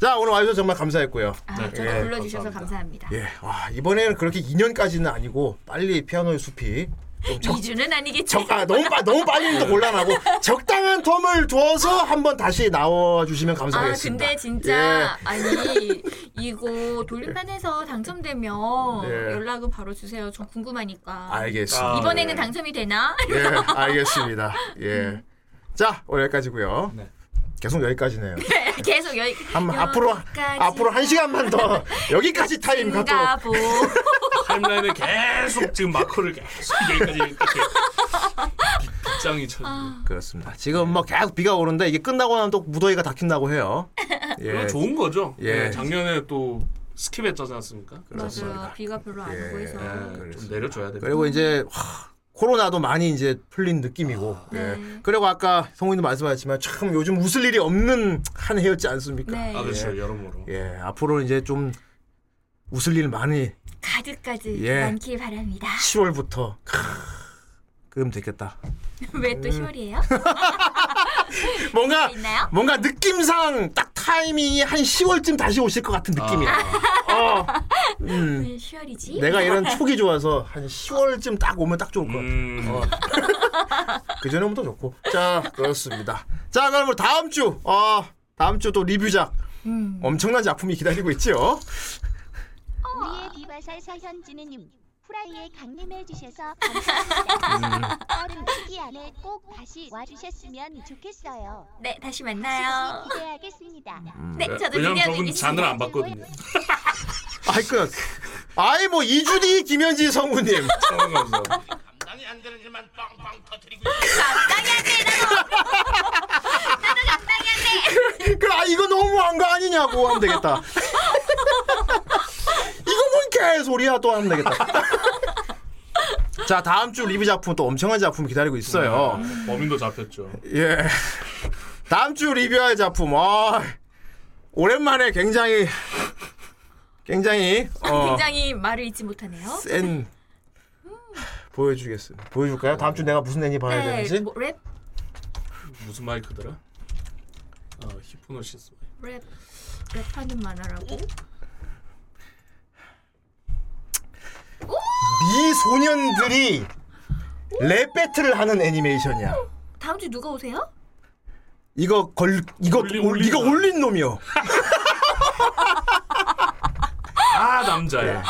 [SPEAKER 3] 자 오늘 와주셔서 정말 감사했고요.
[SPEAKER 6] 아, 저도
[SPEAKER 3] 예.
[SPEAKER 6] 불러주셔서 감사합니다.
[SPEAKER 3] 예, 와 이번에는 그렇게 2년까지는 아니고 빨리 피아노의 숲이
[SPEAKER 6] 예,
[SPEAKER 3] 좀 적,
[SPEAKER 6] 2주는 아니겠지.
[SPEAKER 3] 적, 아, 너무 빠, 너무 빨리는 곤란하고 적당한 텀을 두어서 한번 다시 나와 주시면
[SPEAKER 6] 아
[SPEAKER 3] 감사하겠습니다. 예.
[SPEAKER 6] 근데 진짜 아니 이거 돌림판에서 당첨되면
[SPEAKER 3] 예.
[SPEAKER 6] 연락은 바로 주세요. 저 궁금하니까.
[SPEAKER 3] 알겠습니다.
[SPEAKER 6] 이번에는 당첨이 되나?
[SPEAKER 3] 예, 예, 알겠습니다. 예, 자 오늘 여기까지고요. 계속 여기까지네요.
[SPEAKER 6] 계속 여기
[SPEAKER 3] 한 앞으로 앞으로 한 시간만 더 여기까지 타임 갖도록.
[SPEAKER 6] 가보.
[SPEAKER 4] 타임라인에 계속 지금 마커를 계속 여기까지 이렇게 빗장이 쳐.
[SPEAKER 3] 그렇습니다. 지금 뭐 계속 비가 오는데 이게 끝나고 나면 또 무더위가 다 킨다고 해요.
[SPEAKER 4] 그건 좋은 거죠.
[SPEAKER 3] 아. 예.
[SPEAKER 4] 예. 작년에 또 스킵했지 않습니까?
[SPEAKER 6] 맞아요. 비가 별로 안 오고 해서.
[SPEAKER 3] 예. 네,
[SPEAKER 4] 좀 내려줘야 돼.
[SPEAKER 3] 그리고 이제 하, 코로나도 많이 이제 풀린 느낌이고. 예. 그리고 아까 성우님도 말씀하셨지만 참 요즘 웃을 일이 없는 한 해였지 않습니까?
[SPEAKER 6] 네. 아, 그렇죠.
[SPEAKER 4] 여러모로.
[SPEAKER 3] 예, 앞으로 이제 좀 웃을 일 많이
[SPEAKER 6] 가득까지
[SPEAKER 3] 예.
[SPEAKER 6] 많길 바랍니다.
[SPEAKER 3] 10월부터. 크, 그럼 되겠다.
[SPEAKER 6] 왜
[SPEAKER 3] 음.
[SPEAKER 6] 또 10월이에요?
[SPEAKER 3] 뭔가
[SPEAKER 6] 있나요?
[SPEAKER 3] 뭔가 느낌상 딱 타이밍이 한 10월쯤 다시 오실 것 같은
[SPEAKER 4] 아,
[SPEAKER 3] 느낌이야. 어. 음.
[SPEAKER 6] 왜 10월이지?
[SPEAKER 3] 내가 이런 촉이 좋아서 한 10월쯤 딱 오면 딱
[SPEAKER 4] 뭐. 음.
[SPEAKER 3] 좋을 것 같아. 어. 그 전에부터 좋고. 자 그렇습니다. 자 그럼 우리 다음 주 어, 다음 주 또 리뷰작
[SPEAKER 11] 음.
[SPEAKER 3] 엄청난 작품이 기다리고 있지요.
[SPEAKER 11] 우리의 비발살사 현진우님 후라이에 강림해 주셔서 감사합니다. 얼음 치기 안에 꼭 다시 와주셨으면 좋겠어요.
[SPEAKER 6] 네, 다시 만나요.
[SPEAKER 11] 기대하겠습니다.
[SPEAKER 3] 음.
[SPEAKER 6] 네, 저도
[SPEAKER 4] 왜냐면
[SPEAKER 6] 기대하고
[SPEAKER 4] 저분
[SPEAKER 6] 있겠습니다.
[SPEAKER 4] 잔을 안 봤거든요.
[SPEAKER 3] 아이 그 아이 뭐 이주디 김현지 성우님.
[SPEAKER 10] 감당이 안 되는 일만 빵빵 터뜨리고
[SPEAKER 3] 그, 아, 이거 너무한 거 아니냐고 하면 되겠다. 이거 뭔 개소리야 또 하면 되겠다. 자, 다음 주 리뷰 작품 또 엄청난 작품 기다리고
[SPEAKER 4] 음.
[SPEAKER 3] 있어요.
[SPEAKER 6] 음.
[SPEAKER 4] 범인도 잡혔죠.
[SPEAKER 3] 예. 다음 주 리뷰할 작품, 아, 오랜만에 굉장히, 굉장히, 어,
[SPEAKER 6] 굉장히 말을 잊지 못하네요.
[SPEAKER 3] 센, 보여주겠습니다. 보여줄까요? 다음 주 내가 무슨 애니 봐야
[SPEAKER 6] 네,
[SPEAKER 3] 되는지?
[SPEAKER 6] 뭐, 랩,
[SPEAKER 4] 무슨 마이크더라? 어, 히프노시스.
[SPEAKER 6] 랩, 랩하는 만화라고.
[SPEAKER 3] 미소년들이 랩 배틀을 하는 애니메이션이야.
[SPEAKER 6] 다음 주 누가 오세요?
[SPEAKER 3] 이거 걸 이거 올, 이거 올린 놈이요.
[SPEAKER 4] 아 남자야.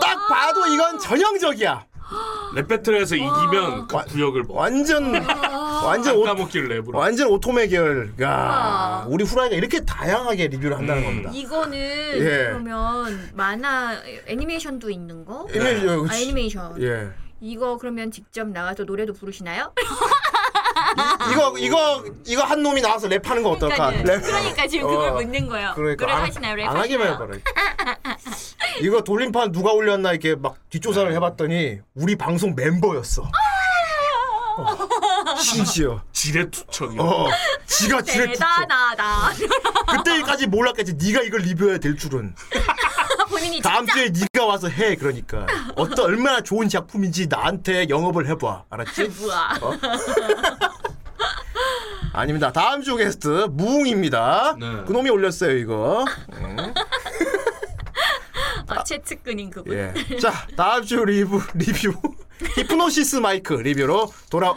[SPEAKER 3] 딱 봐도 이건 전형적이야.
[SPEAKER 4] 랩 배틀에서 이기면 그 구역을 먹.
[SPEAKER 3] 완전
[SPEAKER 6] 아.
[SPEAKER 3] 완전 오,
[SPEAKER 4] 먹길 랩으로.
[SPEAKER 3] 완전 오토메 계열. 야 우리 후라이가 이렇게 다양하게 리뷰를 한다는 겁니다.
[SPEAKER 6] 음. 이거는
[SPEAKER 3] 예.
[SPEAKER 6] 그러면 만화 애니메이션도 있는 거?
[SPEAKER 3] 애니메이션,
[SPEAKER 6] 아,
[SPEAKER 3] 그치.
[SPEAKER 6] 애니메이션.
[SPEAKER 3] 예.
[SPEAKER 6] 이거 그러면 직접 나가서 노래도 부르시나요?
[SPEAKER 3] 이거 이거 이거 한 놈이 나와서 랩하는 거 어떨까?
[SPEAKER 6] 그러니까요. 그러니까 지금 그걸 묻는 거예요.
[SPEAKER 3] 그러니까
[SPEAKER 6] 노래
[SPEAKER 3] 안-
[SPEAKER 6] 하시나요? 랩
[SPEAKER 3] 안 하기만
[SPEAKER 6] 하시나요?
[SPEAKER 3] 해봐라. 이거 돌림판 누가 올렸나 이렇게 막 뒷조사를 해봤더니 우리 방송
[SPEAKER 6] 아,
[SPEAKER 3] 멤버였어.
[SPEAKER 6] 네.
[SPEAKER 3] 심지어
[SPEAKER 4] 지뢰 투척이.
[SPEAKER 3] 어, 지가 지뢰 투척.
[SPEAKER 6] 대단하다.
[SPEAKER 3] 그때까지 몰랐겠지. 네가 이걸 리뷰해야 될 줄은.
[SPEAKER 6] 본인이
[SPEAKER 3] 다음 주에 네가 와서 해. 그러니까 어떤 얼마나 좋은 작품인지 나한테 영업을 해봐. 알았지?
[SPEAKER 6] 뭐야?
[SPEAKER 3] 어? 아닙니다. 다음 주 게스트 무웅입니다. 그놈이 올렸어요 이거. 음.
[SPEAKER 6] 어, 최측근인 그분.
[SPEAKER 3] 예. 자 다음 주 리뷰 리뷰 히프노시스 마이크 리뷰로 돌아.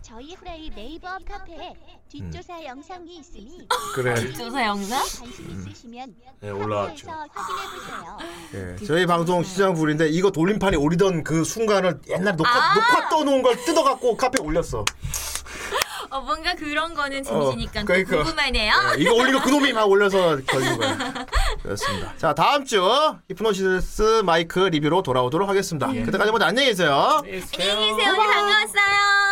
[SPEAKER 11] 저희 후라이 네이버 카페에 뒷조사 영상이 있으니
[SPEAKER 3] 그래.
[SPEAKER 6] 뒷조사 영상?
[SPEAKER 11] 관심 있으시면
[SPEAKER 3] 예, 올라왔죠.
[SPEAKER 11] 카페에서 확인해 보세요.
[SPEAKER 3] 예. 저희 방송 시장 불인데 이거 돌림판에 오리던 그 순간을 옛날 녹화
[SPEAKER 6] 아!
[SPEAKER 3] 녹화 떠놓은 걸 뜯어갖고 카페 에 올렸어.
[SPEAKER 6] 어, 뭔가 그런 거는 재밌으니까
[SPEAKER 3] 어,
[SPEAKER 6] 또
[SPEAKER 3] 그러니까.
[SPEAKER 6] 궁금하네요.
[SPEAKER 3] 예, 이거 올리고 그놈이 막 올려서 걸린 거야. 그렇습니다. 자 다음 주 히프노시스 마이크 리뷰로 돌아오도록 하겠습니다.
[SPEAKER 6] 예.
[SPEAKER 3] 그때까지 모두 안녕히 계세요.
[SPEAKER 6] 네, 안녕히 계세요. 오늘 반가웠어요.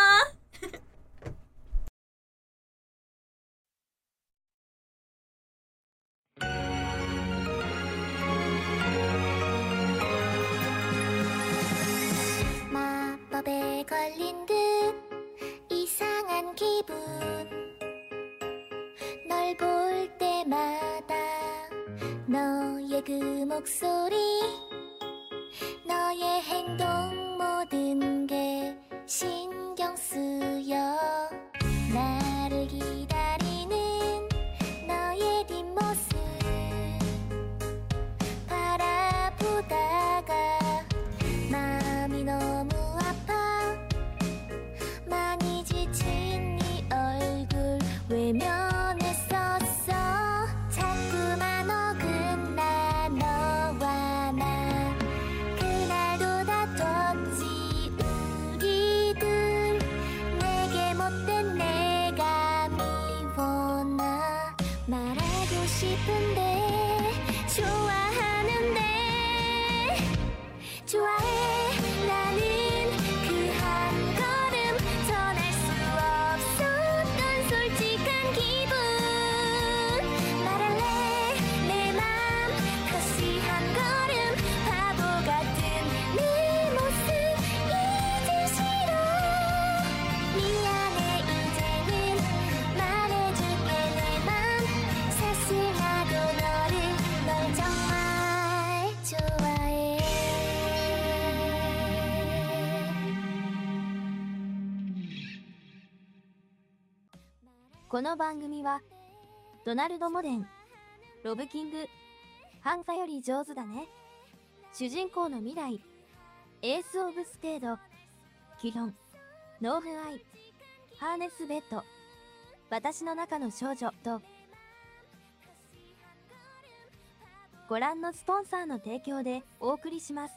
[SPEAKER 1] 마법에 걸린 듯 이상한 기분 널 볼 때마다 너의 그 목소리 너의 행동 모든 게 신경 쓰여 나를 기다리는 너의 뒷모습 바라보다가 마음이 너무 아파 많이 지친 네 얼굴 외면했었어 자꾸만 어긋나 너와 나 그날도 다퉈 この番組は、ドナルド・モデン、ロブ・キング、ハンサより上手だね。主人公の未来、エース・オブ・ステード、キロン、ノーフ・アイ、ハーネス・ベッド、私の中の少女と、ご覧のスポンサーの提供でお送りします。